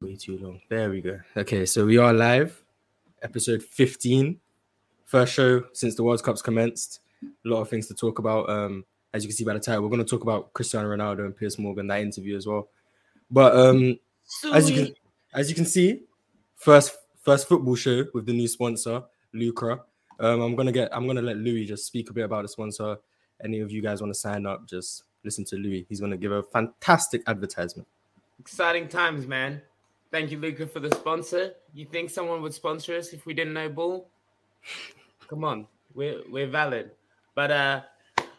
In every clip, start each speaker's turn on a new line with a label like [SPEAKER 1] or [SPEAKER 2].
[SPEAKER 1] way too long. There we go. Okay, so we are live, episode 15. First show since the World Cup's commenced. A lot of things to talk about. Um, as you can see by the title, we're going to talk about Cristiano Ronaldo and Pierce Morgan, that interview as well. But um, as you can as you can see, first first football show with the new sponsor, Lucra. Um, I'm gonna get I'm gonna let Louis just speak a bit about the sponsor. Any of you guys want to sign up, just listen to Louis. He's gonna give a fantastic advertisement.
[SPEAKER 2] Exciting times, man. Thank you, Luca, for the sponsor. You think someone would sponsor us if we didn't know ball? Come on, we're we're valid. But uh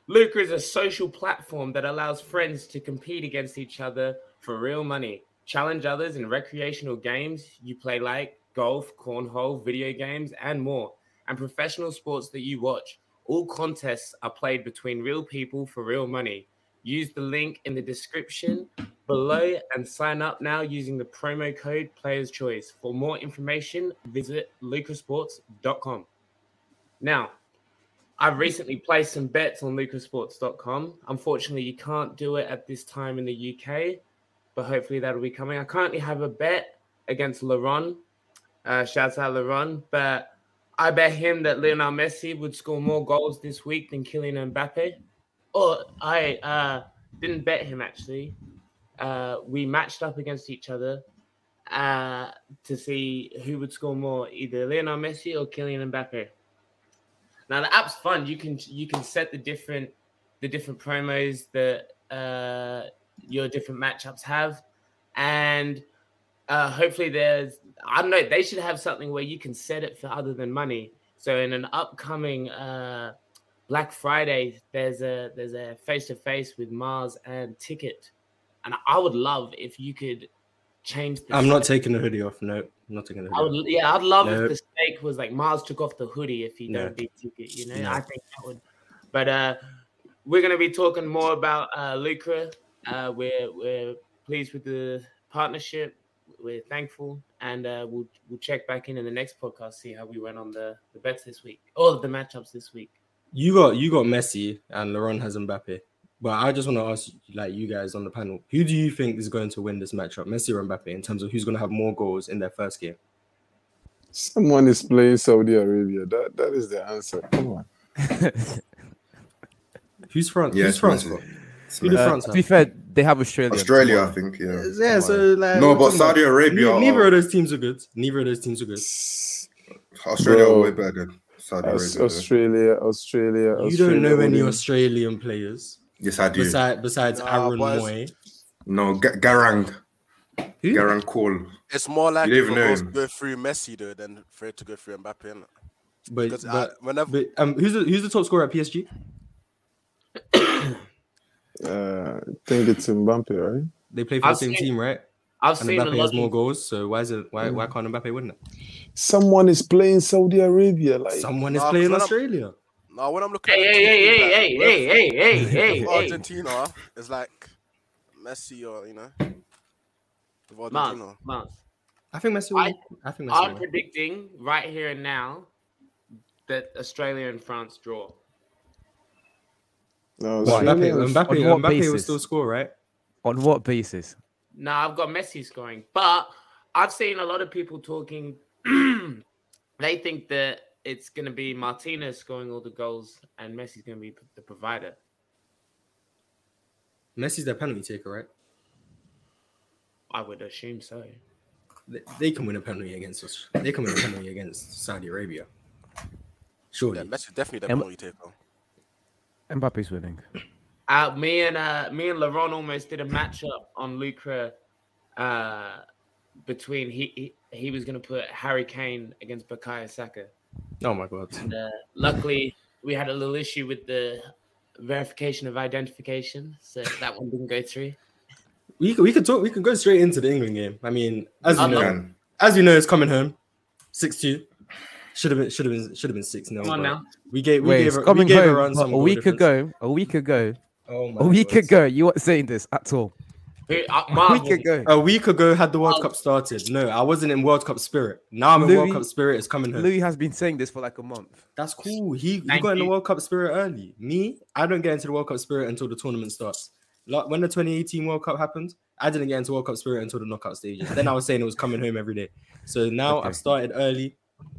[SPEAKER 2] Luca is a social platform that allows friends to compete against each other for real money. Challenge others in recreational games you play like golf, cornhole, video games, and more, and professional sports that you watch. All contests are played between real people for real money. Use the link in the description below and sign up now using the promo code Players Choice. For more information, visit lucasports.com. Now, I've recently placed some bets on lucasports.com. Unfortunately, you can't do it at this time in the UK, but hopefully that'll be coming. I currently have a bet against LaRon. Uh, shouts out LaRon, but I bet him that Lionel Messi would score more goals this week than Kylian Mbappe. Or I uh, didn't bet him actually. Uh, we matched up against each other uh, to see who would score more, either Lionel Messi or Kylian Mbappe. Now the app's fun. You can you can set the different the different promos that uh, your different matchups have, and uh, hopefully there's I don't know they should have something where you can set it for other than money. So in an upcoming uh, Black Friday, there's a there's a face to face with Mars and Ticket, and I would love if you could change. The
[SPEAKER 1] I'm not taking the hoodie off. No, I'm not taking the
[SPEAKER 2] I
[SPEAKER 1] hoodie.
[SPEAKER 2] would, yeah, I'd love
[SPEAKER 1] No.
[SPEAKER 2] if the steak was like Miles took off the hoodie if he
[SPEAKER 1] No.
[SPEAKER 2] don't beat ticket. You know,
[SPEAKER 1] No.
[SPEAKER 2] I think that would. But uh, we're gonna be talking more about uh, Lucra. Uh, we're we're pleased with the partnership. We're thankful, and uh, we'll we'll check back in in the next podcast, see how we went on the the bets this week, all of the matchups this week.
[SPEAKER 1] You got you got Messi and Laurent has Mbappe. But I just want to ask like you guys on the panel, who do you think is going to win this matchup, Messi or Mbappe, in terms of who's gonna have more goals in their first game?
[SPEAKER 3] Someone is playing Saudi Arabia. That that is the answer. Come on.
[SPEAKER 4] Uh,
[SPEAKER 1] Who's France?
[SPEAKER 5] Yeah,
[SPEAKER 1] who's
[SPEAKER 5] it's
[SPEAKER 1] France
[SPEAKER 5] Messi.
[SPEAKER 1] got?
[SPEAKER 5] It's
[SPEAKER 1] Who do
[SPEAKER 5] Messi.
[SPEAKER 1] France
[SPEAKER 4] Uh, to
[SPEAKER 1] have?
[SPEAKER 4] be fair, they have Australia.
[SPEAKER 5] Australia, I think. Yeah.
[SPEAKER 1] Yeah, so like
[SPEAKER 5] No,
[SPEAKER 1] we're
[SPEAKER 5] but
[SPEAKER 1] talking about-
[SPEAKER 5] Saudi Arabia.
[SPEAKER 1] Ne-
[SPEAKER 5] are-
[SPEAKER 1] neither of those teams are good. Neither of those teams are good.
[SPEAKER 5] Australia are
[SPEAKER 3] Bro.
[SPEAKER 5] way better than Saudi
[SPEAKER 3] Aus-
[SPEAKER 5] Arabia. though.
[SPEAKER 3] Australia, Australia, Australia.
[SPEAKER 1] You don't know any
[SPEAKER 3] only-
[SPEAKER 1] Australian players
[SPEAKER 5] Yes, I do.
[SPEAKER 1] besides besides
[SPEAKER 6] Nah,
[SPEAKER 1] Aaron
[SPEAKER 6] boys.
[SPEAKER 1] Moy.
[SPEAKER 5] no, Ga- Garang.
[SPEAKER 1] Who?
[SPEAKER 5] Garang Cole.
[SPEAKER 6] It's more likely
[SPEAKER 5] don't
[SPEAKER 6] for
[SPEAKER 5] even know
[SPEAKER 6] goals to
[SPEAKER 5] him.
[SPEAKER 6] go through Messi though than for it to go through Mbappe. Innit?
[SPEAKER 1] But,
[SPEAKER 6] Because I,
[SPEAKER 1] but,
[SPEAKER 6] whenever
[SPEAKER 1] but um, who's the, who's the top scorer at PSG?
[SPEAKER 3] Uh, I think it's Mbappe, right?
[SPEAKER 1] They play for
[SPEAKER 2] I've
[SPEAKER 1] the same
[SPEAKER 2] seen-
[SPEAKER 1] team, right?
[SPEAKER 2] I've
[SPEAKER 1] And
[SPEAKER 2] seen a
[SPEAKER 1] Mbappe has
[SPEAKER 2] lot.
[SPEAKER 1] more
[SPEAKER 2] Of,
[SPEAKER 1] goals, so why is it why why can't Mbappe win it?
[SPEAKER 3] Someone is playing Saudi Arabia. Like
[SPEAKER 1] Someone is
[SPEAKER 6] Nah,
[SPEAKER 1] playing
[SPEAKER 6] because I'm-
[SPEAKER 1] Australia.
[SPEAKER 6] now when I'm looking
[SPEAKER 2] hey,
[SPEAKER 6] at
[SPEAKER 2] hey,
[SPEAKER 6] the
[SPEAKER 2] hey,
[SPEAKER 6] team,
[SPEAKER 2] hey, hey,
[SPEAKER 6] like,
[SPEAKER 2] hey, hey, hey, hey,
[SPEAKER 6] with
[SPEAKER 2] hey,
[SPEAKER 6] Argentina is like Messi or you know, with Argentina.
[SPEAKER 2] Mars, Mars.
[SPEAKER 1] I think Messi. Will,
[SPEAKER 2] I-
[SPEAKER 1] I, think Messi.
[SPEAKER 2] I'm
[SPEAKER 1] Will.
[SPEAKER 2] predicting right here and now that Australia and France draw.
[SPEAKER 3] no,
[SPEAKER 1] But
[SPEAKER 3] Australia
[SPEAKER 1] Mbappe,
[SPEAKER 3] is-
[SPEAKER 1] Mbappe,
[SPEAKER 4] on what
[SPEAKER 1] Mbappe will
[SPEAKER 4] basis?
[SPEAKER 1] still score, right?
[SPEAKER 4] On what basis?
[SPEAKER 2] No, I've got Messi scoring, but I've seen a lot of people talking. they think that it's going to be Martinez scoring all the goals and Messi's going to be the provider.
[SPEAKER 1] Messi's their penalty taker, right?
[SPEAKER 2] I would assume so.
[SPEAKER 1] They, they can win a penalty against us. They can win a penalty against Saudi Arabia. Surely.
[SPEAKER 6] Yeah, Messi definitely the
[SPEAKER 4] Em-
[SPEAKER 6] penalty taker.
[SPEAKER 4] Mbappe's winning.
[SPEAKER 2] Uh, me and uh, me and Laron almost did a matchup on Lucra uh, between he he, he was going to put Harry Kane against Bukayo Saka.
[SPEAKER 1] oh my god.
[SPEAKER 2] And, uh, luckily, we had a little issue with the verification of identification, so that one didn't go through.
[SPEAKER 1] We could, we could talk. We could go straight into the England game. I mean, as you
[SPEAKER 2] I'd
[SPEAKER 1] know,
[SPEAKER 2] love-
[SPEAKER 5] Garang.
[SPEAKER 1] as you know, it's coming home. Six two. Should have been. Should have been. Should have been six 0
[SPEAKER 2] Come on now.
[SPEAKER 1] We gave. We
[SPEAKER 4] Wait,
[SPEAKER 1] gave.
[SPEAKER 4] it's
[SPEAKER 1] A, we
[SPEAKER 4] coming
[SPEAKER 1] gave
[SPEAKER 4] home.
[SPEAKER 1] around
[SPEAKER 4] but
[SPEAKER 1] some
[SPEAKER 4] a
[SPEAKER 1] goal
[SPEAKER 4] week
[SPEAKER 1] difference.
[SPEAKER 4] ago, a week ago,
[SPEAKER 1] Oh my
[SPEAKER 4] a week
[SPEAKER 1] words.
[SPEAKER 4] ago, you weren't saying this at all.
[SPEAKER 2] Who- uh,
[SPEAKER 4] A
[SPEAKER 2] Marvel.
[SPEAKER 4] week ago,
[SPEAKER 1] A week ago had the World
[SPEAKER 2] Oh.
[SPEAKER 1] Cup started. No, I wasn't in World Cup spirit. Now I'm in World
[SPEAKER 4] Louis-
[SPEAKER 1] Cup spirit. It's coming home.
[SPEAKER 4] Louis has been saying this for like a month.
[SPEAKER 1] That's cool. He, he
[SPEAKER 2] Thank
[SPEAKER 1] got in the
[SPEAKER 2] you.
[SPEAKER 1] World Cup spirit early. Me, I don't get into the World Cup spirit until the tournament starts. Like when the 2018 World Cup happened, I didn't get into World Cup spirit until the knockout stages. Then I was saying it was coming home every day. So now
[SPEAKER 4] Okay.
[SPEAKER 1] I've started early.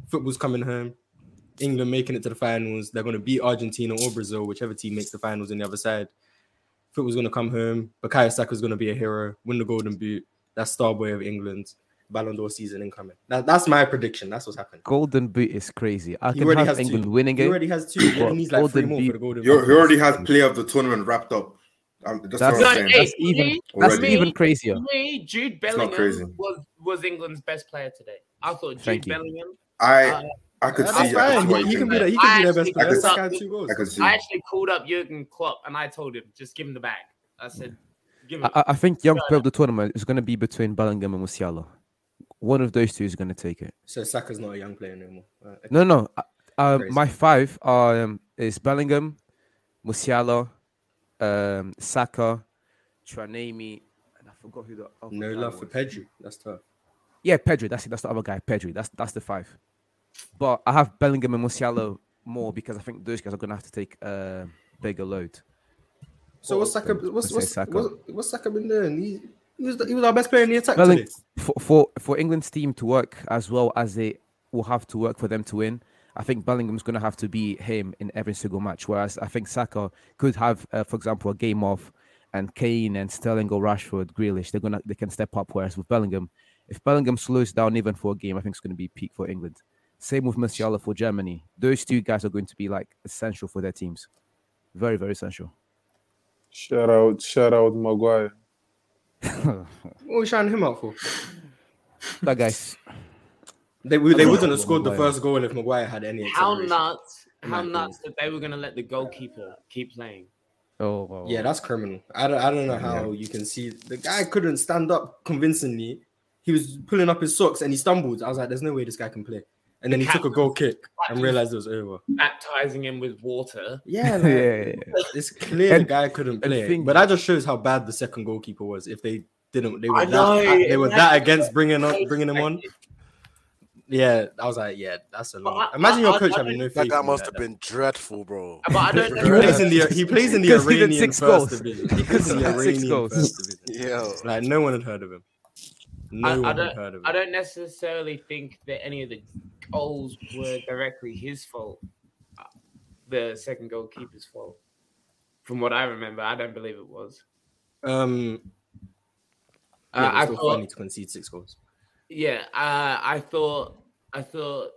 [SPEAKER 1] Football's coming home. England making it to the finals. They're going to beat Argentina or Brazil, whichever team makes the finals on the other side. Football's going to come home. Bakayo Saka's going to be a hero. Win the Golden Boot. That's star boy of England. Ballon d'Or season incoming. That, that's my prediction. That's what's happened.
[SPEAKER 4] Golden boot is crazy. I
[SPEAKER 1] He
[SPEAKER 4] can
[SPEAKER 1] already
[SPEAKER 4] have
[SPEAKER 1] has two.
[SPEAKER 4] England winning
[SPEAKER 1] He
[SPEAKER 4] it.
[SPEAKER 1] already has two. He
[SPEAKER 4] Well,
[SPEAKER 1] only needs like three
[SPEAKER 4] Golden
[SPEAKER 1] more
[SPEAKER 4] Boot-
[SPEAKER 1] for the Golden
[SPEAKER 5] He he already has player of the tournament wrapped up. Um, that's,
[SPEAKER 4] That's-
[SPEAKER 5] what I'm saying.
[SPEAKER 2] No, hey,
[SPEAKER 4] That's even-
[SPEAKER 5] Already.
[SPEAKER 4] That's even crazier.
[SPEAKER 2] Me, Jude
[SPEAKER 5] not crazy.
[SPEAKER 2] Bellingham was, was England's best player today. I thought Jude
[SPEAKER 4] Thank you.
[SPEAKER 2] Bellingham.
[SPEAKER 5] I I could
[SPEAKER 1] That's
[SPEAKER 5] see. I could
[SPEAKER 1] fine.
[SPEAKER 5] see what
[SPEAKER 1] He, he
[SPEAKER 5] you
[SPEAKER 1] can
[SPEAKER 5] think
[SPEAKER 1] be
[SPEAKER 5] there.
[SPEAKER 1] the, he can be the
[SPEAKER 2] I
[SPEAKER 1] best player.
[SPEAKER 5] actually-
[SPEAKER 1] This guy had two goals.
[SPEAKER 5] I could see.
[SPEAKER 2] I actually called up Jurgen Klopp and I told him just give him the bag. I said, give him.
[SPEAKER 4] I, I- I think young
[SPEAKER 2] Yeah.
[SPEAKER 4] player of the tournament is going to be between Bellingham and Musiala. One of those two is going to take it.
[SPEAKER 1] So Saka's not a young player anymore. Uh,
[SPEAKER 4] No, no. uh, Uh,
[SPEAKER 1] Crazy.
[SPEAKER 4] my five are um, is Bellingham, Musiala, um, Saka, Tranemi, and I forgot who the other
[SPEAKER 1] no
[SPEAKER 4] guy
[SPEAKER 1] love for
[SPEAKER 4] was.
[SPEAKER 1] Pedri. That's tough.
[SPEAKER 4] Yeah, Pedri. That's it. That's the other guy, Pedri. That's that's the five. But I have Bellingham and Musiala more because I think those guys are going to have to take a bigger load.
[SPEAKER 1] So what's Saka?
[SPEAKER 4] Let's
[SPEAKER 1] What's
[SPEAKER 4] say
[SPEAKER 1] what's,
[SPEAKER 4] Saka.
[SPEAKER 1] what's what's Saka been doing? He, he was the, he was our best player in the attack
[SPEAKER 4] Belling-
[SPEAKER 1] today.
[SPEAKER 4] for, for for England's team to work as well as they will have to work for them to win. I think Bellingham's going to have to be him in every single match. Whereas I think Saka could have, uh, for example, a game off, and Kane and Sterling or Rashford, Grealish, they're gonna they can step up. Whereas with Bellingham, if Bellingham slows down even for a game, I think it's going to be peak for England. Same with Musiala for Germany. Those two guys are going to be like essential for their teams. Very very essential.
[SPEAKER 3] Shout out, shout out, Maguire.
[SPEAKER 1] What are we shouting him out for?
[SPEAKER 4] That guys,
[SPEAKER 1] They would- they
[SPEAKER 4] don't
[SPEAKER 1] wouldn't
[SPEAKER 4] know
[SPEAKER 1] have scored the
[SPEAKER 4] Maguire.
[SPEAKER 1] first goal if Maguire had any.
[SPEAKER 2] how
[SPEAKER 1] acceleration.
[SPEAKER 2] nuts,
[SPEAKER 1] my
[SPEAKER 2] how
[SPEAKER 1] opinion.
[SPEAKER 2] nuts that they were going to let the goalkeeper keep playing.
[SPEAKER 4] oh wow.
[SPEAKER 1] Yeah, that's criminal. I don't, I don't know how you can see the guy couldn't stand up convincingly. He was pulling up his socks and he stumbled. I was like, "There's no way this guy can play." And then he took a goal kick and realized it was over.
[SPEAKER 2] Baptizing him with water.
[SPEAKER 1] Yeah,
[SPEAKER 4] yeah,
[SPEAKER 1] like,
[SPEAKER 4] yeah, yeah.
[SPEAKER 1] It's clear the
[SPEAKER 4] And-
[SPEAKER 1] guy couldn't play,
[SPEAKER 4] thing-
[SPEAKER 1] but that just shows how bad the second goalkeeper was. If they didn't, they were
[SPEAKER 2] I know,
[SPEAKER 1] that, they were that
[SPEAKER 2] exactly.
[SPEAKER 1] against bringing on bringing him on. Yeah, I was like, yeah, that's a lot. Imagine
[SPEAKER 2] I-
[SPEAKER 1] your
[SPEAKER 2] I-
[SPEAKER 1] coach
[SPEAKER 2] I
[SPEAKER 1] having no faith.
[SPEAKER 6] That guy
[SPEAKER 1] in
[SPEAKER 6] must have
[SPEAKER 1] that.
[SPEAKER 6] been dreadful, bro.
[SPEAKER 2] But I don't
[SPEAKER 1] He plays in
[SPEAKER 2] know.
[SPEAKER 1] the he plays in the
[SPEAKER 4] 'Cause he did
[SPEAKER 1] Iranian
[SPEAKER 4] six
[SPEAKER 1] first
[SPEAKER 4] goals.
[SPEAKER 1] division. He plays in the
[SPEAKER 4] 'Cause he had six
[SPEAKER 1] Iranian
[SPEAKER 4] goals.
[SPEAKER 1] first division.
[SPEAKER 6] Yeah.
[SPEAKER 1] Like no one had heard of him. No
[SPEAKER 2] I- I
[SPEAKER 1] one had
[SPEAKER 2] don't-
[SPEAKER 1] heard of
[SPEAKER 2] I
[SPEAKER 1] him.
[SPEAKER 2] don't necessarily think that any of the goals were directly his fault. Uh, The second goalkeeper's fault. From what I remember, I don't believe it was.
[SPEAKER 1] Um,
[SPEAKER 2] Uh,
[SPEAKER 1] yeah,
[SPEAKER 2] I
[SPEAKER 1] it's still
[SPEAKER 2] thought,
[SPEAKER 1] funny to concede six goals.
[SPEAKER 2] yeah, uh, I thought, I thought,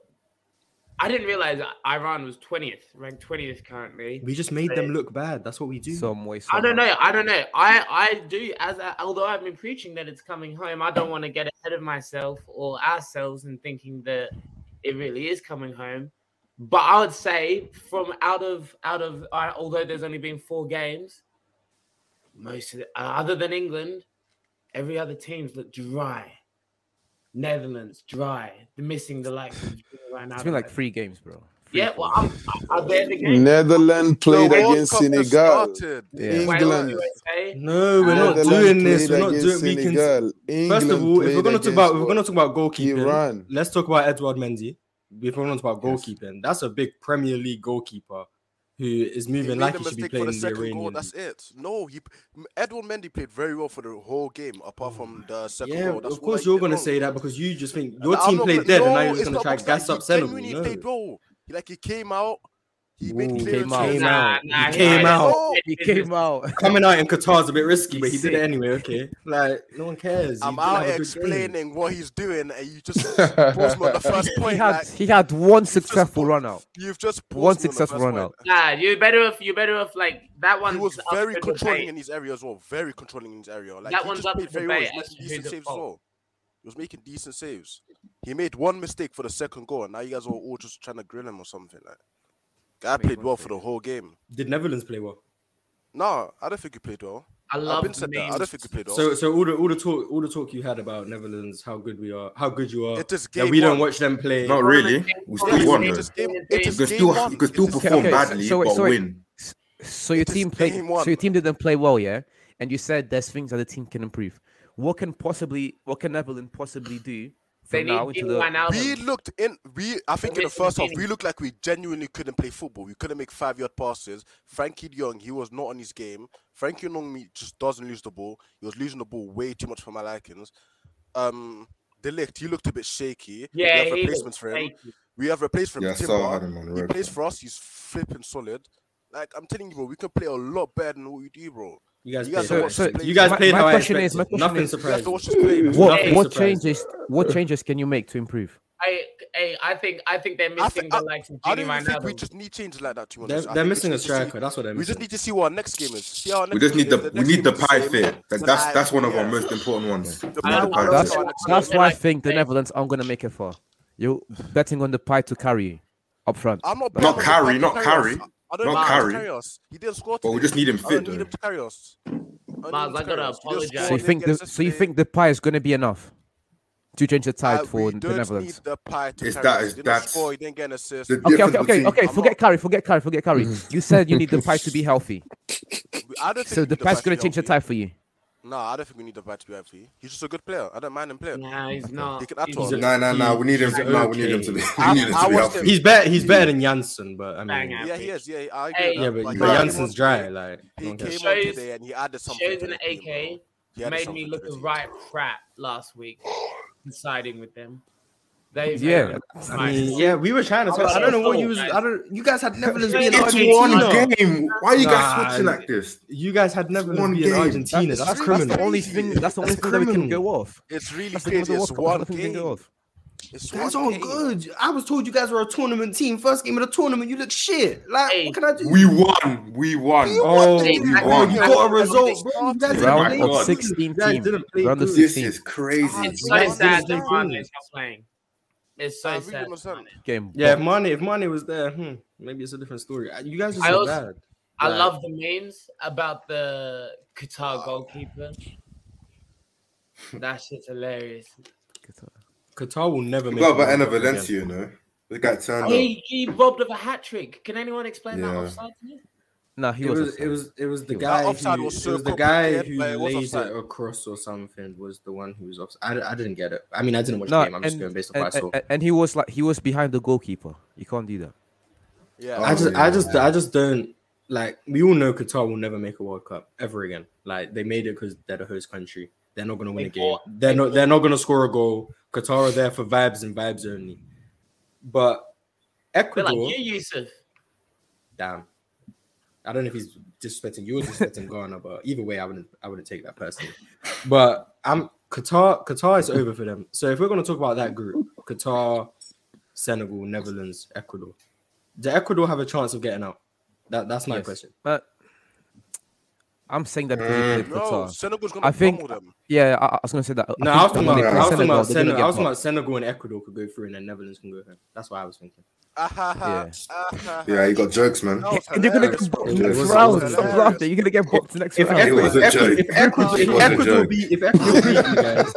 [SPEAKER 2] I didn't realize Iran was twentieth, ranked twentieth currently.
[SPEAKER 1] We just made them look bad. That's what we do.
[SPEAKER 4] Some way.
[SPEAKER 2] I don't
[SPEAKER 4] somehow.
[SPEAKER 2] know. I don't know. I I do as I, although I've been preaching that it's coming home. I don't want to get ahead of myself or ourselves and thinking that it really is coming home. But I would say from out of out of I although there's only been four games, most of the, uh, other than England, every other team's looked dry. Netherlands dry. They're missing the likes of right now.
[SPEAKER 4] It's been like three games, bro. Three,
[SPEAKER 2] yeah.
[SPEAKER 4] four
[SPEAKER 2] Well, I'm, are they
[SPEAKER 3] Mm.
[SPEAKER 2] the game?
[SPEAKER 3] Netherlands played
[SPEAKER 6] The World
[SPEAKER 3] against
[SPEAKER 6] Cup has
[SPEAKER 3] Senegal.
[SPEAKER 6] started.
[SPEAKER 4] Yeah.
[SPEAKER 2] Wait,
[SPEAKER 3] England.
[SPEAKER 2] USA?
[SPEAKER 1] No, we're not
[SPEAKER 3] Netherlands
[SPEAKER 1] doing this.
[SPEAKER 3] played
[SPEAKER 1] We're not doing.
[SPEAKER 3] against
[SPEAKER 1] We can
[SPEAKER 3] Senegal. England
[SPEAKER 1] First of all, if we're
[SPEAKER 3] played
[SPEAKER 1] gonna talk about if we're
[SPEAKER 3] against
[SPEAKER 1] gonna talk about goalkeeping,
[SPEAKER 3] Iran.
[SPEAKER 1] let's talk about Edward Mendy. If we're gonna talk about
[SPEAKER 4] Yes.
[SPEAKER 1] goalkeeping, that's a big Premier League goalkeeper who is
[SPEAKER 6] He
[SPEAKER 1] moving
[SPEAKER 6] made
[SPEAKER 1] like
[SPEAKER 6] a
[SPEAKER 1] he should be
[SPEAKER 6] mistake
[SPEAKER 1] playing
[SPEAKER 6] for the
[SPEAKER 1] in the
[SPEAKER 6] second
[SPEAKER 1] Iranian.
[SPEAKER 6] goal. That's
[SPEAKER 1] League.
[SPEAKER 6] it. No, he Edward Mendy played very well for the whole game, apart from the second
[SPEAKER 1] Mm. Yeah,
[SPEAKER 6] goal. That's
[SPEAKER 1] of
[SPEAKER 6] all
[SPEAKER 1] course
[SPEAKER 6] he
[SPEAKER 1] you're
[SPEAKER 6] did
[SPEAKER 1] gonna
[SPEAKER 6] wrong.
[SPEAKER 1] say that because you just think
[SPEAKER 6] And
[SPEAKER 1] your
[SPEAKER 6] I'm
[SPEAKER 1] team
[SPEAKER 6] not
[SPEAKER 1] played
[SPEAKER 6] gonna-
[SPEAKER 1] dead and now
[SPEAKER 6] No,
[SPEAKER 1] you're just
[SPEAKER 6] it's
[SPEAKER 1] gonna
[SPEAKER 6] not
[SPEAKER 1] try to
[SPEAKER 6] about that.
[SPEAKER 1] gas up
[SPEAKER 6] He
[SPEAKER 1] Senegal.
[SPEAKER 6] genuinely
[SPEAKER 1] No.
[SPEAKER 6] played well. He- Like he came out. He made
[SPEAKER 1] Ooh,
[SPEAKER 4] came
[SPEAKER 6] clearances.
[SPEAKER 4] out.
[SPEAKER 1] Came
[SPEAKER 2] Oh, Nah,
[SPEAKER 1] out.
[SPEAKER 2] nah,
[SPEAKER 1] He
[SPEAKER 2] he
[SPEAKER 1] came
[SPEAKER 2] did.
[SPEAKER 1] out.
[SPEAKER 6] No,
[SPEAKER 4] He came out.
[SPEAKER 1] Coming out in Qatar's a bit risky, but he
[SPEAKER 4] He's
[SPEAKER 1] did it
[SPEAKER 4] sick.
[SPEAKER 1] anyway. Okay, like no one cares. He
[SPEAKER 6] I'm
[SPEAKER 1] did have
[SPEAKER 6] out
[SPEAKER 1] a
[SPEAKER 6] here
[SPEAKER 1] good game.
[SPEAKER 6] explaining what he's doing, and you just post me on the first
[SPEAKER 4] He
[SPEAKER 6] point.
[SPEAKER 4] had
[SPEAKER 6] like,
[SPEAKER 4] he had one
[SPEAKER 6] just
[SPEAKER 4] successful
[SPEAKER 6] put-
[SPEAKER 4] run out.
[SPEAKER 6] you've just paused me
[SPEAKER 4] One
[SPEAKER 6] on the
[SPEAKER 4] successful
[SPEAKER 6] first
[SPEAKER 4] run
[SPEAKER 6] point.
[SPEAKER 4] out.
[SPEAKER 2] Nah, you better off. You better off like that one.
[SPEAKER 6] He was very controlling in his area as well. Very controlling in his area. Like
[SPEAKER 2] That
[SPEAKER 6] he
[SPEAKER 2] one's
[SPEAKER 6] just
[SPEAKER 2] up
[SPEAKER 6] played
[SPEAKER 2] for
[SPEAKER 6] very well. He
[SPEAKER 2] debate
[SPEAKER 6] was
[SPEAKER 2] as to
[SPEAKER 6] making
[SPEAKER 2] who's
[SPEAKER 6] decent
[SPEAKER 2] at
[SPEAKER 6] saves as
[SPEAKER 2] fault.
[SPEAKER 6] well. He was making decent saves. He made one mistake for the second goal, and now you guys are all just trying to grill him or something. Like, guy
[SPEAKER 4] Made
[SPEAKER 6] played
[SPEAKER 4] one
[SPEAKER 6] well for the
[SPEAKER 4] save.
[SPEAKER 6] whole game.
[SPEAKER 1] Did Netherlands play well?
[SPEAKER 6] No, I don't think he played well.
[SPEAKER 2] I
[SPEAKER 6] I've
[SPEAKER 2] love
[SPEAKER 6] been said that. I don't
[SPEAKER 2] memes.
[SPEAKER 6] think he played well.
[SPEAKER 1] So, so all the all the talk all the talk you had about Netherlands, how good we are, how good you are,
[SPEAKER 6] It is
[SPEAKER 1] that
[SPEAKER 6] game
[SPEAKER 1] we don't
[SPEAKER 6] one.
[SPEAKER 1] watch them play.
[SPEAKER 5] Not Oh, really. We still
[SPEAKER 6] It's-
[SPEAKER 5] won
[SPEAKER 6] it
[SPEAKER 5] though.
[SPEAKER 6] is game- it is
[SPEAKER 5] You could
[SPEAKER 6] game
[SPEAKER 5] still
[SPEAKER 6] one.
[SPEAKER 5] you could
[SPEAKER 6] It
[SPEAKER 5] still
[SPEAKER 6] is game
[SPEAKER 5] perform
[SPEAKER 4] okay,
[SPEAKER 6] one.
[SPEAKER 5] badly
[SPEAKER 4] so wait,
[SPEAKER 5] but
[SPEAKER 4] so wait.
[SPEAKER 5] win.
[SPEAKER 4] So your
[SPEAKER 6] It is
[SPEAKER 4] team played.
[SPEAKER 6] game one.
[SPEAKER 4] So your team didn't play well, yeah. And you said there's things that the team can improve. What can possibly what can Evelyn possibly do from
[SPEAKER 2] They
[SPEAKER 4] now
[SPEAKER 2] need
[SPEAKER 4] into
[SPEAKER 2] Gini
[SPEAKER 4] the
[SPEAKER 2] Wijnaldum.
[SPEAKER 6] We looked in. We I think in the
[SPEAKER 2] missing
[SPEAKER 6] first half we
[SPEAKER 2] Gini.
[SPEAKER 6] looked like we genuinely couldn't play football. We couldn't make five yard passes. Frankie De Jong, he was not on his game. Frankie De Jong just doesn't lose the ball. He was losing the ball way too much for my likings. Um, De Ligt, he looked a bit shaky.
[SPEAKER 2] Yeah,
[SPEAKER 6] we have
[SPEAKER 2] he
[SPEAKER 6] replacements for him.
[SPEAKER 2] Thank you.
[SPEAKER 6] We have replacements
[SPEAKER 5] Yeah, I
[SPEAKER 6] for him.
[SPEAKER 5] saw
[SPEAKER 6] Timber.
[SPEAKER 5] Adam on
[SPEAKER 6] He
[SPEAKER 5] red.
[SPEAKER 6] plays for us. He's flipping solid. Like I'm telling you, bro, we can play a lot better than what we do, bro.
[SPEAKER 1] You guys,
[SPEAKER 6] You guys
[SPEAKER 1] played,
[SPEAKER 6] are
[SPEAKER 4] so-
[SPEAKER 6] watching
[SPEAKER 4] so
[SPEAKER 1] you guys
[SPEAKER 4] My-
[SPEAKER 1] played
[SPEAKER 4] my
[SPEAKER 1] how I
[SPEAKER 4] question
[SPEAKER 1] expected.
[SPEAKER 4] is- my question
[SPEAKER 1] Nothing
[SPEAKER 4] is-
[SPEAKER 6] You have to
[SPEAKER 1] surprised.
[SPEAKER 6] watch us play. man.
[SPEAKER 4] What
[SPEAKER 1] Nothing
[SPEAKER 4] what
[SPEAKER 1] surprised.
[SPEAKER 4] changes? What changes can you make to improve?
[SPEAKER 2] I, hey, I think I think they're
[SPEAKER 6] I thi-
[SPEAKER 2] missing the likes of
[SPEAKER 6] I
[SPEAKER 2] Gini
[SPEAKER 6] don't even think we
[SPEAKER 2] Wijnaldum.
[SPEAKER 6] just need changes like that. To be
[SPEAKER 1] They're,
[SPEAKER 6] honest, I
[SPEAKER 1] they're
[SPEAKER 6] think we
[SPEAKER 1] missing a
[SPEAKER 6] just need to see-
[SPEAKER 1] striker. That's what they're
[SPEAKER 6] We just
[SPEAKER 1] missing.
[SPEAKER 6] need to see what our next game is. See how our next
[SPEAKER 5] We just
[SPEAKER 6] game
[SPEAKER 5] need
[SPEAKER 6] is,
[SPEAKER 5] the we
[SPEAKER 6] next
[SPEAKER 5] need the
[SPEAKER 6] game is
[SPEAKER 5] pie
[SPEAKER 6] same.
[SPEAKER 5] fit. That-
[SPEAKER 6] So
[SPEAKER 5] That's
[SPEAKER 6] I-
[SPEAKER 5] that's one of our
[SPEAKER 6] yeah.
[SPEAKER 5] most important ones. We need
[SPEAKER 6] I
[SPEAKER 5] the
[SPEAKER 6] don't-
[SPEAKER 5] pie
[SPEAKER 6] I
[SPEAKER 4] That's
[SPEAKER 6] don't-
[SPEAKER 5] fit.
[SPEAKER 4] that's
[SPEAKER 2] they're
[SPEAKER 4] why I
[SPEAKER 2] like-
[SPEAKER 4] think the
[SPEAKER 2] they-
[SPEAKER 4] Netherlands aren't gonna make it far. You're betting on the pie to carry you up front.
[SPEAKER 6] I'm not.
[SPEAKER 5] Not
[SPEAKER 6] I'm
[SPEAKER 5] carry,
[SPEAKER 6] I'm
[SPEAKER 5] not carry.
[SPEAKER 6] us. I don't
[SPEAKER 5] Not
[SPEAKER 6] need him to
[SPEAKER 5] carry.
[SPEAKER 6] carry us. He didn't score.
[SPEAKER 5] But we
[SPEAKER 6] today.
[SPEAKER 5] just need him
[SPEAKER 6] I don't
[SPEAKER 5] fit
[SPEAKER 6] need
[SPEAKER 5] though.
[SPEAKER 6] him to carry us. I don't need
[SPEAKER 2] Miles,
[SPEAKER 6] him to
[SPEAKER 2] I
[SPEAKER 6] carry
[SPEAKER 2] gotta
[SPEAKER 6] us. He didn't
[SPEAKER 2] apologize.
[SPEAKER 6] score,
[SPEAKER 4] So you
[SPEAKER 6] he
[SPEAKER 4] think the
[SPEAKER 6] didn't get
[SPEAKER 4] so you
[SPEAKER 6] assist
[SPEAKER 4] think the pie is gonna be enough to change the
[SPEAKER 6] today.
[SPEAKER 4] tide
[SPEAKER 6] Uh,
[SPEAKER 4] for
[SPEAKER 6] we
[SPEAKER 4] the
[SPEAKER 6] don't need
[SPEAKER 4] Netherlands?
[SPEAKER 6] the pie to
[SPEAKER 5] It's
[SPEAKER 6] carry
[SPEAKER 5] that-
[SPEAKER 6] us. He
[SPEAKER 5] it's
[SPEAKER 6] didn't
[SPEAKER 5] that's-
[SPEAKER 6] score. He didn't get an assist.
[SPEAKER 5] The
[SPEAKER 4] Okay,
[SPEAKER 5] difference
[SPEAKER 4] okay, okay,
[SPEAKER 5] between-
[SPEAKER 4] okay.
[SPEAKER 6] I'm
[SPEAKER 4] Forget
[SPEAKER 6] not-
[SPEAKER 4] carry, forget carry, forget carry.
[SPEAKER 1] Mm-hmm.
[SPEAKER 4] You said you need the pie to be healthy.
[SPEAKER 6] We- I don't think
[SPEAKER 4] So
[SPEAKER 6] we
[SPEAKER 4] the
[SPEAKER 6] need pie
[SPEAKER 4] pie's
[SPEAKER 6] to be
[SPEAKER 4] gonna change the
[SPEAKER 6] healthy.
[SPEAKER 4] tide for you.
[SPEAKER 6] No, I don't think we need the pie to be healthy. He's just a good player. I don't mind him playing.
[SPEAKER 2] Nah, he's not.
[SPEAKER 6] They can add to
[SPEAKER 2] He's
[SPEAKER 6] our-
[SPEAKER 5] Nah, nah, nah. We need him.
[SPEAKER 1] He's
[SPEAKER 5] Nah, we need him to be. We need him
[SPEAKER 6] I- I
[SPEAKER 5] to be
[SPEAKER 6] watched him.
[SPEAKER 5] healthy.
[SPEAKER 1] He's better. He's better than Janssen, but I
[SPEAKER 2] Bang
[SPEAKER 1] mean,
[SPEAKER 2] out.
[SPEAKER 1] yeah,
[SPEAKER 6] Yeah, he is. Yeah, I agree.
[SPEAKER 2] Hey,
[SPEAKER 6] with that.
[SPEAKER 1] but,
[SPEAKER 6] Like,
[SPEAKER 1] but
[SPEAKER 6] he
[SPEAKER 1] Janssen's
[SPEAKER 6] came
[SPEAKER 1] dry.
[SPEAKER 6] on-
[SPEAKER 1] Like,
[SPEAKER 6] He
[SPEAKER 1] okay.
[SPEAKER 6] came on
[SPEAKER 2] Shows-
[SPEAKER 6] today and he added something.
[SPEAKER 2] Shows
[SPEAKER 6] to
[SPEAKER 2] an
[SPEAKER 6] the game,
[SPEAKER 2] AK
[SPEAKER 6] bro. He added
[SPEAKER 2] made
[SPEAKER 6] something
[SPEAKER 2] me
[SPEAKER 6] to
[SPEAKER 2] look
[SPEAKER 6] the
[SPEAKER 2] a
[SPEAKER 6] team.
[SPEAKER 2] right crap last week, siding with them. They, they
[SPEAKER 4] Yeah,
[SPEAKER 2] were
[SPEAKER 1] I
[SPEAKER 2] fine.
[SPEAKER 1] mean, yeah, we were trying to
[SPEAKER 2] I'm
[SPEAKER 1] talk. I don't know
[SPEAKER 2] so
[SPEAKER 1] what you was.
[SPEAKER 2] sorry.
[SPEAKER 1] I don't. You guys had Netherlands being
[SPEAKER 5] It's
[SPEAKER 1] Argentina.
[SPEAKER 5] one game. Why are you guys
[SPEAKER 1] Nah,
[SPEAKER 5] switching like this?
[SPEAKER 1] You guys had Netherlands
[SPEAKER 5] one
[SPEAKER 1] being
[SPEAKER 5] game.
[SPEAKER 1] Argentina. That's
[SPEAKER 4] that's
[SPEAKER 1] criminal.
[SPEAKER 4] the only thing. That's the only
[SPEAKER 1] That's
[SPEAKER 4] thing that we can
[SPEAKER 1] criminal.
[SPEAKER 4] go off.
[SPEAKER 6] It's really
[SPEAKER 4] That's the thing with
[SPEAKER 6] crazy.
[SPEAKER 4] the
[SPEAKER 6] It's
[SPEAKER 4] World Cup.
[SPEAKER 6] one
[SPEAKER 4] That's the only thing we can go
[SPEAKER 6] game.
[SPEAKER 4] off.
[SPEAKER 6] It's
[SPEAKER 1] That's
[SPEAKER 6] one
[SPEAKER 1] all
[SPEAKER 6] game.
[SPEAKER 1] good. I was told you guys were a tournament team. First game of the tournament, you look shit. Like,
[SPEAKER 2] Hey.
[SPEAKER 1] what can I do?
[SPEAKER 5] We won. We won.
[SPEAKER 1] oh,
[SPEAKER 2] Hey,
[SPEAKER 1] you
[SPEAKER 2] I-
[SPEAKER 1] won.
[SPEAKER 2] I-
[SPEAKER 1] You got a
[SPEAKER 2] I-
[SPEAKER 1] result, bro. You guys didn't
[SPEAKER 5] Round
[SPEAKER 1] play
[SPEAKER 5] of
[SPEAKER 1] good.
[SPEAKER 4] 16
[SPEAKER 1] You guys
[SPEAKER 4] team.
[SPEAKER 1] didn't play
[SPEAKER 4] Round of
[SPEAKER 1] good.
[SPEAKER 4] 16.
[SPEAKER 5] This is crazy.
[SPEAKER 2] It's
[SPEAKER 1] Nah,
[SPEAKER 2] so
[SPEAKER 1] it's
[SPEAKER 2] sad
[SPEAKER 1] the
[SPEAKER 2] that
[SPEAKER 1] same
[SPEAKER 2] Mane's
[SPEAKER 1] thing.
[SPEAKER 2] not playing. It's so
[SPEAKER 6] I really
[SPEAKER 2] sad.
[SPEAKER 6] don't understand.
[SPEAKER 4] Game.
[SPEAKER 1] Yeah, if
[SPEAKER 4] but
[SPEAKER 1] Mane, if Mane was there, hmm, maybe it's a different story. Uh, You guys are
[SPEAKER 2] I
[SPEAKER 1] so
[SPEAKER 2] also-
[SPEAKER 1] bad.
[SPEAKER 2] I
[SPEAKER 1] Like,
[SPEAKER 2] love the memes about the
[SPEAKER 5] Oh,
[SPEAKER 2] Qatar goalkeeper. That shit's hilarious.
[SPEAKER 1] Qatar will never
[SPEAKER 5] We
[SPEAKER 1] make.
[SPEAKER 5] got
[SPEAKER 1] the World
[SPEAKER 5] Banner
[SPEAKER 1] Cup again.
[SPEAKER 5] Valencia, you know. This guy turned up.
[SPEAKER 2] He, he robbed of a hat trick. Can anyone explain that
[SPEAKER 5] Yeah.
[SPEAKER 2] offside to me?
[SPEAKER 4] nah, he
[SPEAKER 1] It
[SPEAKER 4] was.
[SPEAKER 1] was,
[SPEAKER 4] offside.
[SPEAKER 1] it was it was the
[SPEAKER 4] He was-
[SPEAKER 1] guy
[SPEAKER 6] That offside
[SPEAKER 1] who,
[SPEAKER 6] was
[SPEAKER 1] it
[SPEAKER 6] so
[SPEAKER 1] was the guy
[SPEAKER 6] complicated,
[SPEAKER 1] who
[SPEAKER 6] but it was
[SPEAKER 1] laid
[SPEAKER 6] offside.
[SPEAKER 1] it across or something was the one who was offside. I, I didn't get it. I mean, I didn't watch
[SPEAKER 4] No,
[SPEAKER 1] the game. I'm just going based on
[SPEAKER 4] and,
[SPEAKER 1] what I saw.
[SPEAKER 4] and, and he was like he was behind the goalkeeper. You can't do that.
[SPEAKER 6] Yeah.
[SPEAKER 1] I just, I
[SPEAKER 5] yeah.
[SPEAKER 1] just, I just don't like. We all know Qatar will never make a World Cup ever again. Like they made it because they're the host country. They're not gonna win
[SPEAKER 2] They
[SPEAKER 1] a game.
[SPEAKER 2] fought-
[SPEAKER 1] They're not. They're not gonna score a goal. Qatar are there for vibes and vibes only. But
[SPEAKER 2] They're
[SPEAKER 1] Ecuador,
[SPEAKER 2] like, you, Yusuf.
[SPEAKER 1] damn. I don't know if he's disrespecting you or disrespecting Ghana, but either way, I wouldn't, I wouldn't take that personally. But I'm Qatar. Qatar is over for them. So if we're gonna talk about that group, Qatar, Senegal, Netherlands, Ecuador. Do Ecuador have a chance of getting out? That, that's my
[SPEAKER 4] Yes.
[SPEAKER 1] question.
[SPEAKER 4] But I'm saying that because they played
[SPEAKER 6] Mm. No,
[SPEAKER 4] Qatar.
[SPEAKER 6] Senegal's gonna
[SPEAKER 4] I think-
[SPEAKER 6] pummel them.
[SPEAKER 4] Yeah, I, I was gonna say that.
[SPEAKER 1] No, I was talking
[SPEAKER 4] think
[SPEAKER 1] about,
[SPEAKER 4] when they
[SPEAKER 5] Yeah.
[SPEAKER 1] I
[SPEAKER 4] play
[SPEAKER 1] was talking about
[SPEAKER 4] they're gonna
[SPEAKER 1] Senegal. I
[SPEAKER 4] get
[SPEAKER 1] was talking
[SPEAKER 4] popped.
[SPEAKER 1] about Senegal and Ecuador could go through, and then Netherlands can go home. That's what I was thinking.
[SPEAKER 4] Yeah.
[SPEAKER 6] Ahaha, Ah, ahaha.
[SPEAKER 5] Yeah, you got jokes, man.
[SPEAKER 6] That was
[SPEAKER 4] And they're gonna
[SPEAKER 6] hilarious,
[SPEAKER 4] get
[SPEAKER 6] bro.
[SPEAKER 4] booked
[SPEAKER 1] It
[SPEAKER 4] next
[SPEAKER 1] was- it
[SPEAKER 4] round.
[SPEAKER 1] was
[SPEAKER 4] Stop
[SPEAKER 6] hilarious.
[SPEAKER 4] laughing. You're gonna get booked next
[SPEAKER 1] If
[SPEAKER 4] round.
[SPEAKER 5] It was
[SPEAKER 1] Ecuador,
[SPEAKER 5] a
[SPEAKER 1] if Ecuador,
[SPEAKER 5] joke.
[SPEAKER 1] if Ecuador,
[SPEAKER 5] It
[SPEAKER 1] if
[SPEAKER 5] was a
[SPEAKER 1] Ecuador
[SPEAKER 5] joke.
[SPEAKER 1] beat, if Ecuador beat you guys,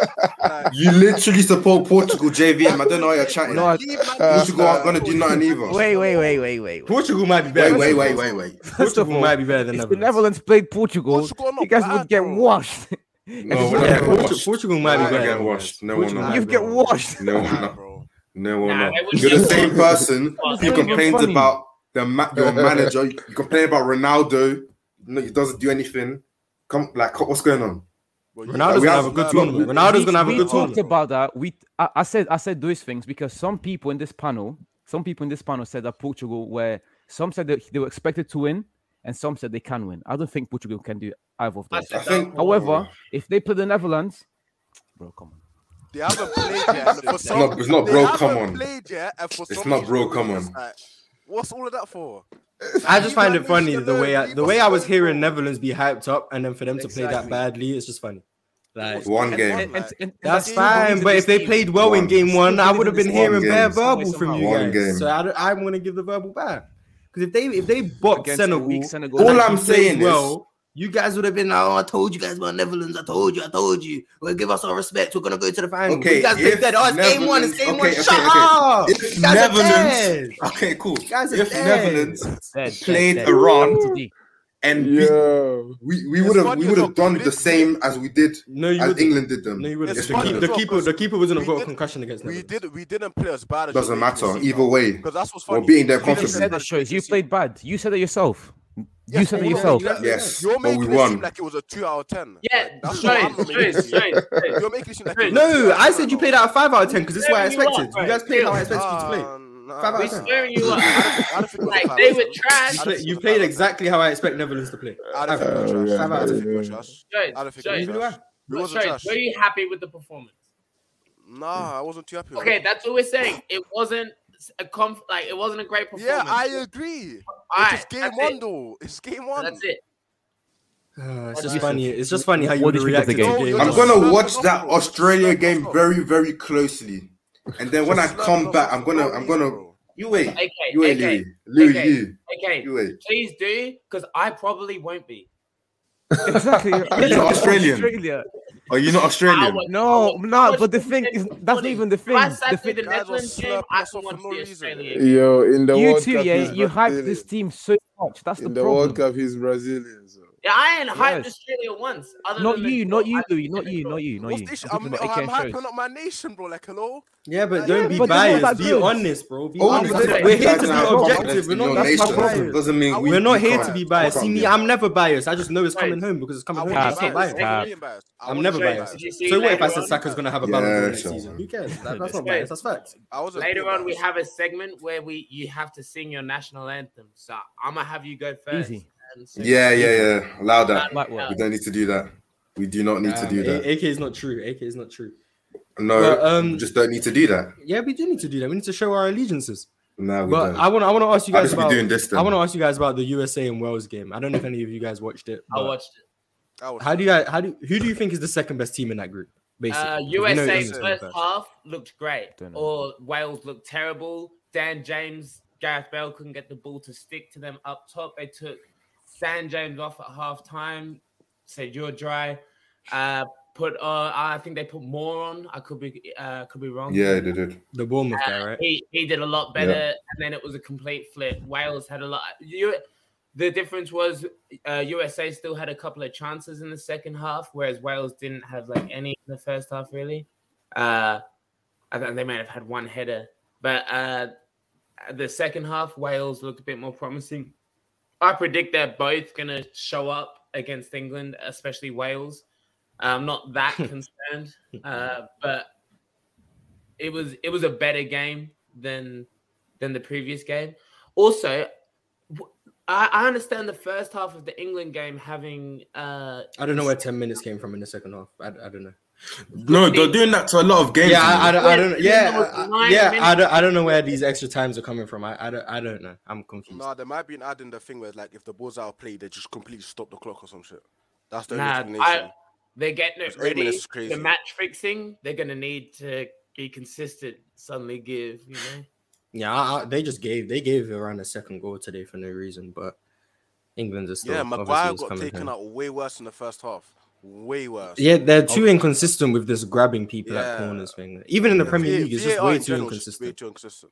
[SPEAKER 5] You literally support Portugal, JVM. I don't know how you're chatting.
[SPEAKER 4] No, I-
[SPEAKER 6] Leave my-
[SPEAKER 5] Portugal aren't gonna do nothing either. Wait,
[SPEAKER 4] wait, wait, wait, wait.
[SPEAKER 1] Portugal might be better.
[SPEAKER 5] wait, wait, wait, wait.
[SPEAKER 4] First of
[SPEAKER 1] Portugal
[SPEAKER 4] all,
[SPEAKER 1] might be better than
[SPEAKER 4] if the
[SPEAKER 1] Netherlands.
[SPEAKER 4] Netherlands played Portugal,
[SPEAKER 6] Portugal not
[SPEAKER 4] you guys
[SPEAKER 6] bad,
[SPEAKER 4] would get
[SPEAKER 6] bro.
[SPEAKER 4] washed.
[SPEAKER 5] No, we're not
[SPEAKER 1] Yeah,
[SPEAKER 5] getting
[SPEAKER 1] Portu-
[SPEAKER 5] washed.
[SPEAKER 1] Portugal might be
[SPEAKER 5] We're not
[SPEAKER 1] better.
[SPEAKER 5] getting
[SPEAKER 1] than
[SPEAKER 5] washed.
[SPEAKER 1] Netherlands.
[SPEAKER 5] No, we're
[SPEAKER 1] Portugal
[SPEAKER 5] not.
[SPEAKER 1] might
[SPEAKER 4] You
[SPEAKER 1] be
[SPEAKER 4] get
[SPEAKER 1] better.
[SPEAKER 4] washed.
[SPEAKER 5] No, we're
[SPEAKER 6] Nah,
[SPEAKER 5] not.
[SPEAKER 6] bro.
[SPEAKER 5] No, we're
[SPEAKER 2] Nah,
[SPEAKER 5] not.
[SPEAKER 2] they would
[SPEAKER 5] You're the
[SPEAKER 2] just-
[SPEAKER 5] same person who
[SPEAKER 2] It's not even
[SPEAKER 5] complains
[SPEAKER 4] funny.
[SPEAKER 5] about the ma- your manager. You complain about Ronaldo. No, he doesn't do anything. Come, like, what's going on?
[SPEAKER 6] Bro, you-
[SPEAKER 1] Ronaldo's
[SPEAKER 5] We
[SPEAKER 1] gonna
[SPEAKER 5] have-
[SPEAKER 1] have a good
[SPEAKER 5] no,
[SPEAKER 1] tournament.
[SPEAKER 6] we-
[SPEAKER 1] Ronaldo's
[SPEAKER 4] we,
[SPEAKER 1] gonna have a
[SPEAKER 4] we
[SPEAKER 1] good
[SPEAKER 4] talked
[SPEAKER 1] tournament.
[SPEAKER 4] about that. We, I, I said, I said those things because some people in this panel, some people in this panel said that Portugal were. Some said that they were expected to win, and some said they can win. I don't think Portugal can do either of
[SPEAKER 2] I
[SPEAKER 4] those.
[SPEAKER 5] I
[SPEAKER 2] said
[SPEAKER 5] think.
[SPEAKER 4] However, if they play the Netherlands, bro, come on.
[SPEAKER 6] They haven't played yet. and for some-
[SPEAKER 5] not- it's not
[SPEAKER 6] they
[SPEAKER 5] bro,
[SPEAKER 6] haven't
[SPEAKER 5] come on.
[SPEAKER 6] Played yet, and for
[SPEAKER 5] It's
[SPEAKER 6] some
[SPEAKER 5] not
[SPEAKER 6] reason,
[SPEAKER 5] bro,
[SPEAKER 6] we're
[SPEAKER 5] come
[SPEAKER 6] just
[SPEAKER 5] on.
[SPEAKER 6] like, What's all of that for?
[SPEAKER 1] I just find
[SPEAKER 6] Leave
[SPEAKER 1] it
[SPEAKER 6] my
[SPEAKER 1] funny
[SPEAKER 6] nation
[SPEAKER 1] the way I,
[SPEAKER 6] alone,
[SPEAKER 1] the
[SPEAKER 6] leave
[SPEAKER 1] way
[SPEAKER 6] us
[SPEAKER 1] I was hearing
[SPEAKER 6] alone.
[SPEAKER 1] Netherlands be hyped up, and then for them to play that
[SPEAKER 6] Exactly.
[SPEAKER 1] badly, it's just funny. Like
[SPEAKER 5] One
[SPEAKER 4] And-
[SPEAKER 5] game.
[SPEAKER 4] and- and- and
[SPEAKER 1] That's
[SPEAKER 4] the same goes
[SPEAKER 1] fine,
[SPEAKER 4] in
[SPEAKER 1] but
[SPEAKER 4] this
[SPEAKER 1] if they
[SPEAKER 4] team.
[SPEAKER 1] played well in
[SPEAKER 5] One.
[SPEAKER 1] game one, I
[SPEAKER 4] Still
[SPEAKER 1] would have been
[SPEAKER 4] believe in
[SPEAKER 1] hearing
[SPEAKER 5] this one
[SPEAKER 1] bare
[SPEAKER 5] game.
[SPEAKER 1] verbal
[SPEAKER 4] Somehow,
[SPEAKER 1] from you
[SPEAKER 5] somehow. One
[SPEAKER 1] guys.
[SPEAKER 5] game.
[SPEAKER 1] So I, don't, I want to give the verbal back because if they if they bopped
[SPEAKER 4] Against a
[SPEAKER 1] Senegal,
[SPEAKER 4] weak Senegal.
[SPEAKER 1] and
[SPEAKER 5] All
[SPEAKER 1] they
[SPEAKER 5] I'm
[SPEAKER 1] played
[SPEAKER 5] saying is-
[SPEAKER 1] well, you guys would have been. Oh, I told you guys about Netherlands. I told you. I told you. Well, give us our respect. We're gonna go to the final.
[SPEAKER 5] Okay,
[SPEAKER 1] you guys
[SPEAKER 5] if
[SPEAKER 1] been dead. Oh, it's game one.
[SPEAKER 5] Netherlands-
[SPEAKER 1] It's game
[SPEAKER 5] okay,
[SPEAKER 1] one.
[SPEAKER 5] okay,
[SPEAKER 1] Shut
[SPEAKER 5] okay.
[SPEAKER 1] up.
[SPEAKER 5] If
[SPEAKER 1] You guys are
[SPEAKER 5] Netherlands-
[SPEAKER 1] dead.
[SPEAKER 5] Okay, cool.
[SPEAKER 1] Guys are
[SPEAKER 5] if
[SPEAKER 1] dead.
[SPEAKER 5] Netherlands
[SPEAKER 4] Dead, dead,
[SPEAKER 5] played
[SPEAKER 4] dead.
[SPEAKER 5] Iran
[SPEAKER 4] Dead.
[SPEAKER 5] and
[SPEAKER 3] Yo.
[SPEAKER 5] we we
[SPEAKER 6] It's
[SPEAKER 5] would have
[SPEAKER 6] funny
[SPEAKER 5] we
[SPEAKER 6] as
[SPEAKER 5] would
[SPEAKER 6] well,
[SPEAKER 5] have done
[SPEAKER 6] we
[SPEAKER 5] the
[SPEAKER 6] did-
[SPEAKER 5] same as we did
[SPEAKER 1] No, you
[SPEAKER 5] as
[SPEAKER 1] wouldn't.
[SPEAKER 5] England did them.
[SPEAKER 1] No, you wouldn't.
[SPEAKER 6] It's
[SPEAKER 1] The
[SPEAKER 6] funny
[SPEAKER 1] keeper,
[SPEAKER 6] as
[SPEAKER 1] the
[SPEAKER 6] well,
[SPEAKER 1] keeper,
[SPEAKER 6] 'cause
[SPEAKER 1] the keeper wouldn't have
[SPEAKER 6] we
[SPEAKER 1] got a
[SPEAKER 6] did-
[SPEAKER 1] concussion against
[SPEAKER 6] We
[SPEAKER 1] Netherlands.
[SPEAKER 6] did. We didn't play as bad as
[SPEAKER 5] Doesn't matter either way.
[SPEAKER 6] Because that's what's
[SPEAKER 5] We're
[SPEAKER 6] funny.
[SPEAKER 5] beating their
[SPEAKER 6] We didn't
[SPEAKER 4] You said
[SPEAKER 5] confidence.
[SPEAKER 4] that,
[SPEAKER 6] play
[SPEAKER 4] Shoyce.
[SPEAKER 6] as
[SPEAKER 4] You
[SPEAKER 6] bad as
[SPEAKER 4] played bad. You said it yourself. You
[SPEAKER 6] Yes,
[SPEAKER 4] said it
[SPEAKER 6] we
[SPEAKER 4] yourself.
[SPEAKER 6] did.
[SPEAKER 5] Yes,
[SPEAKER 6] You're
[SPEAKER 5] but
[SPEAKER 6] making
[SPEAKER 5] we
[SPEAKER 6] it seem
[SPEAKER 5] won.
[SPEAKER 6] like it was a two out of ten.
[SPEAKER 2] Yeah,
[SPEAKER 6] Like, that's what
[SPEAKER 2] straight,
[SPEAKER 6] I'm not
[SPEAKER 2] straight,
[SPEAKER 6] making it seem.
[SPEAKER 2] straight, straight.
[SPEAKER 6] You're making it seem like it was
[SPEAKER 2] No,
[SPEAKER 6] a two
[SPEAKER 1] No,
[SPEAKER 6] out
[SPEAKER 1] I
[SPEAKER 6] of
[SPEAKER 1] said
[SPEAKER 6] 10
[SPEAKER 1] you played out of five out of ten because this is what I
[SPEAKER 2] Yeah, you are,
[SPEAKER 1] expected. You
[SPEAKER 2] right.
[SPEAKER 1] guys played how I
[SPEAKER 2] Yeah.
[SPEAKER 1] expected you to play.
[SPEAKER 6] Ah, nah.
[SPEAKER 1] Five out
[SPEAKER 2] We're
[SPEAKER 1] of ten.
[SPEAKER 2] swearing you up.
[SPEAKER 6] I don't think it was a
[SPEAKER 2] Like,
[SPEAKER 6] five
[SPEAKER 2] they
[SPEAKER 6] out of
[SPEAKER 2] were
[SPEAKER 6] ten.
[SPEAKER 1] You,
[SPEAKER 2] trash.
[SPEAKER 6] I don't
[SPEAKER 1] play,
[SPEAKER 6] think it
[SPEAKER 1] you
[SPEAKER 6] was a
[SPEAKER 1] played
[SPEAKER 6] five out of
[SPEAKER 1] exactly how I expect Netherlands to play.
[SPEAKER 6] I don't think
[SPEAKER 1] Average.
[SPEAKER 6] we were trash.
[SPEAKER 3] Five
[SPEAKER 6] I
[SPEAKER 1] out
[SPEAKER 6] don't
[SPEAKER 1] of
[SPEAKER 6] think we were
[SPEAKER 3] ten.
[SPEAKER 6] trash.
[SPEAKER 2] Jones,
[SPEAKER 6] I don't think
[SPEAKER 2] Jones,
[SPEAKER 6] it
[SPEAKER 1] You really
[SPEAKER 6] was
[SPEAKER 1] are.
[SPEAKER 6] trash. We wasn't
[SPEAKER 2] Jones,
[SPEAKER 6] trash.
[SPEAKER 2] were you happy with the performance?
[SPEAKER 6] Nah, I wasn't too happy. with
[SPEAKER 2] Okay,
[SPEAKER 6] it.
[SPEAKER 2] that's what we're saying. It wasn't a conf- like it wasn't a great performance.
[SPEAKER 6] Yeah, I agree.
[SPEAKER 2] All right,
[SPEAKER 6] it's just game
[SPEAKER 2] that's
[SPEAKER 6] one,
[SPEAKER 2] it.
[SPEAKER 6] though. It's game one.
[SPEAKER 2] That's it.
[SPEAKER 1] Uh, it's
[SPEAKER 2] What
[SPEAKER 1] just
[SPEAKER 2] do you
[SPEAKER 1] funny. It's just funny how you
[SPEAKER 4] What
[SPEAKER 1] would
[SPEAKER 4] do
[SPEAKER 1] have
[SPEAKER 4] you think of the
[SPEAKER 1] reacted to game.
[SPEAKER 6] game? No,
[SPEAKER 5] I'm
[SPEAKER 1] one.
[SPEAKER 6] just-
[SPEAKER 5] gonna
[SPEAKER 6] Slap
[SPEAKER 5] watch
[SPEAKER 6] it
[SPEAKER 5] that
[SPEAKER 6] off, bro.
[SPEAKER 5] Australia
[SPEAKER 6] Slap it
[SPEAKER 5] game
[SPEAKER 6] off.
[SPEAKER 5] very, very closely. And then when I
[SPEAKER 6] Slap it
[SPEAKER 5] come
[SPEAKER 6] off
[SPEAKER 5] back,
[SPEAKER 6] for
[SPEAKER 5] I'm gonna
[SPEAKER 6] no
[SPEAKER 5] I'm
[SPEAKER 6] reason,
[SPEAKER 5] gonna
[SPEAKER 6] bro.
[SPEAKER 5] you wait.
[SPEAKER 2] Okay,
[SPEAKER 5] You wait,
[SPEAKER 2] okay,
[SPEAKER 5] Louis. Louis,
[SPEAKER 2] okay.
[SPEAKER 5] you.
[SPEAKER 2] okay.
[SPEAKER 5] You wait.
[SPEAKER 2] Please do, because I probably won't be.
[SPEAKER 4] Exactly.
[SPEAKER 5] You're Australian.
[SPEAKER 4] Australia.
[SPEAKER 5] Are you Oh, not
[SPEAKER 2] I
[SPEAKER 5] Australian?
[SPEAKER 2] would-
[SPEAKER 4] No,
[SPEAKER 2] I would- I
[SPEAKER 4] no,
[SPEAKER 2] would
[SPEAKER 4] but the
[SPEAKER 2] be
[SPEAKER 4] thing is,
[SPEAKER 2] disappointed.
[SPEAKER 4] that's not even the
[SPEAKER 2] If
[SPEAKER 4] thing.
[SPEAKER 2] I sat
[SPEAKER 4] The
[SPEAKER 2] through
[SPEAKER 4] thing
[SPEAKER 2] the
[SPEAKER 6] Guys are
[SPEAKER 2] Netherlands game,
[SPEAKER 6] slapping
[SPEAKER 2] I
[SPEAKER 6] us
[SPEAKER 2] can
[SPEAKER 6] off for
[SPEAKER 2] watch
[SPEAKER 6] no
[SPEAKER 2] the
[SPEAKER 6] reason.
[SPEAKER 2] Australian game.
[SPEAKER 3] Yo, in the
[SPEAKER 4] you
[SPEAKER 3] World
[SPEAKER 4] two,
[SPEAKER 3] Cup,
[SPEAKER 4] yeah,
[SPEAKER 3] he's
[SPEAKER 4] you hyped
[SPEAKER 3] Brazilian.
[SPEAKER 4] this team so much. That's the
[SPEAKER 3] In the
[SPEAKER 4] problem.
[SPEAKER 3] World Cup, he's Brazilian. So.
[SPEAKER 2] Yeah, I ain't hyped
[SPEAKER 4] Yes.
[SPEAKER 2] Australia once. Other
[SPEAKER 4] Not
[SPEAKER 2] than the
[SPEAKER 4] you,
[SPEAKER 2] draw.
[SPEAKER 4] not you,
[SPEAKER 2] I-
[SPEAKER 4] Louis, not you, not you, not
[SPEAKER 6] What's
[SPEAKER 4] you.
[SPEAKER 6] the issue?
[SPEAKER 4] I'm
[SPEAKER 6] I'm,
[SPEAKER 4] talking
[SPEAKER 6] I'm
[SPEAKER 4] about AK
[SPEAKER 6] hyping
[SPEAKER 4] Shows.
[SPEAKER 6] up my nation, bro. Like, hello?
[SPEAKER 1] Yeah, but
[SPEAKER 6] Yeah,
[SPEAKER 1] don't be
[SPEAKER 4] but they're
[SPEAKER 1] biased.
[SPEAKER 4] not that
[SPEAKER 1] Be
[SPEAKER 4] good.
[SPEAKER 1] honest, bro. Be
[SPEAKER 5] Only
[SPEAKER 1] honest.
[SPEAKER 2] because
[SPEAKER 5] because
[SPEAKER 1] We're
[SPEAKER 5] Oh, you
[SPEAKER 1] here
[SPEAKER 5] guys
[SPEAKER 1] to
[SPEAKER 5] have
[SPEAKER 1] be
[SPEAKER 5] confidence
[SPEAKER 1] objective. We're
[SPEAKER 5] in your
[SPEAKER 1] not that's
[SPEAKER 5] nation,
[SPEAKER 1] not
[SPEAKER 4] nation, bro.
[SPEAKER 1] biased.
[SPEAKER 5] Doesn't mean we
[SPEAKER 1] We're not
[SPEAKER 5] can't-
[SPEAKER 1] here to be biased.
[SPEAKER 5] we
[SPEAKER 1] See
[SPEAKER 5] can't
[SPEAKER 1] me,
[SPEAKER 5] be.
[SPEAKER 1] I'm never biased. I just know it's
[SPEAKER 2] Right.
[SPEAKER 1] coming home because it's
[SPEAKER 6] I
[SPEAKER 1] coming home.
[SPEAKER 6] wasn't
[SPEAKER 4] cap,
[SPEAKER 1] It's
[SPEAKER 6] biased.
[SPEAKER 1] not
[SPEAKER 6] I
[SPEAKER 1] biased.
[SPEAKER 4] cap.
[SPEAKER 6] wasn't embarrassed. I
[SPEAKER 1] I'm
[SPEAKER 6] wasn't
[SPEAKER 1] never
[SPEAKER 2] Right,
[SPEAKER 1] biased.
[SPEAKER 2] did you see
[SPEAKER 1] So what if I
[SPEAKER 2] later
[SPEAKER 1] said
[SPEAKER 2] on-
[SPEAKER 1] Saka's gonna have a
[SPEAKER 5] Yeah,
[SPEAKER 1] ballon d'or next
[SPEAKER 5] sure.
[SPEAKER 1] season? Who cares? That- that's not
[SPEAKER 2] Right.
[SPEAKER 1] biased. That's facts.
[SPEAKER 6] I wasn't
[SPEAKER 2] Later on, we
[SPEAKER 6] embarrassed.
[SPEAKER 2] have a segment where we you have to sing your national anthem. So I'm gonna have you go first.
[SPEAKER 4] Easy.
[SPEAKER 2] and sing.
[SPEAKER 5] Yeah, yeah, yeah. Allow that.
[SPEAKER 4] Might work.
[SPEAKER 5] We don't need to do that. We do not need to
[SPEAKER 1] Um,
[SPEAKER 5] do
[SPEAKER 1] A-
[SPEAKER 5] that.
[SPEAKER 1] AK is not true. AK is not true.
[SPEAKER 5] No,
[SPEAKER 1] Well, um,
[SPEAKER 5] we just don't need to do that.
[SPEAKER 1] Yeah, we do need to do that. We need to show our allegiances.
[SPEAKER 5] No, we
[SPEAKER 1] But
[SPEAKER 5] don't.
[SPEAKER 1] I want I want to ask you
[SPEAKER 5] I'll
[SPEAKER 1] guys
[SPEAKER 5] just be
[SPEAKER 1] about
[SPEAKER 5] doing this. Then.
[SPEAKER 1] I want to ask you guys about the USA and Wales game. I don't know if any of you guys watched it.
[SPEAKER 2] I
[SPEAKER 1] but
[SPEAKER 2] watched it.
[SPEAKER 6] I was
[SPEAKER 1] How do you guys, how do who do you think is the second best team in that group? Basically,
[SPEAKER 2] Uh,
[SPEAKER 1] Because we know
[SPEAKER 2] USA
[SPEAKER 1] England's
[SPEAKER 6] it's
[SPEAKER 2] first,
[SPEAKER 6] the
[SPEAKER 1] gonna be first.
[SPEAKER 2] half looked great,
[SPEAKER 4] Don't know.
[SPEAKER 2] or Wales looked terrible. Dan James, Gareth Bale couldn't get the ball to stick to them up top. They took San James off at half time, said you're dry. Uh, put uh, I think they put more on. I could be uh, could be wrong.
[SPEAKER 5] Yeah, they did.
[SPEAKER 1] The Bournemouth guy, right?
[SPEAKER 2] he, he did a lot better, and then it was a complete flip. Wales had a lot. You, the difference was uh, USA still had a couple of chances in the second half, whereas Wales didn't have like any in the first half really. Uh, I think they may have had one header, but uh, the second half Wales looked a bit more promising. I predict they're both gonna show up against England, especially Wales. I'm not that concerned, uh, but it was it was a better game than than the previous game. Also, w- I, I understand the first half of the England game having uh
[SPEAKER 1] I don't know where ten minutes came from in the second half. I, I don't know.
[SPEAKER 5] No, they're doing that to a lot of games.
[SPEAKER 1] Yeah, I, I, don't- I
[SPEAKER 2] Yeah,
[SPEAKER 1] don't.
[SPEAKER 2] it's been
[SPEAKER 1] Yeah,
[SPEAKER 2] like
[SPEAKER 1] I-
[SPEAKER 2] nine
[SPEAKER 1] yeah. I
[SPEAKER 2] minutes.
[SPEAKER 1] don't. I don't know where these extra times are coming from. I, I don't. I don't know. I'm confused.
[SPEAKER 6] Nah, they might be adding the thing where like if the ball's out of play, they just completely stop the clock or some shit. That's the only
[SPEAKER 2] Nah,
[SPEAKER 6] explanation.
[SPEAKER 2] I- they're getting it
[SPEAKER 6] It's eight
[SPEAKER 2] ready.
[SPEAKER 6] minutes is crazy.
[SPEAKER 2] The match fixing, they're gonna need to be consistent. Suddenly give, you know.
[SPEAKER 1] Yeah, I, I, they just gave. They gave around a second goal today for no reason, but England is still.
[SPEAKER 6] yeah,
[SPEAKER 1] obviously
[SPEAKER 6] Maguire
[SPEAKER 1] is
[SPEAKER 6] got
[SPEAKER 1] coming
[SPEAKER 6] taken
[SPEAKER 1] home.
[SPEAKER 6] out way worse in the first half. Way worse.
[SPEAKER 1] Yeah, they're too
[SPEAKER 6] Okay.
[SPEAKER 1] inconsistent with this grabbing people at
[SPEAKER 6] Yeah.
[SPEAKER 1] corners thing. Even in the Premier
[SPEAKER 6] V-
[SPEAKER 1] League, it's just
[SPEAKER 6] VAR
[SPEAKER 1] way
[SPEAKER 6] in
[SPEAKER 1] too
[SPEAKER 6] general is just
[SPEAKER 1] inconsistent.
[SPEAKER 6] Way too inconsistent.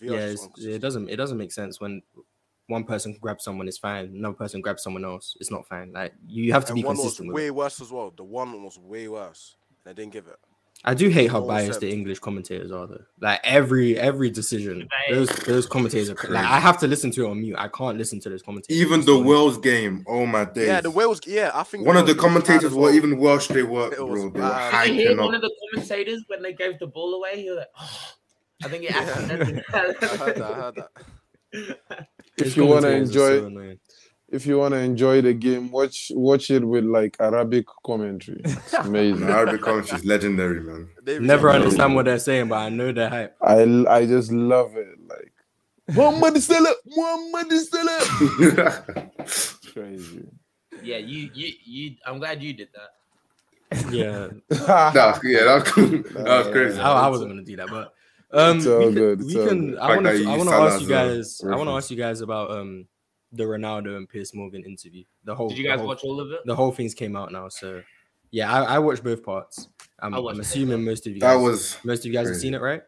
[SPEAKER 6] VAR
[SPEAKER 1] yeah,
[SPEAKER 6] is
[SPEAKER 1] it's,
[SPEAKER 6] just
[SPEAKER 1] it
[SPEAKER 6] inconsistent.
[SPEAKER 1] doesn't it doesn't make sense when one person grabs someone it's fine, another person grabs someone else, it's not fine. Like you have to be
[SPEAKER 6] And one was
[SPEAKER 1] consistent. With it.
[SPEAKER 6] way worse as well. The one was way worse. They didn't give it.
[SPEAKER 1] I do hate how
[SPEAKER 6] Oh,
[SPEAKER 1] biased the
[SPEAKER 6] seven.
[SPEAKER 1] English commentators are, though. Like every every decision,
[SPEAKER 2] They-
[SPEAKER 1] those those commentators are like I have to listen to it on mute. I can't listen to those commentators.
[SPEAKER 5] Even
[SPEAKER 1] It's
[SPEAKER 5] the
[SPEAKER 1] not-
[SPEAKER 5] Wales game. Oh my days.
[SPEAKER 6] Yeah, the Wales. Yeah, I think
[SPEAKER 5] One of the
[SPEAKER 6] Wales was bad
[SPEAKER 5] commentators
[SPEAKER 6] as
[SPEAKER 5] were
[SPEAKER 6] well.
[SPEAKER 5] even Welsh. They were,
[SPEAKER 6] It was
[SPEAKER 5] bro. They were
[SPEAKER 6] bad.
[SPEAKER 2] I hear
[SPEAKER 5] hyping
[SPEAKER 2] one
[SPEAKER 5] up.
[SPEAKER 2] of the commentators when they gave the ball away. He was like, oh. I think it
[SPEAKER 6] Yeah.
[SPEAKER 2] accidentally.
[SPEAKER 6] I heard that. I heard that.
[SPEAKER 1] those
[SPEAKER 3] If you want to
[SPEAKER 1] commentators are
[SPEAKER 3] enjoy,
[SPEAKER 1] so annoying.
[SPEAKER 3] if you want to enjoy the game, watch watch it with like Arabic commentary. It's
[SPEAKER 5] No,
[SPEAKER 3] amazing.
[SPEAKER 5] Arabic commentary is legendary, man.
[SPEAKER 6] They really
[SPEAKER 1] never
[SPEAKER 6] were.
[SPEAKER 1] understand what they're saying, but I know they're hype.
[SPEAKER 3] I I just love it. Like Muhammad Salah, Muhammad Salah. Crazy.
[SPEAKER 2] yeah, you, you, you. I'm glad you did that.
[SPEAKER 1] Yeah,
[SPEAKER 5] nah, yeah, that was, that was crazy.
[SPEAKER 1] I, I wasn't gonna do that, but um,
[SPEAKER 3] It's all
[SPEAKER 1] we can.
[SPEAKER 3] good,
[SPEAKER 1] we
[SPEAKER 3] it's all
[SPEAKER 1] can
[SPEAKER 3] good.
[SPEAKER 1] I want
[SPEAKER 5] Like
[SPEAKER 1] to.
[SPEAKER 5] that
[SPEAKER 1] I
[SPEAKER 5] you
[SPEAKER 1] want to
[SPEAKER 5] Salah
[SPEAKER 1] ask you
[SPEAKER 5] as well.
[SPEAKER 1] guys. I want to
[SPEAKER 5] Reference.
[SPEAKER 1] ask you guys about um the Ronaldo and Pierce Morgan interview. The whole.
[SPEAKER 2] Did you
[SPEAKER 6] Oh,
[SPEAKER 1] the
[SPEAKER 2] guys
[SPEAKER 1] whole-
[SPEAKER 2] watch all of it?
[SPEAKER 1] The whole things came out now, so yeah, I, I watched both parts. I'm,
[SPEAKER 2] I watched
[SPEAKER 1] I'm
[SPEAKER 2] both
[SPEAKER 1] assuming most of you
[SPEAKER 5] That
[SPEAKER 1] guys.
[SPEAKER 5] was
[SPEAKER 1] most of you guys have
[SPEAKER 5] crazy.
[SPEAKER 1] seen it, right?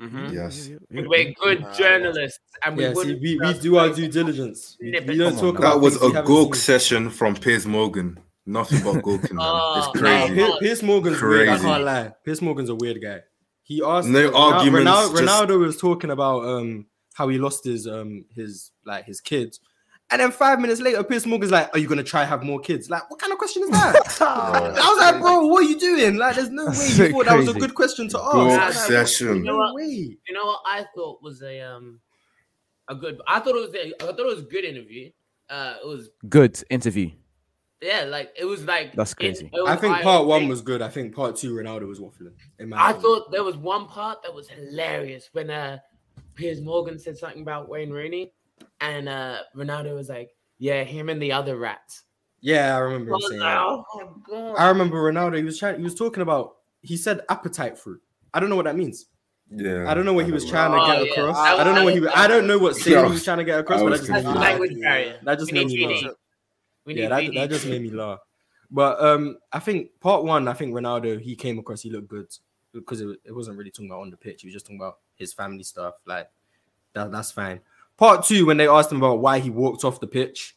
[SPEAKER 2] Mhm.
[SPEAKER 5] Yes.
[SPEAKER 2] We're good journalists, and we
[SPEAKER 1] Yeah, see,
[SPEAKER 2] wouldn't
[SPEAKER 1] we, we
[SPEAKER 2] just
[SPEAKER 1] do our
[SPEAKER 2] play-
[SPEAKER 1] due diligence. We, we
[SPEAKER 2] Snippet.
[SPEAKER 1] don't
[SPEAKER 4] Come
[SPEAKER 1] talk
[SPEAKER 4] on,
[SPEAKER 1] about
[SPEAKER 4] now.
[SPEAKER 7] That was
[SPEAKER 1] things we
[SPEAKER 7] a
[SPEAKER 1] haven't
[SPEAKER 7] gawk
[SPEAKER 1] seen.
[SPEAKER 7] session from Piers Morgan. Nothing but gawking. man.
[SPEAKER 2] Oh,
[SPEAKER 7] It's
[SPEAKER 1] Nah,
[SPEAKER 7] crazy.
[SPEAKER 1] Pier- Piers Morgan's weird. I
[SPEAKER 7] Crazy.
[SPEAKER 1] can't lie. Piers Morgan's a weird guy. He asked
[SPEAKER 7] No
[SPEAKER 1] Ronal-
[SPEAKER 7] arguments,
[SPEAKER 1] Ronal-
[SPEAKER 7] just-
[SPEAKER 1] Ronaldo was talking about um how he lost his um his like his kids. And then five minutes later, Piers Morgan's like, "Are you gonna try have more kids?" Like, what kind of question is that? I was like, "Bro, what are you doing?" Like, there's no way
[SPEAKER 4] That's
[SPEAKER 1] you
[SPEAKER 4] so
[SPEAKER 1] thought that was a
[SPEAKER 4] crazy.
[SPEAKER 1] good question to ask.
[SPEAKER 7] Gawk
[SPEAKER 1] Like,
[SPEAKER 7] session.
[SPEAKER 1] No way.
[SPEAKER 2] You know what I thought was a um a good. I thought it was a, I thought it was a good interview. Uh, it was
[SPEAKER 4] Good interview.
[SPEAKER 2] yeah, like it was like
[SPEAKER 4] That's
[SPEAKER 2] it-
[SPEAKER 4] crazy.
[SPEAKER 2] it was
[SPEAKER 1] I think part one
[SPEAKER 2] eye-opening.
[SPEAKER 1] was good. I think part two, Ronaldo was waffling. In my
[SPEAKER 2] I
[SPEAKER 1] opinion.
[SPEAKER 2] thought there was one part that was hilarious when uh Piers Morgan said something about Wayne Rooney, and uh Ronaldo was like, "Yeah, him and the other rats."
[SPEAKER 1] yeah, I
[SPEAKER 2] I
[SPEAKER 1] remember him
[SPEAKER 2] was
[SPEAKER 1] saying.
[SPEAKER 2] like,
[SPEAKER 1] that.
[SPEAKER 2] oh my god!
[SPEAKER 1] I remember Ronaldo. He was trying. He was talking about. He said appetite fruit. I don't know what that means.
[SPEAKER 7] Yeah.
[SPEAKER 1] I don't know what he was
[SPEAKER 7] know.
[SPEAKER 1] trying
[SPEAKER 2] Oh,
[SPEAKER 1] to get
[SPEAKER 2] yeah.
[SPEAKER 1] across.
[SPEAKER 2] I-
[SPEAKER 1] I, don't know what he. I don't know what saying
[SPEAKER 5] Yeah.
[SPEAKER 1] he was trying to get across.
[SPEAKER 7] I
[SPEAKER 1] But that
[SPEAKER 7] was
[SPEAKER 1] just made
[SPEAKER 2] That's
[SPEAKER 1] me
[SPEAKER 7] confused.
[SPEAKER 1] laugh.
[SPEAKER 2] language barrier.
[SPEAKER 1] That just
[SPEAKER 2] We
[SPEAKER 1] made
[SPEAKER 2] need
[SPEAKER 1] me
[SPEAKER 2] VD.
[SPEAKER 1] laugh.
[SPEAKER 2] We need
[SPEAKER 1] Yeah, that, that
[SPEAKER 2] VD.
[SPEAKER 1] just made me laugh. But um, I think part one, I think Ronaldo, he came across. He looked good because it, it wasn't really talking about on the pitch. He was just talking about his family stuff. Like that, that's fine. Part two, when they asked him about why he walked off the pitch,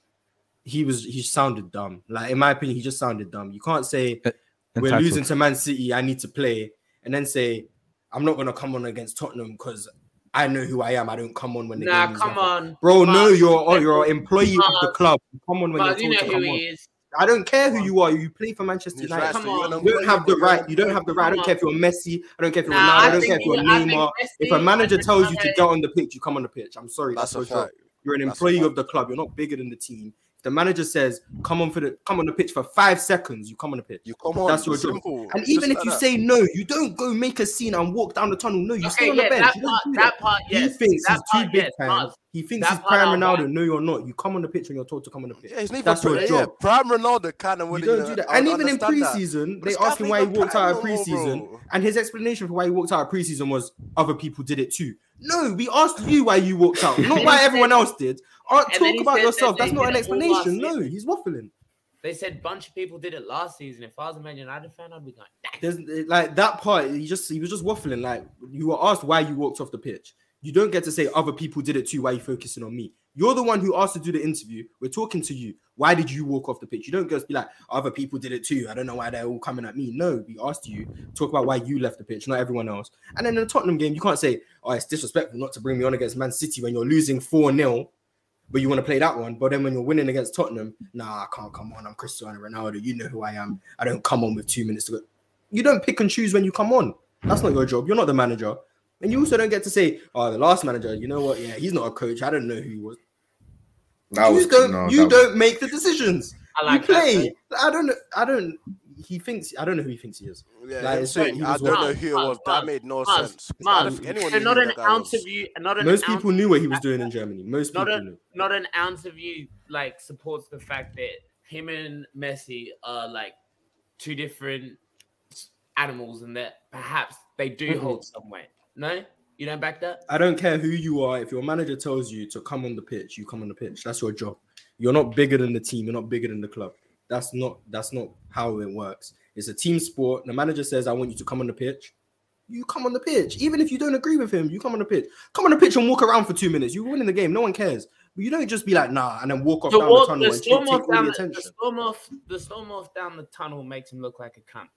[SPEAKER 1] he was he sounded dumb. Like in my opinion, he just sounded dumb. You can't say we're
[SPEAKER 4] Entitled.
[SPEAKER 1] losing to Man City. I need to play, and then say I'm not gonna come on against Tottenham because I know who I am. I don't come on when the
[SPEAKER 2] Nah,
[SPEAKER 1] game is
[SPEAKER 2] come
[SPEAKER 1] on.
[SPEAKER 2] on,
[SPEAKER 1] bro. no,
[SPEAKER 2] Mark,
[SPEAKER 1] you're oh, you're an employee of the
[SPEAKER 2] Mark,
[SPEAKER 1] club. You Come on when
[SPEAKER 2] Mark, you
[SPEAKER 1] you're
[SPEAKER 2] know
[SPEAKER 1] told to
[SPEAKER 2] who
[SPEAKER 1] come
[SPEAKER 2] he
[SPEAKER 1] on.
[SPEAKER 2] is.
[SPEAKER 1] I don't care who you are. You play for Manchester
[SPEAKER 7] He's
[SPEAKER 1] United.
[SPEAKER 7] right, so
[SPEAKER 2] Come
[SPEAKER 7] you're
[SPEAKER 2] on.
[SPEAKER 7] an
[SPEAKER 1] You don't have the
[SPEAKER 7] employee.
[SPEAKER 1] right. You don't have the right. I don't care if you're Messi. I don't care if you're
[SPEAKER 2] Nah,
[SPEAKER 1] Ronaldo.
[SPEAKER 2] I
[SPEAKER 1] I don't
[SPEAKER 2] think
[SPEAKER 1] care if you're
[SPEAKER 2] you- I think
[SPEAKER 1] Neymar.
[SPEAKER 2] Messi-
[SPEAKER 1] If a manager
[SPEAKER 2] I think
[SPEAKER 1] tells you to
[SPEAKER 2] Ronaldo-
[SPEAKER 1] get on the pitch, you come on the pitch. I'm sorry, that's,
[SPEAKER 6] That's a
[SPEAKER 1] your job.
[SPEAKER 6] fact.
[SPEAKER 1] You're an
[SPEAKER 6] That's a
[SPEAKER 1] employee
[SPEAKER 6] fact.
[SPEAKER 1] of the club. You're not bigger than the team. If the manager says come on for the come on the pitch for five seconds, you come on the pitch.
[SPEAKER 6] You come on.
[SPEAKER 1] That's your job.
[SPEAKER 6] simple.
[SPEAKER 1] And
[SPEAKER 6] Just
[SPEAKER 1] even if
[SPEAKER 6] like
[SPEAKER 1] you
[SPEAKER 6] that.
[SPEAKER 1] say no, you don't go make a scene and walk down the tunnel. No, you stay
[SPEAKER 2] Okay,
[SPEAKER 1] on the
[SPEAKER 2] yeah,
[SPEAKER 1] bench.
[SPEAKER 2] that
[SPEAKER 1] You
[SPEAKER 2] part,
[SPEAKER 1] don't do that.
[SPEAKER 2] that part, yes.
[SPEAKER 1] he thinks
[SPEAKER 2] that
[SPEAKER 1] he's
[SPEAKER 2] part,
[SPEAKER 1] too big
[SPEAKER 2] yes,
[SPEAKER 1] time.
[SPEAKER 2] Mars.
[SPEAKER 1] He thinks
[SPEAKER 2] That
[SPEAKER 1] he's
[SPEAKER 2] part
[SPEAKER 1] prime
[SPEAKER 2] I'll
[SPEAKER 1] Ronaldo.
[SPEAKER 2] buy.
[SPEAKER 1] No, you're not. You come on the pitch when you're told to come on the pitch.
[SPEAKER 6] Yeah, he's not even
[SPEAKER 1] That's your
[SPEAKER 6] playing.
[SPEAKER 1] job.
[SPEAKER 6] Yeah, Prime Ronaldo kind of
[SPEAKER 1] You
[SPEAKER 6] winning.
[SPEAKER 1] don't do that. And even in preseason,
[SPEAKER 6] But
[SPEAKER 1] they
[SPEAKER 6] this guy's
[SPEAKER 1] asked him
[SPEAKER 6] not
[SPEAKER 1] why he
[SPEAKER 6] even
[SPEAKER 1] walked out of
[SPEAKER 6] prime no more,
[SPEAKER 1] preseason,
[SPEAKER 6] bro.
[SPEAKER 1] and his explanation for why he walked out of preseason was other people did it too. No, we asked you why you walked out, not
[SPEAKER 2] then
[SPEAKER 1] why
[SPEAKER 2] he
[SPEAKER 1] everyone
[SPEAKER 2] said-
[SPEAKER 1] else did. Uh,
[SPEAKER 2] and then
[SPEAKER 1] talk
[SPEAKER 2] he
[SPEAKER 1] about
[SPEAKER 2] said
[SPEAKER 1] yourself.
[SPEAKER 2] that
[SPEAKER 1] That's
[SPEAKER 2] they
[SPEAKER 1] not an
[SPEAKER 2] did it all last
[SPEAKER 1] explanation. No,
[SPEAKER 2] season.
[SPEAKER 1] he's waffling.
[SPEAKER 2] They said bunch of people did it last season. If I was a Man United fan, I'd be going, "Nah."
[SPEAKER 1] There's like that part. He just he was just waffling. Like you were asked why you walked off the pitch. You don't get to say other people did it too. Why are you focusing on me? You're the one who asked to do the interview. We're talking to you. Why did you walk off the pitch? You don't just be like other people did it too. I don't know why they're all coming at me. No, we asked you. Talk about why you left the pitch, not everyone else. And then in the Tottenham game, you can't say, "Oh, it's disrespectful not to bring me on against Man City when you're losing four 0 but you want to play that one. But then when you're winning against Tottenham, nah, I can't come on. I'm Cristiano Ronaldo. You know who I am. I don't come on with two minutes to go. You don't pick and choose when you come on. That's not your job. You're not the manager. And you also don't get to say, oh, the last manager, you know what? Yeah, he's not a coach. I don't know who he was.
[SPEAKER 7] That
[SPEAKER 1] you
[SPEAKER 7] was,
[SPEAKER 1] don't
[SPEAKER 7] no,
[SPEAKER 1] you
[SPEAKER 7] that was-
[SPEAKER 1] don't make the decisions.
[SPEAKER 2] I like
[SPEAKER 1] you
[SPEAKER 2] that,
[SPEAKER 1] play.
[SPEAKER 2] man.
[SPEAKER 1] I don't know. I don't he thinks I don't know who he thinks he is.
[SPEAKER 6] Yeah,
[SPEAKER 1] Like,
[SPEAKER 6] him
[SPEAKER 1] so he
[SPEAKER 6] saying, I
[SPEAKER 1] was
[SPEAKER 6] don't
[SPEAKER 1] walking-
[SPEAKER 6] know who it was.
[SPEAKER 2] Mars,
[SPEAKER 6] That made no
[SPEAKER 2] Mars,
[SPEAKER 6] sense. 'Cause I don't
[SPEAKER 2] Mars,
[SPEAKER 6] think anyone
[SPEAKER 2] so
[SPEAKER 6] knew
[SPEAKER 2] not
[SPEAKER 6] who
[SPEAKER 2] an
[SPEAKER 6] that guy
[SPEAKER 2] ounce
[SPEAKER 6] was.
[SPEAKER 2] of you, not an
[SPEAKER 1] Most
[SPEAKER 2] ounce,
[SPEAKER 1] people knew what he was doing in Germany. Most
[SPEAKER 2] not
[SPEAKER 1] people
[SPEAKER 2] an,
[SPEAKER 1] knew.
[SPEAKER 2] not an ounce of you like supports the fact that him and Messi are like two different animals, and that perhaps they do
[SPEAKER 1] Mhm.
[SPEAKER 2] hold some weight. No, you don't back that.
[SPEAKER 1] I don't care who you are. If your manager tells you to come on the pitch, you come on the pitch. That's your job. You're not bigger than the team. You're not bigger than the club. That's not that's not how it works. It's a team sport. The manager says, "I want you to come on the pitch." You come on the pitch, even if you don't agree with him. You come on the pitch. Come on the pitch and walk around for two minutes. You're winning the game. No one cares. But you don't just be like, "Nah," and then walk off
[SPEAKER 2] The,
[SPEAKER 1] down
[SPEAKER 2] walk-
[SPEAKER 1] the tunnel
[SPEAKER 2] the
[SPEAKER 1] and take,
[SPEAKER 2] storm
[SPEAKER 1] take all
[SPEAKER 2] off
[SPEAKER 1] the
[SPEAKER 2] down the, the
[SPEAKER 1] attention.
[SPEAKER 2] storm off the storm off down the tunnel makes him look like a cunt.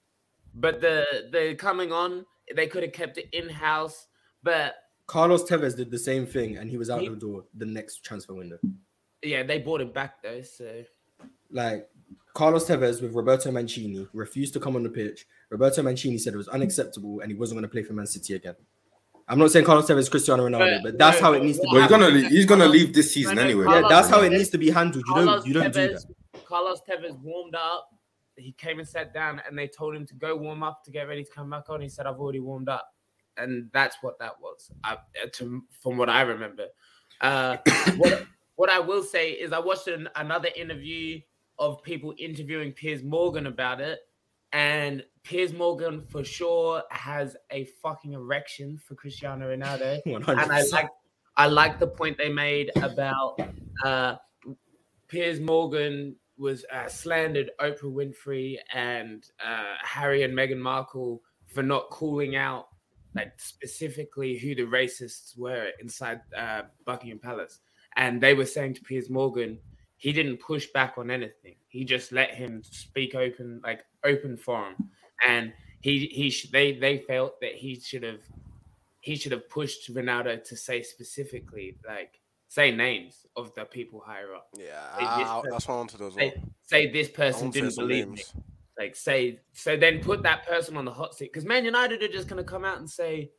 [SPEAKER 2] But the the coming on, they could have kept it in house. But
[SPEAKER 1] Carlos Tevez did the same thing, and he was out
[SPEAKER 2] He-
[SPEAKER 1] the door the next transfer window.
[SPEAKER 2] yeah, they bought it back though. So
[SPEAKER 1] like Carlos Tevez with Roberto Mancini refused to come on the pitch. Roberto Mancini said it was unacceptable and he wasn't going to play for Man City again. I'm not saying Carlos Tevez is Cristiano Ronaldo,
[SPEAKER 2] But-
[SPEAKER 1] but that's
[SPEAKER 2] no,
[SPEAKER 1] how it
[SPEAKER 2] but
[SPEAKER 1] needs to
[SPEAKER 2] what
[SPEAKER 1] be.
[SPEAKER 7] But he's
[SPEAKER 1] handled.
[SPEAKER 7] gonna leave, he's gonna leave this
[SPEAKER 2] No,
[SPEAKER 7] season
[SPEAKER 2] no,
[SPEAKER 7] anyway.
[SPEAKER 1] Yeah,
[SPEAKER 2] Carlos
[SPEAKER 1] that's how it
[SPEAKER 2] Tevez-
[SPEAKER 1] needs to be handled. You
[SPEAKER 2] Carlos
[SPEAKER 1] don't you don't do
[SPEAKER 2] Tevez,
[SPEAKER 1] that.
[SPEAKER 2] Carlos Tevez warmed up. He came and sat down, and they told him to go warm up to get ready to come back on. He said, "I've already warmed up," and that's what that was. I, uh, to, from what I remember, uh, what, what I will say is I watched an, another interview of people interviewing Piers Morgan about it, and Piers Morgan for sure has a fucking erection for Cristiano Ronaldo
[SPEAKER 1] 100%.
[SPEAKER 2] and I like I like the point they made about uh, Piers Morgan was uh, slandered Oprah Winfrey and uh, Harry and Meghan Markle for not calling out like specifically who the racists were inside uh, Buckingham Palace, and they were saying to Piers Morgan, he didn't push back on anything. He just let him speak open, like open forum, and he he sh- they they felt that he should have he should have pushed Ronaldo to say specifically like say names of the people higher up.
[SPEAKER 6] Yeah,
[SPEAKER 2] They just-
[SPEAKER 6] I, I- that's what I wanted as well.
[SPEAKER 2] Say, say this
[SPEAKER 6] I
[SPEAKER 2] person
[SPEAKER 6] won't say
[SPEAKER 2] didn't
[SPEAKER 6] some
[SPEAKER 2] believe me
[SPEAKER 6] names.
[SPEAKER 2] like say so then put that person on the hot seat because man united are just going to come out and say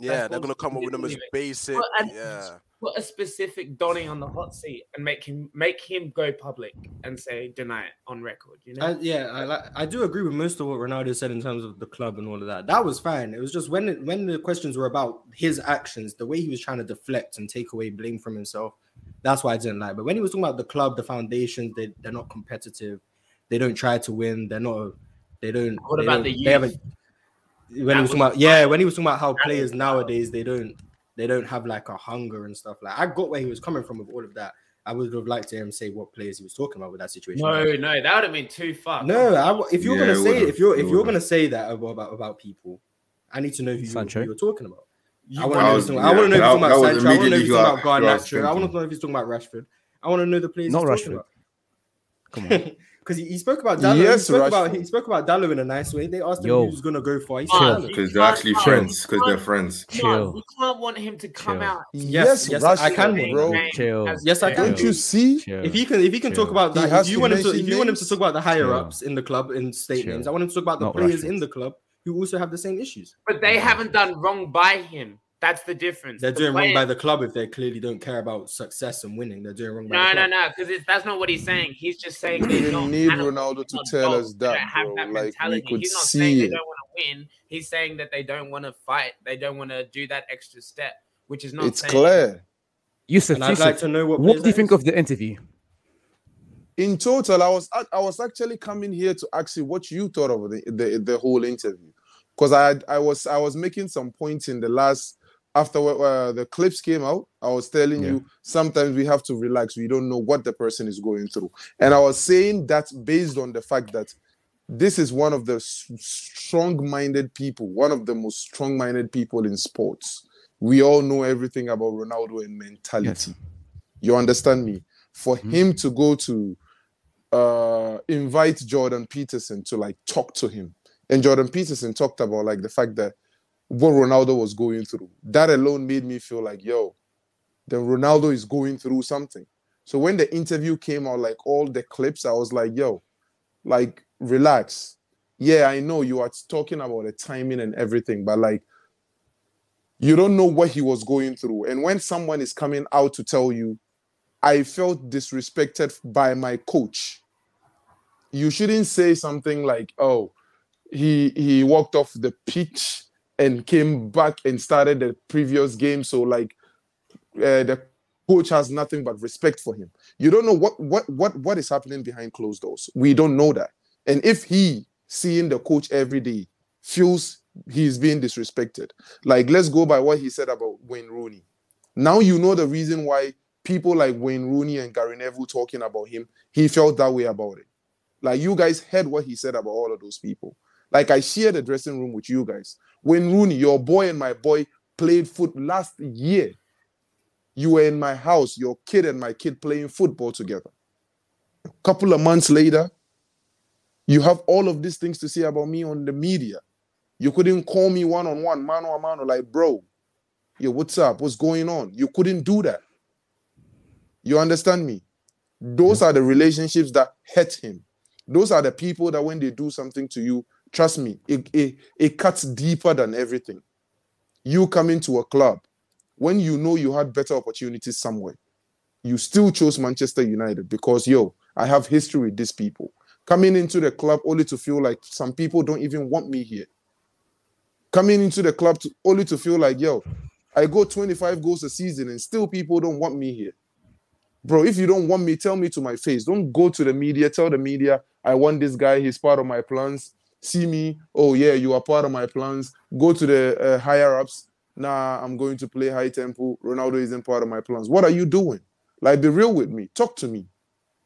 [SPEAKER 6] Yeah, they're
[SPEAKER 2] bullshit.
[SPEAKER 6] gonna come up
[SPEAKER 2] You
[SPEAKER 6] with the most
[SPEAKER 2] believe it.
[SPEAKER 6] basic.
[SPEAKER 2] Well, and-
[SPEAKER 6] Yeah,
[SPEAKER 2] put a specific donny on the hot seat and make him make him go public and say deny it on record you know
[SPEAKER 1] I, yeah, I like. I do agree with most of what Ronaldo said in terms of the club and all of that. That was fine. It was just when it, when the questions were about his actions, the way he was trying to deflect and take away blame from himself, that's why I didn't like. But when he was talking about the club, the foundations, they they're not competitive, they don't try to win, they're not, they don't.
[SPEAKER 2] What
[SPEAKER 1] they
[SPEAKER 2] about
[SPEAKER 1] don't-
[SPEAKER 2] the youth?
[SPEAKER 1] They haven't, when he
[SPEAKER 2] That
[SPEAKER 1] was talking
[SPEAKER 2] was
[SPEAKER 1] about yeah, when he was talking about how
[SPEAKER 2] That
[SPEAKER 1] players
[SPEAKER 2] was
[SPEAKER 1] nowadays they don't they don't have like a hunger and stuff like. I got where he was coming from with all of that. I would have liked to hear him say what players he was talking about with that situation.
[SPEAKER 2] no no that would have been too far
[SPEAKER 1] No, I, w- if you're
[SPEAKER 7] Yeah,
[SPEAKER 1] gonna
[SPEAKER 7] it
[SPEAKER 1] say
[SPEAKER 7] would've,
[SPEAKER 1] if you're
[SPEAKER 7] it
[SPEAKER 1] if you're
[SPEAKER 7] would've.
[SPEAKER 1] gonna say that about about, about people, I need to know who you- who
[SPEAKER 4] Sancho?
[SPEAKER 1] you're talking about. I
[SPEAKER 2] You-
[SPEAKER 1] want to know. if you're
[SPEAKER 7] I was-
[SPEAKER 1] talking- I want to know if you're
[SPEAKER 7] yeah,
[SPEAKER 1] talking
[SPEAKER 7] that-
[SPEAKER 1] about
[SPEAKER 7] that was
[SPEAKER 1] Sancho. I want to know if you're talking about
[SPEAKER 7] immediately what I-
[SPEAKER 1] Garnacho. I want to know if he's talking about Rashford. I want to know the players.
[SPEAKER 4] Not
[SPEAKER 1] he's talking
[SPEAKER 4] Rashford.
[SPEAKER 1] about.
[SPEAKER 4] Come on.
[SPEAKER 1] Because he, he spoke about Dallo.
[SPEAKER 3] Yes,
[SPEAKER 1] he spoke about
[SPEAKER 3] Rashford.
[SPEAKER 1] he spoke about Dallo in a nice way. They asked him
[SPEAKER 4] Yo.
[SPEAKER 1] who's gonna go for. He said
[SPEAKER 2] Ah,
[SPEAKER 1] Dallo.
[SPEAKER 2] you
[SPEAKER 7] because they're
[SPEAKER 2] can't-
[SPEAKER 7] actually
[SPEAKER 2] no,
[SPEAKER 7] friends. Because
[SPEAKER 2] you
[SPEAKER 7] they're
[SPEAKER 2] can't-
[SPEAKER 7] friends.
[SPEAKER 2] no,
[SPEAKER 4] Chill.
[SPEAKER 2] you can't want him to come
[SPEAKER 4] Chill.
[SPEAKER 2] out
[SPEAKER 1] Yes, yes, I
[SPEAKER 3] Rashford,
[SPEAKER 1] can,
[SPEAKER 2] and
[SPEAKER 3] bro.
[SPEAKER 2] say,
[SPEAKER 4] Chill.
[SPEAKER 2] as-
[SPEAKER 1] Yes, I can.
[SPEAKER 3] Don't you see?
[SPEAKER 4] Chill.
[SPEAKER 1] If he can, if he can talk
[SPEAKER 4] Sure.
[SPEAKER 1] about
[SPEAKER 3] He
[SPEAKER 1] that,
[SPEAKER 3] has
[SPEAKER 1] if you
[SPEAKER 3] to
[SPEAKER 1] want him to,
[SPEAKER 3] mention
[SPEAKER 1] if you want him to
[SPEAKER 3] names.
[SPEAKER 1] talk about the higher
[SPEAKER 4] Sure.
[SPEAKER 1] ups in the club and state
[SPEAKER 4] Sure.
[SPEAKER 1] names, I want him to talk about the
[SPEAKER 4] Not
[SPEAKER 1] players
[SPEAKER 4] Rashford.
[SPEAKER 1] in the club who also have the same issues.
[SPEAKER 2] but they haven't done wrong by him that's the difference
[SPEAKER 1] They're
[SPEAKER 2] The
[SPEAKER 1] doing wrong
[SPEAKER 2] players-
[SPEAKER 1] by the club if they clearly don't care about success and winning. They're doing wrong by
[SPEAKER 2] No,
[SPEAKER 1] the
[SPEAKER 2] no,
[SPEAKER 1] club.
[SPEAKER 2] no, because that's not what he's saying. He's just saying they
[SPEAKER 3] We
[SPEAKER 2] don't
[SPEAKER 3] need
[SPEAKER 2] have-
[SPEAKER 3] Ronaldo to
[SPEAKER 2] not
[SPEAKER 3] tell
[SPEAKER 2] dogs.
[SPEAKER 3] us
[SPEAKER 2] They don't
[SPEAKER 3] that,
[SPEAKER 2] have
[SPEAKER 3] bro.
[SPEAKER 2] that
[SPEAKER 3] Like we
[SPEAKER 2] mentality.
[SPEAKER 3] could
[SPEAKER 2] He's not saying
[SPEAKER 3] see
[SPEAKER 2] they
[SPEAKER 3] it.
[SPEAKER 2] don't want to win. He's saying that they don't want to fight. They don't want to do that extra step, which is not.
[SPEAKER 3] It's
[SPEAKER 2] saying-
[SPEAKER 3] clear.
[SPEAKER 4] Yusuf,
[SPEAKER 1] And I'd
[SPEAKER 4] Yusuf,
[SPEAKER 1] like to know what.
[SPEAKER 4] what
[SPEAKER 1] players
[SPEAKER 4] do you
[SPEAKER 1] that
[SPEAKER 4] think
[SPEAKER 1] is.
[SPEAKER 4] of the interview?
[SPEAKER 3] In total, I was ac- I was actually coming here to ask you what you thought of the the, the whole interview, because I had- I was I was making some points in the last after uh, the clips came out. I was telling
[SPEAKER 4] Yeah.
[SPEAKER 3] you sometimes we have to relax. We don't know what the person is going through, and I was saying that based on the fact that this is one of the s- strong-minded people, one of the most strong-minded people in sports. We all know everything about Ronaldo and mentality. You understand me? For
[SPEAKER 4] Mhm.
[SPEAKER 3] him to go to uh invite Jordan Peterson to like talk to him. And Jordan Peterson talked about like the fact that what Ronaldo was going through. That alone made me feel like, yo, then Ronaldo is going through something. So when the interview came out, like all the clips, I was like, yo, like relax. Yeah, I know you are talking about the timing and everything, but like you don't know what he was going through. And when someone is coming out to tell you, I felt disrespected by my coach, you shouldn't say something like, oh, he he walked off the pitch and came back and started the previous game. So like uh, the coach has nothing but respect for him. You don't know what what what what is happening behind closed doors. We don't know that. And if he seeing the coach every day feels he's being disrespected, like let's go by what he said about Wayne Rooney. Now you know the reason why people like Wayne Rooney and Gary Neville talking about him, he felt that way about it. Like you guys heard what he said about all of those people. Like I share the dressing room with you guys. Wayne Rooney, your boy and my boy played foot last year. You were in my house, your kid and my kid playing football together. A couple of months later, you have all of these things to say about me on the media. You couldn't call me one on one, mano a mano, like, bro, yo, what's up? What's going on? You couldn't do that. You understand me? Those are the relationships that hurt him. Those are the people that when they do something to you, trust me, it, it, it cuts deeper than everything. You come into a club when you know you had better opportunities somewhere, you still chose Manchester United because, yo, I have history with these people. Coming into the club only to feel like some people don't even want me here coming into the club to, only to feel like, yo, I go 25 goals a season and still people don't want me here. Bro, if you don't want me, tell me to my face. Don't go to the media, tell the media, I want this guy, he's part of my plans. See me, oh yeah, you are part of my plans. Go to the uh, higher ups. Nah, I'm going to play high tempo. Ronaldo isn't part of my plans. What are you doing? Like, be real with me. Talk to me.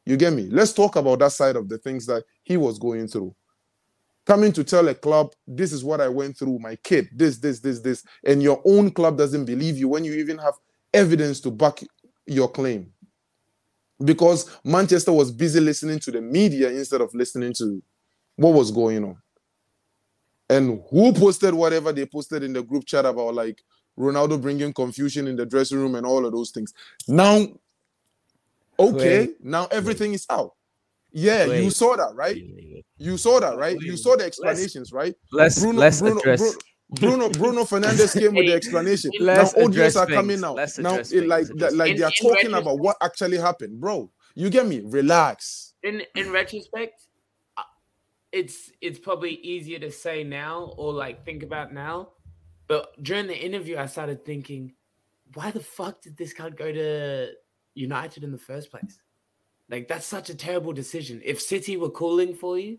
[SPEAKER 3] You get me? Let's talk about that side of the things that he was going through. Coming to tell a club, this is what I went through, my kid, this, this, this, this, and your own club doesn't believe you when you even have evidence to back your claim. Because Manchester was busy listening to the media instead of listening to what was going on. And who posted whatever they posted in the group chat about like Ronaldo bringing confusion in the dressing room and all of those things. Now, okay,
[SPEAKER 4] Wait.
[SPEAKER 3] now everything is out. Yeah, you
[SPEAKER 4] Wait.
[SPEAKER 3] saw that, right? You saw that, right? You saw the explanations, right?
[SPEAKER 4] Let's
[SPEAKER 3] Bruno-
[SPEAKER 4] let's
[SPEAKER 3] Bruno-
[SPEAKER 4] address.
[SPEAKER 3] Bruno- Bruno Bruno Fernandez came with the
[SPEAKER 2] Hey,
[SPEAKER 3] explanation.
[SPEAKER 4] let's
[SPEAKER 3] now
[SPEAKER 4] address
[SPEAKER 3] audios are
[SPEAKER 4] things.
[SPEAKER 3] coming out.
[SPEAKER 4] Let's
[SPEAKER 3] Now
[SPEAKER 4] address
[SPEAKER 3] it like
[SPEAKER 4] things. Address
[SPEAKER 3] like
[SPEAKER 2] things.
[SPEAKER 3] they are
[SPEAKER 2] In- in
[SPEAKER 3] talking about what actually happened, bro. You get me? Relax.
[SPEAKER 2] in in retrospect, uh, it's it's probably easier to say now or like think about now. But during the interview, I started thinking, why the fuck did this guy go to United in the first place? Like that's such a terrible decision. If City were calling for you,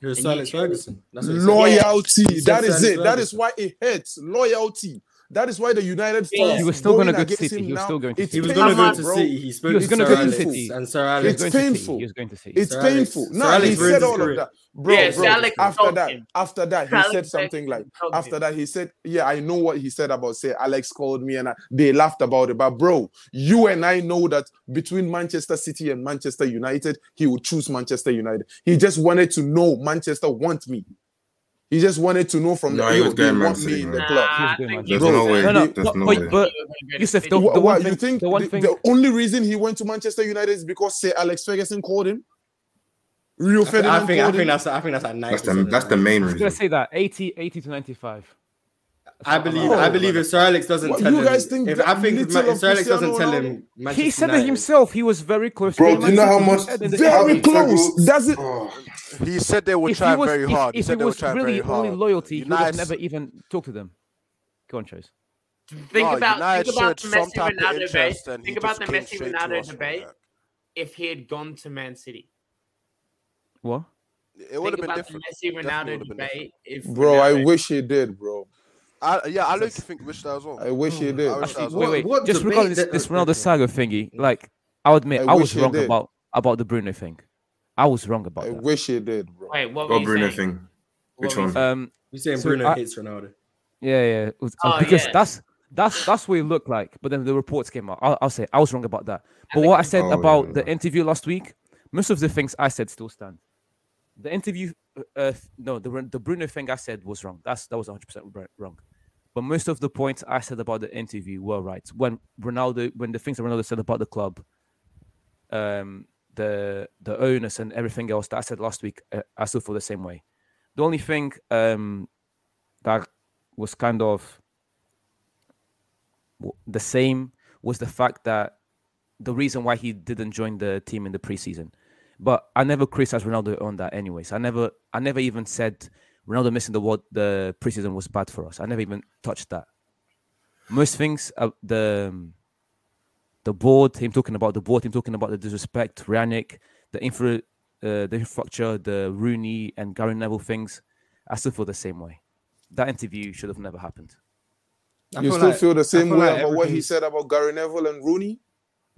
[SPEAKER 1] It was
[SPEAKER 2] And
[SPEAKER 1] Silence
[SPEAKER 2] you-
[SPEAKER 1] Ferguson. That's what he said.
[SPEAKER 3] Loyalty.
[SPEAKER 1] He said
[SPEAKER 3] That is
[SPEAKER 1] Ferguson.
[SPEAKER 3] it. That is why it hurts. Loyalty. That is why the United
[SPEAKER 2] Yeah.
[SPEAKER 3] States.
[SPEAKER 4] He was still gonna
[SPEAKER 3] going
[SPEAKER 4] go to
[SPEAKER 3] against
[SPEAKER 4] City.
[SPEAKER 3] him
[SPEAKER 4] He was
[SPEAKER 3] now,
[SPEAKER 4] still going to
[SPEAKER 3] it's
[SPEAKER 1] He was
[SPEAKER 2] It's
[SPEAKER 1] going to go
[SPEAKER 2] painful,
[SPEAKER 1] to
[SPEAKER 3] bro.
[SPEAKER 1] City. He spoke
[SPEAKER 4] was
[SPEAKER 1] to
[SPEAKER 4] gonna
[SPEAKER 1] Sir
[SPEAKER 4] go to
[SPEAKER 1] Alex
[SPEAKER 4] City.
[SPEAKER 1] and Sir
[SPEAKER 4] He was
[SPEAKER 1] Alex.
[SPEAKER 3] It's
[SPEAKER 4] going to City.
[SPEAKER 3] painful.
[SPEAKER 4] He was going to City.
[SPEAKER 3] It's
[SPEAKER 1] Sir Alex-
[SPEAKER 3] painful.
[SPEAKER 1] Sir
[SPEAKER 3] No,
[SPEAKER 1] Alex
[SPEAKER 3] he
[SPEAKER 1] ruined
[SPEAKER 3] said
[SPEAKER 1] his
[SPEAKER 3] all
[SPEAKER 1] career.
[SPEAKER 3] of that. Bro,
[SPEAKER 2] Yeah,
[SPEAKER 3] bro.
[SPEAKER 2] Sir Alex
[SPEAKER 3] after
[SPEAKER 2] told
[SPEAKER 3] that,
[SPEAKER 2] him.
[SPEAKER 3] after that,
[SPEAKER 2] Sir
[SPEAKER 3] he
[SPEAKER 2] Alex
[SPEAKER 3] said something
[SPEAKER 2] told
[SPEAKER 3] like,
[SPEAKER 2] him.
[SPEAKER 3] after that, he said, Yeah, I know what he said about say Alex called me and I, they laughed about it. But bro, you and I know that between Manchester City and Manchester United, he would choose Manchester United. He just wanted to know Manchester want me. He just wanted to know from
[SPEAKER 7] No,
[SPEAKER 3] the
[SPEAKER 7] he was
[SPEAKER 3] "Yo, they
[SPEAKER 7] going Man
[SPEAKER 3] want
[SPEAKER 7] City,
[SPEAKER 3] me in the
[SPEAKER 7] man.
[SPEAKER 3] club.
[SPEAKER 2] Nah, I
[SPEAKER 4] He
[SPEAKER 2] think
[SPEAKER 4] was doing
[SPEAKER 2] you
[SPEAKER 7] There's
[SPEAKER 3] Bro,
[SPEAKER 7] no way.
[SPEAKER 4] No, no,
[SPEAKER 7] There's
[SPEAKER 4] but,
[SPEAKER 7] no way.
[SPEAKER 4] but, but
[SPEAKER 2] were gonna go to
[SPEAKER 4] Yusuf,
[SPEAKER 2] City.
[SPEAKER 4] Ah. the,
[SPEAKER 3] Wha-
[SPEAKER 4] the
[SPEAKER 3] wha-
[SPEAKER 4] one
[SPEAKER 3] you
[SPEAKER 4] thing,
[SPEAKER 3] think
[SPEAKER 4] the one
[SPEAKER 3] the,
[SPEAKER 4] thing,
[SPEAKER 3] the only reason he went to Manchester United is because say Alex Ferguson called him? Rio
[SPEAKER 1] I think,
[SPEAKER 3] Ferdinand
[SPEAKER 1] I think, I
[SPEAKER 3] called
[SPEAKER 1] think
[SPEAKER 3] him?
[SPEAKER 1] that's I think that's at night.
[SPEAKER 7] That's the that's the main
[SPEAKER 4] I was gonna
[SPEAKER 7] reason.
[SPEAKER 4] say that 80, 80 to ninety-five.
[SPEAKER 1] I believe I
[SPEAKER 3] Oh,
[SPEAKER 1] believe if Sir Alex doesn't
[SPEAKER 3] What,
[SPEAKER 1] tell
[SPEAKER 3] you
[SPEAKER 1] him,
[SPEAKER 3] guys think
[SPEAKER 1] if
[SPEAKER 3] that
[SPEAKER 1] I think if,
[SPEAKER 3] little
[SPEAKER 1] Ma- if
[SPEAKER 3] of
[SPEAKER 1] Sir Alex doesn't
[SPEAKER 3] Cristiano
[SPEAKER 1] tell
[SPEAKER 3] Ronaldo?
[SPEAKER 1] him, Manchester
[SPEAKER 4] He said it
[SPEAKER 1] United-
[SPEAKER 4] himself. He was very close. to
[SPEAKER 5] Bro,
[SPEAKER 4] Man
[SPEAKER 5] do you know how
[SPEAKER 4] City. He
[SPEAKER 5] much?
[SPEAKER 4] said in the
[SPEAKER 5] how
[SPEAKER 3] Very
[SPEAKER 4] interview-
[SPEAKER 5] it
[SPEAKER 3] close.
[SPEAKER 5] struggles?
[SPEAKER 3] Does it-
[SPEAKER 5] Oh,
[SPEAKER 6] He said they would
[SPEAKER 4] if
[SPEAKER 6] try
[SPEAKER 4] he was,
[SPEAKER 6] very
[SPEAKER 4] if,
[SPEAKER 6] hard.
[SPEAKER 4] if
[SPEAKER 6] said
[SPEAKER 4] he
[SPEAKER 6] they would
[SPEAKER 4] was
[SPEAKER 6] try
[SPEAKER 4] really
[SPEAKER 6] very hard.
[SPEAKER 4] only loyalty, he would
[SPEAKER 6] United-
[SPEAKER 4] have never even talked to them. Go on, Trace.
[SPEAKER 2] Think
[SPEAKER 6] No,
[SPEAKER 2] about
[SPEAKER 6] United
[SPEAKER 2] think about the
[SPEAKER 6] showed some
[SPEAKER 2] Messi
[SPEAKER 6] type of
[SPEAKER 2] Ronaldo debate.
[SPEAKER 6] interest and he
[SPEAKER 2] Think about
[SPEAKER 6] just
[SPEAKER 2] the
[SPEAKER 6] came
[SPEAKER 2] Messi
[SPEAKER 6] straight to us
[SPEAKER 2] Ronaldo
[SPEAKER 6] for
[SPEAKER 2] debate.
[SPEAKER 6] that.
[SPEAKER 2] If he had gone to Man City,
[SPEAKER 4] What?
[SPEAKER 6] It would have
[SPEAKER 2] think
[SPEAKER 6] been
[SPEAKER 2] about
[SPEAKER 6] different.
[SPEAKER 2] the Messi
[SPEAKER 6] Definitely
[SPEAKER 2] Ronaldo
[SPEAKER 6] would've been
[SPEAKER 2] debate. If
[SPEAKER 3] Bro,
[SPEAKER 2] Ronaldo-
[SPEAKER 3] I wish he did, bro.
[SPEAKER 6] I, yeah, I like to think wish that as well.
[SPEAKER 3] I wish
[SPEAKER 7] Oh,
[SPEAKER 3] he did.
[SPEAKER 6] I wish that as
[SPEAKER 7] Actually,
[SPEAKER 6] well.
[SPEAKER 4] Wait, wait.
[SPEAKER 1] what
[SPEAKER 4] just
[SPEAKER 1] debate
[SPEAKER 4] regarding this,
[SPEAKER 1] that-
[SPEAKER 4] this
[SPEAKER 1] okay.
[SPEAKER 4] Ronaldo saga thingy, like I would admit,
[SPEAKER 3] I
[SPEAKER 4] I, was
[SPEAKER 3] wish he
[SPEAKER 4] wrong
[SPEAKER 3] did.
[SPEAKER 4] about about the Bruno thing. I was wrong about
[SPEAKER 3] I
[SPEAKER 4] that.
[SPEAKER 3] wish he did, bro.
[SPEAKER 2] Wait, what were
[SPEAKER 7] What
[SPEAKER 2] you
[SPEAKER 7] Bruno
[SPEAKER 2] saying?
[SPEAKER 7] thing?
[SPEAKER 2] What
[SPEAKER 7] Which
[SPEAKER 2] were you
[SPEAKER 7] one?
[SPEAKER 4] Um,
[SPEAKER 1] He's saying
[SPEAKER 4] So
[SPEAKER 1] Bruno
[SPEAKER 4] I-
[SPEAKER 1] hates Ronaldo.
[SPEAKER 4] yeah, yeah, it was- uh,
[SPEAKER 2] Oh,
[SPEAKER 4] because
[SPEAKER 2] yeah.
[SPEAKER 4] that's that's that's what it looked like. But then the reports came out. I'll, I'll say I was wrong about that. But what I said
[SPEAKER 7] Oh,
[SPEAKER 4] about
[SPEAKER 7] yeah.
[SPEAKER 4] the interview last week, most of the things I said still stand. The interview, uh, uh, no, the Ren- the Bruno thing I said was wrong. That's that was one hundred percent wrong. But most of the points I said about the interview were right. When Ronaldo, when the things that Ronaldo said about the club, um, the the onus and everything else that I said last week, uh, I still feel the same way. The only thing um, that was kind of w- the same was the fact that the reason why he didn't join the team in the preseason. But I never criticized Ronaldo on that, anyways. I never, I never even said Ronaldo missing the world, the preseason was bad for us. I never even touched that. Most things, uh, the um, the board, him talking about the board, him talking about the disrespect, Rannick, the infra, uh, the infrastructure, the Rooney and Gary Neville things. I still feel the same way. That interview should have never happened.
[SPEAKER 1] I
[SPEAKER 3] you
[SPEAKER 1] feel
[SPEAKER 3] still
[SPEAKER 1] like-
[SPEAKER 3] feel
[SPEAKER 1] I
[SPEAKER 3] the same
[SPEAKER 1] feel
[SPEAKER 3] way
[SPEAKER 1] like
[SPEAKER 3] about what he
[SPEAKER 1] everything's-
[SPEAKER 3] said about Gary Neville and Rooney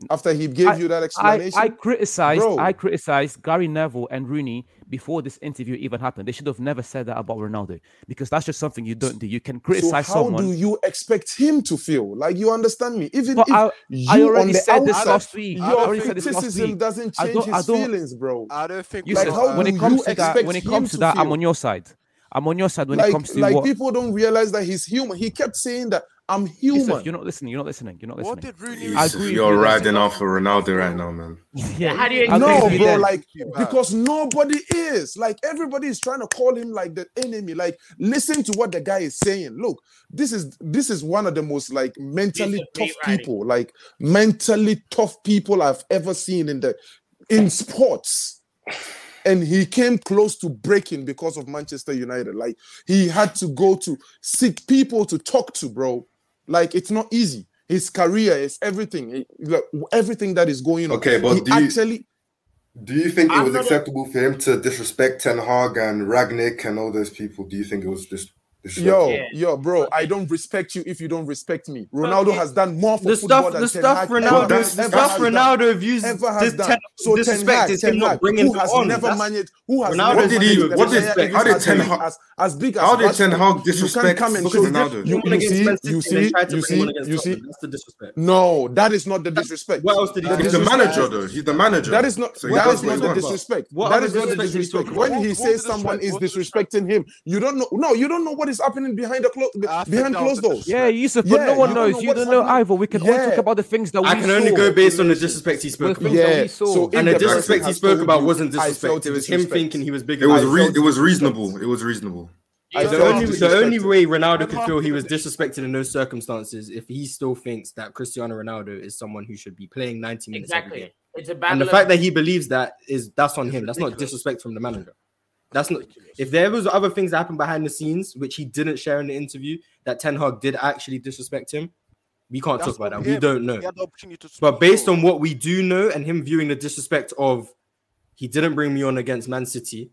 [SPEAKER 3] after he gave
[SPEAKER 4] I-
[SPEAKER 3] you that
[SPEAKER 4] I,
[SPEAKER 3] explanation?
[SPEAKER 4] I criticized
[SPEAKER 3] Bro.
[SPEAKER 4] I criticized Gary Neville and Rooney before this interview even happened. They should have never said that about Ronaldo because that's just something you don't do. You can
[SPEAKER 3] so how
[SPEAKER 4] criticize someone.
[SPEAKER 3] do you expect him to feel? Like you understand me? Even
[SPEAKER 4] but
[SPEAKER 3] if
[SPEAKER 4] I,
[SPEAKER 3] you
[SPEAKER 4] I already
[SPEAKER 3] on the
[SPEAKER 4] said this
[SPEAKER 3] outside,
[SPEAKER 4] last week. I
[SPEAKER 3] your
[SPEAKER 4] already said this last
[SPEAKER 3] criticism
[SPEAKER 4] week.
[SPEAKER 3] doesn't
[SPEAKER 4] I
[SPEAKER 3] change
[SPEAKER 4] don't- I
[SPEAKER 3] his
[SPEAKER 4] don't-
[SPEAKER 3] feelings, bro.
[SPEAKER 6] I don't think
[SPEAKER 4] You
[SPEAKER 3] Like,
[SPEAKER 4] said,
[SPEAKER 6] so,
[SPEAKER 3] how
[SPEAKER 6] uh,
[SPEAKER 4] when
[SPEAKER 3] do
[SPEAKER 4] it comes
[SPEAKER 3] you
[SPEAKER 4] to that, when
[SPEAKER 3] expect
[SPEAKER 4] it comes
[SPEAKER 3] him
[SPEAKER 4] to
[SPEAKER 3] to
[SPEAKER 4] that, I'm
[SPEAKER 3] feel?
[SPEAKER 4] on your side. I'm on your side when it
[SPEAKER 3] Like,
[SPEAKER 4] comes to
[SPEAKER 3] like
[SPEAKER 4] what.
[SPEAKER 3] people don't realize that he's human. He kept saying that I'm
[SPEAKER 4] Yusuf,
[SPEAKER 3] human.
[SPEAKER 4] you're not listening. You're not listening. You're not listening.
[SPEAKER 6] What did Rooney?
[SPEAKER 4] I
[SPEAKER 7] Yusuf,
[SPEAKER 4] agree with you
[SPEAKER 7] You're
[SPEAKER 4] guys.
[SPEAKER 7] riding off for Ronaldo right now, man.
[SPEAKER 4] yeah,
[SPEAKER 2] how do you
[SPEAKER 4] I agree
[SPEAKER 3] No,
[SPEAKER 4] with you
[SPEAKER 3] bro,
[SPEAKER 4] there.
[SPEAKER 3] like
[SPEAKER 6] Keep back.
[SPEAKER 3] because nobody is like everybody is trying to call him like the enemy. Like, listen to what the guy is saying. Look, this is this is one of the most like
[SPEAKER 2] Piece
[SPEAKER 3] mentally
[SPEAKER 2] of
[SPEAKER 3] tough
[SPEAKER 2] rewriting.
[SPEAKER 3] people, like mentally tough people I've ever seen in the in sports. And he came close to breaking because of Manchester United. Like he had to go to seek people to talk to, bro. Like it's not easy. His career is everything, It- like, everything that is going on.
[SPEAKER 5] Okay, but
[SPEAKER 3] he
[SPEAKER 5] do you-
[SPEAKER 3] actually
[SPEAKER 5] Do you think it
[SPEAKER 2] I'm
[SPEAKER 5] was
[SPEAKER 2] not a-
[SPEAKER 5] acceptable for him to disrespect Ten Hag and Ragnick and all those people? Do you think it was just This is-
[SPEAKER 3] Yo,
[SPEAKER 2] Yeah.
[SPEAKER 3] yo, bro, I don't respect you if you don't respect me. Ronaldo
[SPEAKER 2] it-
[SPEAKER 3] has done more for
[SPEAKER 1] The
[SPEAKER 3] football
[SPEAKER 1] stuff,
[SPEAKER 3] than
[SPEAKER 1] the
[SPEAKER 3] Ten
[SPEAKER 1] stuff
[SPEAKER 3] Hag
[SPEAKER 1] Ronaldo, the
[SPEAKER 3] ever
[SPEAKER 5] that's-
[SPEAKER 3] has
[SPEAKER 5] that's-
[SPEAKER 1] stuff
[SPEAKER 3] done,
[SPEAKER 1] Ronaldo views
[SPEAKER 3] ever has
[SPEAKER 1] this
[SPEAKER 3] done.
[SPEAKER 1] ten,
[SPEAKER 3] so
[SPEAKER 1] disrespect
[SPEAKER 3] Ten Hag,
[SPEAKER 1] is
[SPEAKER 3] Ten
[SPEAKER 1] him not
[SPEAKER 3] Hag,
[SPEAKER 1] bringing
[SPEAKER 3] who
[SPEAKER 1] it
[SPEAKER 3] has
[SPEAKER 1] on.
[SPEAKER 3] never
[SPEAKER 1] That's-
[SPEAKER 3] managed, who has
[SPEAKER 1] Ronaldo
[SPEAKER 3] never
[SPEAKER 1] What did
[SPEAKER 3] managed
[SPEAKER 7] he-
[SPEAKER 3] a
[SPEAKER 7] what
[SPEAKER 3] player
[SPEAKER 7] did-
[SPEAKER 3] in
[SPEAKER 7] how did
[SPEAKER 3] as
[SPEAKER 7] Ten
[SPEAKER 3] big
[SPEAKER 7] Hag-
[SPEAKER 3] as, as big as
[SPEAKER 7] How did
[SPEAKER 3] Rashford.
[SPEAKER 7] Ten Hag
[SPEAKER 3] You can't
[SPEAKER 7] disrespect
[SPEAKER 3] come and
[SPEAKER 7] fucking
[SPEAKER 3] show
[SPEAKER 7] Ronaldo?
[SPEAKER 3] You,
[SPEAKER 1] won
[SPEAKER 3] you
[SPEAKER 1] against
[SPEAKER 3] see,
[SPEAKER 1] Man City
[SPEAKER 3] you
[SPEAKER 1] and they
[SPEAKER 3] see,
[SPEAKER 1] tried to bring him
[SPEAKER 3] you see,
[SPEAKER 1] on against
[SPEAKER 3] you
[SPEAKER 1] Tottenham.
[SPEAKER 3] see.
[SPEAKER 1] That's the disrespect.
[SPEAKER 3] No, that is not the disrespect.
[SPEAKER 1] What else did he
[SPEAKER 3] That
[SPEAKER 1] do?
[SPEAKER 7] He's the
[SPEAKER 3] is-
[SPEAKER 7] manager, though. He's the manager.
[SPEAKER 3] That is not
[SPEAKER 7] So he
[SPEAKER 3] that is
[SPEAKER 7] does what
[SPEAKER 3] not
[SPEAKER 7] he
[SPEAKER 3] the
[SPEAKER 7] wants.
[SPEAKER 3] disrespect.
[SPEAKER 1] What
[SPEAKER 3] that
[SPEAKER 1] other
[SPEAKER 3] is not the
[SPEAKER 1] disrespect did he talk
[SPEAKER 3] disrespect.
[SPEAKER 1] about?
[SPEAKER 3] When he
[SPEAKER 6] What-
[SPEAKER 3] says
[SPEAKER 6] what
[SPEAKER 3] someone is
[SPEAKER 6] disrespect? What
[SPEAKER 3] disrespecting him, you don't know. No, you don't know what is happening behind the clo-
[SPEAKER 6] I think
[SPEAKER 3] behind
[SPEAKER 6] that was
[SPEAKER 3] closed
[SPEAKER 6] the
[SPEAKER 3] doors.
[SPEAKER 6] disrespect.
[SPEAKER 4] Yeah, Yusuf, but
[SPEAKER 3] Yeah,
[SPEAKER 4] no one
[SPEAKER 3] you don't
[SPEAKER 4] knows.
[SPEAKER 3] know
[SPEAKER 4] You
[SPEAKER 3] what's
[SPEAKER 4] don't know
[SPEAKER 3] happening.
[SPEAKER 4] either. We can only
[SPEAKER 3] Yeah.
[SPEAKER 4] talk about the things that we
[SPEAKER 1] I can only
[SPEAKER 4] saw.
[SPEAKER 1] go based on the disrespect he
[SPEAKER 4] The
[SPEAKER 1] spoke
[SPEAKER 4] things
[SPEAKER 1] about.
[SPEAKER 4] that
[SPEAKER 3] Yeah,
[SPEAKER 4] we saw.
[SPEAKER 1] And
[SPEAKER 3] so if
[SPEAKER 1] the
[SPEAKER 3] the person
[SPEAKER 1] disrespect he
[SPEAKER 3] has
[SPEAKER 1] spoke
[SPEAKER 3] told
[SPEAKER 1] about
[SPEAKER 3] you,
[SPEAKER 1] wasn't
[SPEAKER 3] I
[SPEAKER 1] disrespect.
[SPEAKER 3] felt
[SPEAKER 1] It was him
[SPEAKER 3] disrespect.
[SPEAKER 1] thinking he was bigger.
[SPEAKER 7] It was
[SPEAKER 1] than us.
[SPEAKER 3] I
[SPEAKER 7] re-
[SPEAKER 3] felt
[SPEAKER 7] it was
[SPEAKER 3] disrespect.
[SPEAKER 7] reasonable. It was reasonable.
[SPEAKER 3] I
[SPEAKER 1] the
[SPEAKER 3] felt
[SPEAKER 1] only, the
[SPEAKER 3] disrespected.
[SPEAKER 1] only way Ronaldo could feel he was disrespected in those circumstances if he still thinks that Cristiano Ronaldo is someone who should be playing 90 minutes every game.
[SPEAKER 2] Exactly. It's a
[SPEAKER 1] And
[SPEAKER 2] battle.
[SPEAKER 1] the
[SPEAKER 2] of-
[SPEAKER 1] fact that he believes that is that's on him. That's not
[SPEAKER 6] ridiculous.
[SPEAKER 1] disrespect from the manager. That's not.
[SPEAKER 6] Ridiculous.
[SPEAKER 1] If there was other things that happened behind the scenes which he didn't share in the interview that Ten Hag did actually disrespect him, we can't
[SPEAKER 6] That's
[SPEAKER 1] talk about
[SPEAKER 6] on
[SPEAKER 1] that. We
[SPEAKER 6] him.
[SPEAKER 1] don't
[SPEAKER 6] He
[SPEAKER 1] know.
[SPEAKER 6] had the opportunity to speak,
[SPEAKER 1] But based
[SPEAKER 6] bro.
[SPEAKER 1] on what we do know and him viewing the disrespect of he didn't bring me on against Man City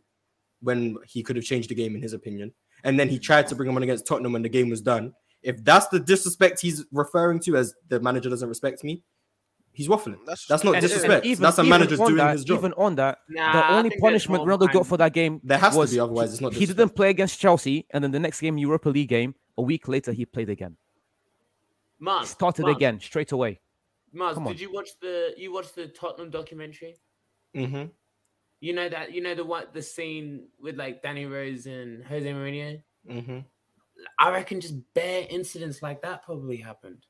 [SPEAKER 1] when he could have changed the game in his opinion, and then he tried to bring him on against Tottenham when the game was done. If that's the disrespect he's referring to as the manager doesn't respect me, he's waffling.
[SPEAKER 6] That's just-
[SPEAKER 1] That's not
[SPEAKER 6] And- and
[SPEAKER 1] disrespect. that's a manager
[SPEAKER 4] on
[SPEAKER 1] doing
[SPEAKER 4] that,
[SPEAKER 1] his job.
[SPEAKER 4] Even on that,
[SPEAKER 2] Nah, I
[SPEAKER 4] the only
[SPEAKER 2] think there's
[SPEAKER 4] punishment
[SPEAKER 2] more
[SPEAKER 4] Ronaldo
[SPEAKER 2] behind
[SPEAKER 4] got for that game
[SPEAKER 1] There has to
[SPEAKER 4] was
[SPEAKER 1] be, otherwise it's not
[SPEAKER 4] He didn't
[SPEAKER 1] disrespect.
[SPEAKER 4] play against Chelsea, and then the next game, Europa League game, a week later he played again. He
[SPEAKER 2] Mark,
[SPEAKER 4] started
[SPEAKER 2] Mark,
[SPEAKER 4] again straight away.
[SPEAKER 2] Mark,
[SPEAKER 4] Come
[SPEAKER 2] did
[SPEAKER 4] on.
[SPEAKER 2] you watch the you watched the Tottenham documentary?
[SPEAKER 1] Mm-hmm.
[SPEAKER 2] You know that you know the what the scene with like Danny Rose and Jose Mourinho.
[SPEAKER 1] Mm-hmm.
[SPEAKER 2] I reckon just bare incidents like that probably happened.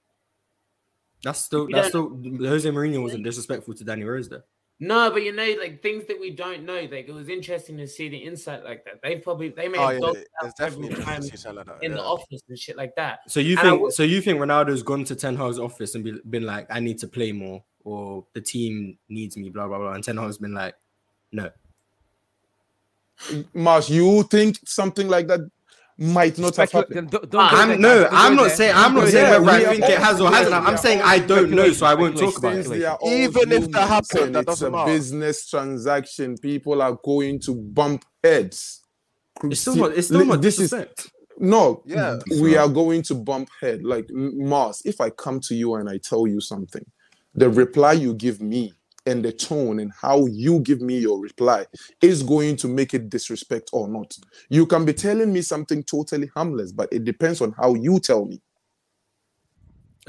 [SPEAKER 1] That's still
[SPEAKER 2] We
[SPEAKER 1] that's still Jose Mourinho wasn't disrespectful to Danny Rose though.
[SPEAKER 2] No, but you know, like things that we don't know. Like it was interesting to see the insight like that. They probably they may
[SPEAKER 6] Oh,
[SPEAKER 2] have
[SPEAKER 6] yeah,
[SPEAKER 2] dogged
[SPEAKER 6] there's
[SPEAKER 2] out every
[SPEAKER 6] definitely a
[SPEAKER 2] time
[SPEAKER 6] difference in something like that,
[SPEAKER 2] in the
[SPEAKER 6] yeah.
[SPEAKER 2] office and shit like that.
[SPEAKER 1] So you
[SPEAKER 2] And I
[SPEAKER 1] think
[SPEAKER 2] would-
[SPEAKER 1] so you think Ronaldo's gone to Ten Hag's office and be, been like, I need to play more, or the team needs me, blah blah blah, and Ten Hag's been like, no.
[SPEAKER 3] Marsh, you think something like that might not have
[SPEAKER 4] Speculate-
[SPEAKER 3] happened?
[SPEAKER 4] don't- don't
[SPEAKER 2] Ah,
[SPEAKER 4] go
[SPEAKER 1] I'm
[SPEAKER 4] there,
[SPEAKER 1] no,
[SPEAKER 4] guys. Don't
[SPEAKER 1] I'm
[SPEAKER 4] go
[SPEAKER 1] not
[SPEAKER 4] there.
[SPEAKER 1] saying I'm
[SPEAKER 3] Yeah,
[SPEAKER 1] not saying whether I
[SPEAKER 3] we are
[SPEAKER 1] think it
[SPEAKER 3] all-
[SPEAKER 1] has or hasn't.
[SPEAKER 3] yeah, we
[SPEAKER 1] I'm
[SPEAKER 3] are
[SPEAKER 1] saying
[SPEAKER 3] all
[SPEAKER 1] I don't know, so I won't talk about
[SPEAKER 3] Since
[SPEAKER 1] it.
[SPEAKER 3] they are all
[SPEAKER 6] Even if that
[SPEAKER 3] humans
[SPEAKER 6] happened,
[SPEAKER 3] and
[SPEAKER 6] that
[SPEAKER 3] it's
[SPEAKER 6] doesn't
[SPEAKER 3] a
[SPEAKER 6] matter.
[SPEAKER 3] business transaction. People are going to bump heads.
[SPEAKER 1] It's still not. It's still
[SPEAKER 3] Li-
[SPEAKER 1] not
[SPEAKER 3] This is
[SPEAKER 1] disrespect.
[SPEAKER 3] no.
[SPEAKER 6] Yeah.
[SPEAKER 3] We are going to bump head. Like M- Mars, if I come to you and I tell you something, the reply you give me and the tone and how you give me your reply is going to make it disrespect or not. You can be telling me something totally harmless, but it depends on how you tell me.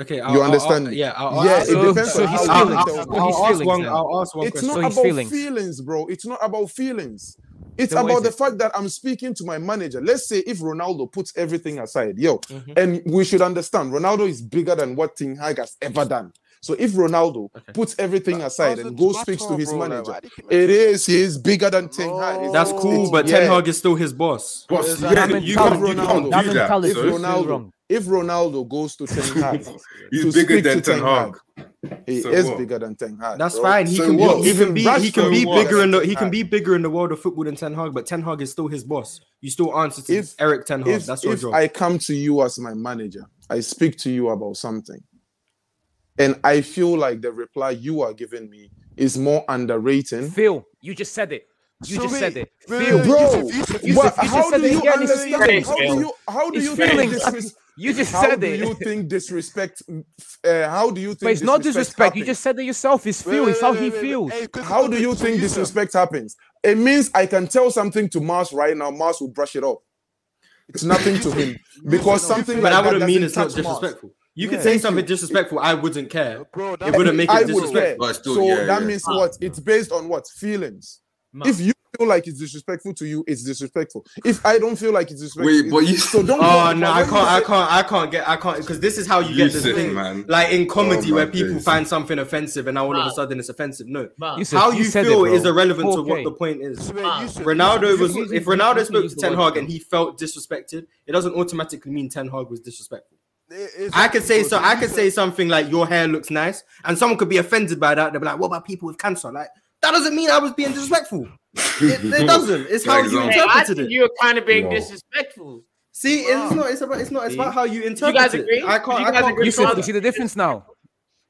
[SPEAKER 1] Okay,
[SPEAKER 3] You understand me?
[SPEAKER 1] yeah, I'll,
[SPEAKER 3] Yeah,
[SPEAKER 1] I'll,
[SPEAKER 3] it
[SPEAKER 1] I'll,
[SPEAKER 3] depends
[SPEAKER 4] Oh, so
[SPEAKER 3] on
[SPEAKER 4] he's
[SPEAKER 3] how
[SPEAKER 1] I'll,
[SPEAKER 3] you
[SPEAKER 4] feeling.
[SPEAKER 3] tell
[SPEAKER 4] So
[SPEAKER 3] me.
[SPEAKER 1] I'll
[SPEAKER 4] he's
[SPEAKER 1] ask
[SPEAKER 4] feelings
[SPEAKER 1] one.
[SPEAKER 4] then.
[SPEAKER 1] I'll ask one
[SPEAKER 3] It's
[SPEAKER 1] question.
[SPEAKER 4] So
[SPEAKER 3] not
[SPEAKER 4] his
[SPEAKER 3] about feelings.
[SPEAKER 4] feelings.
[SPEAKER 3] bro. It's not about feelings. It's
[SPEAKER 4] Then what
[SPEAKER 3] about
[SPEAKER 4] is
[SPEAKER 3] the
[SPEAKER 4] it?
[SPEAKER 3] fact that I'm speaking to my manager. Let's say if Ronaldo puts everything aside, yo, and we should understand Ronaldo is bigger than what Ten Hag has ever done. So if Ronaldo
[SPEAKER 1] Okay.
[SPEAKER 3] puts everything aside and
[SPEAKER 6] Doesn't
[SPEAKER 3] goes
[SPEAKER 6] matter,
[SPEAKER 3] speaks to his
[SPEAKER 6] bro, like,
[SPEAKER 3] manager,
[SPEAKER 6] why do you keep
[SPEAKER 3] it
[SPEAKER 6] making-
[SPEAKER 3] is he is bigger than Ten Hag. It's-
[SPEAKER 1] That's
[SPEAKER 3] it's-
[SPEAKER 1] cool, but Ten
[SPEAKER 3] yeah.
[SPEAKER 1] Hag is still his boss.
[SPEAKER 7] What's-
[SPEAKER 6] That
[SPEAKER 7] yeah,
[SPEAKER 4] mentality-
[SPEAKER 7] you can't, you
[SPEAKER 3] that
[SPEAKER 7] can't do that.
[SPEAKER 4] mentality
[SPEAKER 3] If
[SPEAKER 4] is
[SPEAKER 7] So
[SPEAKER 3] Ronaldo,
[SPEAKER 4] wrong.
[SPEAKER 3] if Ronaldo goes to Ten Hag, to
[SPEAKER 7] he's bigger
[SPEAKER 3] speak
[SPEAKER 7] than
[SPEAKER 3] to
[SPEAKER 7] Ten
[SPEAKER 3] Ten
[SPEAKER 7] Hag.
[SPEAKER 3] he
[SPEAKER 7] So
[SPEAKER 3] is
[SPEAKER 7] what?
[SPEAKER 3] bigger than Ten Hag.
[SPEAKER 1] That's
[SPEAKER 3] bro.
[SPEAKER 1] fine. He
[SPEAKER 5] So
[SPEAKER 1] can
[SPEAKER 5] what?
[SPEAKER 1] be, he can
[SPEAKER 3] Even
[SPEAKER 1] be he can
[SPEAKER 3] Rashford
[SPEAKER 1] be
[SPEAKER 3] was
[SPEAKER 1] bigger in the he
[SPEAKER 3] Ten
[SPEAKER 1] can
[SPEAKER 3] Hag.
[SPEAKER 1] be bigger in the world of football than Ten Hag, but Ten Hag is still his boss. You still answer to
[SPEAKER 3] If-
[SPEAKER 1] Eric Ten Hag.
[SPEAKER 3] if,
[SPEAKER 1] That's your
[SPEAKER 3] if
[SPEAKER 1] job.
[SPEAKER 3] I come to you as my manager, I speak to you about something, and I feel like the reply you are giving me is more underrating.
[SPEAKER 4] Phil, you just said it. You
[SPEAKER 6] So
[SPEAKER 4] just
[SPEAKER 6] wait,
[SPEAKER 4] said it.
[SPEAKER 6] wait,
[SPEAKER 4] Phil,
[SPEAKER 6] wait,
[SPEAKER 3] Bro,
[SPEAKER 6] Yusuf, Yusuf, Yusuf,
[SPEAKER 3] what-
[SPEAKER 4] you just
[SPEAKER 3] how
[SPEAKER 4] said
[SPEAKER 3] do
[SPEAKER 4] it
[SPEAKER 3] you
[SPEAKER 4] again, it's
[SPEAKER 3] understand?
[SPEAKER 4] feelings,
[SPEAKER 3] How do
[SPEAKER 2] Phil.
[SPEAKER 3] you how do
[SPEAKER 4] It's
[SPEAKER 3] you think
[SPEAKER 4] feelings.
[SPEAKER 3] disres-
[SPEAKER 4] you just
[SPEAKER 3] how
[SPEAKER 4] said
[SPEAKER 3] do you
[SPEAKER 4] it.
[SPEAKER 3] think disrespect? Uh, how do you think?
[SPEAKER 4] But it's not disrespect. You
[SPEAKER 3] happens?
[SPEAKER 4] just said that yourself. It's
[SPEAKER 6] Wait,
[SPEAKER 4] Phil.
[SPEAKER 6] wait,
[SPEAKER 4] It's how
[SPEAKER 6] wait,
[SPEAKER 4] he
[SPEAKER 6] wait, wait.
[SPEAKER 4] feels.
[SPEAKER 6] Hey, quick,
[SPEAKER 3] How
[SPEAKER 6] quick,
[SPEAKER 3] do
[SPEAKER 6] quick,
[SPEAKER 3] you
[SPEAKER 6] quick,
[SPEAKER 3] think
[SPEAKER 6] Yusuf.
[SPEAKER 3] disrespect happens? It means I can tell something to Mars right now. Mars will brush it off. It's nothing to him because something
[SPEAKER 1] but
[SPEAKER 3] like
[SPEAKER 1] I
[SPEAKER 3] that
[SPEAKER 1] wouldn't mean
[SPEAKER 3] doesn't
[SPEAKER 1] it's not
[SPEAKER 3] touch Mars.
[SPEAKER 1] disrespectful. You
[SPEAKER 3] Yeah.
[SPEAKER 1] could say
[SPEAKER 3] Thank
[SPEAKER 1] something
[SPEAKER 3] you.
[SPEAKER 1] disrespectful. I wouldn't care.
[SPEAKER 6] Bro, that-
[SPEAKER 1] It wouldn't make
[SPEAKER 3] I
[SPEAKER 1] it
[SPEAKER 3] would care.
[SPEAKER 1] disrespectful.
[SPEAKER 7] But still,
[SPEAKER 3] so
[SPEAKER 7] yeah,
[SPEAKER 3] that
[SPEAKER 7] yeah.
[SPEAKER 3] means what? It's based on what? Feelings.
[SPEAKER 2] Mark,
[SPEAKER 3] If you feel like it's disrespectful to you, it's disrespectful. If I don't feel like it's disrespectful,
[SPEAKER 7] Wait, but you
[SPEAKER 3] it's- so don't.
[SPEAKER 1] Oh
[SPEAKER 3] worry
[SPEAKER 1] no,
[SPEAKER 3] about
[SPEAKER 1] I can't,
[SPEAKER 3] what you
[SPEAKER 1] I
[SPEAKER 3] say.
[SPEAKER 1] can't, I can't get, I can't, because this is how you get this
[SPEAKER 7] Yusuf,
[SPEAKER 1] thing,
[SPEAKER 7] man.
[SPEAKER 1] like in comedy
[SPEAKER 7] Oh,
[SPEAKER 1] where
[SPEAKER 7] my
[SPEAKER 1] people
[SPEAKER 7] days.
[SPEAKER 1] find something offensive and now all of a
[SPEAKER 2] Mark.
[SPEAKER 1] sudden it's offensive. No,
[SPEAKER 2] Mark,
[SPEAKER 4] Yusuf,
[SPEAKER 1] how
[SPEAKER 4] you
[SPEAKER 1] you
[SPEAKER 4] said it,
[SPEAKER 1] feel
[SPEAKER 4] bro.
[SPEAKER 1] is irrelevant to what
[SPEAKER 4] Okay.
[SPEAKER 1] the point is.
[SPEAKER 6] Yusuf, wait,
[SPEAKER 2] Ah.
[SPEAKER 6] Yusuf,
[SPEAKER 1] Ronaldo
[SPEAKER 6] Yusuf,
[SPEAKER 1] was
[SPEAKER 6] Yusuf,
[SPEAKER 1] if Ronaldo
[SPEAKER 4] you
[SPEAKER 1] spoke
[SPEAKER 4] use
[SPEAKER 1] to
[SPEAKER 4] the
[SPEAKER 1] Ten
[SPEAKER 4] word
[SPEAKER 1] Hag and he felt disrespected, it doesn't automatically mean Ten Hag was disrespectful.
[SPEAKER 6] it is-
[SPEAKER 1] I could say so. I could
[SPEAKER 6] Yusuf,
[SPEAKER 1] say something like "Your hair looks nice," and someone could be offended by that. They'd be like, "What about people with cancer?" Like that doesn't mean I was being disrespectful. It, it doesn't. It's how you
[SPEAKER 7] Exactly.
[SPEAKER 2] Hey, I
[SPEAKER 1] interpreted it.
[SPEAKER 2] think you're kind of being
[SPEAKER 7] Whoa.
[SPEAKER 2] disrespectful.
[SPEAKER 1] See, it's not. It's about. It's not. It's about how you interpret
[SPEAKER 2] guys
[SPEAKER 1] it.
[SPEAKER 2] agree?
[SPEAKER 1] I can't.
[SPEAKER 2] You
[SPEAKER 1] I
[SPEAKER 2] guys
[SPEAKER 1] can't.
[SPEAKER 2] agree?
[SPEAKER 1] Control,
[SPEAKER 4] Yusuf, you see the difference now.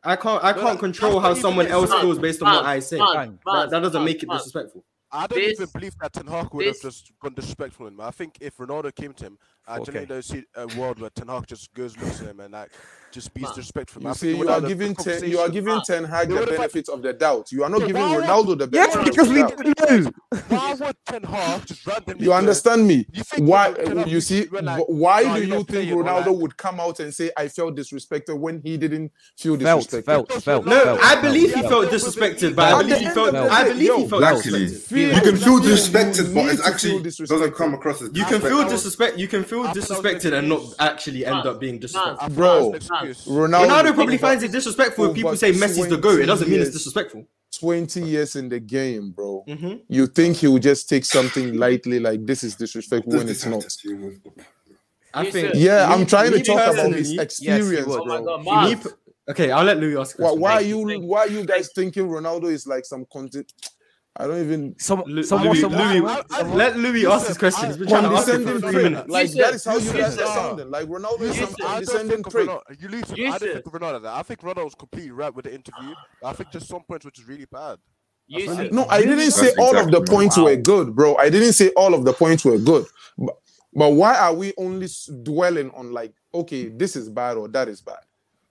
[SPEAKER 1] I can't. I can't control how someone else
[SPEAKER 2] Mark,
[SPEAKER 1] feels based on
[SPEAKER 2] Mark,
[SPEAKER 1] what I say.
[SPEAKER 2] Mark,
[SPEAKER 1] That,
[SPEAKER 2] Mark,
[SPEAKER 1] that doesn't
[SPEAKER 2] Mark,
[SPEAKER 1] make it
[SPEAKER 2] Mark.
[SPEAKER 1] disrespectful.
[SPEAKER 6] I don't
[SPEAKER 2] This-
[SPEAKER 6] even believe that Ten Hag would have
[SPEAKER 2] this-
[SPEAKER 6] just gone disrespectful him. I think if Ronaldo came to him, I generally don't see a world where Ten Hag just goes looks at him and like just be
[SPEAKER 2] Man,
[SPEAKER 6] disrespectful.
[SPEAKER 3] You see, you are giving ten, you are giving Ten Hag
[SPEAKER 6] They
[SPEAKER 3] the
[SPEAKER 6] would've-
[SPEAKER 3] benefit of the doubt. You are not
[SPEAKER 6] Yeah,
[SPEAKER 3] giving
[SPEAKER 6] why would-
[SPEAKER 3] Ronaldo the
[SPEAKER 4] Yes,
[SPEAKER 3] benefit.
[SPEAKER 4] because
[SPEAKER 3] of
[SPEAKER 4] we
[SPEAKER 3] the doubt.
[SPEAKER 4] didn't know.
[SPEAKER 6] Why would Ten Hag just randomly?
[SPEAKER 3] You
[SPEAKER 6] go-
[SPEAKER 3] understand me?
[SPEAKER 6] You think
[SPEAKER 3] Why
[SPEAKER 6] Ten Hag
[SPEAKER 3] you see?
[SPEAKER 6] went like,
[SPEAKER 3] wh- Why
[SPEAKER 6] "No,
[SPEAKER 3] do
[SPEAKER 6] you're
[SPEAKER 3] you
[SPEAKER 6] not
[SPEAKER 3] think
[SPEAKER 6] playing," or
[SPEAKER 3] Ronaldo
[SPEAKER 6] like-
[SPEAKER 3] would come out and say, "I felt disrespected" when he didn't feel
[SPEAKER 4] Felt,
[SPEAKER 3] disrespected?
[SPEAKER 4] felt,
[SPEAKER 6] Because
[SPEAKER 4] felt.
[SPEAKER 1] No,
[SPEAKER 4] felt,
[SPEAKER 1] I
[SPEAKER 4] felt.
[SPEAKER 1] believe he
[SPEAKER 6] Yeah.
[SPEAKER 1] felt disrespected, but I
[SPEAKER 3] At the
[SPEAKER 1] believe he
[SPEAKER 3] end
[SPEAKER 1] felt.
[SPEAKER 3] of the
[SPEAKER 1] I
[SPEAKER 3] day,
[SPEAKER 1] believe he
[SPEAKER 3] yo,
[SPEAKER 1] felt.
[SPEAKER 7] Actually,
[SPEAKER 1] disrespected.
[SPEAKER 3] Feel-
[SPEAKER 5] You can feel disrespected,
[SPEAKER 3] You
[SPEAKER 5] but
[SPEAKER 3] need
[SPEAKER 5] it's
[SPEAKER 3] to
[SPEAKER 5] actually
[SPEAKER 3] feel
[SPEAKER 5] doesn't
[SPEAKER 3] disrespected.
[SPEAKER 5] come across as
[SPEAKER 1] You can feel
[SPEAKER 5] disrespect.
[SPEAKER 1] disrespect. You can feel
[SPEAKER 6] I felt
[SPEAKER 1] disrespected and not actually end up being
[SPEAKER 6] I
[SPEAKER 1] disrespectful.
[SPEAKER 6] feel
[SPEAKER 3] Bro.
[SPEAKER 6] that's an excuse.
[SPEAKER 3] Ronaldo,
[SPEAKER 1] Ronaldo probably finds it disrespectful if
[SPEAKER 3] over
[SPEAKER 1] people say Messi's the
[SPEAKER 3] 20
[SPEAKER 1] goat. It doesn't mean it's
[SPEAKER 3] years.
[SPEAKER 1] disrespectful.
[SPEAKER 3] twenty years in the game, bro.
[SPEAKER 1] Mm-hmm.
[SPEAKER 3] You think he will just take something lightly like this is disrespectful when it's not?
[SPEAKER 1] I
[SPEAKER 2] You
[SPEAKER 1] think.
[SPEAKER 2] said-
[SPEAKER 3] Yeah,
[SPEAKER 1] me-
[SPEAKER 3] I'm trying to
[SPEAKER 1] me
[SPEAKER 3] talk about
[SPEAKER 1] personally-
[SPEAKER 3] his
[SPEAKER 4] he
[SPEAKER 3] experience,
[SPEAKER 4] would.
[SPEAKER 2] Oh my
[SPEAKER 3] bro.
[SPEAKER 2] god,
[SPEAKER 1] Me,
[SPEAKER 2] Mars.
[SPEAKER 1] per- okay, I'll let Louis ask. a
[SPEAKER 3] Why,
[SPEAKER 1] question.
[SPEAKER 3] why are
[SPEAKER 2] you,
[SPEAKER 3] you
[SPEAKER 2] thank you.
[SPEAKER 3] why are you guys thinking Ronaldo is like some content? I don't even
[SPEAKER 4] Some,
[SPEAKER 1] Lu-
[SPEAKER 4] someone,
[SPEAKER 1] Louis,
[SPEAKER 4] someone,
[SPEAKER 1] Louis,
[SPEAKER 6] I- I-
[SPEAKER 1] let Louis ask his question. He's been trying to ask it for three
[SPEAKER 3] condescending
[SPEAKER 6] prick.
[SPEAKER 3] prick.
[SPEAKER 1] minutes.
[SPEAKER 3] Like
[SPEAKER 2] Yusuf,
[SPEAKER 3] that is how you guys
[SPEAKER 2] Yusuf.
[SPEAKER 3] are sounding. Like Ronaldo is some
[SPEAKER 2] Yusuf,
[SPEAKER 6] I don't
[SPEAKER 3] condescending
[SPEAKER 6] think of
[SPEAKER 3] prick.
[SPEAKER 6] Ronaldo. You lose.
[SPEAKER 2] You
[SPEAKER 6] I don't
[SPEAKER 2] should.
[SPEAKER 6] think of Ronaldo. like that. I think Ronaldo was completely right with the interview. I think just some points which is really bad.
[SPEAKER 2] Yusuf.
[SPEAKER 3] No, I didn't
[SPEAKER 7] That's
[SPEAKER 3] say all of the
[SPEAKER 7] exactly-
[SPEAKER 3] points
[SPEAKER 7] wow.
[SPEAKER 3] were good, bro. I didn't say all of the points were good. But, but why are we only s- dwelling on like, okay, this is bad or that is bad?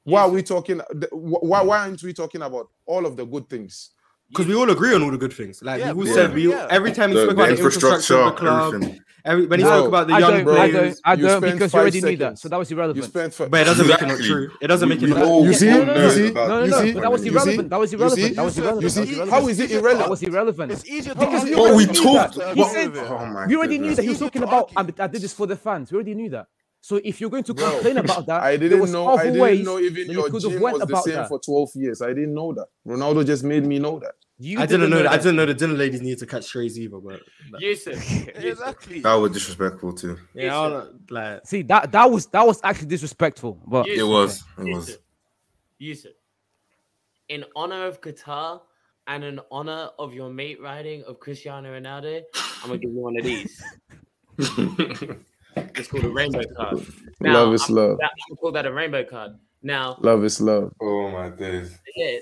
[SPEAKER 3] Why are we talking? th- wh- Why why aren't we talking about all of the good things?
[SPEAKER 1] Because we all agree on all the good things. Like
[SPEAKER 6] Yeah,
[SPEAKER 1] we all
[SPEAKER 6] we all
[SPEAKER 1] said,
[SPEAKER 6] agree,
[SPEAKER 1] we all,
[SPEAKER 6] yeah.
[SPEAKER 1] every time you
[SPEAKER 7] The,
[SPEAKER 1] spoke
[SPEAKER 7] the
[SPEAKER 1] about the infrastructure
[SPEAKER 7] infrastructure,
[SPEAKER 1] of the club,
[SPEAKER 7] everything.
[SPEAKER 1] every, when you
[SPEAKER 3] No,
[SPEAKER 1] spoke about the
[SPEAKER 4] I
[SPEAKER 1] young
[SPEAKER 4] don't, I
[SPEAKER 1] players,
[SPEAKER 4] don't, I
[SPEAKER 3] you
[SPEAKER 4] don't
[SPEAKER 3] spent
[SPEAKER 4] because you
[SPEAKER 3] five
[SPEAKER 4] already knew that.
[SPEAKER 3] seconds.
[SPEAKER 4] So that was
[SPEAKER 3] You
[SPEAKER 4] irrelevant.
[SPEAKER 3] spent. For,
[SPEAKER 1] but it doesn't make it
[SPEAKER 7] Exactly.
[SPEAKER 1] not true. It doesn't
[SPEAKER 7] We-
[SPEAKER 1] make it
[SPEAKER 7] we
[SPEAKER 1] not
[SPEAKER 7] all
[SPEAKER 1] true.
[SPEAKER 3] You see?
[SPEAKER 7] know
[SPEAKER 3] You see?
[SPEAKER 7] about
[SPEAKER 4] no, no,
[SPEAKER 3] You
[SPEAKER 4] no.
[SPEAKER 3] see?
[SPEAKER 4] But that was
[SPEAKER 3] You
[SPEAKER 4] irrelevant.
[SPEAKER 3] see?
[SPEAKER 4] That was
[SPEAKER 3] You
[SPEAKER 4] irrelevant.
[SPEAKER 3] see?
[SPEAKER 4] That was
[SPEAKER 6] You
[SPEAKER 4] irrelevant.
[SPEAKER 6] see?
[SPEAKER 4] That was irrelevant.
[SPEAKER 3] How is it
[SPEAKER 4] That
[SPEAKER 3] irrelevant?
[SPEAKER 4] was irrelevant.
[SPEAKER 6] It's easier to
[SPEAKER 3] How is
[SPEAKER 6] argue
[SPEAKER 3] it
[SPEAKER 6] with
[SPEAKER 7] But we
[SPEAKER 6] it.
[SPEAKER 7] talked.
[SPEAKER 6] It's easier to
[SPEAKER 7] What,
[SPEAKER 6] argue with it.
[SPEAKER 7] oh my
[SPEAKER 4] We already knew
[SPEAKER 7] goodness.
[SPEAKER 4] that he
[SPEAKER 6] You
[SPEAKER 4] was
[SPEAKER 6] need
[SPEAKER 4] talking
[SPEAKER 6] to
[SPEAKER 4] about. I,
[SPEAKER 6] argue.
[SPEAKER 4] I did this for the fans. We already knew that. So if you're going to
[SPEAKER 3] Bro,
[SPEAKER 4] complain about that,
[SPEAKER 3] I
[SPEAKER 4] there
[SPEAKER 3] didn't
[SPEAKER 4] was
[SPEAKER 3] know.
[SPEAKER 4] other
[SPEAKER 3] I didn't
[SPEAKER 4] ways
[SPEAKER 3] know even
[SPEAKER 4] that
[SPEAKER 3] your
[SPEAKER 4] you could have
[SPEAKER 3] gym
[SPEAKER 4] went
[SPEAKER 3] was the
[SPEAKER 4] about
[SPEAKER 3] same
[SPEAKER 4] that.
[SPEAKER 3] for 12 years. I didn't know that. Ronaldo just made me know that.
[SPEAKER 4] You
[SPEAKER 1] I didn't know that. I
[SPEAKER 4] that.
[SPEAKER 1] didn't know the dinner ladies needed to catch strays either. But but-
[SPEAKER 2] Yusuf. Yusuf.
[SPEAKER 6] Exactly.
[SPEAKER 7] That was disrespectful too.
[SPEAKER 1] yeah, I don't, like
[SPEAKER 4] See that that was that was actually disrespectful. But
[SPEAKER 2] Yeah.
[SPEAKER 7] It was. It was.
[SPEAKER 2] Yusuf. Yusuf. In honor of Qatar and in honor of your mate riding of Cristiano Ronaldo, I'm gonna give you one of these. it's called a rainbow card.
[SPEAKER 3] Love is
[SPEAKER 2] I'm,
[SPEAKER 3] love.
[SPEAKER 2] That, I'm gonna call that a rainbow card. Now,
[SPEAKER 3] Love is love.
[SPEAKER 5] Oh my days.
[SPEAKER 2] yeah,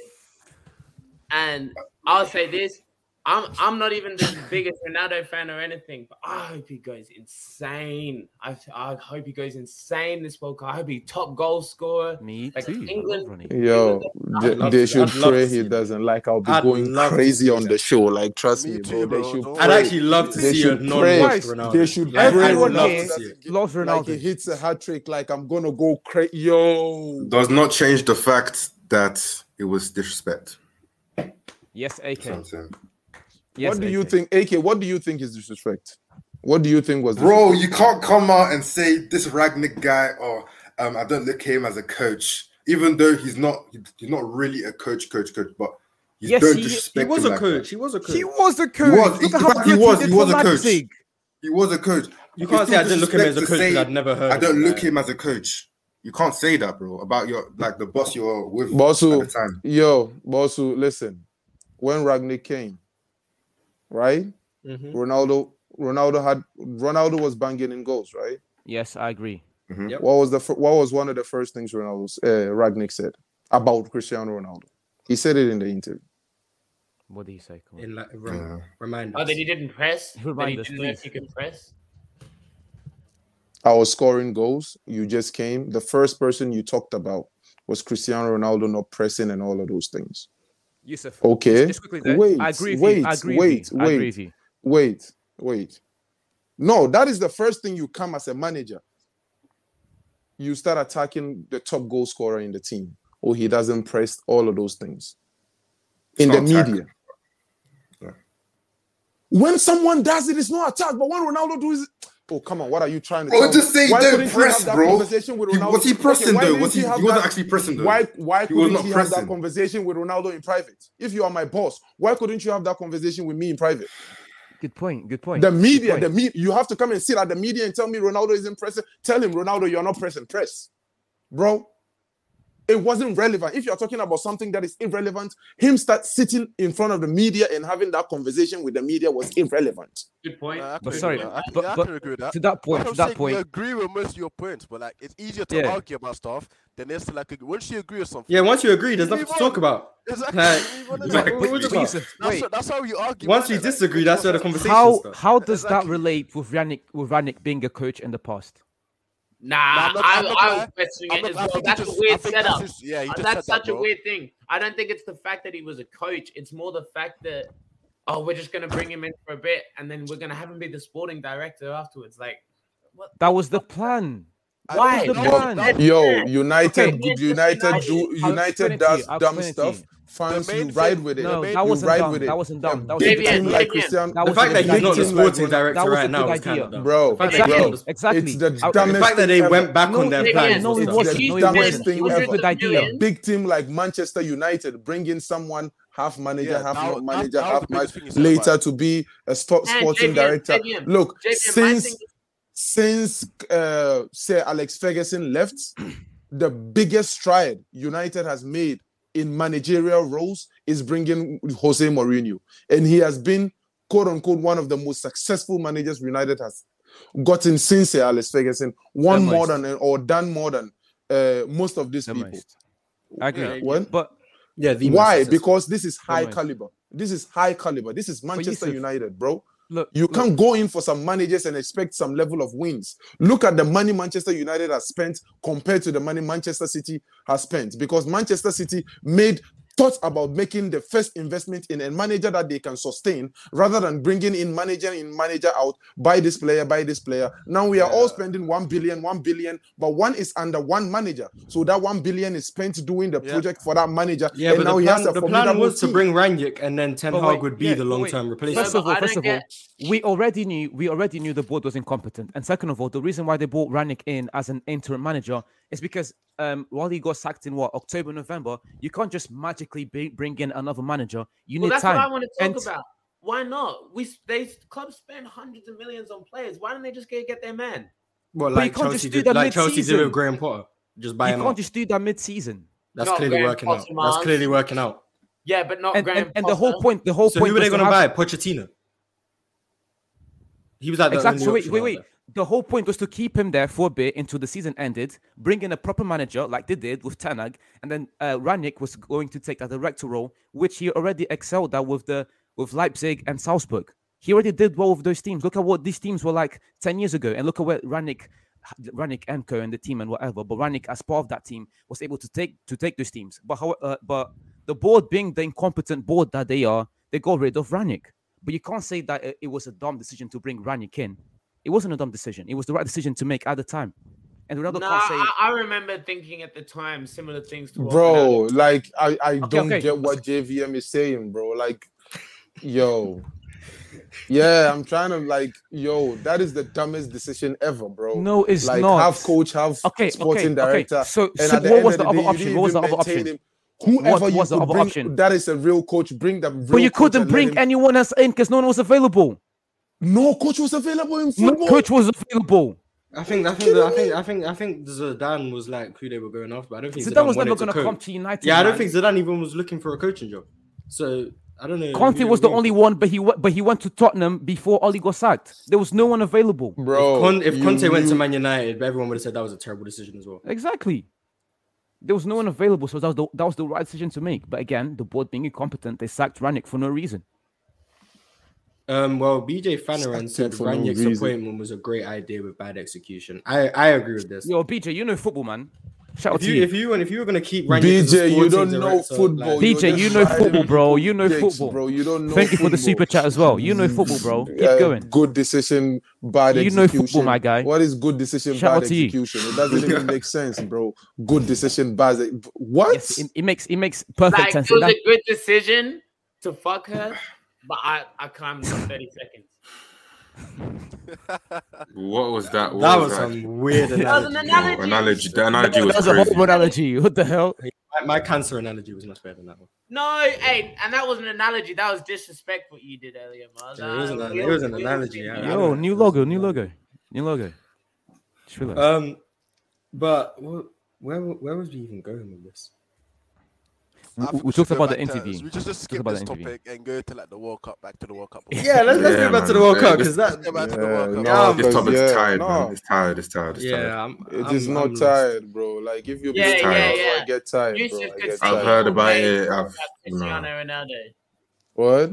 [SPEAKER 2] and I'll say this: I'm I'm not even the biggest Ronaldo fan or anything, but I hope he goes insane. I I hope he goes insane this World Cup. I hope he top goal scorer.
[SPEAKER 4] me
[SPEAKER 2] Like,
[SPEAKER 4] too.
[SPEAKER 2] England-
[SPEAKER 4] Ronnie.
[SPEAKER 3] Yo,
[SPEAKER 2] I'd
[SPEAKER 3] they,
[SPEAKER 1] love
[SPEAKER 3] they
[SPEAKER 1] to-
[SPEAKER 3] should
[SPEAKER 1] I'd love to
[SPEAKER 3] pray
[SPEAKER 1] see
[SPEAKER 3] he
[SPEAKER 1] that.
[SPEAKER 3] doesn't. Like, I'll be
[SPEAKER 1] I'd
[SPEAKER 3] going
[SPEAKER 1] love to
[SPEAKER 3] crazy
[SPEAKER 1] see
[SPEAKER 3] on
[SPEAKER 1] that.
[SPEAKER 3] the show. Like, trust
[SPEAKER 6] Me
[SPEAKER 3] me, bro.
[SPEAKER 6] too, bro.
[SPEAKER 3] They should
[SPEAKER 6] Don't
[SPEAKER 3] pray.
[SPEAKER 1] I'd actually love to
[SPEAKER 3] They
[SPEAKER 1] see a
[SPEAKER 3] should
[SPEAKER 1] non-washed
[SPEAKER 3] pray.
[SPEAKER 1] Ronaldo.
[SPEAKER 3] They should
[SPEAKER 1] Like, I'd
[SPEAKER 3] everyone
[SPEAKER 1] love to
[SPEAKER 3] knows.
[SPEAKER 1] see it.
[SPEAKER 4] Loves
[SPEAKER 3] Like,
[SPEAKER 4] Ronaldo.
[SPEAKER 3] he hits a hat trick. Like, I'm going to go crazy. Yo.
[SPEAKER 7] Does not change the fact that it was disrespect.
[SPEAKER 4] yes, AK.
[SPEAKER 5] Something.
[SPEAKER 4] Yes,
[SPEAKER 3] what do
[SPEAKER 4] AK.
[SPEAKER 3] you think, AK? What do you think is disrespect? What do you think was
[SPEAKER 5] Bro, you can't come out and say this Ragnick guy or um, I don't look him as a coach, even though he's not he's not really a coach, coach, coach, but you
[SPEAKER 4] Yes,
[SPEAKER 5] don't
[SPEAKER 4] he- he
[SPEAKER 5] disrespect
[SPEAKER 1] He was
[SPEAKER 5] him
[SPEAKER 1] a
[SPEAKER 5] like
[SPEAKER 1] coach.
[SPEAKER 5] that.
[SPEAKER 1] He was a coach.
[SPEAKER 4] He was a
[SPEAKER 5] He
[SPEAKER 4] coach.
[SPEAKER 5] was.
[SPEAKER 4] Look
[SPEAKER 5] He-
[SPEAKER 4] at how
[SPEAKER 5] in fact,
[SPEAKER 4] good
[SPEAKER 5] he was.
[SPEAKER 4] did
[SPEAKER 5] He was
[SPEAKER 4] for
[SPEAKER 5] a coach.
[SPEAKER 4] Leipzig.
[SPEAKER 5] He was a coach.
[SPEAKER 1] You
[SPEAKER 5] It's
[SPEAKER 1] can't say
[SPEAKER 5] still
[SPEAKER 1] I didn't look at him as
[SPEAKER 5] disrespect to
[SPEAKER 1] a coach because
[SPEAKER 5] say,
[SPEAKER 1] I'd never heard.
[SPEAKER 5] I
[SPEAKER 1] of
[SPEAKER 5] don't
[SPEAKER 1] him,
[SPEAKER 5] look
[SPEAKER 1] like-
[SPEAKER 5] him as a coach. You can't say that, bro, about your like the boss you're with
[SPEAKER 3] Bosu.
[SPEAKER 5] at the time.
[SPEAKER 3] Yo, Bosu, listen. When Ragnick came, right?
[SPEAKER 4] Mm-hmm.
[SPEAKER 1] Mhm.
[SPEAKER 3] Ronaldo, Ronaldo had Ronaldo was banging in goals, right?
[SPEAKER 4] Yes, I agree.
[SPEAKER 1] Yep.
[SPEAKER 3] What was the fir- what was one of the first things Ronaldo uh, Ragnick said about Cristiano Ronaldo? He said it in the interview.
[SPEAKER 4] What do you say? Come on.
[SPEAKER 1] In like, rem- remind
[SPEAKER 2] Oh,
[SPEAKER 1] us.
[SPEAKER 2] that he didn't press.
[SPEAKER 4] Who
[SPEAKER 2] That he
[SPEAKER 4] reminded us,
[SPEAKER 2] didn't know if
[SPEAKER 4] please?
[SPEAKER 2] he could press.
[SPEAKER 3] I was scoring goals. You just came. The first person you talked about was Cristiano Ronaldo not pressing and all of those things.
[SPEAKER 4] Yusuf.
[SPEAKER 3] Okay.
[SPEAKER 4] Just quickly, there.
[SPEAKER 3] wait,
[SPEAKER 4] I agree with
[SPEAKER 3] wait,
[SPEAKER 4] you. I agree
[SPEAKER 3] wait,
[SPEAKER 4] with you. I agree
[SPEAKER 3] wait.
[SPEAKER 4] with you.
[SPEAKER 3] wait, wait. No, that is the first thing you come as a manager. You start attacking the top goal scorer in the team, or he doesn't press all of those things in the
[SPEAKER 5] It's not attack.
[SPEAKER 3] media. When someone does it, it's not attack. But when Ronaldo does it, oh come on, what are you trying to?
[SPEAKER 5] Bro,
[SPEAKER 3] tell
[SPEAKER 5] just
[SPEAKER 3] me?
[SPEAKER 5] say
[SPEAKER 3] Why
[SPEAKER 5] don't
[SPEAKER 3] couldn't you have
[SPEAKER 5] press,
[SPEAKER 3] that
[SPEAKER 5] bro.
[SPEAKER 3] conversation with
[SPEAKER 5] He-
[SPEAKER 3] Ronaldo?
[SPEAKER 5] was he
[SPEAKER 3] Okay,
[SPEAKER 5] pressing
[SPEAKER 3] why
[SPEAKER 5] though?
[SPEAKER 3] didn't
[SPEAKER 5] Was he?
[SPEAKER 3] have
[SPEAKER 5] He wasn't
[SPEAKER 3] that-
[SPEAKER 5] actually pressing though.
[SPEAKER 3] why why
[SPEAKER 5] He was
[SPEAKER 3] couldn't
[SPEAKER 5] not
[SPEAKER 3] you have
[SPEAKER 5] pressing.
[SPEAKER 3] that conversation with Ronaldo in private? If you are my boss, why couldn't you have that conversation with me in private?
[SPEAKER 4] Good point. Good point.
[SPEAKER 3] The
[SPEAKER 4] good
[SPEAKER 3] media,
[SPEAKER 4] point.
[SPEAKER 3] the media, you have to come and sit at the media and tell me Ronaldo isn't pressing. Tell him Ronaldo, you're not pressing. Press, bro. It wasn't relevant. If you're talking about something that is irrelevant, him start sitting in front of the media and having that conversation with the media was irrelevant.
[SPEAKER 2] Good point.
[SPEAKER 6] Nah, I
[SPEAKER 4] But
[SPEAKER 6] can
[SPEAKER 4] sorry,
[SPEAKER 6] agree with that. I,
[SPEAKER 4] but-
[SPEAKER 6] yeah, I
[SPEAKER 4] but
[SPEAKER 6] can agree with that.
[SPEAKER 4] to that
[SPEAKER 6] But
[SPEAKER 4] point,
[SPEAKER 6] I'm
[SPEAKER 4] to that
[SPEAKER 6] saying
[SPEAKER 4] point,
[SPEAKER 6] we agree with most of your points, but like it's easier to
[SPEAKER 4] Yeah.
[SPEAKER 6] argue about stuff than it's to like agree- once you agree with something.
[SPEAKER 1] Yeah, once you agree, there's
[SPEAKER 6] Move
[SPEAKER 1] nothing to
[SPEAKER 6] on.
[SPEAKER 1] talk about.
[SPEAKER 6] Exactly.
[SPEAKER 1] Like,
[SPEAKER 6] move on,
[SPEAKER 1] like,
[SPEAKER 6] innit?
[SPEAKER 1] what- what
[SPEAKER 6] But
[SPEAKER 1] you got?
[SPEAKER 6] that's- that's,
[SPEAKER 4] Wait.
[SPEAKER 6] that's how you argue.
[SPEAKER 1] Once
[SPEAKER 6] innit?
[SPEAKER 1] you
[SPEAKER 6] Like,
[SPEAKER 1] disagree, that's where the
[SPEAKER 6] what's up?
[SPEAKER 1] conversation
[SPEAKER 4] how
[SPEAKER 1] starts.
[SPEAKER 4] how does that
[SPEAKER 6] Exactly.
[SPEAKER 4] relate with Rannick with Rannick being a coach in the past?
[SPEAKER 2] Nah,
[SPEAKER 6] Nah, I'm not-
[SPEAKER 2] I,
[SPEAKER 6] I'm not
[SPEAKER 2] I
[SPEAKER 6] gonna
[SPEAKER 2] was questioning
[SPEAKER 6] I'm
[SPEAKER 2] it
[SPEAKER 6] not-
[SPEAKER 2] as
[SPEAKER 6] I
[SPEAKER 2] well.
[SPEAKER 6] think he
[SPEAKER 2] That's
[SPEAKER 6] just-
[SPEAKER 2] a
[SPEAKER 6] I
[SPEAKER 2] weird
[SPEAKER 6] think that's
[SPEAKER 2] setup.
[SPEAKER 6] just- yeah, he just
[SPEAKER 2] That's
[SPEAKER 6] said that,
[SPEAKER 2] such a
[SPEAKER 6] bro.
[SPEAKER 2] weird thing. I don't think it's the fact that he was a coach. It's more the fact that oh, we're just gonna bring him in for a bit, and then we're gonna have him be the sporting director afterwards. Like,
[SPEAKER 4] That was the plan.
[SPEAKER 6] I
[SPEAKER 2] Why?
[SPEAKER 6] don't
[SPEAKER 4] the
[SPEAKER 6] know.
[SPEAKER 4] plan?
[SPEAKER 6] That-
[SPEAKER 3] Yo, United,
[SPEAKER 2] Okay.
[SPEAKER 3] United, do,
[SPEAKER 4] I'll explain
[SPEAKER 3] United
[SPEAKER 4] it to you.
[SPEAKER 3] does
[SPEAKER 4] I'll
[SPEAKER 3] dumb
[SPEAKER 4] explain it to
[SPEAKER 3] stuff. Fans,
[SPEAKER 6] The
[SPEAKER 3] you
[SPEAKER 6] main
[SPEAKER 3] ride
[SPEAKER 6] thing-
[SPEAKER 3] with it.
[SPEAKER 4] No,
[SPEAKER 6] made
[SPEAKER 3] You
[SPEAKER 6] him
[SPEAKER 4] that wasn't
[SPEAKER 3] ride
[SPEAKER 4] dumb.
[SPEAKER 3] with it.
[SPEAKER 4] That wasn't dumb.
[SPEAKER 3] Yeah,
[SPEAKER 4] That was
[SPEAKER 3] big
[SPEAKER 2] Damien,
[SPEAKER 3] team
[SPEAKER 4] a
[SPEAKER 2] Damien.
[SPEAKER 3] like Cristiano.
[SPEAKER 4] That
[SPEAKER 1] The
[SPEAKER 4] was
[SPEAKER 1] fact that he's not the
[SPEAKER 3] United-
[SPEAKER 1] sporting
[SPEAKER 4] That
[SPEAKER 1] director
[SPEAKER 4] was a
[SPEAKER 1] right now
[SPEAKER 4] good
[SPEAKER 1] is kind
[SPEAKER 4] idea.
[SPEAKER 1] of dumb.
[SPEAKER 3] Bro,
[SPEAKER 1] fact that
[SPEAKER 4] Exactly.
[SPEAKER 1] they-
[SPEAKER 3] bro,
[SPEAKER 1] Bro,
[SPEAKER 4] exactly.
[SPEAKER 3] it's the
[SPEAKER 4] I-
[SPEAKER 1] The
[SPEAKER 3] dumbest
[SPEAKER 1] fact that
[SPEAKER 3] thing
[SPEAKER 1] they
[SPEAKER 3] ever.
[SPEAKER 1] went back
[SPEAKER 4] No,
[SPEAKER 1] on their
[SPEAKER 4] Damien,
[SPEAKER 1] plans
[SPEAKER 4] no,
[SPEAKER 1] was
[SPEAKER 4] it
[SPEAKER 3] It's
[SPEAKER 1] dumb.
[SPEAKER 4] wasn't.
[SPEAKER 3] the
[SPEAKER 4] No, it
[SPEAKER 3] dumbest
[SPEAKER 4] wasn't.
[SPEAKER 3] thing
[SPEAKER 4] It was a
[SPEAKER 3] ever.
[SPEAKER 4] good idea.
[SPEAKER 3] a big team like Manchester United, bring in someone half manager,
[SPEAKER 6] Yeah,
[SPEAKER 3] half
[SPEAKER 6] that
[SPEAKER 3] not
[SPEAKER 6] was-
[SPEAKER 3] manager,
[SPEAKER 6] that was
[SPEAKER 3] half
[SPEAKER 6] the
[SPEAKER 3] match
[SPEAKER 6] biggest thing he said about
[SPEAKER 3] later
[SPEAKER 6] it.
[SPEAKER 3] to be a sport,
[SPEAKER 2] Man,
[SPEAKER 3] sporting
[SPEAKER 2] JVM,
[SPEAKER 3] director.
[SPEAKER 2] JVM.
[SPEAKER 3] Look,
[SPEAKER 2] JVM, my
[SPEAKER 3] since
[SPEAKER 2] thing
[SPEAKER 3] since uh, Sir Alex Ferguson left, the biggest stride United has made in managerial roles is bringing Jose Mourinho, and he has been quote unquote one of the most successful managers United has gotten since Sir Alex Ferguson. One
[SPEAKER 4] Almost.
[SPEAKER 3] more than or done more than uh, most of these people.
[SPEAKER 4] Almost. I agree.
[SPEAKER 3] What?
[SPEAKER 4] But
[SPEAKER 1] Yeah, the most
[SPEAKER 3] Why?
[SPEAKER 1] successful.
[SPEAKER 3] Because this is high
[SPEAKER 4] Almost.
[SPEAKER 3] caliber. This is high caliber. This is Manchester
[SPEAKER 4] Yusuf-
[SPEAKER 3] United, bro.
[SPEAKER 4] look,
[SPEAKER 3] You
[SPEAKER 4] look,
[SPEAKER 3] can't go in for some managers and expect some level of wins. Look at the money Manchester United has spent compared to the money Manchester City has spent because Manchester City made thought about making the first investment in a manager that they can sustain rather than bringing in manager in manager out buy this player buy this player now we are all spending 1 billion 1 billion but one is under one manager so that 1 billion is spent doing the
[SPEAKER 6] Yeah.
[SPEAKER 3] project for that manager
[SPEAKER 1] Yeah,
[SPEAKER 3] and
[SPEAKER 1] but
[SPEAKER 3] now
[SPEAKER 1] the
[SPEAKER 3] he
[SPEAKER 1] plan,
[SPEAKER 3] has a
[SPEAKER 1] the plan
[SPEAKER 3] formidable
[SPEAKER 1] was to
[SPEAKER 3] team.
[SPEAKER 1] bring Rangnick and then Ten
[SPEAKER 4] But
[SPEAKER 1] Hag
[SPEAKER 4] wait,
[SPEAKER 1] would be
[SPEAKER 4] yeah,
[SPEAKER 1] the
[SPEAKER 4] but wait.
[SPEAKER 1] long-term replacement.
[SPEAKER 4] First of
[SPEAKER 2] but
[SPEAKER 4] all,
[SPEAKER 2] I
[SPEAKER 4] first
[SPEAKER 2] don't
[SPEAKER 4] of all,
[SPEAKER 2] get-
[SPEAKER 4] we already knew we already knew the board was incompetent. And second of all, the reason why they brought Rannick in as an interim manager is because um, while he got sacked in what October, November, you can't just magically be, bring in another manager. You
[SPEAKER 2] Well,
[SPEAKER 4] need
[SPEAKER 2] that's
[SPEAKER 4] time.
[SPEAKER 2] what I want to talk
[SPEAKER 4] And-
[SPEAKER 2] about. Why not? We s- they clubs spend hundreds of millions on players. Why don't they just go get their man?
[SPEAKER 1] Well,
[SPEAKER 4] But you
[SPEAKER 1] like
[SPEAKER 4] can't just
[SPEAKER 1] Chelsea
[SPEAKER 4] do
[SPEAKER 1] did,
[SPEAKER 4] that
[SPEAKER 1] like Chelsea did
[SPEAKER 4] mid-season.
[SPEAKER 1] with Graham Potter, just buy
[SPEAKER 4] You
[SPEAKER 1] him
[SPEAKER 4] can't
[SPEAKER 1] out.
[SPEAKER 4] just do that mid-season.
[SPEAKER 1] That's
[SPEAKER 2] Not
[SPEAKER 1] clearly
[SPEAKER 2] Graham
[SPEAKER 1] working out.
[SPEAKER 2] Potter,
[SPEAKER 1] That's
[SPEAKER 2] man.
[SPEAKER 1] clearly working out.
[SPEAKER 2] Yeah, but not
[SPEAKER 4] And,
[SPEAKER 2] Graham.
[SPEAKER 4] and, and the whole
[SPEAKER 2] Potter.
[SPEAKER 4] point, the whole
[SPEAKER 1] So
[SPEAKER 4] point
[SPEAKER 1] who were they
[SPEAKER 4] was to
[SPEAKER 1] going to
[SPEAKER 4] have
[SPEAKER 1] buy? Pochettino. He was like the only
[SPEAKER 4] Exactly. So wait,
[SPEAKER 1] option
[SPEAKER 4] wait,
[SPEAKER 1] out
[SPEAKER 4] wait.
[SPEAKER 1] there.
[SPEAKER 4] The whole point was to keep him there for a bit until the season ended, bring in a proper manager like they did with Tanag, and then uh, Rannick was going to take that director role, which he already excelled at with the with Leipzig and Salzburg. He already did well with those teams. Look at what these teams were like ten years ago, and look at where Rannick, Rannick and Co and the team and whatever. But Rannick, as part of that team, was able to take to take those teams. But how? Uh, but the board, being the incompetent board that they are, they got rid of Rannick. But you can't say that uh, it was a dumb decision to bring Rannick in. It wasn't a dumb decision. It was the right decision to make at the time. And
[SPEAKER 2] No,
[SPEAKER 4] Ronaldo can't say
[SPEAKER 2] I, I remember thinking at the time similar things to what
[SPEAKER 3] bro like i i don't
[SPEAKER 4] okay.
[SPEAKER 3] get what jvm is saying bro like yo yeah i'm trying to like yo that is the dumbest decision ever bro
[SPEAKER 4] no. It's
[SPEAKER 3] like
[SPEAKER 4] not.
[SPEAKER 3] half coach half
[SPEAKER 4] Okay,
[SPEAKER 3] sporting
[SPEAKER 4] okay,
[SPEAKER 3] director
[SPEAKER 4] okay. So,
[SPEAKER 3] and
[SPEAKER 4] so
[SPEAKER 3] at the
[SPEAKER 4] what
[SPEAKER 3] end
[SPEAKER 4] was
[SPEAKER 3] of day,
[SPEAKER 4] the other
[SPEAKER 3] you
[SPEAKER 4] option?
[SPEAKER 3] didn't
[SPEAKER 4] What was
[SPEAKER 3] even
[SPEAKER 4] the other
[SPEAKER 3] maintain
[SPEAKER 4] option?
[SPEAKER 3] him. Whoever
[SPEAKER 4] What
[SPEAKER 3] you
[SPEAKER 4] was the
[SPEAKER 3] could
[SPEAKER 4] other
[SPEAKER 3] bring,
[SPEAKER 4] option?
[SPEAKER 3] that is a real coach. Bring the real
[SPEAKER 4] But you
[SPEAKER 3] coach
[SPEAKER 4] couldn't
[SPEAKER 3] and let
[SPEAKER 4] bring
[SPEAKER 3] him-
[SPEAKER 4] anyone else in because no one was available.
[SPEAKER 3] No coach was available in
[SPEAKER 4] No
[SPEAKER 3] football.
[SPEAKER 4] coach was available.
[SPEAKER 1] I think, I think, the, I think, I think, I think Zidane was like who they were going after. but I don't think
[SPEAKER 4] Zidane was
[SPEAKER 1] wanted
[SPEAKER 4] never going to
[SPEAKER 1] coach.
[SPEAKER 4] come to United.
[SPEAKER 1] Yeah, I don't
[SPEAKER 4] man.
[SPEAKER 1] think Zidane even was looking for a coaching job. So I don't know.
[SPEAKER 4] Conte
[SPEAKER 1] who-
[SPEAKER 4] was the
[SPEAKER 1] who-
[SPEAKER 4] only one, but he went, but he went to Tottenham before Oli got sacked. There was no one available.
[SPEAKER 3] bro.
[SPEAKER 1] Con- if
[SPEAKER 3] you
[SPEAKER 1] Conte went
[SPEAKER 3] knew-
[SPEAKER 1] to Man United, everyone would have said that was a terrible decision as well.
[SPEAKER 4] Exactly. There was no one available, so that was the, that was the right decision to make. But again, the board being incompetent, they sacked Rannick for no reason.
[SPEAKER 1] Um, well, BJ Fanaran
[SPEAKER 3] Sacked
[SPEAKER 1] said
[SPEAKER 3] him for no
[SPEAKER 1] Ranick's
[SPEAKER 3] reason.
[SPEAKER 1] appointment was a great idea with bad execution. I, I agree with this.
[SPEAKER 4] Yo, BJ, you know football, man. Shout out
[SPEAKER 1] if
[SPEAKER 4] to
[SPEAKER 1] you,
[SPEAKER 4] you.
[SPEAKER 1] if you and if you were gonna keep Ranick as a
[SPEAKER 3] BJ, you
[SPEAKER 1] sporting
[SPEAKER 3] don't know
[SPEAKER 1] director,
[SPEAKER 3] football.
[SPEAKER 1] like-
[SPEAKER 4] BJ,
[SPEAKER 3] You're
[SPEAKER 4] you
[SPEAKER 3] just
[SPEAKER 4] know
[SPEAKER 3] riding
[SPEAKER 4] football, bro. You know
[SPEAKER 3] dicks,
[SPEAKER 4] football.
[SPEAKER 3] bro. You don't know.
[SPEAKER 4] Thank you for
[SPEAKER 3] football.
[SPEAKER 4] the super chat as well. Oh, You know football, bro. Keep
[SPEAKER 3] Uh,
[SPEAKER 4] going.
[SPEAKER 3] Good decision, bad
[SPEAKER 4] You
[SPEAKER 3] execution.
[SPEAKER 4] know football, my guy.
[SPEAKER 3] What is good decision,
[SPEAKER 4] Shout out
[SPEAKER 3] bad
[SPEAKER 4] to you.
[SPEAKER 3] execution? It doesn't even make sense, bro. Good decision, bad. ex- What?
[SPEAKER 4] Yes, it, it makes it makes perfect
[SPEAKER 2] Like,
[SPEAKER 4] sense.
[SPEAKER 2] it was
[SPEAKER 4] That-
[SPEAKER 2] a good decision to fuck her, but I, I climbed in 30 seconds.
[SPEAKER 7] What was that? What
[SPEAKER 1] That
[SPEAKER 7] was,
[SPEAKER 1] was some weird analogy.
[SPEAKER 2] That was an
[SPEAKER 7] Yo,
[SPEAKER 2] analogy.
[SPEAKER 7] analogy. The analogy
[SPEAKER 4] that
[SPEAKER 7] was
[SPEAKER 4] was a
[SPEAKER 7] crazy.
[SPEAKER 4] horrible analogy. What the hell?
[SPEAKER 1] my, my cancer analogy was much better than that one.
[SPEAKER 2] No, hey, and that was an analogy. That was disrespectful you did earlier, man.
[SPEAKER 1] Yeah, it was an-
[SPEAKER 2] Nah,
[SPEAKER 1] it was an analogy, yeah. I
[SPEAKER 4] Yo,
[SPEAKER 1] don't
[SPEAKER 4] new
[SPEAKER 1] know.
[SPEAKER 4] logo, new logo, new logo. Just realised.
[SPEAKER 3] Uh,
[SPEAKER 1] Um, but wh- where where was we even going with this?
[SPEAKER 6] I
[SPEAKER 4] We-
[SPEAKER 6] think
[SPEAKER 4] we
[SPEAKER 6] should
[SPEAKER 4] talked
[SPEAKER 6] go
[SPEAKER 4] about the
[SPEAKER 6] back to-
[SPEAKER 4] interview.
[SPEAKER 6] We just, just
[SPEAKER 4] Talked
[SPEAKER 6] skip
[SPEAKER 4] about
[SPEAKER 6] this
[SPEAKER 4] the interview.
[SPEAKER 6] topic and go to like the World Cup, back to the World Cup.
[SPEAKER 1] Yeah, let's let's
[SPEAKER 7] Yeah,
[SPEAKER 1] get back to
[SPEAKER 7] man.
[SPEAKER 1] the World
[SPEAKER 7] Hey,
[SPEAKER 1] Cup
[SPEAKER 7] this-
[SPEAKER 1] because that.
[SPEAKER 6] Go back to the
[SPEAKER 3] Yeah,
[SPEAKER 6] World Cup.
[SPEAKER 3] no,
[SPEAKER 1] Yeah,
[SPEAKER 7] This topic's
[SPEAKER 3] Yeah,
[SPEAKER 7] tired,
[SPEAKER 3] no.
[SPEAKER 7] man. It's tired. It's tired. It's tired.
[SPEAKER 1] Yeah, I'm,
[SPEAKER 3] It
[SPEAKER 1] I'm-
[SPEAKER 3] is
[SPEAKER 1] I'm
[SPEAKER 3] not
[SPEAKER 1] lost.
[SPEAKER 3] tired, bro. Like if you
[SPEAKER 2] Yeah,
[SPEAKER 3] get
[SPEAKER 7] yeah,
[SPEAKER 3] tired, bro,
[SPEAKER 2] yeah.
[SPEAKER 3] I get tired,
[SPEAKER 2] You
[SPEAKER 3] bro.
[SPEAKER 2] should
[SPEAKER 3] I get
[SPEAKER 2] consider
[SPEAKER 7] I've
[SPEAKER 3] tired.
[SPEAKER 7] heard about
[SPEAKER 2] Hey,
[SPEAKER 7] it. I've,
[SPEAKER 2] Cristiano Ronaldo.
[SPEAKER 3] What?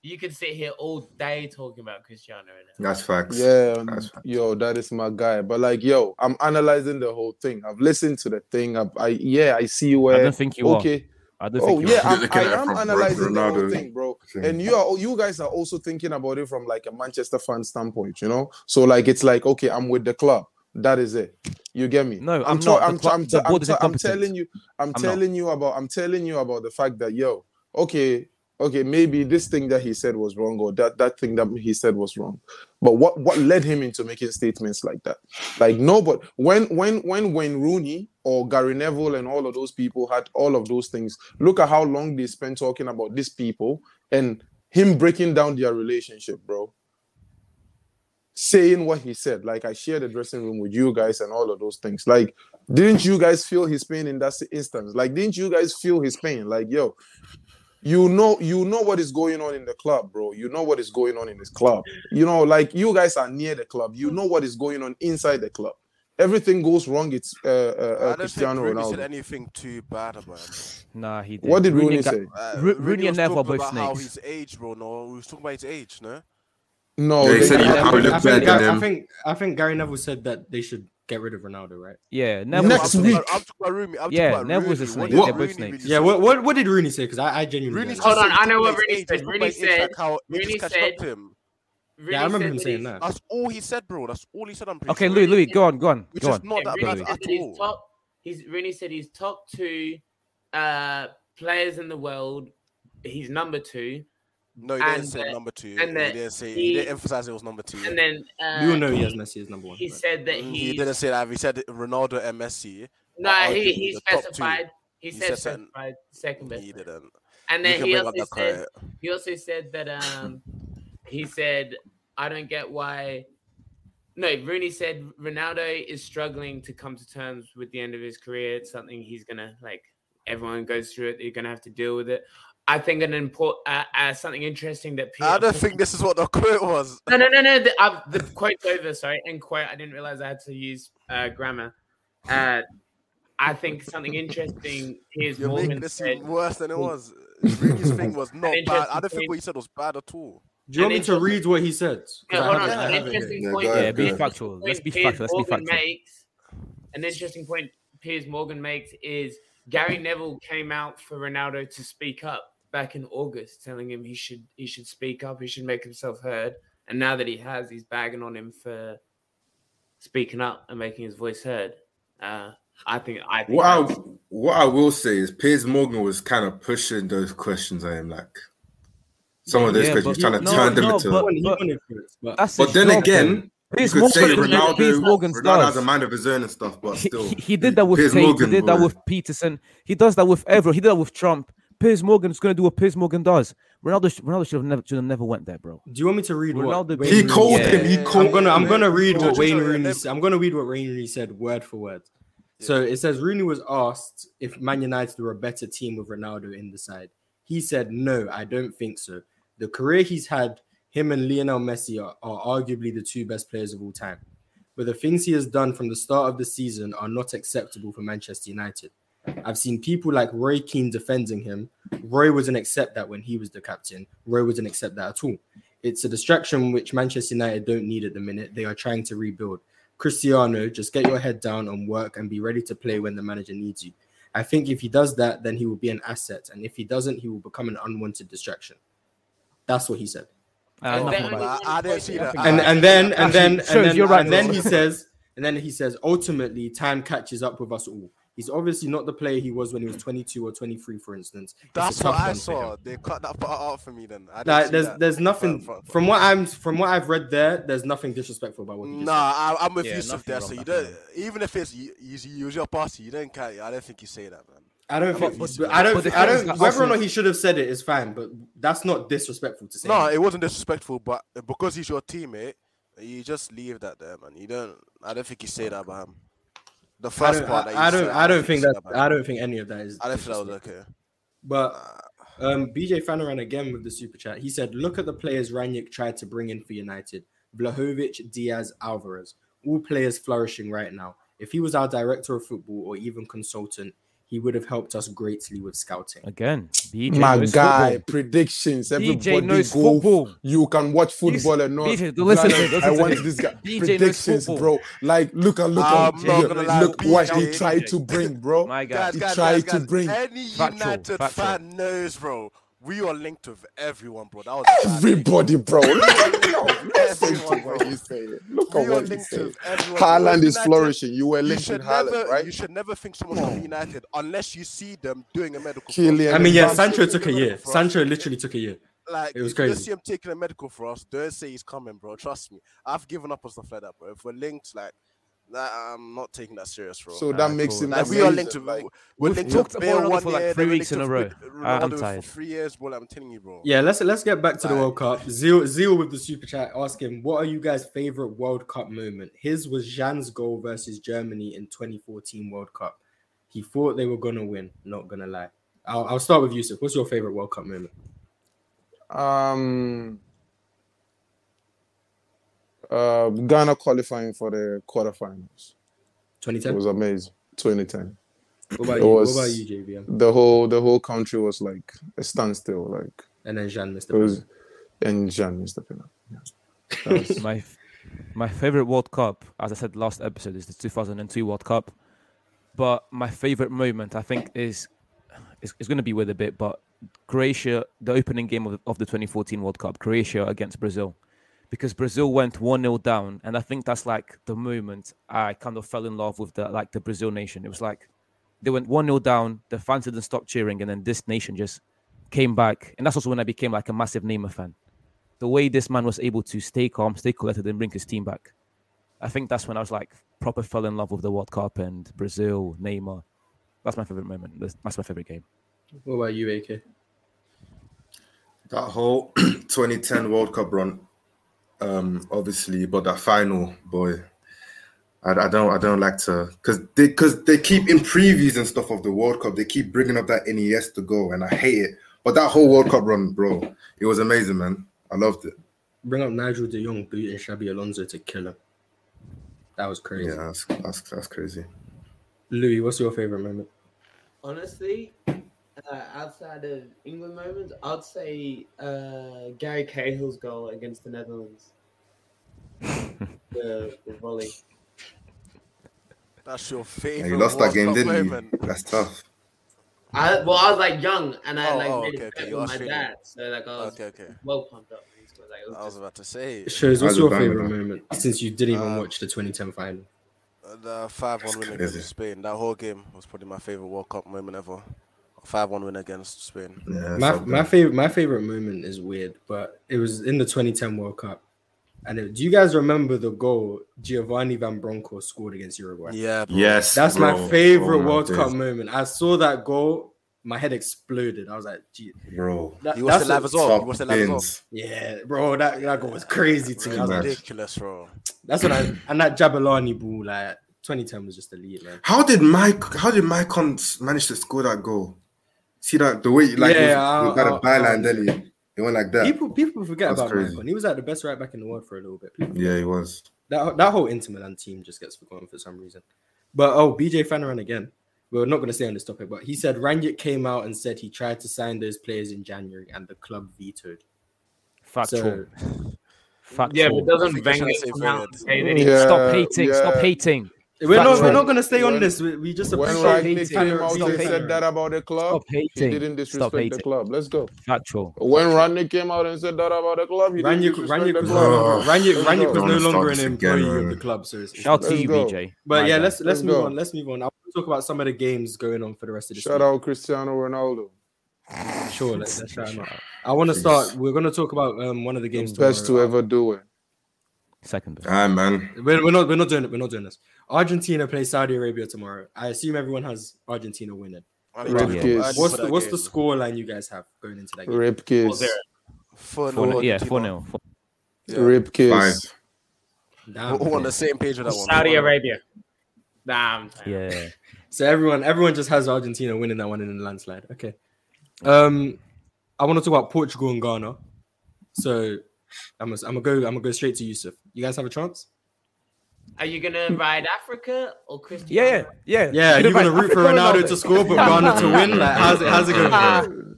[SPEAKER 2] You could sit here all day talking about Cristiano Ronaldo.
[SPEAKER 7] That's facts.
[SPEAKER 3] Yeah, um,
[SPEAKER 7] That's facts.
[SPEAKER 3] yo, that is my guy. But like, yo, I'm analyzing the whole thing. I've listened to the thing. I've, I yeah, I see
[SPEAKER 4] I
[SPEAKER 3] where.
[SPEAKER 4] don't think you are.
[SPEAKER 3] Okay.
[SPEAKER 4] I don't
[SPEAKER 3] Oh
[SPEAKER 4] think you
[SPEAKER 3] yeah,
[SPEAKER 4] are.
[SPEAKER 3] I'm,
[SPEAKER 7] Look
[SPEAKER 3] I
[SPEAKER 7] at it
[SPEAKER 3] am
[SPEAKER 7] from
[SPEAKER 3] analyzing the whole
[SPEAKER 7] Ronaldo.
[SPEAKER 3] thing, bro.
[SPEAKER 7] Thing.
[SPEAKER 3] And you are you guys are also thinking about it from like a Manchester fan standpoint, you know. So like, it's like, okay, I'm with the club. That is it. You get me?
[SPEAKER 4] No, I'm
[SPEAKER 3] I'm, tell-
[SPEAKER 4] not. The
[SPEAKER 3] I'm,
[SPEAKER 4] club-
[SPEAKER 3] I'm,
[SPEAKER 4] the
[SPEAKER 3] I'm,
[SPEAKER 4] board is
[SPEAKER 3] I'm
[SPEAKER 4] incompetent.
[SPEAKER 3] telling you. I'm,
[SPEAKER 4] not.
[SPEAKER 3] telling you about. I'm telling you about the fact that yo, okay, okay, maybe this thing that he said was wrong, or that that thing that he said was wrong. But what what led him into making statements like that? Like nobody. When when when when Rooney or Gary Neville and all of those people had all of those things. Look at how long they spent talking about these people and him breaking down their relationship, bro saying what he said. Like I shared the dressing room with you guys and all of those things. Like, didn't you guys feel his pain in that s- instance? Like, didn't you guys feel his pain? Like, yo, you know, you know what is going on in the club, bro. You know what is going on in this club. You know, like you guys are near the club. You know what is going on inside the club. Everything goes wrong. It's uh, uh,
[SPEAKER 6] I
[SPEAKER 3] uh,
[SPEAKER 6] don't
[SPEAKER 3] Cristiano
[SPEAKER 6] think Rooney said
[SPEAKER 3] Ronaldo.
[SPEAKER 6] anything too bad about him.
[SPEAKER 4] Nah, he did.
[SPEAKER 3] What did Rooney
[SPEAKER 4] got-
[SPEAKER 3] say?
[SPEAKER 6] Uh,
[SPEAKER 4] Ro- Rooney and
[SPEAKER 6] was
[SPEAKER 4] Neville are
[SPEAKER 6] talking
[SPEAKER 4] both
[SPEAKER 6] about how
[SPEAKER 4] snakes.
[SPEAKER 6] his age, bro. No, we was talking about his age, no.
[SPEAKER 3] No,
[SPEAKER 7] Yeah, he
[SPEAKER 3] they-
[SPEAKER 7] said he-
[SPEAKER 1] I,
[SPEAKER 7] I would look
[SPEAKER 1] think, I, think,
[SPEAKER 7] better than
[SPEAKER 1] I
[SPEAKER 7] him.
[SPEAKER 1] think I think Gary Neville said that they should get rid of Ronaldo, right?
[SPEAKER 4] Yeah, Neville.
[SPEAKER 6] No, I'm
[SPEAKER 3] Next
[SPEAKER 6] talking
[SPEAKER 3] week.
[SPEAKER 6] about- I'm talking about Rooney. I'm
[SPEAKER 4] Yeah,
[SPEAKER 6] talking about
[SPEAKER 4] Neville's a
[SPEAKER 6] Rooney.
[SPEAKER 4] snake.
[SPEAKER 6] What
[SPEAKER 7] They're
[SPEAKER 6] did
[SPEAKER 4] both
[SPEAKER 6] Rooney
[SPEAKER 4] snakes.
[SPEAKER 6] really
[SPEAKER 1] Yeah.
[SPEAKER 6] say?
[SPEAKER 1] What what, what did Rooney say? Because I, I genuinely
[SPEAKER 6] Rooney's
[SPEAKER 1] don't
[SPEAKER 6] just
[SPEAKER 1] know.
[SPEAKER 2] Hold on,
[SPEAKER 6] saying
[SPEAKER 2] I know what
[SPEAKER 6] his
[SPEAKER 2] Rooney
[SPEAKER 6] age,
[SPEAKER 2] said. Rooney
[SPEAKER 6] talking about his age,
[SPEAKER 2] said-
[SPEAKER 6] like how it
[SPEAKER 2] Rooney
[SPEAKER 6] just catching
[SPEAKER 2] said-
[SPEAKER 6] up to him.
[SPEAKER 1] yeah, I remember him
[SPEAKER 2] said
[SPEAKER 1] saying
[SPEAKER 2] he's-
[SPEAKER 1] that.
[SPEAKER 6] That's all he said, bro. That's all he said. I'm pretty
[SPEAKER 4] Okay,
[SPEAKER 6] sure.
[SPEAKER 4] Louis, Louis, go on, go on,
[SPEAKER 6] Which
[SPEAKER 4] go
[SPEAKER 6] is
[SPEAKER 4] on.
[SPEAKER 6] not that
[SPEAKER 4] Go on,
[SPEAKER 6] bad
[SPEAKER 2] Rooney
[SPEAKER 4] Louis.
[SPEAKER 6] at
[SPEAKER 2] said he's
[SPEAKER 6] all.
[SPEAKER 2] top. He's Rooney said he's top two uh, players in the world. He's number two,
[SPEAKER 6] No, he didn't
[SPEAKER 2] And,
[SPEAKER 6] say
[SPEAKER 2] uh,
[SPEAKER 6] number two.
[SPEAKER 2] and
[SPEAKER 6] he
[SPEAKER 2] that
[SPEAKER 6] didn't say.
[SPEAKER 2] he-
[SPEAKER 6] He didn't emphasize it was number two.
[SPEAKER 2] and then
[SPEAKER 1] we all
[SPEAKER 2] uh,
[SPEAKER 1] know he has Messi as number one.
[SPEAKER 2] he
[SPEAKER 1] but-
[SPEAKER 2] said that
[SPEAKER 6] Mm. he
[SPEAKER 2] he
[SPEAKER 6] didn't say that. He said Ronaldo and Messi.
[SPEAKER 2] no
[SPEAKER 6] are
[SPEAKER 2] he
[SPEAKER 6] arguably
[SPEAKER 2] he
[SPEAKER 6] the top two.
[SPEAKER 2] specified he,
[SPEAKER 6] He
[SPEAKER 2] said
[SPEAKER 6] said second.
[SPEAKER 2] specified second best,
[SPEAKER 6] He didn't.
[SPEAKER 2] and
[SPEAKER 6] You
[SPEAKER 2] then
[SPEAKER 6] can
[SPEAKER 2] he
[SPEAKER 6] bring up
[SPEAKER 2] also
[SPEAKER 6] that
[SPEAKER 2] said
[SPEAKER 6] credit.
[SPEAKER 2] he also said that um he said i don't get why no rooney said ronaldo is struggling to come to terms with the end of his career it's something he's gonna like everyone goes through it you're gonna have to deal with it i think an important uh, uh, something interesting that
[SPEAKER 6] I don't think this is what the quote was.
[SPEAKER 2] no no no no the, uh, the quote's over sorry end quote i didn't realize i had to use uh, grammar uh I think something interesting is
[SPEAKER 6] You're making
[SPEAKER 2] Morgan
[SPEAKER 6] this
[SPEAKER 2] said.
[SPEAKER 6] seem worse than it was. Rooney's thing was not bad. I
[SPEAKER 2] interesting
[SPEAKER 6] don't think
[SPEAKER 2] thing-
[SPEAKER 6] what he said was bad at all.
[SPEAKER 1] Do you want
[SPEAKER 2] And
[SPEAKER 1] me to
[SPEAKER 2] it's-
[SPEAKER 1] read what he said? 'Cause
[SPEAKER 2] Yeah,
[SPEAKER 1] I
[SPEAKER 2] hold
[SPEAKER 1] have
[SPEAKER 2] on.
[SPEAKER 1] it- I have
[SPEAKER 2] An
[SPEAKER 1] it here.
[SPEAKER 2] interesting
[SPEAKER 5] Yeah,
[SPEAKER 2] point.
[SPEAKER 5] go
[SPEAKER 4] Yeah,
[SPEAKER 5] ahead,
[SPEAKER 4] be
[SPEAKER 5] good.
[SPEAKER 4] factual. Let's be
[SPEAKER 2] Piers
[SPEAKER 4] factual. Let's be
[SPEAKER 2] Morgan
[SPEAKER 4] factual.
[SPEAKER 2] Makes, an interesting point Piers Morgan makes is Gary Neville came out for Ronaldo to speak up back in August, telling him he should he should speak up, he should make himself heard. And now that he has, he's bagging on him for speaking up and making his voice heard. Uh, I think I think
[SPEAKER 7] What I,
[SPEAKER 2] that's-
[SPEAKER 7] what I will say is Piers Morgan was kind of pushing those questions at him, like some of those
[SPEAKER 4] Yeah,
[SPEAKER 7] questions,
[SPEAKER 4] but-
[SPEAKER 7] trying to
[SPEAKER 4] no,
[SPEAKER 7] turn them
[SPEAKER 4] no,
[SPEAKER 7] into.
[SPEAKER 4] but-
[SPEAKER 1] He wanted first, but-
[SPEAKER 4] That's
[SPEAKER 7] But
[SPEAKER 4] his
[SPEAKER 7] then
[SPEAKER 4] job,
[SPEAKER 7] again,
[SPEAKER 4] though. Piers
[SPEAKER 7] you could say
[SPEAKER 4] Morgan-
[SPEAKER 7] Ronaldo,
[SPEAKER 4] Piers Morgan's
[SPEAKER 7] Ronaldo
[SPEAKER 4] does.
[SPEAKER 7] has a mind of his own and stuff, but
[SPEAKER 4] He,
[SPEAKER 7] still,
[SPEAKER 4] he- he did that with
[SPEAKER 7] Piers
[SPEAKER 4] Tate.
[SPEAKER 7] Morgan
[SPEAKER 4] he did that
[SPEAKER 7] was-
[SPEAKER 4] with Peterson. He does that with everyone. He did that with Trump. Piers Morgan's gonna do what Piers Morgan does. Ronaldo, sh- Ronaldo should have never, should have never went there, bro.
[SPEAKER 1] Do you want me to read what
[SPEAKER 4] Ronaldo
[SPEAKER 1] Wayne
[SPEAKER 7] He
[SPEAKER 1] Rooney
[SPEAKER 7] called
[SPEAKER 1] said?
[SPEAKER 7] him. He
[SPEAKER 6] Yeah,
[SPEAKER 7] called.
[SPEAKER 1] I'm gonna I'm
[SPEAKER 7] him.
[SPEAKER 1] gonna read what
[SPEAKER 6] Judges
[SPEAKER 1] Wayne
[SPEAKER 6] are
[SPEAKER 1] Rooney.
[SPEAKER 6] remem-
[SPEAKER 1] I'm gonna read what Wayne Rooney said word for word. So it says Rooney was asked if Man United were a better team with Ronaldo in the side. He said, "No, I don't think so. The career he's had, him and Lionel Messi are, are arguably the two best players of all time. But the things he has done from the start of the season are not acceptable for Manchester United. I've seen people like Roy Keane defending him. Roy wouldn't accept that when he was the captain. Roy wouldn't accept that at all. It's a distraction which Manchester United don't need at the minute. They are trying to rebuild. Cristiano, just get your head down and work and be ready to play when the manager needs you. I think if he does that, then he will be an asset. And if he doesn't, he will become an unwanted distraction. That's what he said.
[SPEAKER 4] Uh,
[SPEAKER 2] Oh,
[SPEAKER 4] nothing
[SPEAKER 2] that-
[SPEAKER 4] about it.
[SPEAKER 6] I, I didn't see that.
[SPEAKER 1] And
[SPEAKER 6] I-
[SPEAKER 1] and then and
[SPEAKER 4] Uh, Actually,
[SPEAKER 1] then and
[SPEAKER 4] Shows,
[SPEAKER 1] then,
[SPEAKER 4] you're right,
[SPEAKER 1] and then
[SPEAKER 4] bro.
[SPEAKER 1] he says and then he says ultimately time catches up with us all. He's obviously not the player he was when he was 22 or 23, for instance. It's a
[SPEAKER 6] That's
[SPEAKER 1] tough
[SPEAKER 6] what
[SPEAKER 1] one
[SPEAKER 6] I
[SPEAKER 1] for him.
[SPEAKER 6] saw. They cut that part out for me. Then I didn't
[SPEAKER 1] Like,
[SPEAKER 6] see
[SPEAKER 1] there's
[SPEAKER 6] that.
[SPEAKER 1] there's nothing
[SPEAKER 6] Fro- fro-
[SPEAKER 1] from what I'm from what I've read there. There's nothing disrespectful about what he just
[SPEAKER 6] Nah, I, I'm with
[SPEAKER 4] Yeah, nothing
[SPEAKER 6] Yusuf there.
[SPEAKER 4] wrong
[SPEAKER 6] So you
[SPEAKER 4] with
[SPEAKER 6] don't,
[SPEAKER 4] that,
[SPEAKER 6] even if it's you, you, you use your party, you don't carry. I don't think you say that, man.
[SPEAKER 1] said. I don't
[SPEAKER 4] But-
[SPEAKER 1] think
[SPEAKER 4] but-
[SPEAKER 1] but I
[SPEAKER 4] but the
[SPEAKER 1] don't I
[SPEAKER 4] thing is
[SPEAKER 1] don't
[SPEAKER 4] that
[SPEAKER 1] whether or
[SPEAKER 4] Arsenal-
[SPEAKER 1] not he should have said it is fine, but that's not disrespectful to say.
[SPEAKER 6] No, it wasn't disrespectful, but because he's your teammate, you just leave that there, man. You don't. I don't think you say that about him. The
[SPEAKER 1] I
[SPEAKER 6] first
[SPEAKER 1] don't,
[SPEAKER 6] part, that you
[SPEAKER 1] I, I don't
[SPEAKER 6] said,
[SPEAKER 1] I don't think
[SPEAKER 6] you
[SPEAKER 1] that
[SPEAKER 6] said about
[SPEAKER 1] I
[SPEAKER 6] him.
[SPEAKER 1] don't think any of that is
[SPEAKER 6] I don't think
[SPEAKER 1] disrespectful.
[SPEAKER 6] that was okay.
[SPEAKER 1] But um, BJ Fanaran again with the super chat. He said, "Look at the players Ranić tried to bring in for United: Vlahovic, Diaz, Alvarez. All players flourishing right now. If he was our director of football or even consultant, he would have helped us greatly with scouting.
[SPEAKER 4] Again, BJ
[SPEAKER 3] My
[SPEAKER 4] knows
[SPEAKER 3] guy,
[SPEAKER 4] football.
[SPEAKER 3] predictions. Everybody
[SPEAKER 4] DJ knows
[SPEAKER 3] go.
[SPEAKER 4] football.
[SPEAKER 3] You can watch football
[SPEAKER 4] He's-
[SPEAKER 3] and not.
[SPEAKER 4] BJ, don't listen to
[SPEAKER 3] Like,
[SPEAKER 4] him, don't
[SPEAKER 3] I
[SPEAKER 4] listen to
[SPEAKER 3] want
[SPEAKER 4] him.
[SPEAKER 3] this guy.
[SPEAKER 4] BJ knows
[SPEAKER 3] predictions,
[SPEAKER 4] football.
[SPEAKER 3] bro. Like, look at look at
[SPEAKER 6] I'm
[SPEAKER 3] look,
[SPEAKER 6] not gonna lie,
[SPEAKER 3] look what he
[SPEAKER 6] BJ.
[SPEAKER 3] tried to bring, bro.
[SPEAKER 4] My guy.
[SPEAKER 6] Guys,
[SPEAKER 3] He
[SPEAKER 6] guys,
[SPEAKER 3] tried
[SPEAKER 6] guys,
[SPEAKER 3] to
[SPEAKER 6] guys,
[SPEAKER 3] bring-
[SPEAKER 6] any
[SPEAKER 4] Factual,
[SPEAKER 6] United
[SPEAKER 4] factual.
[SPEAKER 6] fan knows, bro. We are linked with everyone, bro. That was
[SPEAKER 3] Everybody, bro. Listen to
[SPEAKER 6] Everyone, bro.
[SPEAKER 3] what you saying. Look
[SPEAKER 6] We
[SPEAKER 3] at
[SPEAKER 6] are
[SPEAKER 3] what you
[SPEAKER 6] linked
[SPEAKER 3] saying.
[SPEAKER 6] with everyone. bro.
[SPEAKER 3] Haaland is
[SPEAKER 6] United-
[SPEAKER 3] flourishing. You were
[SPEAKER 6] You
[SPEAKER 3] linked with
[SPEAKER 6] should
[SPEAKER 3] Haaland,
[SPEAKER 6] never,
[SPEAKER 3] right?
[SPEAKER 6] you should never think someone's from United unless you see them doing a medical. for
[SPEAKER 3] Kylian
[SPEAKER 6] us.
[SPEAKER 1] I mean, yeah,
[SPEAKER 3] Mbappe-
[SPEAKER 1] Sancho took a year.
[SPEAKER 6] Bro,
[SPEAKER 1] Sancho literally took a year.
[SPEAKER 6] like
[SPEAKER 1] it was
[SPEAKER 6] if you just
[SPEAKER 1] crazy.
[SPEAKER 6] see him taking a medical for us. Don't say he's coming, bro. Trust me, I've given up on stuff like that, bro. If we're linked, like, nah, I'm not taking that serious, bro.
[SPEAKER 3] So
[SPEAKER 4] Nah,
[SPEAKER 3] that makes
[SPEAKER 4] cool.
[SPEAKER 3] him.
[SPEAKER 6] Like we are
[SPEAKER 3] amazing,
[SPEAKER 6] linked to
[SPEAKER 3] like-
[SPEAKER 6] we're
[SPEAKER 4] We've
[SPEAKER 6] linked
[SPEAKER 4] talked
[SPEAKER 6] to
[SPEAKER 4] about
[SPEAKER 6] Bale
[SPEAKER 4] Ronaldo
[SPEAKER 6] one
[SPEAKER 4] for like
[SPEAKER 6] year, then
[SPEAKER 4] three
[SPEAKER 6] we're
[SPEAKER 4] weeks
[SPEAKER 6] linked
[SPEAKER 4] in a
[SPEAKER 6] to
[SPEAKER 4] row.
[SPEAKER 6] Ronaldo
[SPEAKER 4] I- I'm
[SPEAKER 6] for
[SPEAKER 4] tired.
[SPEAKER 6] Three years, bro. I'm telling you, bro.
[SPEAKER 1] Yeah, let's let's get back to the
[SPEAKER 6] Like-
[SPEAKER 1] World Cup. Zeal, Zeal with the super chat asking, "What are you guys' favorite World Cup moment?" His was Jan's goal versus Germany in 2014 World Cup. He thought they were gonna win. Not gonna lie. I'll, I'll start with Yusuf. What's your favorite World Cup moment?
[SPEAKER 3] Um, uh, Ghana qualifying for the quarterfinals. It
[SPEAKER 1] 2010.
[SPEAKER 3] was amazing. 2010.
[SPEAKER 1] What about
[SPEAKER 3] it
[SPEAKER 1] you?
[SPEAKER 3] was-
[SPEAKER 1] What about you, JVM?
[SPEAKER 3] The whole the whole country was like a standstill. Like
[SPEAKER 1] And then Jan missed
[SPEAKER 3] it was, and Jan missed the penalty. Yeah. That was-
[SPEAKER 4] my f- my favorite World Cup, as I said last episode, is the 2002 World Cup. But my favorite moment, I think, is it's, it's going to be with a bit, but Croatia, the opening game of, of the 2014 World Cup, Croatia against Brazil, because Brazil went one 0 down, and I think that's like the moment I kind of fell in love with the like the Brazil nation. It was like they went one 0 down, the fans didn't stop cheering, and then this nation just came back, and that's also when I became like a massive Neymar fan the way this man was able to stay calm, stay collected, and bring his team back. I think that's when I was like proper fell in love with the World Cup and Brazil, Neymar. That's my favorite moment. That's, that's my favorite game.
[SPEAKER 1] What about you, AK?
[SPEAKER 7] That whole 2010 World Cup run, um, obviously, but that final, boy, I, I don't, I don't like to, cause they, cause they keep in previews and stuff of the World Cup, they keep bringing up that NES to go, and I hate it. But that whole World Cup run, bro, it was amazing, man. I loved it.
[SPEAKER 1] Bring up Nigel De Jong booting Shabby Alonso to kill him. That was crazy.
[SPEAKER 7] Yeah, that's that's, that's crazy.
[SPEAKER 1] Louis, what's your favorite moment?
[SPEAKER 2] Honestly, uh, outside of England moments, I'd say uh, Gary Cahill's goal against the Netherlands. the, the volley.
[SPEAKER 6] That's your
[SPEAKER 7] And
[SPEAKER 6] favorite.
[SPEAKER 7] you lost that
[SPEAKER 6] World
[SPEAKER 7] game,
[SPEAKER 6] Cup
[SPEAKER 7] didn't
[SPEAKER 6] moment.
[SPEAKER 7] you? That's tough.
[SPEAKER 2] I well, I was like young, and I
[SPEAKER 6] Oh,
[SPEAKER 2] like
[SPEAKER 6] oh,
[SPEAKER 2] made
[SPEAKER 6] okay,
[SPEAKER 2] a
[SPEAKER 6] okay,
[SPEAKER 2] bet
[SPEAKER 6] you're
[SPEAKER 2] with my
[SPEAKER 6] Australian.
[SPEAKER 2] dad, so like I was
[SPEAKER 6] Okay, okay.
[SPEAKER 2] well pumped up. So, like, it was
[SPEAKER 6] I was
[SPEAKER 2] just-
[SPEAKER 6] about to say
[SPEAKER 1] Shows, what's your
[SPEAKER 7] Nigel Diamond,
[SPEAKER 1] favorite
[SPEAKER 7] huh?
[SPEAKER 1] moment since you didn't even
[SPEAKER 6] Um,
[SPEAKER 1] watch the 2010 final?
[SPEAKER 6] uh, the five-one win against
[SPEAKER 7] crazy.
[SPEAKER 6] Spain. That whole game was probably my favorite World Cup moment ever. Five-one win against Spain.
[SPEAKER 7] Yeah,
[SPEAKER 1] my
[SPEAKER 7] something.
[SPEAKER 1] my favorite my favorite moment is weird, but it was in the 2010 World Cup. And it- do you guys remember the goal Giovanni Van Bronco scored against Uruguay?
[SPEAKER 6] Yeah, bro.
[SPEAKER 7] yes,
[SPEAKER 1] That's
[SPEAKER 7] bro.
[SPEAKER 1] my favorite
[SPEAKER 7] Oh my
[SPEAKER 1] World
[SPEAKER 7] days,
[SPEAKER 1] Cup moment. I saw that goal, my head exploded. I was like, Gee,
[SPEAKER 7] bro.
[SPEAKER 1] that,
[SPEAKER 6] You watched
[SPEAKER 1] that's
[SPEAKER 6] it live
[SPEAKER 1] a-
[SPEAKER 6] as well. You
[SPEAKER 7] Top
[SPEAKER 6] watched it live as well.
[SPEAKER 7] pins.
[SPEAKER 1] yeah, bro, that, that goal was crazy to me. I was like,
[SPEAKER 7] Remember.
[SPEAKER 6] Ridiculous, bro.
[SPEAKER 1] that's what I and that Jabulani ball, like 2010 was just elite, man.
[SPEAKER 7] How did Mike? How did Mycon s- manage to score that goal? See that the way, like,
[SPEAKER 1] Yeah,
[SPEAKER 7] it was,
[SPEAKER 1] I'll-
[SPEAKER 7] it got
[SPEAKER 1] I'll-
[SPEAKER 7] a byline,
[SPEAKER 1] I'll-
[SPEAKER 7] didn't he? It went like that.
[SPEAKER 1] People people forget
[SPEAKER 7] That's
[SPEAKER 1] about
[SPEAKER 7] crazy.
[SPEAKER 1] Maicon. He was like the best right back in the world for a little bit. People
[SPEAKER 7] Yeah, he was.
[SPEAKER 1] That that whole Inter Milan team just gets forgotten for some reason. But oh, BJ Fanaran again. We're not going to stay on this topic, but he said Ranjit came out and said he tried to sign those players in January and the club vetoed.
[SPEAKER 4] Factual. Factual.
[SPEAKER 2] yeah, but
[SPEAKER 6] I
[SPEAKER 2] doesn't
[SPEAKER 6] think I should
[SPEAKER 2] Wenger
[SPEAKER 6] say
[SPEAKER 2] come out and
[SPEAKER 6] voted.
[SPEAKER 2] say that he
[SPEAKER 3] Yeah,
[SPEAKER 4] stop hating. Stop
[SPEAKER 3] yeah.
[SPEAKER 4] hating.
[SPEAKER 1] So we're not
[SPEAKER 4] Factual.
[SPEAKER 1] we're not going to stay on
[SPEAKER 3] When-
[SPEAKER 1] this. We, we just
[SPEAKER 3] When
[SPEAKER 1] appreciate
[SPEAKER 3] Ragnick
[SPEAKER 1] Ranjit
[SPEAKER 3] came
[SPEAKER 1] Fanaran.
[SPEAKER 3] out
[SPEAKER 1] Stop
[SPEAKER 3] and
[SPEAKER 1] hating.
[SPEAKER 3] said that about the club,
[SPEAKER 4] Stop
[SPEAKER 3] Oh, he
[SPEAKER 4] hating.
[SPEAKER 3] didn't
[SPEAKER 4] Stop
[SPEAKER 3] disrespect the
[SPEAKER 4] hating.
[SPEAKER 3] club. Let's go.
[SPEAKER 4] Factual.
[SPEAKER 3] When Randy came out and said that about the club, he didn't
[SPEAKER 1] Ranjit
[SPEAKER 3] disrespect
[SPEAKER 1] Ranjit
[SPEAKER 3] the
[SPEAKER 1] was,
[SPEAKER 3] club.
[SPEAKER 1] no,
[SPEAKER 7] Ugh.
[SPEAKER 1] Ranjit,
[SPEAKER 3] Let's
[SPEAKER 1] Ranjit
[SPEAKER 3] go.
[SPEAKER 1] was no
[SPEAKER 7] Don't start
[SPEAKER 1] longer an
[SPEAKER 7] this
[SPEAKER 1] employee
[SPEAKER 7] again,
[SPEAKER 1] of the
[SPEAKER 7] man.
[SPEAKER 1] club, so it's
[SPEAKER 4] Shout out to
[SPEAKER 3] Let's
[SPEAKER 4] you,
[SPEAKER 3] go.
[SPEAKER 4] BJ.
[SPEAKER 1] But
[SPEAKER 4] My
[SPEAKER 1] yeah,
[SPEAKER 4] guy.
[SPEAKER 1] let's let's
[SPEAKER 3] Let's
[SPEAKER 1] move
[SPEAKER 3] go.
[SPEAKER 1] on. Let's move on. I'll talk about some of the games going on for the
[SPEAKER 4] Oh.
[SPEAKER 1] rest of the
[SPEAKER 3] Shout out Cristiano Ronaldo,
[SPEAKER 1] Sure, let's, let's shout 'em out. I want to start. We're going to talk about um, one of the games.
[SPEAKER 3] best to
[SPEAKER 1] tomorrow.
[SPEAKER 3] ever do it.
[SPEAKER 4] Second. best.
[SPEAKER 7] Ah, man.
[SPEAKER 1] We're, we're not we're not doing it. We're not doing this. Argentina plays Saudi Arabia tomorrow. I assume everyone has Argentina winning.
[SPEAKER 6] I
[SPEAKER 3] Red
[SPEAKER 6] think
[SPEAKER 3] kiss.
[SPEAKER 6] I think
[SPEAKER 1] What's
[SPEAKER 6] for
[SPEAKER 1] the
[SPEAKER 6] that
[SPEAKER 1] what's the
[SPEAKER 6] game,
[SPEAKER 1] score line you guys have going into that game?
[SPEAKER 3] Rip kiss.
[SPEAKER 2] there.
[SPEAKER 3] Oh,
[SPEAKER 6] four
[SPEAKER 4] Four nil-
[SPEAKER 6] nil,
[SPEAKER 4] yeah,
[SPEAKER 6] Argentina.
[SPEAKER 4] 4 0.
[SPEAKER 6] Yeah.
[SPEAKER 3] Rip
[SPEAKER 7] Five.
[SPEAKER 3] kiss.
[SPEAKER 1] Damn.
[SPEAKER 6] We're all on the same page with that one.
[SPEAKER 2] Saudi
[SPEAKER 6] Four nil.
[SPEAKER 2] Arabia. Damn.
[SPEAKER 4] Yeah.
[SPEAKER 1] So everyone everyone just has Argentina winning that one in a landslide. Okay. Um, I want to talk about Portugal and Ghana. So I'm gonna, I'm gonna go I'm gonna go straight to Yusuf. You guys have a chance?
[SPEAKER 2] Are you gonna ride Africa or Cristiano?
[SPEAKER 4] Yeah, yeah, yeah.
[SPEAKER 1] Yeah,
[SPEAKER 4] Should
[SPEAKER 1] you're
[SPEAKER 4] have
[SPEAKER 1] gonna root
[SPEAKER 4] Africa
[SPEAKER 1] for
[SPEAKER 4] or
[SPEAKER 1] Ronaldo to score, but Ghana to win. Like, how's it? How's it going?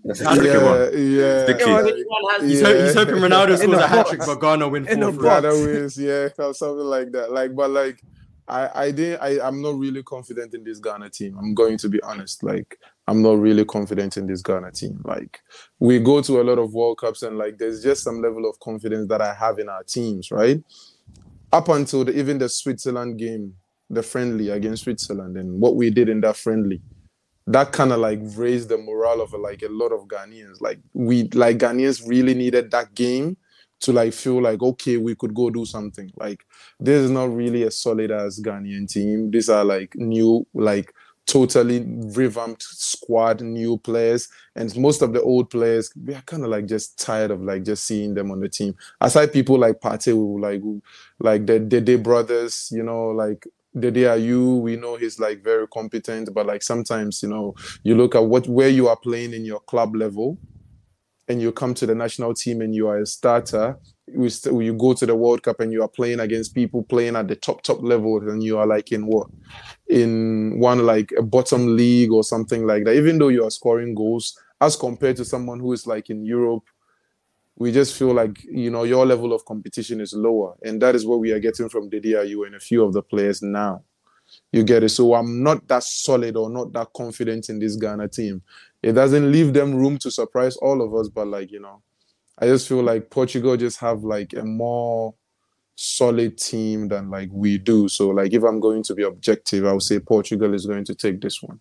[SPEAKER 7] That's a
[SPEAKER 1] How's it
[SPEAKER 7] tricky
[SPEAKER 1] going?
[SPEAKER 7] one.
[SPEAKER 3] yeah.
[SPEAKER 7] Sticky.
[SPEAKER 3] yeah.
[SPEAKER 2] Which one has
[SPEAKER 1] He's,
[SPEAKER 3] Yeah.
[SPEAKER 1] ho- he's hoping Ronaldo
[SPEAKER 4] In
[SPEAKER 1] scores
[SPEAKER 4] the
[SPEAKER 1] a hat trick,
[SPEAKER 4] box.
[SPEAKER 1] but Ghana win
[SPEAKER 4] In
[SPEAKER 1] four
[SPEAKER 4] the
[SPEAKER 1] three.
[SPEAKER 4] box.
[SPEAKER 3] Yeah, that was yeah, or something like that. Like, but like, I I didn't. I I'm not really confident in this Ghana team. I'm going to be honest. Like, I'm not really confident in this Ghana team. Like, we go to a lot of World Cups and like, there's just some level of confidence that I have in our teams, right? Up until the, even the Switzerland game, the friendly against Switzerland, and what we did in that friendly. That kind of like raised the morale of like a lot of Ghanaians. Like we like Ghanaians really needed that game to like feel like okay we could go do something like this is not really a solid as ghanaian team these are like new like totally revamped squad new players and most of the old players we are kind of like just tired of like just seeing them on the team aside people like Pate who like who, like the Dede brothers you know like Dede Ayu we know he's like very competent but like sometimes you know you look at what where you are playing in your club level and you come to the national team and you are a starter you, st- you go to the world cup and you are playing against people playing at the top top level and you are like in what in one like a bottom league or something like that even though you are scoring goals as compared to someone who is like in europe we just feel like you know your level of competition is lower and that is what we are getting from the DRU and a few of the players now you get it so i'm not that solid or not that confident in this ghana team it doesn't leave them room to surprise all of us but like you know i just feel like portugal just have like a more solid team than like we do so like if i'm going to be objective i would say portugal is going to take this one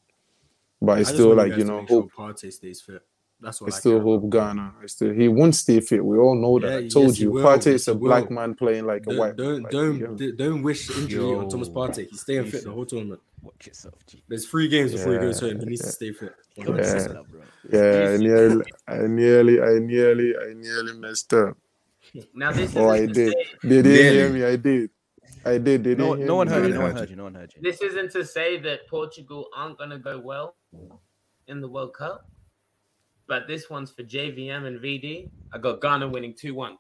[SPEAKER 3] but i
[SPEAKER 1] I just
[SPEAKER 3] still
[SPEAKER 1] want
[SPEAKER 3] like
[SPEAKER 1] guys
[SPEAKER 3] you
[SPEAKER 1] to
[SPEAKER 3] know
[SPEAKER 1] make sure
[SPEAKER 3] hope
[SPEAKER 1] Partey stays fit. That's
[SPEAKER 3] I
[SPEAKER 1] what I,
[SPEAKER 3] still
[SPEAKER 1] care about.
[SPEAKER 3] hope Ghana. I still he won't stay fit. We all know that.
[SPEAKER 1] Yeah,
[SPEAKER 3] I told
[SPEAKER 1] yes, he
[SPEAKER 3] you,
[SPEAKER 1] will.
[SPEAKER 3] Partey
[SPEAKER 1] Yes,
[SPEAKER 3] is a
[SPEAKER 1] he
[SPEAKER 3] black
[SPEAKER 1] will.
[SPEAKER 3] man playing like a
[SPEAKER 1] Don't
[SPEAKER 3] white.
[SPEAKER 1] don't
[SPEAKER 3] man. Like, you
[SPEAKER 1] don't,
[SPEAKER 3] get
[SPEAKER 1] d- don't wish injury on Thomas
[SPEAKER 4] Yo.
[SPEAKER 1] Partey. He's staying fit the
[SPEAKER 4] Decent.
[SPEAKER 1] whole tournament.
[SPEAKER 4] Watch yourself, G.
[SPEAKER 1] There's three games before he goes
[SPEAKER 3] Yeah,
[SPEAKER 1] home. He needs to stay fit.
[SPEAKER 4] Watch
[SPEAKER 1] 100%.
[SPEAKER 3] Yeah.
[SPEAKER 4] yourself, bro.
[SPEAKER 3] me? yeah, I nearly, I nearly, I nearly, I nearly messed up.
[SPEAKER 2] Now this isn't
[SPEAKER 3] Oh, I
[SPEAKER 2] to
[SPEAKER 3] did.
[SPEAKER 2] say
[SPEAKER 3] They didn't hear
[SPEAKER 7] Nearly.
[SPEAKER 3] me. I did. I did. They didn't
[SPEAKER 4] No,
[SPEAKER 3] hear
[SPEAKER 4] no one
[SPEAKER 3] me.
[SPEAKER 4] heard you.
[SPEAKER 7] Yeah.
[SPEAKER 4] No one heard you. No one heard you.
[SPEAKER 2] this isn't to say that Portugal aren't gonna go well in the World Cup, but this one's for JVM and VD. I got Ghana winning two one.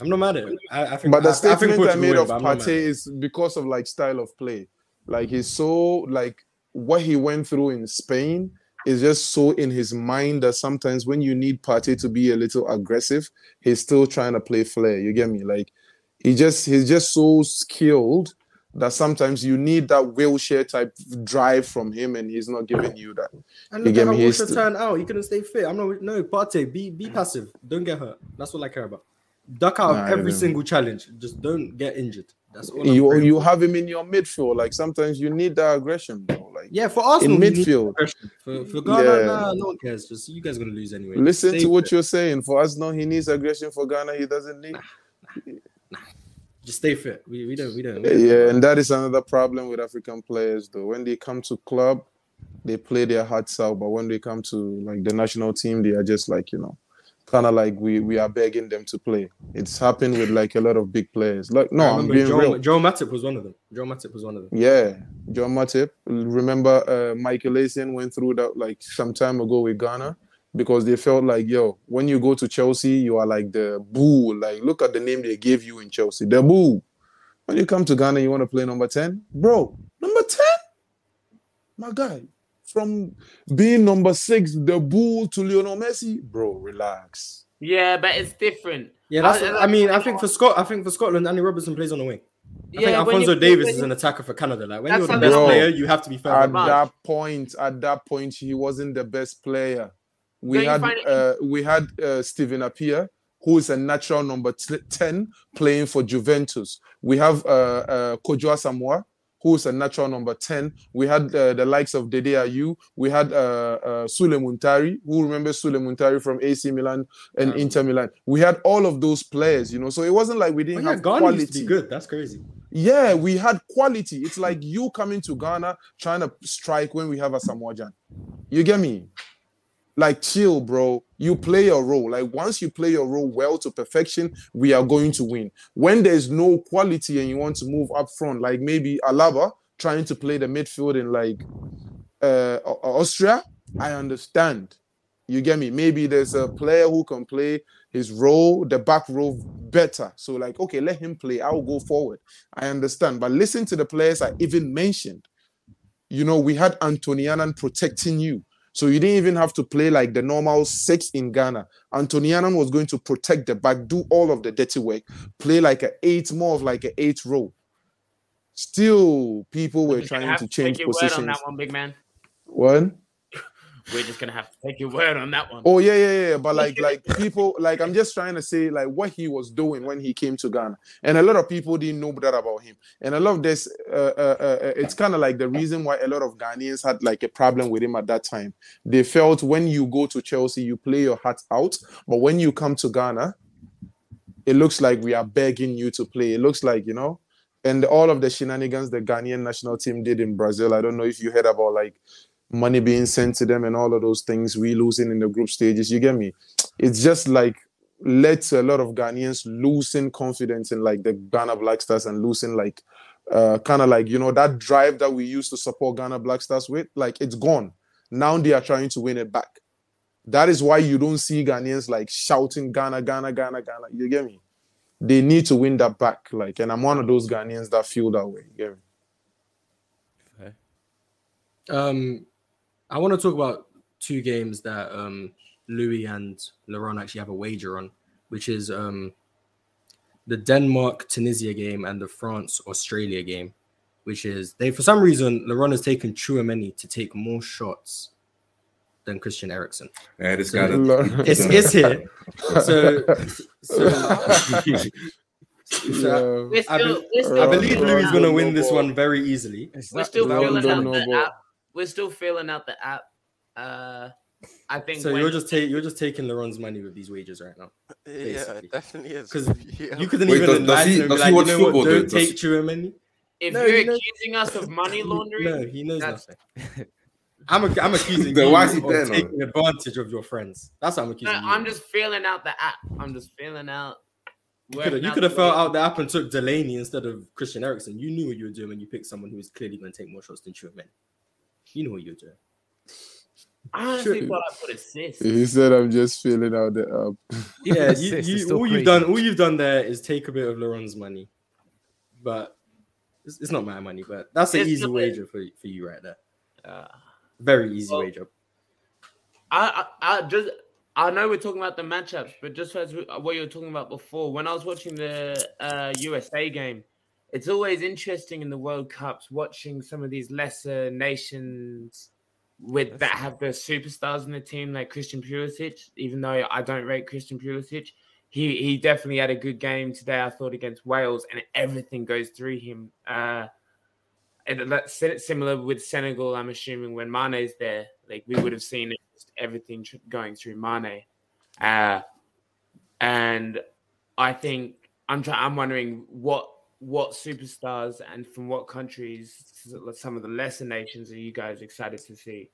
[SPEAKER 1] I'm not mad at it. I, I think,
[SPEAKER 3] But the
[SPEAKER 1] I, I think
[SPEAKER 3] statement I,
[SPEAKER 1] Portugal
[SPEAKER 3] made
[SPEAKER 1] win,
[SPEAKER 3] of
[SPEAKER 1] but I'm not mad
[SPEAKER 3] Partey
[SPEAKER 1] at it.
[SPEAKER 3] is because of like style of play. Like he's so like what he went through in Spain is just so in his mind that sometimes when you need Partey to be a little aggressive, he's still trying to play flair. You get me? Like he just he's just so skilled that sometimes you need that wheelchair type drive from him, and he's not giving you that.
[SPEAKER 1] And
[SPEAKER 3] You
[SPEAKER 1] look
[SPEAKER 3] get
[SPEAKER 1] at how
[SPEAKER 3] me? He's
[SPEAKER 1] Wilshere
[SPEAKER 3] st-
[SPEAKER 1] turned out. He couldn't stay fit. I'm not. No, Partey, be be passive. Don't get hurt. That's all I care about. Duck out
[SPEAKER 3] Nah,
[SPEAKER 1] of
[SPEAKER 3] I
[SPEAKER 1] every
[SPEAKER 3] don't.
[SPEAKER 1] single challenge. Just don't get injured. That's all. I'm
[SPEAKER 3] You
[SPEAKER 1] praying
[SPEAKER 3] you
[SPEAKER 1] for.
[SPEAKER 3] have him in your midfield. Like sometimes you need that aggression, bro. Like
[SPEAKER 1] yeah for Arsenal
[SPEAKER 3] in
[SPEAKER 1] we need
[SPEAKER 3] midfield.
[SPEAKER 1] aggression. For, for Ghana,
[SPEAKER 3] Yeah.
[SPEAKER 1] nah, no one cares. Just you guys are gonna lose anyway.
[SPEAKER 3] Listen
[SPEAKER 1] Stay
[SPEAKER 3] to what
[SPEAKER 1] fit.
[SPEAKER 3] you're saying. For us, no, he needs aggression. For Ghana, he doesn't need.
[SPEAKER 1] Just stay fit. We, we don't. We don't. we don't care
[SPEAKER 3] Yeah,
[SPEAKER 1] about
[SPEAKER 3] and that is another problem with African players, though. When they come to club, they play their hearts out, but when they come to like the national team, they are just like you know, kind of like we we are begging them to play. It's happened with like a lot of big players. Like
[SPEAKER 1] I
[SPEAKER 3] no, I'm
[SPEAKER 1] remember
[SPEAKER 3] being
[SPEAKER 1] Joel,
[SPEAKER 3] real.
[SPEAKER 1] Joel Matip was one of them. Joel Matip was one of them.
[SPEAKER 3] Yeah, John Matip. Remember, uh, Michael Asian went through that like some time ago with Ghana because they felt like, yo, when you go to Chelsea, you are like the boo. Like, look at the name they gave you in Chelsea, the boo. When you come to Ghana, you want to play number ten, bro. Number ten, my guy. From being number six, the boo to Lionel Messi, bro. Relax.
[SPEAKER 2] Yeah, but it's different.
[SPEAKER 1] Yeah, that's.
[SPEAKER 2] I-
[SPEAKER 1] I, mean, I think for Scott, I think for Scotland, Andy Robertson plays on the wing. I
[SPEAKER 2] when
[SPEAKER 1] think Alfonso
[SPEAKER 2] you-
[SPEAKER 1] Davis
[SPEAKER 2] when
[SPEAKER 1] is an attacker for Canada. Like when
[SPEAKER 2] That's
[SPEAKER 1] you're the
[SPEAKER 2] how
[SPEAKER 1] best
[SPEAKER 3] they-
[SPEAKER 1] player, you have to be fair.
[SPEAKER 3] at
[SPEAKER 1] about
[SPEAKER 2] Much.
[SPEAKER 3] that point at that point he wasn't the best player we
[SPEAKER 2] Don't you
[SPEAKER 3] had
[SPEAKER 2] find it-
[SPEAKER 3] uh, we had uh, Steven Appiah who is a natural number t- 10 playing for Juventus we have uh, uh, Kojua Samoa who is a natural number 10 we had uh, the likes of Dede Ayew we had uh, uh, Sule Muntari who remember Sule Muntari from AC Milan and
[SPEAKER 1] Yeah.
[SPEAKER 3] Inter Milan we had all of those players you know so it wasn't like we
[SPEAKER 1] Oh,
[SPEAKER 3] didn't
[SPEAKER 1] yeah,
[SPEAKER 3] have
[SPEAKER 1] Ghana
[SPEAKER 3] quality
[SPEAKER 1] used to be good. That's crazy.
[SPEAKER 3] yeah, we had quality. It's like you coming to Ghana trying to strike when we have a Samoajan. You get me? Like, chill, bro. You play your role. Like, once you play your role well to perfection, we are going to win. When there's no quality and you want to move up front, like maybe Alaba trying to play the midfield in like uh, Au- Austria, I understand. You get me? Maybe there's a player who can play his role, the back row better. So, like, okay, let him play. I'll go forward. I understand. But listen to the players I even mentioned. You know, we had Antonianan protecting you. So you didn't even have to play like the normal six in Ghana. Antonianan was going to protect the back, do all of the dirty work, play like an eight, more of like an eight row. Still, people were
[SPEAKER 2] Just gonna
[SPEAKER 3] trying
[SPEAKER 2] have
[SPEAKER 3] to
[SPEAKER 2] take
[SPEAKER 3] change
[SPEAKER 2] your word on
[SPEAKER 3] positions.
[SPEAKER 2] that one, big man.
[SPEAKER 3] One.
[SPEAKER 2] We're just gonna have to take your word on that one.
[SPEAKER 3] Oh yeah, yeah, yeah. But like, like people, like I'm just trying to say, like what he was doing when he came to Ghana, and a lot of people didn't know that about him. And a lot of this, uh, uh, uh, uh, it's kind of like the reason why a lot of Ghanaians had like a problem with him at that time. They felt when you go to Chelsea, you play your heart out, but when you come to Ghana, it looks like we are begging you to play. It looks like you know. And all of the shenanigans the Ghanaian national team did in Brazil, I don't know if you heard about like money being sent to them and all of those things we losing in the group stages you get me it's just like led to a lot of ghanaians losing confidence in like the ghana black stars and losing like uh kind of like you know that drive that we used to support ghana black stars with like it's gone now they are trying to win it back that is why you don't see ghanaians like shouting ghana ghana ghana ghana you get me they need to win that back like and i'm one of those ghanaians that feel that way you get me?
[SPEAKER 1] Um, I want to talk about two games that um, Louis and Laurent actually have a wager on, which is um, the Denmark Tunisia game and the France Australia game, which is they for some reason Laurent has taken Chouameni to take more shots than Christian Eriksen.
[SPEAKER 7] Yeah, this
[SPEAKER 1] So
[SPEAKER 7] guy. that-
[SPEAKER 1] It's, it's here. So, so, so
[SPEAKER 3] Yeah.
[SPEAKER 2] We're
[SPEAKER 1] I be-
[SPEAKER 2] still, we're still
[SPEAKER 1] I believe
[SPEAKER 2] feeling
[SPEAKER 1] Louis is
[SPEAKER 2] out-
[SPEAKER 1] going to win this one very easily.
[SPEAKER 2] We're still
[SPEAKER 3] Laurent
[SPEAKER 2] feeling
[SPEAKER 3] don't
[SPEAKER 2] out
[SPEAKER 3] know
[SPEAKER 2] the
[SPEAKER 3] about-
[SPEAKER 2] app. We're still feeling out the app. Uh, I think
[SPEAKER 1] So
[SPEAKER 2] when-
[SPEAKER 1] you're just taking you're just taking Laurent's money with these wagers right now.
[SPEAKER 6] Yeah,
[SPEAKER 1] Basically.
[SPEAKER 6] it definitely is.
[SPEAKER 1] 'Cause
[SPEAKER 6] yeah.
[SPEAKER 1] You couldn't
[SPEAKER 7] Wait,
[SPEAKER 1] even
[SPEAKER 7] does- does
[SPEAKER 1] lie to
[SPEAKER 7] he-
[SPEAKER 1] him and be
[SPEAKER 7] does
[SPEAKER 1] like,
[SPEAKER 7] he
[SPEAKER 1] you
[SPEAKER 7] watch
[SPEAKER 1] know what?
[SPEAKER 7] football,
[SPEAKER 1] Don't
[SPEAKER 7] dude? Does-
[SPEAKER 1] take Chouameni.
[SPEAKER 2] if
[SPEAKER 1] No,
[SPEAKER 2] you're
[SPEAKER 1] you know-
[SPEAKER 2] accusing us of money laundering,
[SPEAKER 1] No, he knows
[SPEAKER 2] That's-
[SPEAKER 1] nothing. I'm, a, I'm accusing
[SPEAKER 7] Then
[SPEAKER 1] you
[SPEAKER 7] why is he
[SPEAKER 1] of
[SPEAKER 7] playing on
[SPEAKER 1] taking advantage of your friends. That's what I'm accusing
[SPEAKER 2] no,
[SPEAKER 1] you.
[SPEAKER 2] I'm
[SPEAKER 1] of.
[SPEAKER 2] just feeling out the app. I'm just feeling out.
[SPEAKER 1] you could have you
[SPEAKER 2] working
[SPEAKER 1] could have
[SPEAKER 2] the
[SPEAKER 1] fell
[SPEAKER 2] way-
[SPEAKER 1] out the app and took Delaney instead of Christian Eriksen. You knew what you were doing when you picked someone who was clearly going to take more shots than Chouameni. You know what you were doing.
[SPEAKER 2] I honestly
[SPEAKER 3] Shit.
[SPEAKER 2] thought I put assist.
[SPEAKER 1] Mm-hmm.
[SPEAKER 3] he said i'm just feeling out the app
[SPEAKER 4] Even
[SPEAKER 1] Yeah, you,
[SPEAKER 4] assists is
[SPEAKER 1] you-
[SPEAKER 4] still
[SPEAKER 1] all
[SPEAKER 4] crazy.
[SPEAKER 1] you've done all you've done there is take a bit of Laurent's money, but it's, it's not my money. But that's an
[SPEAKER 2] It's
[SPEAKER 1] easy
[SPEAKER 2] not-
[SPEAKER 1] wager for for you right there.
[SPEAKER 2] Uh,
[SPEAKER 4] Ah.
[SPEAKER 1] Very easy
[SPEAKER 2] Well,
[SPEAKER 1] wager.
[SPEAKER 2] I, I, I just I know we're talking about the matchups, but just as we, what you were talking about before, when I was watching the uh, USA game, it's always interesting in the World Cups watching some of these lesser nations with that have their superstars in the team, like Christian Pulisic. Even though I don't rate Christian Pulisic, he he definitely had a good game today. I thought against Wales, and everything goes through him. Uh, and that's si- similar with Senegal. I'm assuming when Mane's there, like we would have seen it, just everything tr- going through Mane. Uh, and I think I'm try- I'm wondering what what superstars and from what countries s- some of the lesser nations are you guys excited to see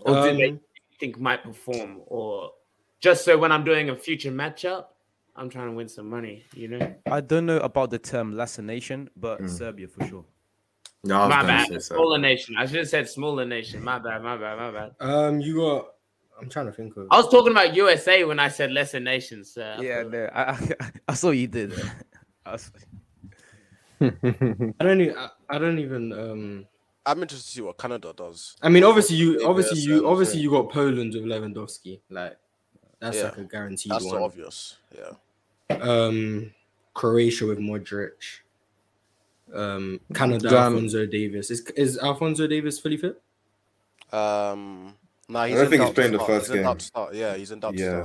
[SPEAKER 2] or do they
[SPEAKER 1] Um,
[SPEAKER 2] think might perform or just so when I'm doing a future matchup, I'm trying to win some money, you know.
[SPEAKER 4] I don't know about the term lesser nation, but Serbia for sure.
[SPEAKER 7] No, I was
[SPEAKER 2] my
[SPEAKER 7] gonna
[SPEAKER 2] bad,
[SPEAKER 7] say so.
[SPEAKER 2] smaller nation. I should have said smaller nation. My bad, my bad, my bad.
[SPEAKER 1] Um, you got. I'm trying to think of.
[SPEAKER 2] I was talking about USA when I said lesser nations. So
[SPEAKER 4] Yeah, no, I, I, I saw you did. I was-
[SPEAKER 1] I don't. Even, I, I don't even. Um.
[SPEAKER 6] I'm interested to see what Canada does.
[SPEAKER 1] I mean, obviously you.
[SPEAKER 6] Yeah,
[SPEAKER 1] Obviously
[SPEAKER 6] that's,
[SPEAKER 1] you.
[SPEAKER 6] um,
[SPEAKER 1] Obviously
[SPEAKER 6] yeah.
[SPEAKER 1] you got Poland with Lewandowski. Like that's
[SPEAKER 6] Yeah.
[SPEAKER 1] like a guaranteed
[SPEAKER 6] That's the
[SPEAKER 1] one.
[SPEAKER 6] obvious. Yeah.
[SPEAKER 1] Um, Croatia with Modric. Um,
[SPEAKER 6] Mm.
[SPEAKER 1] Canada,
[SPEAKER 3] Ghana.
[SPEAKER 1] Alfonso Davis. Is is Alfonso Davis fully fit?
[SPEAKER 6] Um, nah, he's
[SPEAKER 7] don't think
[SPEAKER 6] in
[SPEAKER 7] he's
[SPEAKER 6] doubt to
[SPEAKER 7] playing the
[SPEAKER 6] start.
[SPEAKER 7] first
[SPEAKER 6] he's in
[SPEAKER 7] game.
[SPEAKER 6] doubt to start. Yeah, he's in doubt. Yeah.
[SPEAKER 7] Yeah,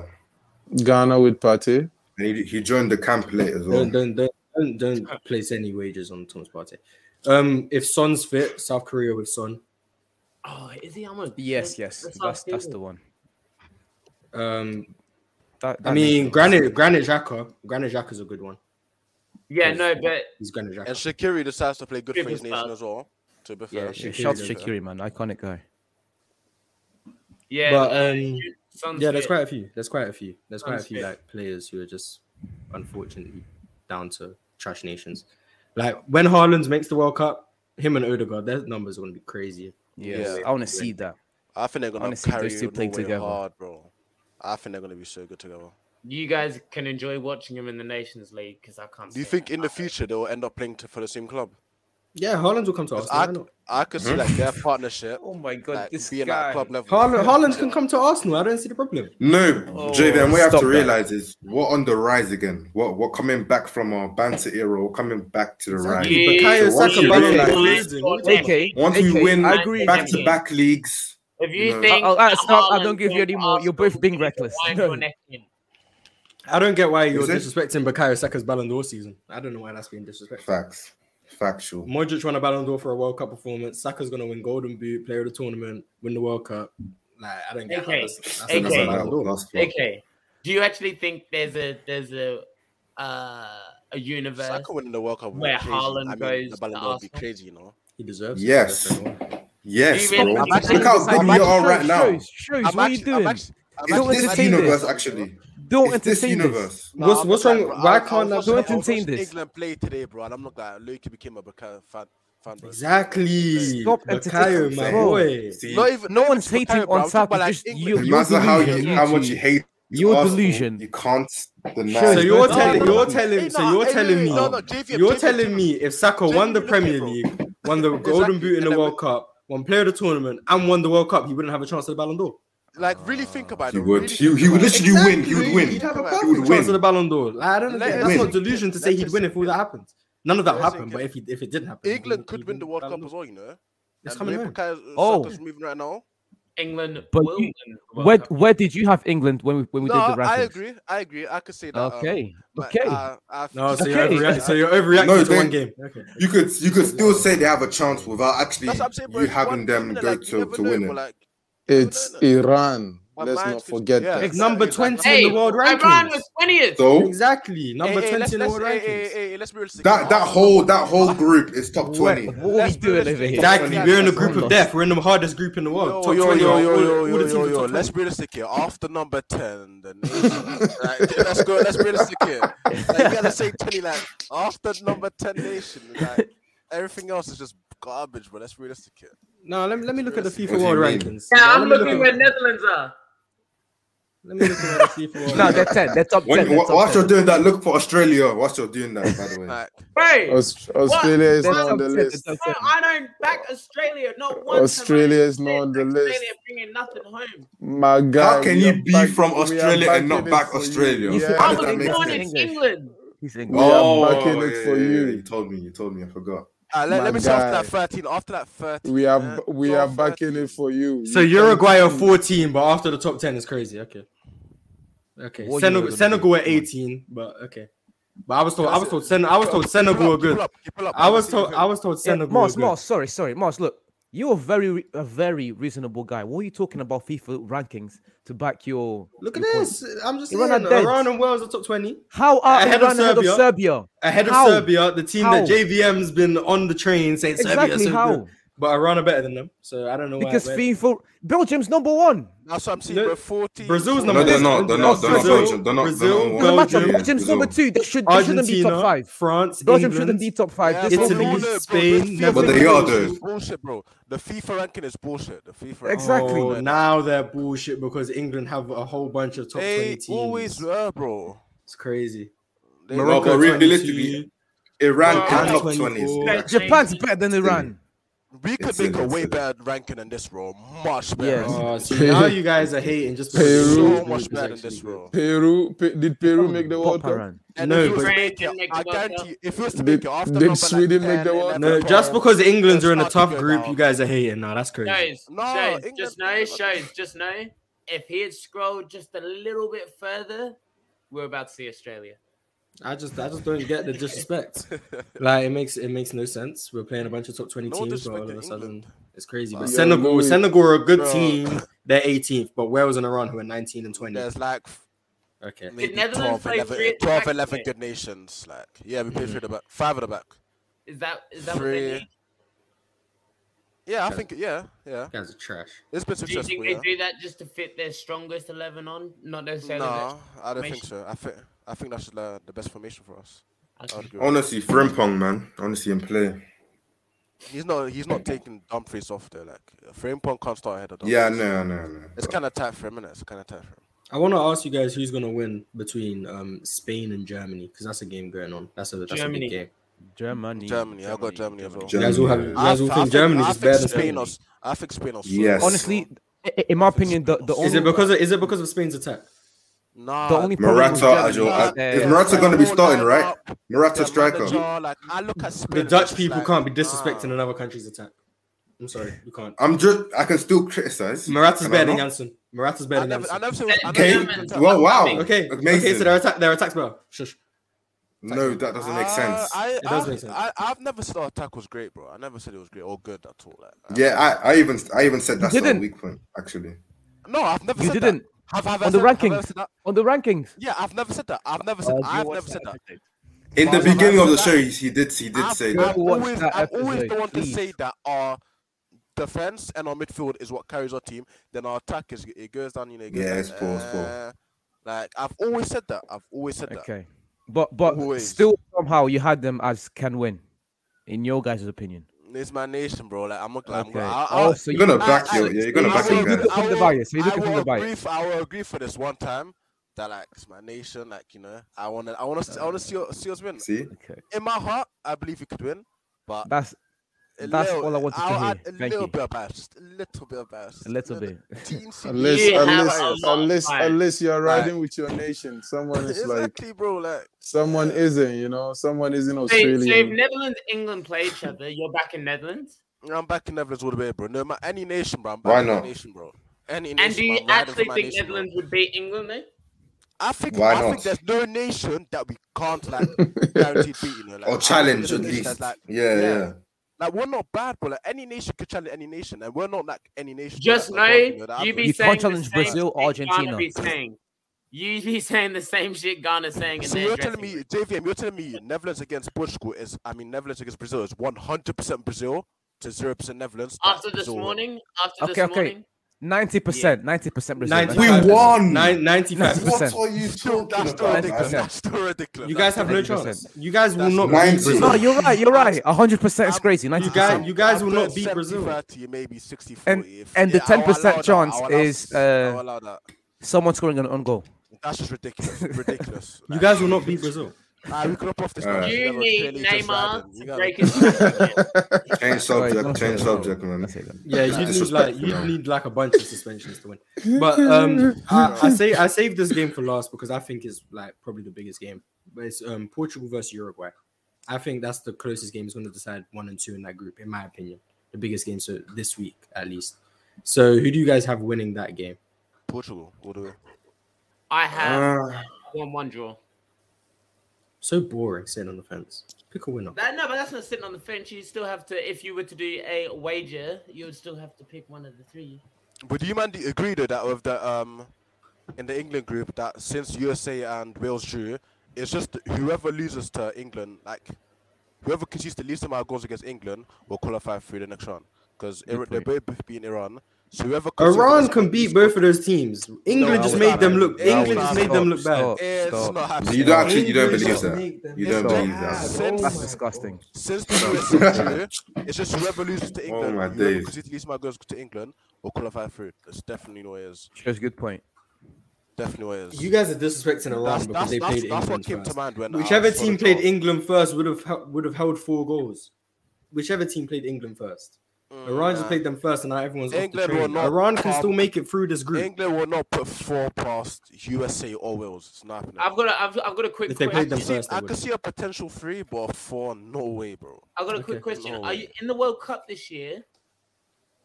[SPEAKER 6] Start.
[SPEAKER 3] ghana with Pate.
[SPEAKER 7] and he, he joined the camp late as well.
[SPEAKER 1] Don't don't don't don't, don't place any wagers on Thomas Partey. Um, if Son's fit, South Korea with Son.
[SPEAKER 2] Oh, is he almost?
[SPEAKER 4] yes, yes,
[SPEAKER 2] That's
[SPEAKER 4] that's
[SPEAKER 2] not
[SPEAKER 4] that's
[SPEAKER 2] good.
[SPEAKER 4] the one.
[SPEAKER 1] Um,
[SPEAKER 4] That,
[SPEAKER 1] I
[SPEAKER 4] that makes
[SPEAKER 1] mean,
[SPEAKER 4] sense.
[SPEAKER 1] Granite Granite Xhaka. Granite Xhaka's a good one.
[SPEAKER 2] Yeah, no, but
[SPEAKER 1] He's Granite Xhaka.
[SPEAKER 6] And Shakiri decides to play good for his
[SPEAKER 2] Superstar.
[SPEAKER 6] nation as well. To be fair.
[SPEAKER 1] Yeah,
[SPEAKER 4] Yeah,
[SPEAKER 1] Shaqiri
[SPEAKER 4] shout to
[SPEAKER 1] does that.
[SPEAKER 4] Shakiri, man, iconic guy.
[SPEAKER 2] yeah,
[SPEAKER 1] but
[SPEAKER 2] uh,
[SPEAKER 1] um,
[SPEAKER 2] Son's
[SPEAKER 1] yeah, there's
[SPEAKER 2] fit.
[SPEAKER 1] quite a few. There's quite a few. There's quite a
[SPEAKER 2] Sounds
[SPEAKER 1] few
[SPEAKER 2] fair.
[SPEAKER 1] like players who are just unfortunately down to trash nations. Like when Haaland makes the World Cup, him and Odegaard, their numbers are going to be crazy.
[SPEAKER 4] Yes,
[SPEAKER 6] Yeah.
[SPEAKER 4] I want to see that.
[SPEAKER 6] I think they're gonna
[SPEAKER 4] wanna see
[SPEAKER 6] carry
[SPEAKER 4] those two play
[SPEAKER 6] Norway
[SPEAKER 4] together.
[SPEAKER 6] hard, bro. I think they're gonna be so good together.
[SPEAKER 2] You guys can enjoy watching him in the Nations League because I can't.
[SPEAKER 6] Do you
[SPEAKER 2] say
[SPEAKER 6] think
[SPEAKER 2] that.
[SPEAKER 6] in the future they will end up playing to, for the same club?
[SPEAKER 1] Yeah, Haaland will come to
[SPEAKER 6] 'Cause
[SPEAKER 1] Arsenal. why
[SPEAKER 6] I,
[SPEAKER 1] not?
[SPEAKER 6] I could see like their partnership,
[SPEAKER 4] Oh my god,
[SPEAKER 6] like,
[SPEAKER 4] this
[SPEAKER 6] being
[SPEAKER 4] guy.
[SPEAKER 6] at club level.
[SPEAKER 1] Haaland, Haaland can come to Arsenal. I don't see the problem.
[SPEAKER 5] No,
[SPEAKER 4] Oh,
[SPEAKER 5] Jay, then we have
[SPEAKER 4] stop
[SPEAKER 5] to
[SPEAKER 4] that.
[SPEAKER 5] realize is we're on the rise again. We're, we're coming back from our banter era. We're coming back to the
[SPEAKER 1] Exactly.
[SPEAKER 5] rise.
[SPEAKER 1] But Kaya
[SPEAKER 2] Yeah,
[SPEAKER 5] Saka
[SPEAKER 2] yeah,
[SPEAKER 5] back
[SPEAKER 2] yeah.
[SPEAKER 5] like
[SPEAKER 2] Yeah.
[SPEAKER 1] this.
[SPEAKER 4] Okay,
[SPEAKER 5] Once
[SPEAKER 4] okay,
[SPEAKER 5] we win
[SPEAKER 4] I agree.
[SPEAKER 5] back to back leagues,
[SPEAKER 2] If you
[SPEAKER 5] You know.
[SPEAKER 2] think,
[SPEAKER 4] I'll- I'll- stop, oh, I
[SPEAKER 2] Haaland
[SPEAKER 4] don't give you any
[SPEAKER 2] can
[SPEAKER 4] more. You're both
[SPEAKER 2] Arsenal,
[SPEAKER 4] being
[SPEAKER 2] you can
[SPEAKER 4] reckless.
[SPEAKER 2] wind
[SPEAKER 4] No.
[SPEAKER 2] your neck in.
[SPEAKER 1] I don't get why you're
[SPEAKER 5] Is it?
[SPEAKER 1] disrespecting Bakayo Saka's Ballon d'Or season. I don't know why that's being disrespectful.
[SPEAKER 5] facts, factual.
[SPEAKER 1] Modric won a Ballon d'Or for a World Cup performance. Saka's gonna win Golden Boot, Player of the Tournament, win the World Cup. Like I don't get how
[SPEAKER 2] Okay.
[SPEAKER 1] that's, that's,
[SPEAKER 2] Okay.
[SPEAKER 1] that's a Ballon d'Or.
[SPEAKER 5] Last one.
[SPEAKER 2] Okay. Do you actually think there's a there's a uh, a universe?
[SPEAKER 6] Saka winning the World Cup would be
[SPEAKER 2] where
[SPEAKER 6] crazy.
[SPEAKER 2] Haaland
[SPEAKER 6] I mean,
[SPEAKER 2] goes
[SPEAKER 6] the
[SPEAKER 2] to
[SPEAKER 6] Ballon d'Or would be
[SPEAKER 2] Arsenal.
[SPEAKER 6] crazy, you know.
[SPEAKER 1] He deserves. it.
[SPEAKER 5] Yes. Yes,
[SPEAKER 2] Do you
[SPEAKER 5] bro.
[SPEAKER 2] really
[SPEAKER 5] Look
[SPEAKER 6] think-
[SPEAKER 5] how good
[SPEAKER 6] I'm
[SPEAKER 5] we
[SPEAKER 6] actually-
[SPEAKER 5] are right now.
[SPEAKER 4] Shows, shows, what are you doing?
[SPEAKER 5] It's
[SPEAKER 4] Don't
[SPEAKER 5] this
[SPEAKER 4] entertain
[SPEAKER 5] universe,
[SPEAKER 4] this.
[SPEAKER 5] actually.
[SPEAKER 4] Don't
[SPEAKER 5] It's this
[SPEAKER 4] entertain
[SPEAKER 5] universe.
[SPEAKER 4] this.
[SPEAKER 6] Nah,
[SPEAKER 1] What's-
[SPEAKER 6] I'm
[SPEAKER 1] what's
[SPEAKER 6] not
[SPEAKER 1] wrong-
[SPEAKER 6] like, bro,
[SPEAKER 1] why
[SPEAKER 6] I- I was
[SPEAKER 1] can't that-
[SPEAKER 6] watching-
[SPEAKER 1] Don't
[SPEAKER 6] I was
[SPEAKER 4] entertain
[SPEAKER 6] watching
[SPEAKER 4] this.
[SPEAKER 6] England play today, bro, and I'm not like Loki became a Baka fan. fan bro.
[SPEAKER 1] Exactly.
[SPEAKER 4] Stop
[SPEAKER 1] Bakayo,
[SPEAKER 4] entertaining
[SPEAKER 1] my
[SPEAKER 4] bro.
[SPEAKER 1] boy.
[SPEAKER 5] See,
[SPEAKER 6] Not even,
[SPEAKER 4] No
[SPEAKER 6] not
[SPEAKER 4] one's
[SPEAKER 6] even Bakayo,
[SPEAKER 4] hating
[SPEAKER 6] bro, I'm
[SPEAKER 4] on
[SPEAKER 6] talking
[SPEAKER 4] Saka.
[SPEAKER 6] about, like,
[SPEAKER 4] Just
[SPEAKER 6] England.
[SPEAKER 4] you,
[SPEAKER 5] no
[SPEAKER 4] you're
[SPEAKER 5] matter how you
[SPEAKER 4] delusional.
[SPEAKER 5] how much you hate,
[SPEAKER 4] You're
[SPEAKER 5] Arsenal,
[SPEAKER 4] delusion.
[SPEAKER 5] You can't deny.
[SPEAKER 4] Sure,
[SPEAKER 1] So
[SPEAKER 4] Hey,
[SPEAKER 1] you're
[SPEAKER 4] no,
[SPEAKER 1] telling
[SPEAKER 4] no,
[SPEAKER 1] you're
[SPEAKER 4] no.
[SPEAKER 1] telling
[SPEAKER 6] Hey,
[SPEAKER 1] so
[SPEAKER 6] nah,
[SPEAKER 1] you're
[SPEAKER 6] hey,
[SPEAKER 1] telling
[SPEAKER 6] wait,
[SPEAKER 1] me
[SPEAKER 6] no, no, JVM,
[SPEAKER 1] you're
[SPEAKER 6] JVM,
[SPEAKER 1] telling me if Saka won the
[SPEAKER 6] JVM,
[SPEAKER 1] Premier
[SPEAKER 6] bro.
[SPEAKER 1] League, won the Golden Boot in
[SPEAKER 6] and
[SPEAKER 1] the
[SPEAKER 6] then
[SPEAKER 1] World Cup, won Player of the Tournament, and won the World Cup, he wouldn't have a chance at the Ballon d'Or.
[SPEAKER 6] Like, really think about it.
[SPEAKER 5] He
[SPEAKER 6] though,
[SPEAKER 5] would. He,
[SPEAKER 6] really think
[SPEAKER 5] he would
[SPEAKER 6] about it.
[SPEAKER 5] literally win. He would win.
[SPEAKER 6] He'd have a
[SPEAKER 5] He
[SPEAKER 6] perfect
[SPEAKER 5] would
[SPEAKER 1] Chance at the
[SPEAKER 5] win.
[SPEAKER 1] Ballon d'or. Like, I don't get,
[SPEAKER 6] Let- let's
[SPEAKER 1] that's not
[SPEAKER 6] think it.
[SPEAKER 1] delusion to say
[SPEAKER 6] Let's
[SPEAKER 1] he'd
[SPEAKER 6] just
[SPEAKER 1] win
[SPEAKER 6] think
[SPEAKER 1] if all that
[SPEAKER 6] it.
[SPEAKER 1] happened. None of that
[SPEAKER 6] Let's
[SPEAKER 1] happened,
[SPEAKER 6] think
[SPEAKER 1] but
[SPEAKER 6] it.
[SPEAKER 1] if it, if it did happen,
[SPEAKER 6] England
[SPEAKER 1] he'd-
[SPEAKER 6] could
[SPEAKER 1] he'd
[SPEAKER 6] win the World Cup
[SPEAKER 1] Ballon
[SPEAKER 6] as
[SPEAKER 1] d'Or.
[SPEAKER 6] well, you know.
[SPEAKER 1] It's
[SPEAKER 6] And the way
[SPEAKER 1] coming around.
[SPEAKER 6] Bukayo
[SPEAKER 4] Oh.
[SPEAKER 6] Saka's moving right now.
[SPEAKER 2] England
[SPEAKER 4] But
[SPEAKER 2] will
[SPEAKER 4] you-
[SPEAKER 2] win the World
[SPEAKER 4] Where,
[SPEAKER 2] Cup.
[SPEAKER 4] where did you have England when we, when we
[SPEAKER 6] No,
[SPEAKER 4] did the rankings?
[SPEAKER 6] I agree. I agree. I could say that. um,
[SPEAKER 4] Okay,
[SPEAKER 6] but uh,
[SPEAKER 4] okay.
[SPEAKER 6] I- I
[SPEAKER 1] No, so
[SPEAKER 6] think-
[SPEAKER 1] you're
[SPEAKER 4] Okay.
[SPEAKER 1] overreacting. So you're overreacting
[SPEAKER 5] No,
[SPEAKER 1] to one
[SPEAKER 5] then-
[SPEAKER 1] game. Okay.
[SPEAKER 5] You could you could still say they have a chance without actually
[SPEAKER 6] That's what I'm saying, bro.
[SPEAKER 5] you
[SPEAKER 6] It's
[SPEAKER 5] having
[SPEAKER 6] one
[SPEAKER 5] them
[SPEAKER 6] thing,
[SPEAKER 5] go
[SPEAKER 6] like, you
[SPEAKER 5] to,
[SPEAKER 6] never
[SPEAKER 5] to
[SPEAKER 6] know,
[SPEAKER 5] win
[SPEAKER 6] but,
[SPEAKER 5] it.
[SPEAKER 6] like, you never
[SPEAKER 3] It's
[SPEAKER 6] know.
[SPEAKER 3] Iran.
[SPEAKER 6] My
[SPEAKER 3] Let's
[SPEAKER 6] mind's
[SPEAKER 3] not
[SPEAKER 6] fifty-
[SPEAKER 3] forget
[SPEAKER 6] yeah.
[SPEAKER 1] It's
[SPEAKER 6] Exactly,
[SPEAKER 3] that.
[SPEAKER 1] number
[SPEAKER 6] like,
[SPEAKER 1] 20
[SPEAKER 2] Hey,
[SPEAKER 1] in the world rankings.
[SPEAKER 2] Iran was twentieth.
[SPEAKER 5] So
[SPEAKER 1] Exactly. Number
[SPEAKER 6] Hey, hey,
[SPEAKER 1] 20
[SPEAKER 6] let's-
[SPEAKER 1] in the
[SPEAKER 6] let's-
[SPEAKER 1] world
[SPEAKER 6] hey,
[SPEAKER 1] rankings.
[SPEAKER 6] hey, hey, hey, let's be realistic.
[SPEAKER 5] that that whole that whole group is top
[SPEAKER 4] Where-
[SPEAKER 5] twenty.
[SPEAKER 4] what are we
[SPEAKER 6] Let's do
[SPEAKER 4] doing
[SPEAKER 6] this
[SPEAKER 4] over
[SPEAKER 6] thing.
[SPEAKER 4] here?
[SPEAKER 1] Exactly.
[SPEAKER 6] Yeah,
[SPEAKER 1] We're in the
[SPEAKER 6] that's
[SPEAKER 1] group
[SPEAKER 4] all.
[SPEAKER 1] of death. We're in the hardest group in the
[SPEAKER 6] Yo,
[SPEAKER 1] world.
[SPEAKER 6] yo, yo,
[SPEAKER 1] 20
[SPEAKER 6] yo,
[SPEAKER 1] all- all-
[SPEAKER 6] yo,
[SPEAKER 1] all the
[SPEAKER 6] yo,
[SPEAKER 1] teams
[SPEAKER 6] yo,
[SPEAKER 1] in the
[SPEAKER 6] yo.
[SPEAKER 1] top
[SPEAKER 6] Let's
[SPEAKER 1] 20.
[SPEAKER 6] be realistic here. After number 10, the nations. like, let's go. Let's be realistic here. Like, you gotta say 20, like, after number 10 nation, like, everything else is just garbage, bro. Let's be realistic here.
[SPEAKER 1] No, let me, let me look at the
[SPEAKER 5] What
[SPEAKER 1] FIFA
[SPEAKER 5] do
[SPEAKER 1] World
[SPEAKER 5] you mean?
[SPEAKER 1] Rankings.
[SPEAKER 2] Yeah,
[SPEAKER 1] let
[SPEAKER 2] I'm
[SPEAKER 1] me
[SPEAKER 2] looking
[SPEAKER 1] look
[SPEAKER 2] where Netherlands are.
[SPEAKER 1] at- Let me look at the FIFA World
[SPEAKER 4] No,
[SPEAKER 1] Rankings.
[SPEAKER 4] they're 10. They're top 10.
[SPEAKER 5] When,
[SPEAKER 4] they're
[SPEAKER 5] wh-
[SPEAKER 4] top
[SPEAKER 5] whilst
[SPEAKER 4] 10.
[SPEAKER 5] you're doing that, look for Australia. Whilst you're doing that, by the way.
[SPEAKER 6] Like,
[SPEAKER 2] Hey,
[SPEAKER 3] Aus- Australia is
[SPEAKER 4] They're
[SPEAKER 3] not on
[SPEAKER 4] top
[SPEAKER 3] the
[SPEAKER 4] 10, they're
[SPEAKER 3] list.
[SPEAKER 4] top
[SPEAKER 2] no,
[SPEAKER 4] 10.
[SPEAKER 2] I don't back Australia. Not once. have I
[SPEAKER 3] Australia is
[SPEAKER 2] said
[SPEAKER 3] not on the
[SPEAKER 2] Australia
[SPEAKER 3] list.
[SPEAKER 2] bringing nothing home.
[SPEAKER 3] My God,
[SPEAKER 5] How can
[SPEAKER 3] we
[SPEAKER 5] you
[SPEAKER 3] are
[SPEAKER 5] be
[SPEAKER 3] back-
[SPEAKER 5] from
[SPEAKER 3] we are
[SPEAKER 5] Australia and
[SPEAKER 3] backing
[SPEAKER 5] not
[SPEAKER 3] it
[SPEAKER 5] back
[SPEAKER 3] for you.
[SPEAKER 5] Australia?
[SPEAKER 3] Yeah.
[SPEAKER 5] How
[SPEAKER 2] I
[SPEAKER 5] does
[SPEAKER 2] was
[SPEAKER 5] that make
[SPEAKER 2] born
[SPEAKER 5] sense?
[SPEAKER 2] in
[SPEAKER 4] English.
[SPEAKER 2] England.
[SPEAKER 4] He's English.
[SPEAKER 3] We are backing
[SPEAKER 5] Oh, yeah,
[SPEAKER 3] it for
[SPEAKER 5] yeah, yeah,
[SPEAKER 3] you.
[SPEAKER 5] You told me. You told me. I forgot.
[SPEAKER 6] uh, let, let
[SPEAKER 3] My
[SPEAKER 6] me say after
[SPEAKER 3] guy.
[SPEAKER 6] that 13. After that 13.
[SPEAKER 3] We are
[SPEAKER 6] yeah,
[SPEAKER 3] b- we
[SPEAKER 6] go
[SPEAKER 3] are
[SPEAKER 6] on
[SPEAKER 3] backing
[SPEAKER 6] 13.
[SPEAKER 3] it for you.
[SPEAKER 1] So
[SPEAKER 3] You
[SPEAKER 1] Uruguay are
[SPEAKER 3] can't-
[SPEAKER 1] 14, but after the top 10 is crazy. Okay. Okay.
[SPEAKER 4] What you
[SPEAKER 1] Senegal,
[SPEAKER 4] gonna
[SPEAKER 1] Senegal
[SPEAKER 4] do?
[SPEAKER 1] at 18, but okay. But I was told I
[SPEAKER 6] That's
[SPEAKER 1] was
[SPEAKER 6] it.
[SPEAKER 1] told Sen- I was told Senegal
[SPEAKER 6] Pull
[SPEAKER 1] were
[SPEAKER 6] up, pull
[SPEAKER 1] good.
[SPEAKER 6] up, pull up,
[SPEAKER 1] I
[SPEAKER 6] let me
[SPEAKER 1] was
[SPEAKER 6] see
[SPEAKER 1] told
[SPEAKER 6] who-
[SPEAKER 1] I was told
[SPEAKER 4] Yeah,
[SPEAKER 1] Senegal were
[SPEAKER 4] Mars,
[SPEAKER 1] good.
[SPEAKER 4] Mars, sorry, sorry, Mars. Look, you're a very, re- a very reasonable guy. What are you talking about FIFA rankings to back your?
[SPEAKER 1] Look at
[SPEAKER 4] your point?
[SPEAKER 1] this. I'm just
[SPEAKER 4] Iran are
[SPEAKER 1] saying
[SPEAKER 4] dead.
[SPEAKER 1] Iran and Wales are top 20.
[SPEAKER 4] How are
[SPEAKER 1] Ahead of
[SPEAKER 4] Iran ahead of
[SPEAKER 1] Serbia.
[SPEAKER 4] Serbia?
[SPEAKER 1] Ahead of
[SPEAKER 4] How?
[SPEAKER 1] Serbia, the team that
[SPEAKER 4] How?
[SPEAKER 1] JVM's been on the train saying Serbia,
[SPEAKER 4] Exactly
[SPEAKER 1] Serbia.
[SPEAKER 4] how?
[SPEAKER 1] But Iran are better than them, so I don't know why.
[SPEAKER 4] Because
[SPEAKER 1] where-
[SPEAKER 4] FIFA, Belgium's number one.
[SPEAKER 6] That's what I'm saying,
[SPEAKER 1] No,
[SPEAKER 6] bro. 14.
[SPEAKER 1] Brazil's
[SPEAKER 5] No,
[SPEAKER 1] number
[SPEAKER 5] they're
[SPEAKER 1] one.
[SPEAKER 5] not. They're not. They're not.
[SPEAKER 1] Brazil,
[SPEAKER 5] Belgium. They're not.
[SPEAKER 1] Brazil,
[SPEAKER 5] they're not
[SPEAKER 4] Doesn't matter.
[SPEAKER 1] Belgium,
[SPEAKER 4] Belgium's number two. They should, they shouldn't be top
[SPEAKER 1] Argentina,
[SPEAKER 4] five.
[SPEAKER 1] France,
[SPEAKER 4] Belgium
[SPEAKER 1] England.
[SPEAKER 4] shouldn't be top five.
[SPEAKER 6] Yeah,
[SPEAKER 4] They're
[SPEAKER 6] bro,
[SPEAKER 4] top
[SPEAKER 1] Italy,
[SPEAKER 4] three.
[SPEAKER 6] no, no, bro, the
[SPEAKER 1] Spain,
[SPEAKER 6] FIFA
[SPEAKER 1] never-
[SPEAKER 5] But they
[SPEAKER 6] ranking
[SPEAKER 5] are,
[SPEAKER 6] is
[SPEAKER 5] though.
[SPEAKER 6] Bullshit, bro. The FIFA ranking is bullshit. The FIFA ranking.
[SPEAKER 4] Exactly.
[SPEAKER 1] Oh, now they're bullshit because England have a whole bunch of top twenty
[SPEAKER 6] They
[SPEAKER 1] teams.
[SPEAKER 6] always were, bro.
[SPEAKER 1] It's crazy.
[SPEAKER 6] They-
[SPEAKER 5] No,
[SPEAKER 1] Morocco
[SPEAKER 5] but
[SPEAKER 1] 22,
[SPEAKER 5] realistically, Iran
[SPEAKER 2] Well,
[SPEAKER 5] in top
[SPEAKER 1] 24.
[SPEAKER 5] twenties.
[SPEAKER 4] Japan's better than Iran.
[SPEAKER 6] we could
[SPEAKER 5] It's
[SPEAKER 6] make a
[SPEAKER 5] in, it's
[SPEAKER 6] way
[SPEAKER 5] in.
[SPEAKER 6] better ranking than this, bro. Much better.
[SPEAKER 4] Yes.
[SPEAKER 1] Oh, so now you guys are hating just because
[SPEAKER 3] Peru.
[SPEAKER 1] the
[SPEAKER 6] So
[SPEAKER 1] group is
[SPEAKER 6] much better than this,
[SPEAKER 1] actually
[SPEAKER 6] bro.
[SPEAKER 3] Peru Pe- did Peru make the
[SPEAKER 4] Top
[SPEAKER 3] World Cup?
[SPEAKER 4] Iran.
[SPEAKER 6] And
[SPEAKER 1] No,
[SPEAKER 6] if he was
[SPEAKER 1] but-
[SPEAKER 6] to make it, I guarantee you, if he was to make
[SPEAKER 3] Did-
[SPEAKER 6] it after
[SPEAKER 3] did
[SPEAKER 6] number like
[SPEAKER 3] Sweden make
[SPEAKER 6] 10,
[SPEAKER 3] the World
[SPEAKER 1] good.
[SPEAKER 6] 11,
[SPEAKER 1] No, just
[SPEAKER 6] 12,
[SPEAKER 1] because England's are in a
[SPEAKER 6] Let's not
[SPEAKER 1] tough
[SPEAKER 6] go
[SPEAKER 1] group,
[SPEAKER 6] down.
[SPEAKER 1] you guys are hating. Now that's crazy.
[SPEAKER 2] Shows,
[SPEAKER 6] No,
[SPEAKER 2] shows,
[SPEAKER 6] England-
[SPEAKER 2] just know, shows, just know. If he had scrolled just a little bit further, we're about to see Australia.
[SPEAKER 1] I just, I just don't get the disrespect. like it makes, it makes no sense. We're playing a bunch of top twenty
[SPEAKER 6] No
[SPEAKER 1] teams, but
[SPEAKER 6] disrespect
[SPEAKER 1] all
[SPEAKER 6] to
[SPEAKER 1] of a sudden
[SPEAKER 6] England.
[SPEAKER 1] it's crazy.
[SPEAKER 3] Wow.
[SPEAKER 1] But Senegal,
[SPEAKER 3] Yo,
[SPEAKER 1] Senegal are a good
[SPEAKER 6] Bro.
[SPEAKER 1] team. They're 18th, but Wales and Iran who are 19 and 20.
[SPEAKER 6] There's like
[SPEAKER 1] Okay.
[SPEAKER 6] maybe
[SPEAKER 2] Netherlands
[SPEAKER 6] 12,
[SPEAKER 2] play
[SPEAKER 6] 11,
[SPEAKER 2] three at the
[SPEAKER 6] 12,
[SPEAKER 2] back
[SPEAKER 6] 11
[SPEAKER 2] today?
[SPEAKER 6] good nations. Like, yeah, we played
[SPEAKER 3] Mm-hmm.
[SPEAKER 6] three at the back, five at the back.
[SPEAKER 2] Is that is that what
[SPEAKER 6] Three.
[SPEAKER 2] they need?
[SPEAKER 6] Yeah, I think, yeah, yeah.
[SPEAKER 1] Guys are trash.
[SPEAKER 6] It's been
[SPEAKER 2] Do you
[SPEAKER 6] successful.
[SPEAKER 2] think
[SPEAKER 6] Yeah?
[SPEAKER 2] they do that just to fit their strongest eleven on? Not necessarily.
[SPEAKER 6] No, I don't think
[SPEAKER 2] formation.
[SPEAKER 6] so. I think I think that's the, the best formation for us.
[SPEAKER 2] their-
[SPEAKER 6] I would agree.
[SPEAKER 5] Honestly, Frimpong, man. Honestly, in play.
[SPEAKER 6] He's not. He's not taking Dumfries off there. Like Frimpong can't start ahead of Dumfries.
[SPEAKER 7] Yeah, no, no, no.
[SPEAKER 6] It's kind of tight for him, innit? It's kind of tight for him.
[SPEAKER 1] I want to ask you guys who's going to win between um, Spain and Germany because that's a game going on. That's a that's
[SPEAKER 2] Germany.
[SPEAKER 1] a big game.
[SPEAKER 4] Germany.
[SPEAKER 6] Germany, I've got Germany as well.
[SPEAKER 1] You guys all have you
[SPEAKER 6] I
[SPEAKER 1] guys all
[SPEAKER 6] th- I
[SPEAKER 1] think Germany's
[SPEAKER 6] I
[SPEAKER 1] is better than
[SPEAKER 6] Spain
[SPEAKER 1] Spain.
[SPEAKER 6] or s- I think Spain or
[SPEAKER 7] Yes.
[SPEAKER 4] Honestly, i- i- in my opinion, the, the
[SPEAKER 6] Is
[SPEAKER 4] only
[SPEAKER 1] Is it because of, is it because of Spain's attack?
[SPEAKER 6] Nah,
[SPEAKER 4] the only problem with
[SPEAKER 7] Morata,
[SPEAKER 4] Germany
[SPEAKER 7] Ajo,
[SPEAKER 4] is
[SPEAKER 7] I-
[SPEAKER 4] their-
[SPEAKER 7] is Morata going to be starting, right? Morata
[SPEAKER 6] Yeah,
[SPEAKER 7] striker.
[SPEAKER 6] manager, like, I look at Spain
[SPEAKER 1] The
[SPEAKER 6] and
[SPEAKER 1] Dutch
[SPEAKER 6] it's
[SPEAKER 1] people
[SPEAKER 6] like,
[SPEAKER 1] can't be disrespecting
[SPEAKER 6] nah.
[SPEAKER 1] another country's attack. I'm sorry, we can't.
[SPEAKER 7] I'm just. I can still criticize.
[SPEAKER 1] Morata's
[SPEAKER 7] Am I
[SPEAKER 1] better than
[SPEAKER 7] not?
[SPEAKER 1] Janssen. Morata's
[SPEAKER 6] I
[SPEAKER 1] better than
[SPEAKER 6] never, I
[SPEAKER 1] Janssen.
[SPEAKER 6] never said. I never
[SPEAKER 7] Okay.
[SPEAKER 6] said-
[SPEAKER 2] Germans are
[SPEAKER 7] Well, wow.
[SPEAKER 2] coming.
[SPEAKER 1] Okay, okay,
[SPEAKER 7] Amazing.
[SPEAKER 1] so their attack their attack's better. Shush.
[SPEAKER 7] No, that doesn't make
[SPEAKER 6] Uh,
[SPEAKER 7] sense.
[SPEAKER 6] I,
[SPEAKER 1] It does
[SPEAKER 6] I-
[SPEAKER 1] make sense.
[SPEAKER 6] I, I've never said our attack was great, bro. I never said it was great or good at all. Like, I-
[SPEAKER 7] Yeah, I, I even I even said that's a
[SPEAKER 4] didn't.
[SPEAKER 7] weak point actually.
[SPEAKER 6] no, I've never.
[SPEAKER 4] You
[SPEAKER 6] said
[SPEAKER 4] didn't.
[SPEAKER 6] That. Have, have I
[SPEAKER 4] On the
[SPEAKER 6] said- have I ever
[SPEAKER 4] rankings.
[SPEAKER 6] said that?
[SPEAKER 4] on the rankings.
[SPEAKER 6] Yeah, I've never said that. I've
[SPEAKER 7] Oh,
[SPEAKER 6] never said. I've never said that.
[SPEAKER 7] In the
[SPEAKER 6] Barca-
[SPEAKER 7] beginning of the
[SPEAKER 6] Barca-
[SPEAKER 7] show, he, he did he did
[SPEAKER 6] I've,
[SPEAKER 7] say
[SPEAKER 6] I've
[SPEAKER 7] that.
[SPEAKER 4] Watch
[SPEAKER 6] always,
[SPEAKER 4] that
[SPEAKER 6] I'm always
[SPEAKER 4] episode,
[SPEAKER 6] the one
[SPEAKER 4] please.
[SPEAKER 6] to say that our defense and our midfield is what carries our team. Then our attack is it goes down. You know, it goes
[SPEAKER 7] Yeah,
[SPEAKER 6] down,
[SPEAKER 7] it's poor, it's poor.
[SPEAKER 6] uh, Like I've always said that. I've always said that.
[SPEAKER 4] Okay, but but
[SPEAKER 6] Always.
[SPEAKER 4] still somehow you had them as can win, in your guys' opinion.
[SPEAKER 6] It's my nation, bro. Like I'm, okay. I'm,
[SPEAKER 4] Okay.
[SPEAKER 6] I, I,
[SPEAKER 4] Oh, so
[SPEAKER 7] You're gonna
[SPEAKER 6] I-
[SPEAKER 7] back
[SPEAKER 6] I-
[SPEAKER 7] your yeah, you're gonna
[SPEAKER 4] I will-
[SPEAKER 7] back your
[SPEAKER 4] you
[SPEAKER 7] guy.
[SPEAKER 4] look from the bias, you look
[SPEAKER 6] I
[SPEAKER 4] from
[SPEAKER 6] will
[SPEAKER 4] the bias.
[SPEAKER 6] agree for- I will agree for this one time that like it's my nation, like you know, I want to, I want to, I want to see, us- see us win.
[SPEAKER 7] See,
[SPEAKER 4] Okay,
[SPEAKER 6] In my heart, I believe we could win, but
[SPEAKER 4] that's
[SPEAKER 6] a
[SPEAKER 4] that's
[SPEAKER 6] little,
[SPEAKER 4] all I wanted to
[SPEAKER 6] I'll
[SPEAKER 4] hear.
[SPEAKER 6] add a
[SPEAKER 4] Thank
[SPEAKER 6] little
[SPEAKER 4] you.
[SPEAKER 6] bit of bias, just a little bit of bias,
[SPEAKER 4] a little bit.
[SPEAKER 6] teensy
[SPEAKER 3] Unless,
[SPEAKER 6] bit.
[SPEAKER 2] You have a
[SPEAKER 3] unless,
[SPEAKER 2] lot of
[SPEAKER 3] unless,
[SPEAKER 2] time.
[SPEAKER 3] unless you're
[SPEAKER 6] Right.
[SPEAKER 3] riding with your nation, someone is like,
[SPEAKER 6] exactly, bro. Like
[SPEAKER 3] someone isn't, you know, someone isn't
[SPEAKER 2] So, so if
[SPEAKER 3] Australian.
[SPEAKER 2] Netherlands England play each other, you're back in Netherlands.
[SPEAKER 6] I'm back in Netherlands all the way, bro. No matter any nation, bro. I'm back
[SPEAKER 7] Why
[SPEAKER 6] in my
[SPEAKER 7] not?
[SPEAKER 6] nation, bro. Any nation,
[SPEAKER 2] And do you
[SPEAKER 6] bro. I'm riding for
[SPEAKER 2] actually
[SPEAKER 6] my
[SPEAKER 2] think
[SPEAKER 6] nation, bro.
[SPEAKER 2] Netherlands would beat England? Though?
[SPEAKER 6] I think
[SPEAKER 7] Why
[SPEAKER 6] I
[SPEAKER 7] not?
[SPEAKER 6] think there's no nation that we can't like guaranteed beat, you know, like, I
[SPEAKER 7] or
[SPEAKER 6] think
[SPEAKER 7] challenge
[SPEAKER 6] there's no
[SPEAKER 7] at
[SPEAKER 6] nation
[SPEAKER 7] least.
[SPEAKER 6] that's, Like,
[SPEAKER 7] Yeah,
[SPEAKER 6] yeah.
[SPEAKER 7] yeah.
[SPEAKER 6] like we're not bad, but like any nation could challenge any nation, and we're not like any nation.
[SPEAKER 2] Just
[SPEAKER 6] that's
[SPEAKER 2] know
[SPEAKER 6] not bad, you know, that
[SPEAKER 2] you be
[SPEAKER 4] You can't
[SPEAKER 6] happens.
[SPEAKER 2] saying the
[SPEAKER 4] challenge
[SPEAKER 2] same
[SPEAKER 4] Brazil,
[SPEAKER 2] shit Ghana
[SPEAKER 4] Argentina.
[SPEAKER 2] Be saying. You be saying the same shit Ghana saying. in
[SPEAKER 6] So
[SPEAKER 2] their
[SPEAKER 6] you're telling
[SPEAKER 2] dressing
[SPEAKER 6] me,
[SPEAKER 2] room.
[SPEAKER 6] JVM, you're telling me Netherlands against Portugal is, I mean, Netherlands against Brazil is 100% Brazil to 0% Netherlands. that's
[SPEAKER 2] after this
[SPEAKER 6] Brazil.
[SPEAKER 2] morning, after
[SPEAKER 4] Okay,
[SPEAKER 2] this
[SPEAKER 4] okay.
[SPEAKER 2] morning,
[SPEAKER 4] Ninety percent, ninety percent.
[SPEAKER 7] We won!
[SPEAKER 1] Ninety-five.
[SPEAKER 4] What?
[SPEAKER 7] What are you talking
[SPEAKER 6] That's still
[SPEAKER 7] about?
[SPEAKER 6] ridiculous.
[SPEAKER 7] man?
[SPEAKER 6] That's still ridiculous.
[SPEAKER 1] You guys have no
[SPEAKER 4] 90%.
[SPEAKER 1] chance. You guys will
[SPEAKER 6] That's
[SPEAKER 1] not beat
[SPEAKER 7] 90.
[SPEAKER 4] No,
[SPEAKER 1] Brazil.
[SPEAKER 4] you're right. You're right. hundred percent is
[SPEAKER 6] I'm-
[SPEAKER 4] crazy.
[SPEAKER 6] That's-
[SPEAKER 4] Ninety
[SPEAKER 1] You guys,
[SPEAKER 4] percent.
[SPEAKER 1] you guys
[SPEAKER 6] I'll
[SPEAKER 1] will
[SPEAKER 6] put
[SPEAKER 1] not beat Brazil.
[SPEAKER 6] 70-30, maybe 60
[SPEAKER 4] And-
[SPEAKER 6] 40. If-
[SPEAKER 4] and the
[SPEAKER 6] yeah, I'll
[SPEAKER 4] 10%
[SPEAKER 6] allow that,
[SPEAKER 4] chance
[SPEAKER 6] I'll allow-
[SPEAKER 4] is, uh,
[SPEAKER 6] I'll allow that.
[SPEAKER 4] Someone scoring an own goal.
[SPEAKER 6] That's just ridiculous. ridiculous.
[SPEAKER 1] You guys will not beat Brazil.
[SPEAKER 6] Ah, we could up off this.
[SPEAKER 7] All right.
[SPEAKER 6] nation,
[SPEAKER 2] you
[SPEAKER 6] never
[SPEAKER 2] need
[SPEAKER 6] clearly just riding.
[SPEAKER 2] Neymar
[SPEAKER 6] You
[SPEAKER 2] to
[SPEAKER 6] gotta-
[SPEAKER 2] break his.
[SPEAKER 4] Sorry,
[SPEAKER 7] Change subject.
[SPEAKER 4] don't say that.
[SPEAKER 7] Change subject, man.
[SPEAKER 4] That's it, guys.
[SPEAKER 1] Yeah, you
[SPEAKER 7] That's
[SPEAKER 1] need like
[SPEAKER 7] disrespectful,
[SPEAKER 1] you
[SPEAKER 7] man.
[SPEAKER 1] need like a bunch of suspensions to win. But um, I, I say I saved this game for last because I think it's like probably the biggest game. But it's um Portugal versus Uruguay. I think that's the closest game. It's going to decide one and two in that group, in my opinion. The biggest game so this week at least. So who do you guys have winning that game?
[SPEAKER 6] Portugal, all the way.
[SPEAKER 2] I have
[SPEAKER 7] Uh,
[SPEAKER 2] one one draw.
[SPEAKER 1] So boring sitting on the fence. Pick a winner.
[SPEAKER 2] That, no, but that's not sitting on the fence. You still have to, if you were to do a wager, you would still have to pick one of the three.
[SPEAKER 6] Would you man agree though that with the um in the England group that since USA and Wales drew, it's just whoever loses to England, like whoever concedes the least amount of goals against England will qualify through the next round because they're both being Iran. So whoever concedes the
[SPEAKER 1] Iran
[SPEAKER 6] least
[SPEAKER 1] can
[SPEAKER 6] amount of
[SPEAKER 1] beat
[SPEAKER 6] least
[SPEAKER 1] both of those teams. England
[SPEAKER 4] No,
[SPEAKER 1] just
[SPEAKER 4] that
[SPEAKER 1] made
[SPEAKER 4] was
[SPEAKER 1] them
[SPEAKER 4] bad.
[SPEAKER 1] look.
[SPEAKER 6] That
[SPEAKER 1] England
[SPEAKER 6] was
[SPEAKER 1] just
[SPEAKER 6] bad.
[SPEAKER 1] made them look bad.
[SPEAKER 4] Stop,
[SPEAKER 6] It's
[SPEAKER 4] stop.
[SPEAKER 6] not happening.
[SPEAKER 7] you don't actually.
[SPEAKER 1] England
[SPEAKER 7] You don't
[SPEAKER 1] just
[SPEAKER 7] believe
[SPEAKER 1] make
[SPEAKER 7] that.
[SPEAKER 1] them
[SPEAKER 7] You don't
[SPEAKER 4] look
[SPEAKER 7] believe
[SPEAKER 6] bad.
[SPEAKER 7] that.
[SPEAKER 6] Since-
[SPEAKER 4] That's disgusting.
[SPEAKER 6] Since the USA drew, it's just whoever loses to England,
[SPEAKER 7] Oh my
[SPEAKER 6] whoever
[SPEAKER 7] days.
[SPEAKER 6] concedes the least amount of goals to England will qualify through. That's definitely what it is.
[SPEAKER 4] That's a good point.
[SPEAKER 6] Definitely what it is.
[SPEAKER 1] You guys are disrespecting Iran
[SPEAKER 6] that's
[SPEAKER 1] because
[SPEAKER 6] that's,
[SPEAKER 1] they
[SPEAKER 6] that's,
[SPEAKER 1] played
[SPEAKER 6] that's what
[SPEAKER 1] England
[SPEAKER 6] came
[SPEAKER 1] first.
[SPEAKER 6] to mind when uh, I
[SPEAKER 1] Whichever
[SPEAKER 6] saw
[SPEAKER 1] team
[SPEAKER 6] the
[SPEAKER 1] played
[SPEAKER 6] draw.
[SPEAKER 1] England first would have hel- would have held four goals. Whichever team played England first, Iran just
[SPEAKER 6] Mm, nah.
[SPEAKER 1] played them first, and now everyone's
[SPEAKER 6] England
[SPEAKER 1] off the
[SPEAKER 6] were
[SPEAKER 1] train.
[SPEAKER 6] not
[SPEAKER 1] Iran can
[SPEAKER 6] top.
[SPEAKER 1] still make it through this group
[SPEAKER 6] England will not put four past USA or Wales. It's not happening.
[SPEAKER 2] I've got a, I've, I've got a quick.
[SPEAKER 1] if they
[SPEAKER 2] que-
[SPEAKER 1] played them
[SPEAKER 6] See,
[SPEAKER 1] first. They
[SPEAKER 6] I could
[SPEAKER 1] would.
[SPEAKER 6] see a potential three, but four, no way, bro.
[SPEAKER 2] I've got a quick
[SPEAKER 1] Okay.
[SPEAKER 2] question.
[SPEAKER 6] No
[SPEAKER 2] Are
[SPEAKER 6] way.
[SPEAKER 2] you in the World Cup this year?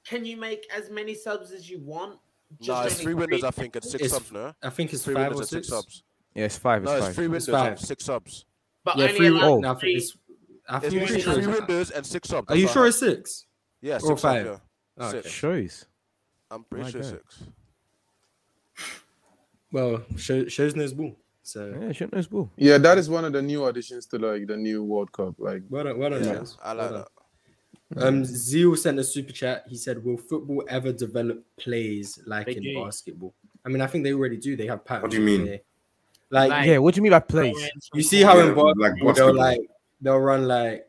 [SPEAKER 2] Can you make as many subs as you want?
[SPEAKER 6] Nah, it's
[SPEAKER 2] only
[SPEAKER 6] three winners, I think, and six
[SPEAKER 1] It's
[SPEAKER 6] subs, no?
[SPEAKER 1] I think it's
[SPEAKER 6] Three
[SPEAKER 1] five
[SPEAKER 6] winners
[SPEAKER 1] or
[SPEAKER 6] and six
[SPEAKER 1] six.
[SPEAKER 6] subs.
[SPEAKER 4] Yeah, it's five. It's
[SPEAKER 6] No, it's
[SPEAKER 4] five.
[SPEAKER 6] three winners
[SPEAKER 1] five.
[SPEAKER 6] and six subs.
[SPEAKER 2] But
[SPEAKER 1] Yeah,
[SPEAKER 2] only
[SPEAKER 1] three.
[SPEAKER 2] allowed
[SPEAKER 1] Oh,
[SPEAKER 4] Oh.
[SPEAKER 1] no, I think it's. I think
[SPEAKER 6] It's three,
[SPEAKER 1] it's
[SPEAKER 2] winners.
[SPEAKER 6] three
[SPEAKER 1] sure. it's-
[SPEAKER 6] winners and six subs.
[SPEAKER 1] Are you
[SPEAKER 6] that's
[SPEAKER 1] sure
[SPEAKER 6] what
[SPEAKER 1] it's six?
[SPEAKER 6] I- Yeah, six
[SPEAKER 1] or
[SPEAKER 6] subs,
[SPEAKER 1] five?
[SPEAKER 6] yeah.
[SPEAKER 1] Oh,
[SPEAKER 6] Six.
[SPEAKER 1] okay.
[SPEAKER 4] Shows.
[SPEAKER 6] I'm pretty
[SPEAKER 4] My
[SPEAKER 6] sure
[SPEAKER 4] God.
[SPEAKER 6] six.
[SPEAKER 1] Well, show, shows knows ball. So
[SPEAKER 4] Yeah, shit knows ball.
[SPEAKER 3] Yeah, that is one of the new additions to like the new World Cup. Like,
[SPEAKER 1] well done, well done,
[SPEAKER 6] Yeah,
[SPEAKER 1] guys.
[SPEAKER 6] I
[SPEAKER 1] Well
[SPEAKER 6] like
[SPEAKER 1] done.
[SPEAKER 6] that.
[SPEAKER 1] Um, Zeal sent a super chat. He said, "Will football ever develop plays like
[SPEAKER 2] They
[SPEAKER 1] in
[SPEAKER 2] do.
[SPEAKER 1] basketball?" I mean, I think they already do. They have patterns.
[SPEAKER 7] What do you mean?
[SPEAKER 1] where- Like,
[SPEAKER 2] Like-
[SPEAKER 4] Yeah, what do you mean by
[SPEAKER 2] three
[SPEAKER 4] plays?
[SPEAKER 2] wins from
[SPEAKER 1] you see how
[SPEAKER 7] Yeah,
[SPEAKER 1] in basketball
[SPEAKER 7] like
[SPEAKER 1] they'll
[SPEAKER 7] basketball.
[SPEAKER 1] like they'll run like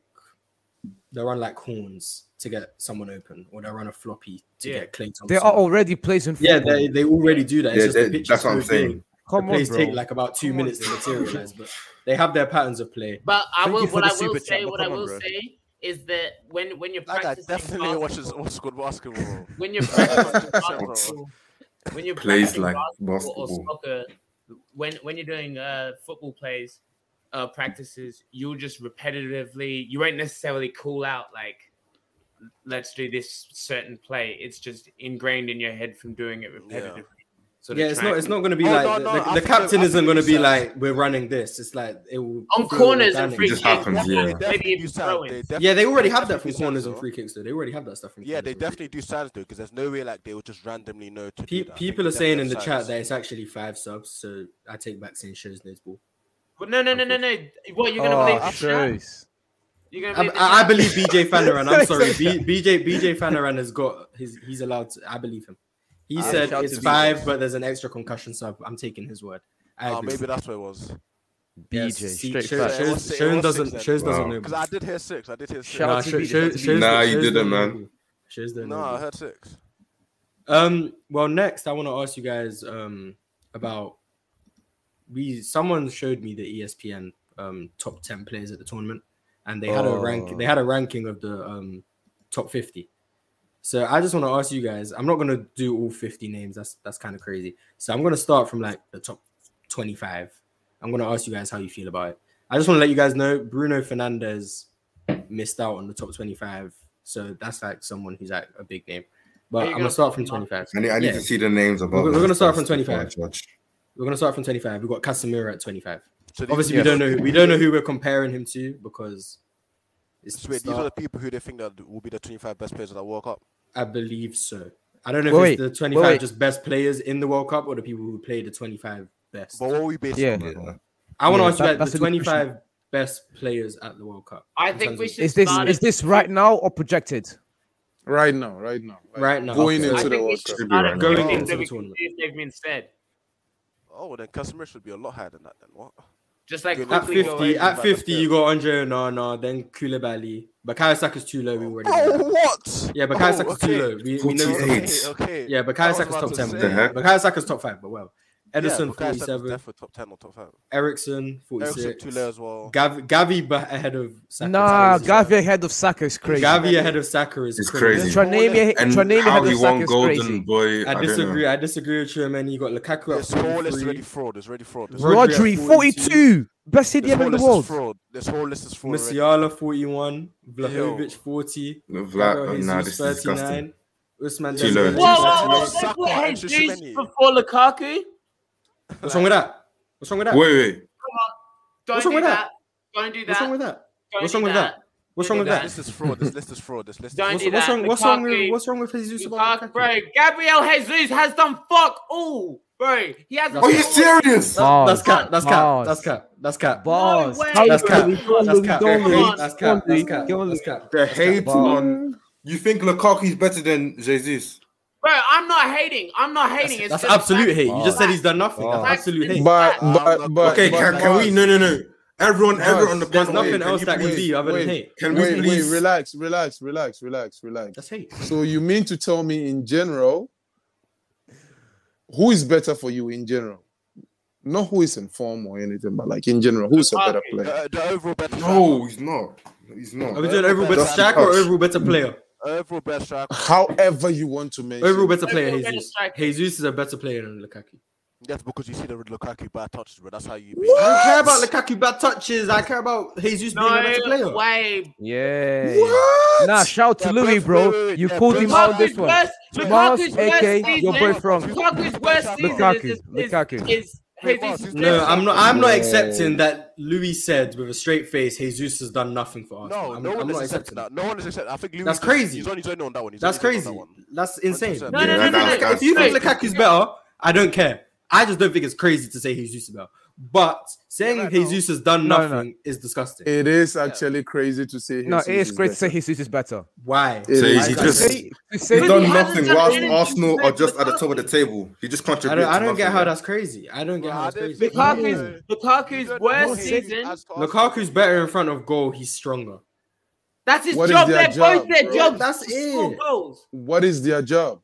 [SPEAKER 1] they'll run like horns to get someone open, or they'll run a floppy to
[SPEAKER 2] Yeah.
[SPEAKER 1] get Clay Thompson.
[SPEAKER 4] They are already plays in
[SPEAKER 1] yeah,
[SPEAKER 4] football.
[SPEAKER 1] they, they already do that. It's
[SPEAKER 7] Yeah,
[SPEAKER 1] just the
[SPEAKER 7] they-
[SPEAKER 1] pitch
[SPEAKER 7] that's
[SPEAKER 1] is
[SPEAKER 7] what I'm
[SPEAKER 1] so big.
[SPEAKER 7] saying.
[SPEAKER 4] Come
[SPEAKER 1] the
[SPEAKER 4] on,
[SPEAKER 1] plays
[SPEAKER 4] bro.
[SPEAKER 1] take like about two minutes to materialize, but they have their patterns of play.
[SPEAKER 2] But I
[SPEAKER 4] Thank
[SPEAKER 2] will.
[SPEAKER 4] you for
[SPEAKER 2] What
[SPEAKER 4] the
[SPEAKER 2] I will
[SPEAKER 4] super chat,
[SPEAKER 2] say,
[SPEAKER 4] but
[SPEAKER 2] what I
[SPEAKER 4] come on,
[SPEAKER 2] will
[SPEAKER 4] bro.
[SPEAKER 2] say is that when when you're
[SPEAKER 6] That guy
[SPEAKER 2] practicing,
[SPEAKER 6] definitely
[SPEAKER 2] basketball-
[SPEAKER 6] watches old school basketball.
[SPEAKER 2] when you're practicing basketball, when you're
[SPEAKER 7] Plays
[SPEAKER 2] practicing
[SPEAKER 7] like
[SPEAKER 2] or
[SPEAKER 7] basketball.
[SPEAKER 2] soccer, when when you're doing uh, football plays, uh, practices, you'll just repetitively. You won't necessarily call out like, "Let's do this certain play." It's just ingrained in your head from doing it repetitively. So to
[SPEAKER 1] Yeah, it's
[SPEAKER 2] try
[SPEAKER 1] not.
[SPEAKER 2] and-
[SPEAKER 1] It's not going to be
[SPEAKER 6] Oh,
[SPEAKER 1] like
[SPEAKER 6] no,
[SPEAKER 1] the-
[SPEAKER 6] no,
[SPEAKER 1] the,
[SPEAKER 6] I
[SPEAKER 1] the
[SPEAKER 6] think-
[SPEAKER 1] captain
[SPEAKER 6] I
[SPEAKER 1] isn't
[SPEAKER 6] think
[SPEAKER 1] going to
[SPEAKER 6] you
[SPEAKER 1] be
[SPEAKER 6] said-
[SPEAKER 1] like we're running this. It's like it will
[SPEAKER 2] On
[SPEAKER 1] feel
[SPEAKER 2] corners and
[SPEAKER 1] organic.
[SPEAKER 2] free
[SPEAKER 7] It just
[SPEAKER 2] kicks,
[SPEAKER 7] happens,
[SPEAKER 2] that's
[SPEAKER 7] yeah.
[SPEAKER 2] what they
[SPEAKER 6] definitely
[SPEAKER 2] did
[SPEAKER 6] do
[SPEAKER 2] in
[SPEAKER 6] signs.
[SPEAKER 2] throwing.
[SPEAKER 6] They definitely-
[SPEAKER 1] Yeah, they already
[SPEAKER 6] they
[SPEAKER 1] have that
[SPEAKER 6] definitely
[SPEAKER 1] from
[SPEAKER 6] do signs,
[SPEAKER 1] corners and
[SPEAKER 6] though.
[SPEAKER 1] free kicks. Though they already have that stuff from.
[SPEAKER 6] Yeah, they
[SPEAKER 1] corners and free
[SPEAKER 6] definitely do signs though, because there's no way like they would just randomly know to
[SPEAKER 1] Pe-
[SPEAKER 6] do that.
[SPEAKER 1] people are
[SPEAKER 6] They
[SPEAKER 1] saying in
[SPEAKER 6] definitely
[SPEAKER 1] the
[SPEAKER 6] have
[SPEAKER 1] chat
[SPEAKER 6] signs.
[SPEAKER 1] that it's actually five subs, so I take back saying shows no ball.
[SPEAKER 2] Well, no, no, no, no, no. What you're gonna
[SPEAKER 4] Oh,
[SPEAKER 2] believe? The chat?
[SPEAKER 4] shoes.
[SPEAKER 2] You're gonna
[SPEAKER 1] I,
[SPEAKER 2] believe? the
[SPEAKER 1] I, I
[SPEAKER 2] chat?
[SPEAKER 1] believe BJ Fanaran. I'm sorry, B, BJ BJ Fanaran has got his. He's allowed. To, I believe him. He
[SPEAKER 4] I
[SPEAKER 1] said
[SPEAKER 4] shout
[SPEAKER 1] it's
[SPEAKER 4] to BJ.
[SPEAKER 1] five, but there's an extra concussion sub. I'm taking his word. I
[SPEAKER 6] Oh,
[SPEAKER 1] agree.
[SPEAKER 6] maybe that's what it was.
[SPEAKER 4] BJ,
[SPEAKER 1] Yes, see,
[SPEAKER 4] straight
[SPEAKER 1] Sho-
[SPEAKER 6] fact.
[SPEAKER 1] Sho-
[SPEAKER 6] It was- it
[SPEAKER 1] Shown
[SPEAKER 6] was
[SPEAKER 1] doesn't.
[SPEAKER 6] six
[SPEAKER 1] Shows
[SPEAKER 6] then.
[SPEAKER 1] doesn't know.
[SPEAKER 6] Because I did hear six. I did hear six.
[SPEAKER 4] Shout
[SPEAKER 1] Nah,
[SPEAKER 4] out to
[SPEAKER 1] Sho-
[SPEAKER 4] BJ,
[SPEAKER 1] Sho-
[SPEAKER 4] that's
[SPEAKER 1] Shows
[SPEAKER 7] Nah,
[SPEAKER 1] don't-
[SPEAKER 7] you
[SPEAKER 1] Shows
[SPEAKER 7] didn't,
[SPEAKER 1] don't know
[SPEAKER 7] man.
[SPEAKER 1] ball. Shows don't
[SPEAKER 6] No,
[SPEAKER 1] know ball.
[SPEAKER 6] I heard six.
[SPEAKER 1] Um, well, next I want to ask you guys um about we someone showed me the E ESPN um top 10 players at the tournament and they had a rank
[SPEAKER 4] Oh.
[SPEAKER 1] they had a ranking of the um top 50. So I just want to ask you guys, I'm not gonna do all 50 names, that's that's kind of crazy. So I'm gonna start from like the top 25. I'm gonna ask you guys how you feel about it. I just want to let you guys know Bruno Fernandez missed out on the top 25. So that's like someone who's like a big name.
[SPEAKER 2] Are
[SPEAKER 1] But
[SPEAKER 2] you
[SPEAKER 1] I'm
[SPEAKER 2] gonna
[SPEAKER 1] gonna start from
[SPEAKER 2] put him up?
[SPEAKER 1] 25.
[SPEAKER 7] I need, I need
[SPEAKER 1] Yeah.
[SPEAKER 7] to see the names above.
[SPEAKER 1] We're- we're
[SPEAKER 7] that
[SPEAKER 1] gonna start
[SPEAKER 7] first
[SPEAKER 1] from
[SPEAKER 7] before I
[SPEAKER 1] 25.
[SPEAKER 7] judge.
[SPEAKER 1] We're gonna start from 25. We've got Casemiro at 25.
[SPEAKER 6] So these-
[SPEAKER 1] Obviously,
[SPEAKER 4] Yes.
[SPEAKER 1] we don't know we don't know who we're comparing him to because it's
[SPEAKER 6] so wait, these are the people who they think that will be the 25 best players of that World Cup.
[SPEAKER 1] I believe so. I don't know if
[SPEAKER 4] Wait,
[SPEAKER 1] it's
[SPEAKER 4] wait,
[SPEAKER 1] the 25
[SPEAKER 4] wait.
[SPEAKER 1] just best players in the World Cup or the people who played the 25 best.
[SPEAKER 6] But what were we basing?
[SPEAKER 4] Yeah.
[SPEAKER 6] on?
[SPEAKER 7] Yeah.
[SPEAKER 1] I want to
[SPEAKER 4] Yeah,
[SPEAKER 1] ask you
[SPEAKER 4] that-
[SPEAKER 1] guys
[SPEAKER 4] that's
[SPEAKER 1] the
[SPEAKER 4] a good question.
[SPEAKER 1] 25 best players at the World Cup.
[SPEAKER 2] I
[SPEAKER 1] in
[SPEAKER 2] think
[SPEAKER 1] terms
[SPEAKER 2] we
[SPEAKER 1] of-
[SPEAKER 2] should.
[SPEAKER 4] Is this
[SPEAKER 2] start
[SPEAKER 4] is
[SPEAKER 2] it.
[SPEAKER 4] this right now or projected?
[SPEAKER 3] Right now, right now. Like,
[SPEAKER 1] right now.
[SPEAKER 3] Going
[SPEAKER 1] Okay.
[SPEAKER 2] I
[SPEAKER 3] into
[SPEAKER 2] think
[SPEAKER 3] the
[SPEAKER 2] we
[SPEAKER 3] World
[SPEAKER 2] should
[SPEAKER 3] Cup.
[SPEAKER 7] Should be
[SPEAKER 2] start
[SPEAKER 7] right
[SPEAKER 2] it
[SPEAKER 7] now.
[SPEAKER 2] with
[SPEAKER 1] Going
[SPEAKER 2] names
[SPEAKER 1] into
[SPEAKER 2] that
[SPEAKER 1] the
[SPEAKER 2] we can
[SPEAKER 1] tournament.
[SPEAKER 2] see if they've been said.
[SPEAKER 6] Oh, then customer should be a lot higher than that. Then what?
[SPEAKER 2] Just like
[SPEAKER 6] At
[SPEAKER 1] At
[SPEAKER 2] quickly go
[SPEAKER 1] 50,
[SPEAKER 2] over.
[SPEAKER 1] at 50, you got Andre Onana, then Koulibaly. But Kawasaka's too low. We already know that.
[SPEAKER 6] Bro, Oh, what?
[SPEAKER 1] Yeah, but
[SPEAKER 6] Oh,
[SPEAKER 1] Kawasaka's
[SPEAKER 6] okay.
[SPEAKER 1] too low. We, we know
[SPEAKER 7] Forty-eight.
[SPEAKER 6] Okay, okay.
[SPEAKER 1] Yeah, but
[SPEAKER 6] I was
[SPEAKER 1] Kawasaka's
[SPEAKER 6] about
[SPEAKER 1] top
[SPEAKER 6] to
[SPEAKER 1] 10.
[SPEAKER 6] say-
[SPEAKER 1] But
[SPEAKER 7] The heck?
[SPEAKER 1] Kawasaka's top five, but well. Edison,
[SPEAKER 6] yeah, but Kawasaka's
[SPEAKER 1] 47.
[SPEAKER 6] definitely top 10 or top 5.
[SPEAKER 1] Ericsson, 46.
[SPEAKER 6] Ericsson, too low as well.
[SPEAKER 1] Gavi, Gavi ba- ahead of Saka.
[SPEAKER 4] Nah,
[SPEAKER 1] is crazy.
[SPEAKER 4] Gavi ahead of Saka is crazy.
[SPEAKER 1] Gavi ahead of Saka is
[SPEAKER 7] It's
[SPEAKER 1] crazy.
[SPEAKER 7] crazy.
[SPEAKER 4] Tranemi,
[SPEAKER 7] And
[SPEAKER 4] Tranemi
[SPEAKER 7] how
[SPEAKER 4] ahead
[SPEAKER 7] he
[SPEAKER 4] of Saka
[SPEAKER 7] won
[SPEAKER 4] is
[SPEAKER 7] Golden
[SPEAKER 4] crazy.
[SPEAKER 7] Boy, I,
[SPEAKER 1] I
[SPEAKER 7] don't know.
[SPEAKER 1] disagree. I disagree with you, man. You got Lukaku at
[SPEAKER 6] This whole list
[SPEAKER 1] 43,
[SPEAKER 6] is already fraud. It's already fraud. This whole-
[SPEAKER 1] Rodri
[SPEAKER 4] Rodri,
[SPEAKER 1] at
[SPEAKER 4] 42. Best
[SPEAKER 6] this
[SPEAKER 4] CDM
[SPEAKER 6] whole
[SPEAKER 4] in the
[SPEAKER 6] list
[SPEAKER 4] world.
[SPEAKER 6] is fraud. This whole list is fraud. already.
[SPEAKER 1] Musiala 41, Vlahovic
[SPEAKER 6] Yo.
[SPEAKER 1] 40,
[SPEAKER 7] Vla-
[SPEAKER 1] Gabriel
[SPEAKER 7] nah, this
[SPEAKER 1] Jesus
[SPEAKER 7] is disgusting.
[SPEAKER 1] 39, Usman
[SPEAKER 7] Too
[SPEAKER 1] Dembele
[SPEAKER 7] low.
[SPEAKER 2] Whoa, whoa, whoa!
[SPEAKER 6] Saka,
[SPEAKER 2] They
[SPEAKER 6] Saka,
[SPEAKER 2] put
[SPEAKER 6] and Tchouameni.
[SPEAKER 2] Jesus before Lukaku.
[SPEAKER 1] What's wrong with that? What's wrong with that?
[SPEAKER 7] Wait, wait.
[SPEAKER 2] Don't
[SPEAKER 1] What's wrong
[SPEAKER 2] do
[SPEAKER 1] with
[SPEAKER 2] that. Don't do
[SPEAKER 1] What's wrong
[SPEAKER 2] that.
[SPEAKER 1] with that?
[SPEAKER 2] Don't
[SPEAKER 1] What's
[SPEAKER 2] do
[SPEAKER 1] wrong with that? What's wrong with
[SPEAKER 6] This
[SPEAKER 1] that?
[SPEAKER 6] list is fraud. This list is fraud. This list is
[SPEAKER 2] Don't
[SPEAKER 6] fraud.
[SPEAKER 1] What's,
[SPEAKER 2] do
[SPEAKER 1] what's
[SPEAKER 2] that.
[SPEAKER 1] wrong? What's wrong with
[SPEAKER 2] Lukaku-
[SPEAKER 1] what's wrong with Jesus about
[SPEAKER 2] Lukaku,
[SPEAKER 1] Lukaku?
[SPEAKER 2] bro, Gabriel Jesus has done fuck all, bro. He has.
[SPEAKER 1] That's
[SPEAKER 7] Are you serious?
[SPEAKER 1] That- That's
[SPEAKER 4] Bars.
[SPEAKER 1] cat. That's cat.
[SPEAKER 4] Bars.
[SPEAKER 1] That's cat. That's cat.
[SPEAKER 4] Bars.
[SPEAKER 2] way.
[SPEAKER 4] How
[SPEAKER 1] That's
[SPEAKER 4] you-
[SPEAKER 1] cap.
[SPEAKER 4] we can't
[SPEAKER 1] That's
[SPEAKER 4] do-
[SPEAKER 1] cap.
[SPEAKER 4] we don't
[SPEAKER 2] Hey,
[SPEAKER 4] do-
[SPEAKER 1] That's
[SPEAKER 4] we
[SPEAKER 1] cap.
[SPEAKER 4] can't
[SPEAKER 1] That's
[SPEAKER 4] do-
[SPEAKER 1] cap.
[SPEAKER 4] we can't
[SPEAKER 1] That's
[SPEAKER 4] do-
[SPEAKER 1] cap.
[SPEAKER 7] The hate
[SPEAKER 4] Wow.
[SPEAKER 7] on. You think Lukaku is better than Jesus?
[SPEAKER 2] Bro, I'm not hating. I'm not hating.
[SPEAKER 1] That's,
[SPEAKER 2] It's
[SPEAKER 1] that's
[SPEAKER 2] just
[SPEAKER 1] absolute
[SPEAKER 2] facts.
[SPEAKER 1] hate. You just said he's done nothing.
[SPEAKER 4] Wow.
[SPEAKER 1] That's absolute hate.
[SPEAKER 3] But,
[SPEAKER 6] I'm
[SPEAKER 3] but,
[SPEAKER 6] not-
[SPEAKER 3] but.
[SPEAKER 7] uh, Okay,
[SPEAKER 3] but,
[SPEAKER 7] can, can we? No, no, no. Everyone, everyone on the
[SPEAKER 1] There's
[SPEAKER 7] panel.
[SPEAKER 1] nothing
[SPEAKER 7] can
[SPEAKER 1] else
[SPEAKER 7] you
[SPEAKER 1] that can
[SPEAKER 7] please-
[SPEAKER 1] be other
[SPEAKER 3] wait,
[SPEAKER 1] than hate.
[SPEAKER 7] Can we
[SPEAKER 3] Wait, wait,
[SPEAKER 7] please?
[SPEAKER 3] relax, relax, relax, relax, relax.
[SPEAKER 1] That's hate.
[SPEAKER 3] So you mean to tell me in general, who is better for you in general? Not who is in form or anything, but like in general, who's a better
[SPEAKER 7] uh,
[SPEAKER 3] player?
[SPEAKER 6] Uh, The, the overall better striker.
[SPEAKER 7] no, he's not. He's
[SPEAKER 1] Are we
[SPEAKER 7] not.
[SPEAKER 1] doing overall better
[SPEAKER 6] That's
[SPEAKER 1] striker or
[SPEAKER 7] because-
[SPEAKER 1] overall better player?
[SPEAKER 6] Overall best striker.
[SPEAKER 3] However you want to mention.
[SPEAKER 1] Overall
[SPEAKER 3] it.
[SPEAKER 1] better player,
[SPEAKER 2] Overall better
[SPEAKER 1] Jesus.
[SPEAKER 2] striker.
[SPEAKER 1] Jesus is a better player than Lukaku.
[SPEAKER 6] That's because you see the Lukaku bad touches, bro. That's how you. beat-
[SPEAKER 1] I don't care about Lukaku bad touches. I care about Jesus being a better player.
[SPEAKER 2] No way.
[SPEAKER 4] Yeah.
[SPEAKER 7] What?
[SPEAKER 4] Nah, shout to
[SPEAKER 6] Yeah,
[SPEAKER 4] Louis,
[SPEAKER 6] Brentford-
[SPEAKER 4] bro.
[SPEAKER 6] wait, wait, wait.
[SPEAKER 4] You
[SPEAKER 6] Yeah,
[SPEAKER 4] called him
[SPEAKER 6] Brentford-
[SPEAKER 4] out
[SPEAKER 2] Lukaku's
[SPEAKER 4] this one.
[SPEAKER 2] worst.
[SPEAKER 4] Mars,
[SPEAKER 2] Lukaku's
[SPEAKER 4] AK,
[SPEAKER 2] worst
[SPEAKER 4] your boy
[SPEAKER 2] season.
[SPEAKER 4] from
[SPEAKER 2] Lukaku's worst season.
[SPEAKER 4] Lukaku,
[SPEAKER 2] Is, is,
[SPEAKER 4] Lukaku.
[SPEAKER 2] Is, is,
[SPEAKER 6] Wait,
[SPEAKER 2] is-
[SPEAKER 1] No, I'm not. I'm not
[SPEAKER 3] No.
[SPEAKER 1] accepting that Louis said with a straight face, Jesus has done nothing for us.
[SPEAKER 6] No,
[SPEAKER 1] I'm,
[SPEAKER 6] no
[SPEAKER 1] I'm
[SPEAKER 6] one is
[SPEAKER 1] not
[SPEAKER 6] accepting
[SPEAKER 1] accepting
[SPEAKER 6] that. No one is accepting. I think Louis
[SPEAKER 1] That's
[SPEAKER 6] is-
[SPEAKER 1] crazy.
[SPEAKER 6] He's on his own on that one. He's on
[SPEAKER 1] That's
[SPEAKER 6] his own on
[SPEAKER 1] crazy.
[SPEAKER 6] that one.
[SPEAKER 1] That's insane.
[SPEAKER 6] 100%.
[SPEAKER 1] No,
[SPEAKER 2] Yeah,
[SPEAKER 1] no, no,
[SPEAKER 2] that-
[SPEAKER 1] no, no.
[SPEAKER 2] that's-
[SPEAKER 1] If you think
[SPEAKER 2] that's-
[SPEAKER 1] Lukaku's better, I don't care. I just don't think it's crazy to say Jesus is better. But saying
[SPEAKER 6] Yeah, no, no.
[SPEAKER 1] Jesus has done
[SPEAKER 4] No, no.
[SPEAKER 1] nothing is disgusting.
[SPEAKER 3] It is actually crazy to say.
[SPEAKER 4] No, it
[SPEAKER 3] Jesus
[SPEAKER 4] is great to
[SPEAKER 3] better.
[SPEAKER 4] say Jesus is better.
[SPEAKER 1] Why?
[SPEAKER 3] It
[SPEAKER 7] So
[SPEAKER 1] Why
[SPEAKER 7] is
[SPEAKER 1] is
[SPEAKER 7] he
[SPEAKER 1] that
[SPEAKER 7] just-
[SPEAKER 1] crazy?
[SPEAKER 4] To
[SPEAKER 7] He's
[SPEAKER 4] say
[SPEAKER 2] He
[SPEAKER 7] done
[SPEAKER 2] hasn't
[SPEAKER 7] nothing.
[SPEAKER 2] done
[SPEAKER 7] Whilst
[SPEAKER 2] anything
[SPEAKER 7] Arsenal are
[SPEAKER 2] compared to
[SPEAKER 7] just at the top of the
[SPEAKER 2] Lukaku.
[SPEAKER 7] table, he just
[SPEAKER 1] I
[SPEAKER 7] contributed.
[SPEAKER 1] don't, I don't
[SPEAKER 7] nothing,
[SPEAKER 1] get how
[SPEAKER 7] yeah.
[SPEAKER 1] that's crazy. I don't get how that's crazy.
[SPEAKER 2] Lukaku's Lukaku's
[SPEAKER 6] Lukaku's
[SPEAKER 2] worst season.
[SPEAKER 1] Lukaku's better in front of goal. He's stronger.
[SPEAKER 2] That's his
[SPEAKER 3] What is
[SPEAKER 2] job.
[SPEAKER 3] their
[SPEAKER 2] They're both
[SPEAKER 3] job,
[SPEAKER 2] their
[SPEAKER 3] bro?
[SPEAKER 2] jobs.
[SPEAKER 1] That's
[SPEAKER 2] to score
[SPEAKER 1] it.
[SPEAKER 2] Goals.
[SPEAKER 3] What is their job?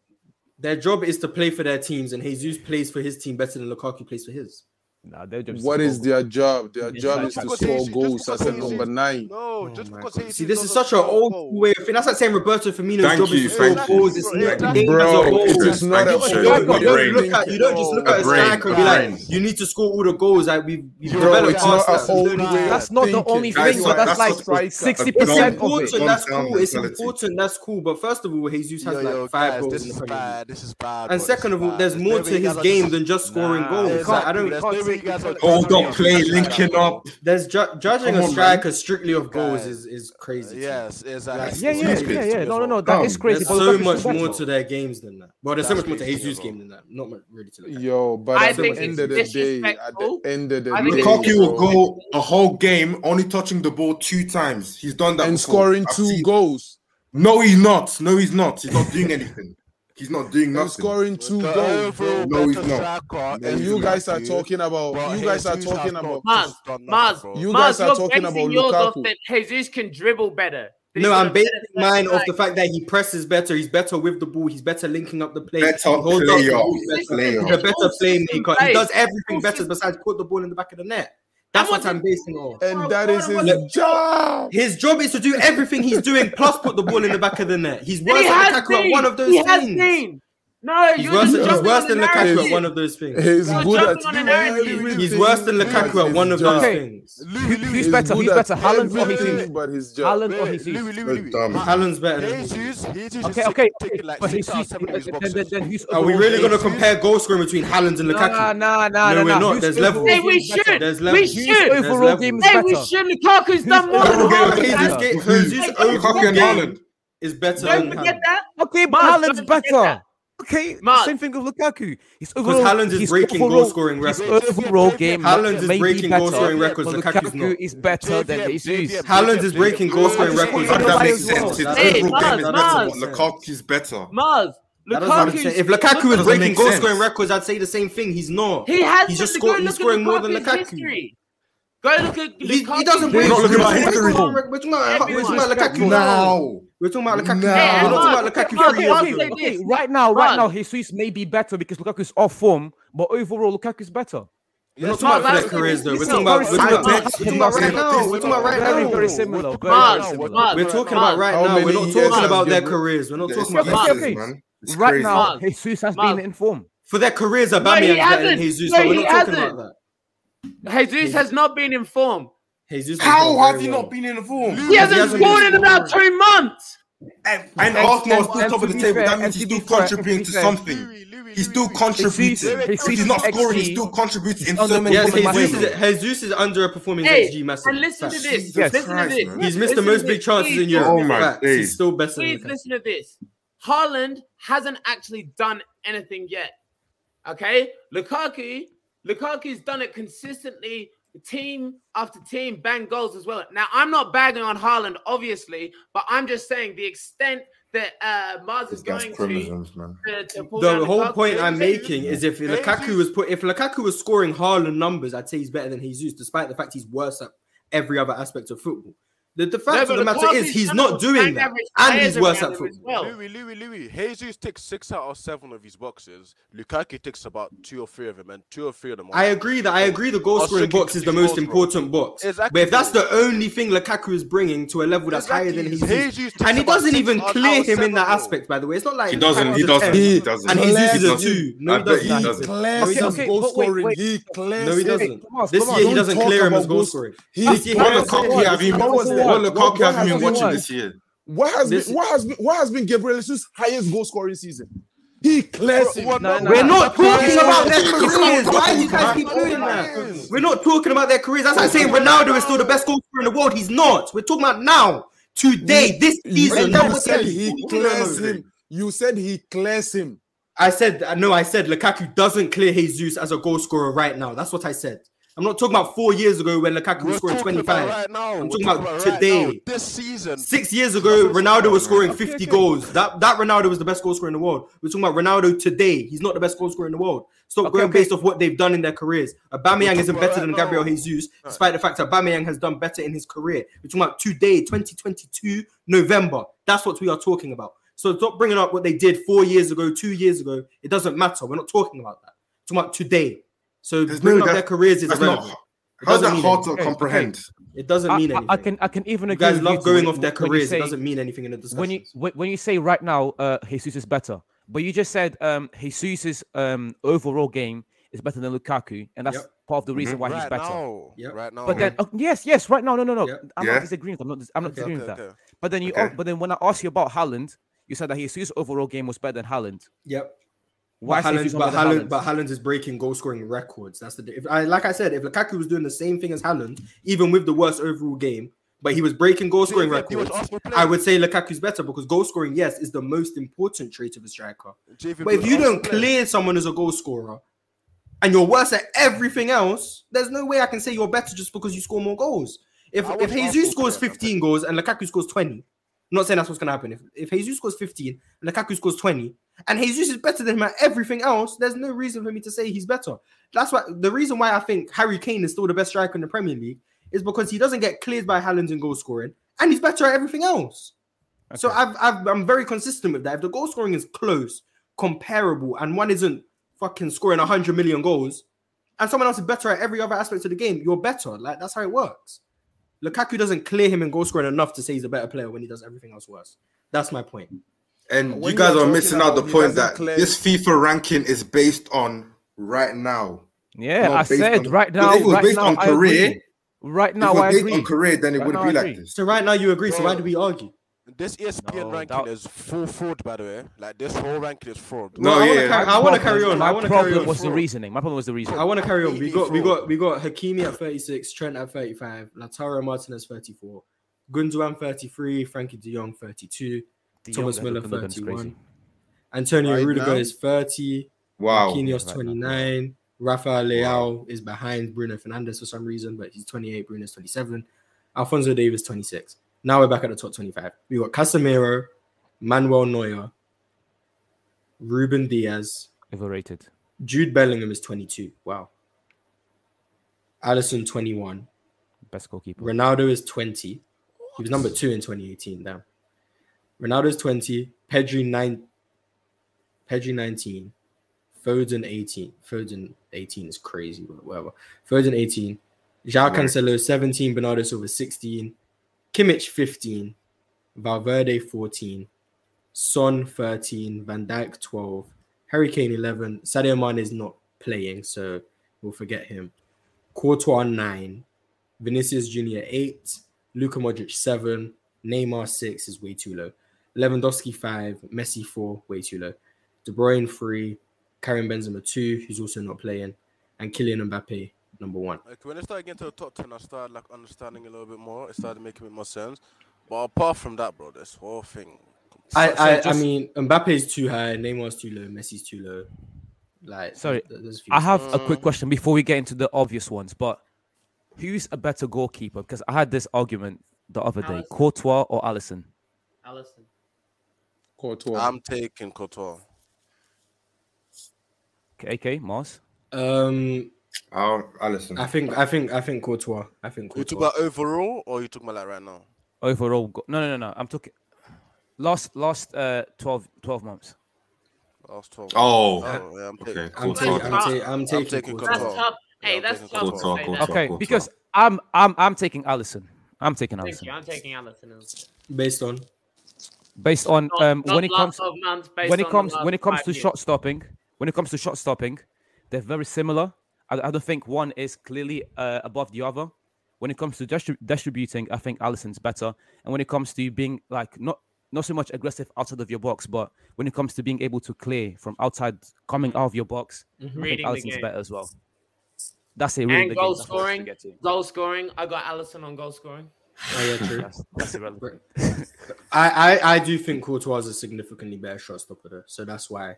[SPEAKER 1] Their job is to play for their teams, and Jesus plays for his team better than Lukaku plays for his.
[SPEAKER 4] Nah, they're just
[SPEAKER 3] What is their job? Their
[SPEAKER 4] It's
[SPEAKER 3] job
[SPEAKER 4] like-
[SPEAKER 3] is to
[SPEAKER 4] Just
[SPEAKER 3] score
[SPEAKER 6] because he's-
[SPEAKER 3] goals
[SPEAKER 6] just
[SPEAKER 3] as a
[SPEAKER 6] because he's-
[SPEAKER 3] number nine.
[SPEAKER 6] No,
[SPEAKER 1] Oh
[SPEAKER 6] just
[SPEAKER 1] my
[SPEAKER 6] because
[SPEAKER 1] God.
[SPEAKER 6] he
[SPEAKER 1] See, this is such an old way of thing. That's like saying Roberto Firmino's
[SPEAKER 7] Thank
[SPEAKER 1] job
[SPEAKER 7] you,
[SPEAKER 1] is to
[SPEAKER 7] thank
[SPEAKER 1] score
[SPEAKER 7] you.
[SPEAKER 1] goals. It's not
[SPEAKER 6] Bro,
[SPEAKER 1] the
[SPEAKER 6] that's-
[SPEAKER 1] game
[SPEAKER 3] Bro,
[SPEAKER 1] as a whole.
[SPEAKER 3] it's
[SPEAKER 1] It's
[SPEAKER 3] not
[SPEAKER 1] a
[SPEAKER 3] a
[SPEAKER 1] striker.
[SPEAKER 3] whole.
[SPEAKER 1] You
[SPEAKER 3] My
[SPEAKER 1] don't
[SPEAKER 3] brain.
[SPEAKER 1] look at you don't just look at a
[SPEAKER 7] My brain,
[SPEAKER 1] striker and be
[SPEAKER 7] my
[SPEAKER 1] like,
[SPEAKER 7] brain.
[SPEAKER 1] you need to score all the goals. Like we we
[SPEAKER 6] Bro,
[SPEAKER 3] Bro,
[SPEAKER 1] developed
[SPEAKER 3] it's not
[SPEAKER 1] past
[SPEAKER 3] a
[SPEAKER 1] that.
[SPEAKER 3] old
[SPEAKER 1] Nah.
[SPEAKER 3] way.
[SPEAKER 4] That's not the
[SPEAKER 3] thinking.
[SPEAKER 4] only
[SPEAKER 7] Guys,
[SPEAKER 4] thing, but
[SPEAKER 7] that's
[SPEAKER 4] that's
[SPEAKER 7] what
[SPEAKER 4] like
[SPEAKER 7] strikers-
[SPEAKER 4] sixty
[SPEAKER 1] It's
[SPEAKER 7] Gone-
[SPEAKER 4] percent of
[SPEAKER 7] gone
[SPEAKER 1] important.
[SPEAKER 4] it.
[SPEAKER 1] That's
[SPEAKER 7] down
[SPEAKER 1] cool. It's
[SPEAKER 7] mentality.
[SPEAKER 1] important. That's cool. But first of all, Jesus has
[SPEAKER 6] Yo,
[SPEAKER 1] like
[SPEAKER 6] yo,
[SPEAKER 1] five
[SPEAKER 6] guys,
[SPEAKER 1] goals
[SPEAKER 6] this
[SPEAKER 1] in
[SPEAKER 6] is
[SPEAKER 1] the Premier League.
[SPEAKER 6] bad. This is bad. bro.
[SPEAKER 1] And
[SPEAKER 6] This
[SPEAKER 1] second
[SPEAKER 6] is
[SPEAKER 1] of all,
[SPEAKER 6] bad.
[SPEAKER 1] there's more
[SPEAKER 6] no way
[SPEAKER 1] to
[SPEAKER 6] you
[SPEAKER 1] his
[SPEAKER 6] guys are
[SPEAKER 1] game
[SPEAKER 6] just-
[SPEAKER 1] than just scoring
[SPEAKER 4] Nah.
[SPEAKER 1] goals. Like, I don't.
[SPEAKER 6] Exactly,
[SPEAKER 4] can't
[SPEAKER 6] there's no
[SPEAKER 1] Oh,
[SPEAKER 4] take credit
[SPEAKER 6] way you guys are-
[SPEAKER 7] Hold
[SPEAKER 4] Sorry,
[SPEAKER 7] up, play,
[SPEAKER 4] I'm sorry.
[SPEAKER 7] linking up.
[SPEAKER 1] There's ju- judging
[SPEAKER 7] Come
[SPEAKER 1] a
[SPEAKER 7] on,
[SPEAKER 1] striker strictly of goals
[SPEAKER 6] Guys.
[SPEAKER 1] is is crazy. to me.
[SPEAKER 6] Yes, exactly.
[SPEAKER 4] Yeah, yeah,
[SPEAKER 7] Excuse
[SPEAKER 4] yeah,
[SPEAKER 7] me.
[SPEAKER 4] yeah. No, no, no. That is
[SPEAKER 7] Come.
[SPEAKER 4] crazy.
[SPEAKER 1] There's
[SPEAKER 4] but
[SPEAKER 1] so
[SPEAKER 4] Lukaku's
[SPEAKER 1] much
[SPEAKER 4] too
[SPEAKER 1] more
[SPEAKER 4] much.
[SPEAKER 1] to their games than that. Well, there's so
[SPEAKER 6] That's
[SPEAKER 1] much more to
[SPEAKER 6] crazy,
[SPEAKER 1] Jesus'
[SPEAKER 6] bro.
[SPEAKER 1] game than that. Not much really to look at.
[SPEAKER 3] Yo, but
[SPEAKER 2] I
[SPEAKER 3] at the
[SPEAKER 2] think
[SPEAKER 3] end
[SPEAKER 2] it's
[SPEAKER 3] of the day, at the
[SPEAKER 2] disrespectful.
[SPEAKER 3] end of the
[SPEAKER 2] I think
[SPEAKER 3] day,
[SPEAKER 2] it's
[SPEAKER 7] Lukaku will
[SPEAKER 3] bro,
[SPEAKER 7] go a whole game only touching the ball two times. He's done that
[SPEAKER 3] and
[SPEAKER 7] before.
[SPEAKER 3] scoring
[SPEAKER 7] I've
[SPEAKER 3] two
[SPEAKER 7] seen-
[SPEAKER 3] goals.
[SPEAKER 7] No, he's not. No, he's not. He's not doing anything. He's not doing
[SPEAKER 3] And
[SPEAKER 7] nothing.
[SPEAKER 3] scoring two
[SPEAKER 6] The
[SPEAKER 3] goals.
[SPEAKER 6] overall
[SPEAKER 3] Bro.
[SPEAKER 7] No, he's
[SPEAKER 6] better
[SPEAKER 7] not.
[SPEAKER 6] striker
[SPEAKER 3] And
[SPEAKER 6] is
[SPEAKER 3] you guys are
[SPEAKER 6] Lukaku,
[SPEAKER 3] talking about
[SPEAKER 6] but
[SPEAKER 3] you guys are
[SPEAKER 6] Jesus has
[SPEAKER 3] talking
[SPEAKER 6] not
[SPEAKER 3] about
[SPEAKER 6] just
[SPEAKER 2] Mars,
[SPEAKER 6] done nothing,
[SPEAKER 2] Mars,
[SPEAKER 6] bro.
[SPEAKER 3] you
[SPEAKER 2] Mars,
[SPEAKER 3] guys are
[SPEAKER 2] you're
[SPEAKER 3] talking
[SPEAKER 2] basing
[SPEAKER 3] about
[SPEAKER 2] yours off
[SPEAKER 3] Lukaku.
[SPEAKER 2] that Jesus can dribble better. That
[SPEAKER 1] No,
[SPEAKER 2] he's
[SPEAKER 1] I'm
[SPEAKER 2] got a
[SPEAKER 1] basing
[SPEAKER 2] better left
[SPEAKER 1] mine off
[SPEAKER 2] back.
[SPEAKER 1] the fact that he presses better. He's better with the ball. He's better linking up the play.
[SPEAKER 7] Better
[SPEAKER 1] he holds up the
[SPEAKER 7] player,
[SPEAKER 1] ball better. He's
[SPEAKER 7] player.
[SPEAKER 1] a better
[SPEAKER 2] Full system
[SPEAKER 1] playmaker.
[SPEAKER 2] play.
[SPEAKER 1] He does everything
[SPEAKER 2] Full
[SPEAKER 1] better
[SPEAKER 2] system.
[SPEAKER 1] besides put the ball in the back of the net. That's
[SPEAKER 2] That
[SPEAKER 1] what I'm
[SPEAKER 2] wasn't-
[SPEAKER 1] basing it off.
[SPEAKER 3] and that is
[SPEAKER 1] Look,
[SPEAKER 3] his job.
[SPEAKER 1] His job is to do everything he's doing plus put the ball in the back of the net. He's
[SPEAKER 2] And
[SPEAKER 1] worse
[SPEAKER 2] he
[SPEAKER 1] than
[SPEAKER 2] has
[SPEAKER 1] Lukaku at
[SPEAKER 2] been.
[SPEAKER 1] one of those
[SPEAKER 2] he has
[SPEAKER 1] things.
[SPEAKER 2] been. No,
[SPEAKER 1] He's
[SPEAKER 2] you're
[SPEAKER 1] worse,
[SPEAKER 2] just
[SPEAKER 1] he's
[SPEAKER 2] jumping
[SPEAKER 1] worse
[SPEAKER 2] on
[SPEAKER 1] than
[SPEAKER 2] the
[SPEAKER 1] Lukaku at
[SPEAKER 2] narrative.
[SPEAKER 1] one of those things.
[SPEAKER 3] He's
[SPEAKER 2] You're
[SPEAKER 3] good
[SPEAKER 2] jumping on an
[SPEAKER 3] at
[SPEAKER 2] irony.
[SPEAKER 3] everything.
[SPEAKER 1] He's worse than Lukaku at
[SPEAKER 3] his
[SPEAKER 1] one of
[SPEAKER 3] job.
[SPEAKER 1] those
[SPEAKER 4] Okay.
[SPEAKER 1] things.
[SPEAKER 6] Louis, Louis,
[SPEAKER 4] Who's better?
[SPEAKER 3] good
[SPEAKER 4] Who's
[SPEAKER 3] at
[SPEAKER 4] better? Haaland or
[SPEAKER 3] everything
[SPEAKER 4] Jesus?
[SPEAKER 3] but his job.
[SPEAKER 4] Haaland or
[SPEAKER 6] Louis,
[SPEAKER 4] Jesus?
[SPEAKER 6] Louis,
[SPEAKER 7] They're
[SPEAKER 6] Louis,
[SPEAKER 7] dumb.
[SPEAKER 6] Louis.
[SPEAKER 1] Haaland's better than him.
[SPEAKER 6] Jesus, Jesus
[SPEAKER 4] Okay,
[SPEAKER 6] is
[SPEAKER 4] okay,
[SPEAKER 6] taking like
[SPEAKER 4] but
[SPEAKER 6] six out of
[SPEAKER 4] Jesus.
[SPEAKER 6] seven of his
[SPEAKER 4] Then, then,
[SPEAKER 6] boxes.
[SPEAKER 4] then who's
[SPEAKER 1] Are we really
[SPEAKER 4] overall-
[SPEAKER 1] going to compare goal scoring between Haaland and Lukaku?
[SPEAKER 4] Nah, nah, nah,
[SPEAKER 1] No,
[SPEAKER 4] nah,
[SPEAKER 1] we're
[SPEAKER 4] nah.
[SPEAKER 1] not.
[SPEAKER 4] Who's
[SPEAKER 1] There's
[SPEAKER 4] overall
[SPEAKER 1] levels.
[SPEAKER 2] Hey, we
[SPEAKER 4] game better?
[SPEAKER 2] should.
[SPEAKER 1] There's
[SPEAKER 2] we
[SPEAKER 1] levels.
[SPEAKER 4] Who's
[SPEAKER 2] should.
[SPEAKER 1] There's
[SPEAKER 4] overall
[SPEAKER 1] levels.
[SPEAKER 4] game is
[SPEAKER 2] Hey, we
[SPEAKER 4] better?
[SPEAKER 2] should. Lukaku's done more. than
[SPEAKER 4] overall game
[SPEAKER 2] Haaland
[SPEAKER 4] is
[SPEAKER 2] has
[SPEAKER 4] better?
[SPEAKER 2] done.
[SPEAKER 1] Jesus,
[SPEAKER 7] Who?
[SPEAKER 1] Jesus
[SPEAKER 2] Hey, don't
[SPEAKER 1] overall
[SPEAKER 7] Lukaku and
[SPEAKER 2] forget-
[SPEAKER 7] Haaland.
[SPEAKER 1] is better
[SPEAKER 2] Don't
[SPEAKER 1] than
[SPEAKER 2] forget
[SPEAKER 1] Haaland.
[SPEAKER 2] that.
[SPEAKER 4] Okay, but
[SPEAKER 2] Mark,
[SPEAKER 4] Haaland's
[SPEAKER 2] don't forget
[SPEAKER 4] better.
[SPEAKER 2] that.
[SPEAKER 4] Okay,
[SPEAKER 2] Mark.
[SPEAKER 4] same thing with Lukaku. He's
[SPEAKER 1] Because Haaland is breaking goal scoring
[SPEAKER 4] His
[SPEAKER 1] records.
[SPEAKER 4] overall game
[SPEAKER 1] Haaland is
[SPEAKER 4] may be
[SPEAKER 1] breaking
[SPEAKER 4] better,
[SPEAKER 1] goal scoring
[SPEAKER 6] but
[SPEAKER 1] records.
[SPEAKER 4] but
[SPEAKER 1] Lukaku's
[SPEAKER 4] Lukaku
[SPEAKER 1] not.
[SPEAKER 4] is better than
[SPEAKER 6] JVM,
[SPEAKER 4] Jesus.
[SPEAKER 1] Haaland is breaking goal scoring
[SPEAKER 6] Lukaku-
[SPEAKER 1] records.
[SPEAKER 4] Lukaku-
[SPEAKER 7] But
[SPEAKER 1] That
[SPEAKER 7] that
[SPEAKER 4] Lukaku-
[SPEAKER 7] makes
[SPEAKER 1] doesn't-
[SPEAKER 7] sense. His
[SPEAKER 1] that
[SPEAKER 2] Hey,
[SPEAKER 1] doesn't-
[SPEAKER 7] overall
[SPEAKER 2] Mars,
[SPEAKER 7] game is better,
[SPEAKER 2] Mars.
[SPEAKER 7] but Lukaku's better.
[SPEAKER 2] Mars,
[SPEAKER 1] that doesn't make
[SPEAKER 2] Lukaku's
[SPEAKER 1] sense. If Lukaku is
[SPEAKER 7] Doesn't
[SPEAKER 1] breaking
[SPEAKER 7] make
[SPEAKER 1] goal
[SPEAKER 7] sense.
[SPEAKER 1] scoring records, I'd say the same thing. He's not.
[SPEAKER 2] He has
[SPEAKER 1] He's
[SPEAKER 2] been-
[SPEAKER 1] just
[SPEAKER 2] go
[SPEAKER 1] scoring.
[SPEAKER 2] look
[SPEAKER 1] He's
[SPEAKER 2] at
[SPEAKER 1] scoring more than
[SPEAKER 2] Lukaku's
[SPEAKER 1] Lukaku.
[SPEAKER 2] history. Go look at
[SPEAKER 1] He,
[SPEAKER 2] Lukaku.
[SPEAKER 1] he doesn't
[SPEAKER 4] We're
[SPEAKER 1] break.
[SPEAKER 4] not
[SPEAKER 1] We're
[SPEAKER 4] looking
[SPEAKER 1] not
[SPEAKER 4] at
[SPEAKER 1] talking
[SPEAKER 4] history.
[SPEAKER 1] about we're talking about- we're talking about
[SPEAKER 2] Everyone.
[SPEAKER 1] Lukaku now.
[SPEAKER 7] Now,
[SPEAKER 1] We're talking about Lukaku
[SPEAKER 7] Now.
[SPEAKER 1] now. We're
[SPEAKER 2] Hey,
[SPEAKER 1] not talking
[SPEAKER 2] Mark,
[SPEAKER 1] about Lukaku
[SPEAKER 4] Okay,
[SPEAKER 1] three
[SPEAKER 2] Mark,
[SPEAKER 1] years
[SPEAKER 4] okay,
[SPEAKER 1] ago.
[SPEAKER 2] Mark,
[SPEAKER 4] okay.
[SPEAKER 2] this.
[SPEAKER 4] Right now,
[SPEAKER 2] Run.
[SPEAKER 4] right now, Jesus may be better because Lukaku's off form, but overall Lukaku's
[SPEAKER 1] We're
[SPEAKER 4] better.
[SPEAKER 1] not
[SPEAKER 6] Yes,
[SPEAKER 1] talking about
[SPEAKER 2] Mark,
[SPEAKER 1] for their
[SPEAKER 2] Mark,
[SPEAKER 1] careers though. We're
[SPEAKER 4] listen,
[SPEAKER 1] talking about we're talking
[SPEAKER 7] Mark,
[SPEAKER 1] about we're talking about right now. We're talking about right
[SPEAKER 4] Very,
[SPEAKER 1] now.
[SPEAKER 4] very
[SPEAKER 7] Mark,
[SPEAKER 4] similar. Very, very
[SPEAKER 2] Mars,
[SPEAKER 4] similar.
[SPEAKER 2] Mars,
[SPEAKER 1] We're talking about right
[SPEAKER 3] How
[SPEAKER 1] now. We're
[SPEAKER 3] many
[SPEAKER 1] not
[SPEAKER 3] years
[SPEAKER 1] talking
[SPEAKER 3] has
[SPEAKER 1] about their
[SPEAKER 3] Gabriel-
[SPEAKER 1] careers. We're not talking
[SPEAKER 7] It's
[SPEAKER 1] about
[SPEAKER 4] Okay,
[SPEAKER 1] their
[SPEAKER 7] pieces,
[SPEAKER 4] okay.
[SPEAKER 1] careers.
[SPEAKER 7] man. It's
[SPEAKER 4] Right
[SPEAKER 7] crazy.
[SPEAKER 4] now,
[SPEAKER 2] Mark,
[SPEAKER 4] Jesus has
[SPEAKER 2] Mark.
[SPEAKER 4] been in form.
[SPEAKER 1] For their careers, Aubameyang's
[SPEAKER 2] he
[SPEAKER 1] better than
[SPEAKER 2] hasn't.
[SPEAKER 1] Jesus.
[SPEAKER 2] No,
[SPEAKER 1] So we're
[SPEAKER 2] he
[SPEAKER 1] not talking about
[SPEAKER 2] hasn't.
[SPEAKER 1] that.
[SPEAKER 2] Jesus has not been in form.
[SPEAKER 1] Jesus was
[SPEAKER 7] How
[SPEAKER 1] doing
[SPEAKER 7] have
[SPEAKER 1] very
[SPEAKER 7] you
[SPEAKER 1] well.
[SPEAKER 7] not been in the form?
[SPEAKER 2] He hasn't,
[SPEAKER 1] hasn't
[SPEAKER 2] scored
[SPEAKER 1] been
[SPEAKER 2] in about two months.
[SPEAKER 7] And,
[SPEAKER 4] And-
[SPEAKER 7] and Arsenal are
[SPEAKER 4] and-
[SPEAKER 7] still
[SPEAKER 4] and
[SPEAKER 7] top
[SPEAKER 4] to
[SPEAKER 7] of the
[SPEAKER 4] be
[SPEAKER 7] table.
[SPEAKER 4] fair,
[SPEAKER 7] that
[SPEAKER 4] and
[SPEAKER 7] means
[SPEAKER 4] to
[SPEAKER 7] he's
[SPEAKER 4] be
[SPEAKER 7] still
[SPEAKER 4] fair, and to
[SPEAKER 7] contributing
[SPEAKER 4] be
[SPEAKER 7] to
[SPEAKER 4] fair,
[SPEAKER 7] something.
[SPEAKER 6] Louis, Louis,
[SPEAKER 7] He's
[SPEAKER 6] Louis,
[SPEAKER 7] still
[SPEAKER 6] Louis.
[SPEAKER 7] contributing.
[SPEAKER 4] Jesus,
[SPEAKER 7] If he's
[SPEAKER 4] Jesus
[SPEAKER 7] not scoring, he
[SPEAKER 4] XG
[SPEAKER 7] still contributes in
[SPEAKER 4] on
[SPEAKER 7] so
[SPEAKER 4] the
[SPEAKER 7] many
[SPEAKER 4] Yes,
[SPEAKER 1] Yes,
[SPEAKER 4] Fulham
[SPEAKER 7] different
[SPEAKER 1] Jesus
[SPEAKER 7] ways.
[SPEAKER 4] Massive.
[SPEAKER 1] is, Jesus is underperforming
[SPEAKER 2] Hey,
[SPEAKER 1] XG massively.
[SPEAKER 2] and listen to
[SPEAKER 1] Facts.
[SPEAKER 2] this.
[SPEAKER 7] Jesus
[SPEAKER 2] listen
[SPEAKER 7] Christ,
[SPEAKER 2] to this.
[SPEAKER 7] man.
[SPEAKER 1] He's missed the
[SPEAKER 2] Listen to
[SPEAKER 1] most big
[SPEAKER 2] this.
[SPEAKER 1] chances
[SPEAKER 2] Please
[SPEAKER 1] in Europe.
[SPEAKER 7] Oh my
[SPEAKER 1] Facts.
[SPEAKER 7] days.
[SPEAKER 1] He's still better than
[SPEAKER 2] please
[SPEAKER 1] Lukaku.
[SPEAKER 2] listen to this. Haaland hasn't actually done anything yet. Okay? Lukaku, Lukaku's done it consistently, team after team, bang goals as well. Now, I'm not bagging on Haaland, obviously, but I'm just saying the extent that uh, Mars is
[SPEAKER 7] This guy's
[SPEAKER 2] going to,
[SPEAKER 7] chromosomes, man.
[SPEAKER 2] to, to pull down
[SPEAKER 1] The whole
[SPEAKER 2] Lukaku
[SPEAKER 1] point I'm
[SPEAKER 2] is-
[SPEAKER 1] making is if
[SPEAKER 6] Jesus.
[SPEAKER 1] Lukaku was put, if Lukaku was scoring Haaland numbers, I'd say he's better than Jesus, despite the fact he's worse at every other aspect of football. The, the fact
[SPEAKER 2] No,
[SPEAKER 1] of the
[SPEAKER 2] but
[SPEAKER 1] matter
[SPEAKER 2] Lukaku's
[SPEAKER 1] is he's
[SPEAKER 2] done it
[SPEAKER 1] not
[SPEAKER 2] with
[SPEAKER 1] doing
[SPEAKER 2] bang
[SPEAKER 1] that,
[SPEAKER 2] average
[SPEAKER 1] and
[SPEAKER 2] players
[SPEAKER 1] he's worse
[SPEAKER 2] around
[SPEAKER 1] at
[SPEAKER 2] him as
[SPEAKER 1] football.
[SPEAKER 2] well.
[SPEAKER 6] Louis, Louis, Louis. Jesus takes six out of seven of his boxes. Lukaku takes about two or three of them, and two or three of them. are
[SPEAKER 1] I agree that I
[SPEAKER 6] goals.
[SPEAKER 1] agree the goal
[SPEAKER 6] Are
[SPEAKER 1] scoring
[SPEAKER 6] stricken
[SPEAKER 1] box is the
[SPEAKER 6] goals,
[SPEAKER 1] most
[SPEAKER 6] bro.
[SPEAKER 1] important box.
[SPEAKER 6] Exactly.
[SPEAKER 1] But if that's the only thing Lukaku is bringing to a level that's higher than
[SPEAKER 6] Exactly.
[SPEAKER 1] Jesus,
[SPEAKER 6] Jesus takes
[SPEAKER 1] and he
[SPEAKER 6] about
[SPEAKER 1] doesn't
[SPEAKER 6] six
[SPEAKER 1] even
[SPEAKER 6] out of
[SPEAKER 1] clear him in
[SPEAKER 6] seven
[SPEAKER 1] that
[SPEAKER 6] goals.
[SPEAKER 1] aspect, by the way, it's not like
[SPEAKER 7] He doesn't.
[SPEAKER 1] Lukaku's
[SPEAKER 7] He
[SPEAKER 1] a 10,
[SPEAKER 7] doesn't.
[SPEAKER 3] He
[SPEAKER 7] He doesn't.
[SPEAKER 1] and
[SPEAKER 3] he
[SPEAKER 1] he's
[SPEAKER 3] doesn't.
[SPEAKER 1] uses a
[SPEAKER 3] He
[SPEAKER 1] two. No, he
[SPEAKER 7] I bet
[SPEAKER 1] doesn't.
[SPEAKER 7] he
[SPEAKER 1] No, he
[SPEAKER 7] doesn't.
[SPEAKER 1] doesn't. No,
[SPEAKER 3] Clairs
[SPEAKER 1] he
[SPEAKER 4] Okay,
[SPEAKER 3] his
[SPEAKER 1] doesn't.
[SPEAKER 4] okay,
[SPEAKER 3] goal
[SPEAKER 4] but wait,
[SPEAKER 3] scoring.
[SPEAKER 4] wait.
[SPEAKER 3] He clairs
[SPEAKER 1] No, he
[SPEAKER 3] it.
[SPEAKER 1] doesn't.
[SPEAKER 4] Come on,
[SPEAKER 1] This
[SPEAKER 4] come on.
[SPEAKER 1] year he
[SPEAKER 3] Don't
[SPEAKER 1] doesn't
[SPEAKER 3] talk
[SPEAKER 1] clear him as
[SPEAKER 3] about
[SPEAKER 1] goal
[SPEAKER 3] goals-
[SPEAKER 1] scoring.
[SPEAKER 3] He
[SPEAKER 1] This year he
[SPEAKER 3] scored
[SPEAKER 7] What
[SPEAKER 1] doesn't
[SPEAKER 3] goal.
[SPEAKER 1] clear
[SPEAKER 7] Lukaku have
[SPEAKER 1] him.
[SPEAKER 7] you?
[SPEAKER 3] That
[SPEAKER 7] What
[SPEAKER 3] was what?
[SPEAKER 7] Lukaku
[SPEAKER 3] What
[SPEAKER 7] have you
[SPEAKER 3] has
[SPEAKER 7] been
[SPEAKER 3] he
[SPEAKER 7] watching
[SPEAKER 3] won?
[SPEAKER 7] this year?
[SPEAKER 3] What has
[SPEAKER 1] This-
[SPEAKER 3] been what has been what has been Gabriel Jesus' highest goal scoring season? He
[SPEAKER 6] Bro,
[SPEAKER 3] clears it.
[SPEAKER 6] what-
[SPEAKER 4] No, no,
[SPEAKER 1] We're
[SPEAKER 4] no.
[SPEAKER 1] not talking about their
[SPEAKER 3] Yeah.
[SPEAKER 1] careers. Why do you guys keep
[SPEAKER 7] Back
[SPEAKER 1] doing
[SPEAKER 7] to
[SPEAKER 1] that?
[SPEAKER 7] back.
[SPEAKER 1] We're not talking about their careers. That's like saying Ronaldo is still the best goal scorer in the world. He's not. We're talking about now, today, this
[SPEAKER 3] You,
[SPEAKER 1] season.
[SPEAKER 3] you
[SPEAKER 1] That was
[SPEAKER 3] said
[SPEAKER 1] it.
[SPEAKER 3] he
[SPEAKER 7] What
[SPEAKER 3] clears
[SPEAKER 7] Ronaldo?
[SPEAKER 3] him. You said he clears him.
[SPEAKER 1] uh, I said no. I said Lukaku doesn't clear Jesus as a goal scorer right now. That's what I said. I'm not talking about four years ago when Lukaku was
[SPEAKER 6] We're
[SPEAKER 1] scoring
[SPEAKER 6] talking
[SPEAKER 1] 25.
[SPEAKER 6] about right now.
[SPEAKER 1] I'm
[SPEAKER 6] We're
[SPEAKER 1] talking about
[SPEAKER 6] right now,
[SPEAKER 1] today.
[SPEAKER 6] this season.
[SPEAKER 1] Six years ago, Ronaldo was scoring
[SPEAKER 4] Okay,
[SPEAKER 1] 50
[SPEAKER 4] okay.
[SPEAKER 1] goals. That that Ronaldo was the best goal scorer in the world. We're talking about Ronaldo today. He's not the best goal scorer in the world. Stop
[SPEAKER 4] Okay,
[SPEAKER 1] going
[SPEAKER 4] okay.
[SPEAKER 1] based off what they've done in their careers. Aubameyang
[SPEAKER 6] We're
[SPEAKER 1] isn't
[SPEAKER 6] talking
[SPEAKER 1] better
[SPEAKER 6] about
[SPEAKER 1] than
[SPEAKER 6] right
[SPEAKER 1] Gabriel
[SPEAKER 6] now.
[SPEAKER 1] Jesus, despite the fact that Aubameyang has done better in his career. We're talking about today, 2022 November. That's what we are talking about. So stop bringing up what they did four years ago, two years ago. It doesn't matter. We're not talking about that. We're talking about today. So
[SPEAKER 5] There's
[SPEAKER 1] bringing
[SPEAKER 5] no-
[SPEAKER 1] up
[SPEAKER 5] that-
[SPEAKER 1] their careers is
[SPEAKER 5] That's not,
[SPEAKER 1] irrelevant. It
[SPEAKER 5] how's
[SPEAKER 1] doesn't
[SPEAKER 5] that
[SPEAKER 1] mean
[SPEAKER 5] hard
[SPEAKER 1] anything.
[SPEAKER 5] to
[SPEAKER 4] Okay,
[SPEAKER 5] comprehend?
[SPEAKER 1] It doesn't
[SPEAKER 4] I,
[SPEAKER 1] mean
[SPEAKER 4] I-
[SPEAKER 1] anything.
[SPEAKER 4] I can I can even
[SPEAKER 1] you
[SPEAKER 4] agree.
[SPEAKER 1] guys
[SPEAKER 4] with
[SPEAKER 1] love
[SPEAKER 4] to when-
[SPEAKER 1] going off their
[SPEAKER 4] when you
[SPEAKER 1] careers.
[SPEAKER 4] say-
[SPEAKER 1] it doesn't mean anything in the discussion.
[SPEAKER 4] when you when when you say right now, uh, Jesus is better, but you just said um, Jesus's um, overall game is better than Lukaku, and that's
[SPEAKER 1] Yep. Mm-hmm.
[SPEAKER 4] part of the reason why he's
[SPEAKER 6] right
[SPEAKER 4] better.
[SPEAKER 6] now.
[SPEAKER 1] Yep.
[SPEAKER 6] Right now.
[SPEAKER 4] But then, oh, yes, yes, right now, no, no, no,
[SPEAKER 1] Yep.
[SPEAKER 4] I'm
[SPEAKER 5] Yeah.
[SPEAKER 4] not disagreeing. With, I'm not, dis- I'm not
[SPEAKER 1] Okay.
[SPEAKER 6] Okay,
[SPEAKER 4] disagreeing with that.
[SPEAKER 6] okay.
[SPEAKER 4] But then you,
[SPEAKER 5] Okay.
[SPEAKER 4] but then when I asked you about Haaland, you said that Jesus' overall game was better than Haaland.
[SPEAKER 1] Yep.
[SPEAKER 4] Why
[SPEAKER 1] but
[SPEAKER 4] is Jesus
[SPEAKER 1] Haaland,
[SPEAKER 4] not
[SPEAKER 1] but
[SPEAKER 4] better than
[SPEAKER 1] Haaland, but Haaland is breaking goal scoring records. That's the if I like I said, if Lukaku was doing the same thing as Haaland, even with the worst overall game, but he was breaking goal scoring
[SPEAKER 6] JVM, he was
[SPEAKER 1] records,
[SPEAKER 6] Arsenal player.
[SPEAKER 1] I would say Lukaku's better because goal scoring, yes, is the most important trait of a striker.
[SPEAKER 6] JVM,
[SPEAKER 1] But
[SPEAKER 6] he
[SPEAKER 1] if
[SPEAKER 6] was
[SPEAKER 1] you
[SPEAKER 6] Arsenal
[SPEAKER 1] don't
[SPEAKER 6] player.
[SPEAKER 1] clear someone as a goal scorer and you're worse at everything else, there's no way I can say you're better just because you score more goals. If
[SPEAKER 6] I
[SPEAKER 1] if
[SPEAKER 6] was
[SPEAKER 1] Jesus
[SPEAKER 6] Arsenal
[SPEAKER 1] scores
[SPEAKER 6] player,
[SPEAKER 1] 15 goals and Lukaku scores 20, I'm not saying that's what's gonna happen. If if Jesus scores 15 and Lukaku scores 20, and Jesus is better than him at everything else, there's no reason for me to say he's better. That's why the reason why I think Harry Kane is still the best striker in the Premier League is because he doesn't get cleared by Haaland in goal scoring, and he's better at everything else. So
[SPEAKER 4] Okay.
[SPEAKER 1] I've, I've I'm very consistent with that. If the goal scoring is close, comparable, and one isn't fucking scoring hundred million goals, and someone else is better at every other aspect of the game, you're better. Like that's how it works. Lukaku doesn't clear him in goal scoring enough to say he's a better player when he does everything else worse. That's my point.
[SPEAKER 5] And
[SPEAKER 7] When
[SPEAKER 5] you guys are
[SPEAKER 7] you're talking
[SPEAKER 5] missing out the
[SPEAKER 7] about he
[SPEAKER 5] point
[SPEAKER 7] doesn't
[SPEAKER 5] that
[SPEAKER 7] clear-
[SPEAKER 5] this FIFA ranking is based on right now.
[SPEAKER 4] Yeah,
[SPEAKER 5] not
[SPEAKER 4] I
[SPEAKER 5] based
[SPEAKER 4] said
[SPEAKER 5] on-
[SPEAKER 4] right
[SPEAKER 5] Because
[SPEAKER 4] now,
[SPEAKER 5] if it was
[SPEAKER 4] right
[SPEAKER 5] based
[SPEAKER 4] now,
[SPEAKER 5] on
[SPEAKER 4] I
[SPEAKER 5] career,
[SPEAKER 4] agree. Right
[SPEAKER 5] if
[SPEAKER 4] now,
[SPEAKER 5] it
[SPEAKER 4] I
[SPEAKER 5] was based
[SPEAKER 4] agree.
[SPEAKER 5] on career, then it
[SPEAKER 4] Right
[SPEAKER 5] wouldn't
[SPEAKER 4] now,
[SPEAKER 5] be
[SPEAKER 4] I
[SPEAKER 5] like
[SPEAKER 4] agree.
[SPEAKER 5] this.
[SPEAKER 1] So right now you agree. So why
[SPEAKER 6] Bro.
[SPEAKER 1] do we argue?
[SPEAKER 6] This E ESPN
[SPEAKER 4] No,
[SPEAKER 6] ranking
[SPEAKER 4] that-
[SPEAKER 6] is full fraud, by the way. Like this whole ranking is fraud.
[SPEAKER 5] No,
[SPEAKER 1] I
[SPEAKER 5] yeah.
[SPEAKER 1] Wanna carry, I want to
[SPEAKER 4] Problem-
[SPEAKER 1] carry on.
[SPEAKER 4] My
[SPEAKER 1] I want to
[SPEAKER 4] problem
[SPEAKER 1] carry on.
[SPEAKER 4] was the reasoning. My problem was the reasoning.
[SPEAKER 1] I want to carry on. We got we
[SPEAKER 6] Fraud.
[SPEAKER 1] got we got Hakimi at 36, Trent at 35, Lautaro Martinez 34, Gundogan 33, Frankie De Jong 32,
[SPEAKER 4] De
[SPEAKER 1] Thomas
[SPEAKER 4] Jong and
[SPEAKER 1] Müller,
[SPEAKER 4] Gundogan's
[SPEAKER 1] 31.
[SPEAKER 4] crazy.
[SPEAKER 1] Antonio
[SPEAKER 7] Right
[SPEAKER 1] Rudiger
[SPEAKER 7] now?
[SPEAKER 1] is 30,
[SPEAKER 5] Wow.
[SPEAKER 1] Marquinhos
[SPEAKER 4] Right now.
[SPEAKER 1] 29, Rafael Leao is behind Bruno Fernandes for some reason, but he's 28, Bruno's 27, Alfonso Davis 26. Now we're back at the top 25. We got Casemiro, Manuel Neuer, Ruben Diaz,
[SPEAKER 4] Overrated.
[SPEAKER 1] Jude Bellingham is 22. Wow. Allison 21.
[SPEAKER 4] Best goalkeeper.
[SPEAKER 1] Ronaldo is 20. He was number two in 2018. Now, Ronaldo's 20. Pedri nine. Pedri 19. Foden 18. Foden 18 is crazy, but whatever. Foden 18. Jao
[SPEAKER 5] Right.
[SPEAKER 1] Cancelo 17. Bernardo Silva 16. Kimmich 15. Valverde 14. Son 13. Van Dijk 12. Harry Kane 11. Sadio Mane is not playing, so we'll forget him. Courtois 9. Vinicius Junior eight, Luka Modric seven, Neymar six is way too low, Lewandowski five, Messi four, way too low, De Bruyne three, Karim Benzema two, who's also not playing, and Kylian Mbappe number one.
[SPEAKER 6] Like when I started getting to the top ten, I started like understanding a little bit more. It started making a bit more sense. But apart from that, bro, this whole thing.
[SPEAKER 1] I
[SPEAKER 4] So- so
[SPEAKER 1] I, I
[SPEAKER 4] just-
[SPEAKER 1] mean Mbappe is too high, Neymar's too low, Messi's too low. Like
[SPEAKER 4] Sorry,
[SPEAKER 1] th- there's a few
[SPEAKER 4] I have a
[SPEAKER 1] mistakes.
[SPEAKER 4] quick question before we get into the obvious ones, but who's a better goalkeeper? Because I had this argument the other day:
[SPEAKER 2] Alisson.
[SPEAKER 4] Courtois or Allison.
[SPEAKER 2] Allison.
[SPEAKER 3] Courtois.
[SPEAKER 6] I'm taking Courtois.
[SPEAKER 4] Okay, Mars.
[SPEAKER 1] Um,
[SPEAKER 5] I'll, Allison.
[SPEAKER 1] I think I think I think Courtois. I think
[SPEAKER 6] You talking
[SPEAKER 1] Courtois.
[SPEAKER 6] about overall, or you talking about like right now?
[SPEAKER 4] Overall, go- no, no, no, no. I'm talking last last uh 12, 12 months.
[SPEAKER 6] Last twelve.
[SPEAKER 7] Oh,
[SPEAKER 6] Oh, yeah, I'm taking.
[SPEAKER 7] okay.
[SPEAKER 1] I'm,
[SPEAKER 7] Cool
[SPEAKER 1] taking.
[SPEAKER 7] talk.
[SPEAKER 1] I'm, ta- I'm taking.
[SPEAKER 6] taking
[SPEAKER 1] Courtois.
[SPEAKER 2] That's
[SPEAKER 6] Courtois.
[SPEAKER 2] tough. Hey,
[SPEAKER 6] Yeah, I'm
[SPEAKER 2] that's
[SPEAKER 6] taking
[SPEAKER 2] tough.
[SPEAKER 7] Courtois,
[SPEAKER 2] to say
[SPEAKER 7] Courtois.
[SPEAKER 2] that.
[SPEAKER 4] Okay,
[SPEAKER 7] Courtois.
[SPEAKER 4] because I'm I'm I'm taking Allison. I'm taking
[SPEAKER 2] Thank
[SPEAKER 4] Allison
[SPEAKER 2] you. I'm taking Allison. as-
[SPEAKER 1] based on
[SPEAKER 4] based on
[SPEAKER 2] Not-
[SPEAKER 4] um
[SPEAKER 2] not
[SPEAKER 4] when it
[SPEAKER 2] last
[SPEAKER 4] comes
[SPEAKER 2] 12 months, based
[SPEAKER 4] when it
[SPEAKER 2] on the
[SPEAKER 4] comes
[SPEAKER 2] last
[SPEAKER 4] when it comes
[SPEAKER 2] five
[SPEAKER 4] to
[SPEAKER 2] years.
[SPEAKER 4] shot stopping when it comes to shot stopping they're very similar i, I don't think one is clearly uh, above the other when it comes to distri- distributing i think allison's better and when it comes to being like not not so much aggressive outside of your box but when it comes to being able to clear from outside coming out of your box i think
[SPEAKER 2] Reading the
[SPEAKER 4] allison's
[SPEAKER 2] game.
[SPEAKER 4] better as well that's it really
[SPEAKER 2] And
[SPEAKER 4] the
[SPEAKER 2] goal
[SPEAKER 4] game. That's what I was
[SPEAKER 2] scoring.
[SPEAKER 4] trying to get to.
[SPEAKER 2] Goal scoring. I got Allison on goal scoring.
[SPEAKER 1] oh yeah true.
[SPEAKER 4] That's, that's irrelevant.
[SPEAKER 1] I, I I do think Courtois is a significantly better shot stopper, though, so that's why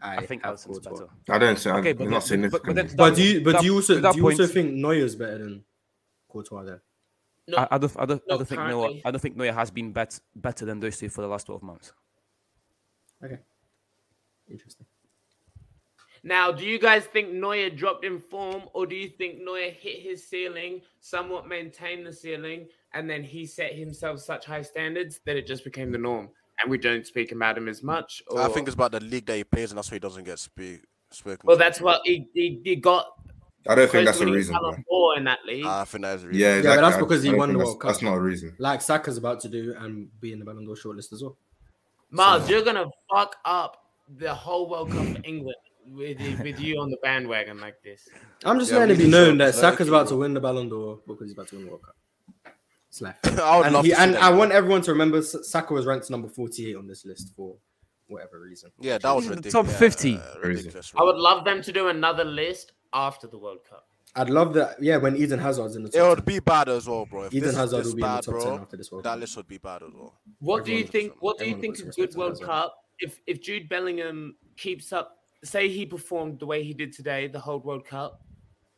[SPEAKER 4] I, think Alisson's better.
[SPEAKER 7] I don't think.
[SPEAKER 4] Okay,
[SPEAKER 7] Okay,
[SPEAKER 4] but
[SPEAKER 7] but
[SPEAKER 4] then-
[SPEAKER 7] not
[SPEAKER 4] but- but
[SPEAKER 7] significant.
[SPEAKER 4] then to
[SPEAKER 1] But
[SPEAKER 4] that-
[SPEAKER 1] do you
[SPEAKER 4] to
[SPEAKER 1] but
[SPEAKER 4] that-
[SPEAKER 1] do you
[SPEAKER 4] to
[SPEAKER 1] also
[SPEAKER 4] that
[SPEAKER 1] do you also
[SPEAKER 4] point-
[SPEAKER 1] think Neuer's better than Courtois there?
[SPEAKER 2] No,
[SPEAKER 4] I, I don't, I don't, I
[SPEAKER 2] No,
[SPEAKER 4] don't think Noah.
[SPEAKER 2] currently.
[SPEAKER 4] I don't think Noah has been bet, better than those two for the last twelve months.
[SPEAKER 1] Okay. Interesting.
[SPEAKER 2] Now, do you guys think Neuer dropped in form, or do you think Neuer hit his ceiling, somewhat maintained the ceiling, and then he set himself such high standards that it just became the norm, and we don't speak about him as much? Or...
[SPEAKER 6] I think it's about the league that he plays, and that's why he doesn't get speak, spoken.
[SPEAKER 2] well,
[SPEAKER 6] to.
[SPEAKER 2] that's what he, he, he got.
[SPEAKER 7] I don't
[SPEAKER 2] close
[SPEAKER 7] think that's
[SPEAKER 2] to
[SPEAKER 7] a
[SPEAKER 2] winning
[SPEAKER 7] reason.
[SPEAKER 2] Ballon
[SPEAKER 7] bro.
[SPEAKER 2] d'Or in that league.
[SPEAKER 1] Ah,
[SPEAKER 6] I think that's the reason.
[SPEAKER 7] Yeah, exactly.
[SPEAKER 1] that's
[SPEAKER 7] I-
[SPEAKER 1] because he
[SPEAKER 7] I don't
[SPEAKER 1] won the
[SPEAKER 7] think that's-
[SPEAKER 1] World Cup.
[SPEAKER 7] That's not a reason.
[SPEAKER 1] Like Saka's about to do and be in the Ballon d'Or shortlist as well.
[SPEAKER 2] Miles, you're gonna fuck up the whole World Cup for England with with you on the bandwagon like this.
[SPEAKER 1] I'm just
[SPEAKER 6] Yeah,
[SPEAKER 1] letting it
[SPEAKER 6] we
[SPEAKER 1] be
[SPEAKER 6] need to
[SPEAKER 1] known that
[SPEAKER 6] show- let it
[SPEAKER 1] Saka's
[SPEAKER 6] be
[SPEAKER 1] about to
[SPEAKER 6] known.
[SPEAKER 1] win the Ballon d'Or because he's about to win the World Cup. It's life.
[SPEAKER 6] I would
[SPEAKER 1] and
[SPEAKER 6] love
[SPEAKER 1] he-
[SPEAKER 6] to see
[SPEAKER 1] and
[SPEAKER 6] that.
[SPEAKER 1] I want everyone to remember S- Saka was ranked number 48 on this list for whatever reason.
[SPEAKER 6] Yeah, that was
[SPEAKER 4] in the
[SPEAKER 6] ridiculous.
[SPEAKER 4] top 50.
[SPEAKER 6] ridiculous.
[SPEAKER 2] I would love them to do another list after the World Cup.
[SPEAKER 1] I'd love that. Yeah, when Eden Hazard's in the
[SPEAKER 6] It
[SPEAKER 1] top, 10,
[SPEAKER 6] would be bad as well, bro. If
[SPEAKER 1] Eden
[SPEAKER 6] this,
[SPEAKER 1] Hazard
[SPEAKER 6] this
[SPEAKER 1] will be in the
[SPEAKER 6] bad,
[SPEAKER 1] top 10
[SPEAKER 6] bro,
[SPEAKER 1] after this World
[SPEAKER 6] that
[SPEAKER 1] Cup.
[SPEAKER 6] list would be bad as well.
[SPEAKER 2] What do you
[SPEAKER 1] Everyone-
[SPEAKER 2] think? What do you
[SPEAKER 1] everyone
[SPEAKER 2] think
[SPEAKER 1] puts
[SPEAKER 2] is a
[SPEAKER 1] respect
[SPEAKER 2] good
[SPEAKER 1] on
[SPEAKER 2] World
[SPEAKER 1] Hazard.
[SPEAKER 2] Cup? If if Jude Bellingham keeps up, say he performed the way he did today, the whole World Cup,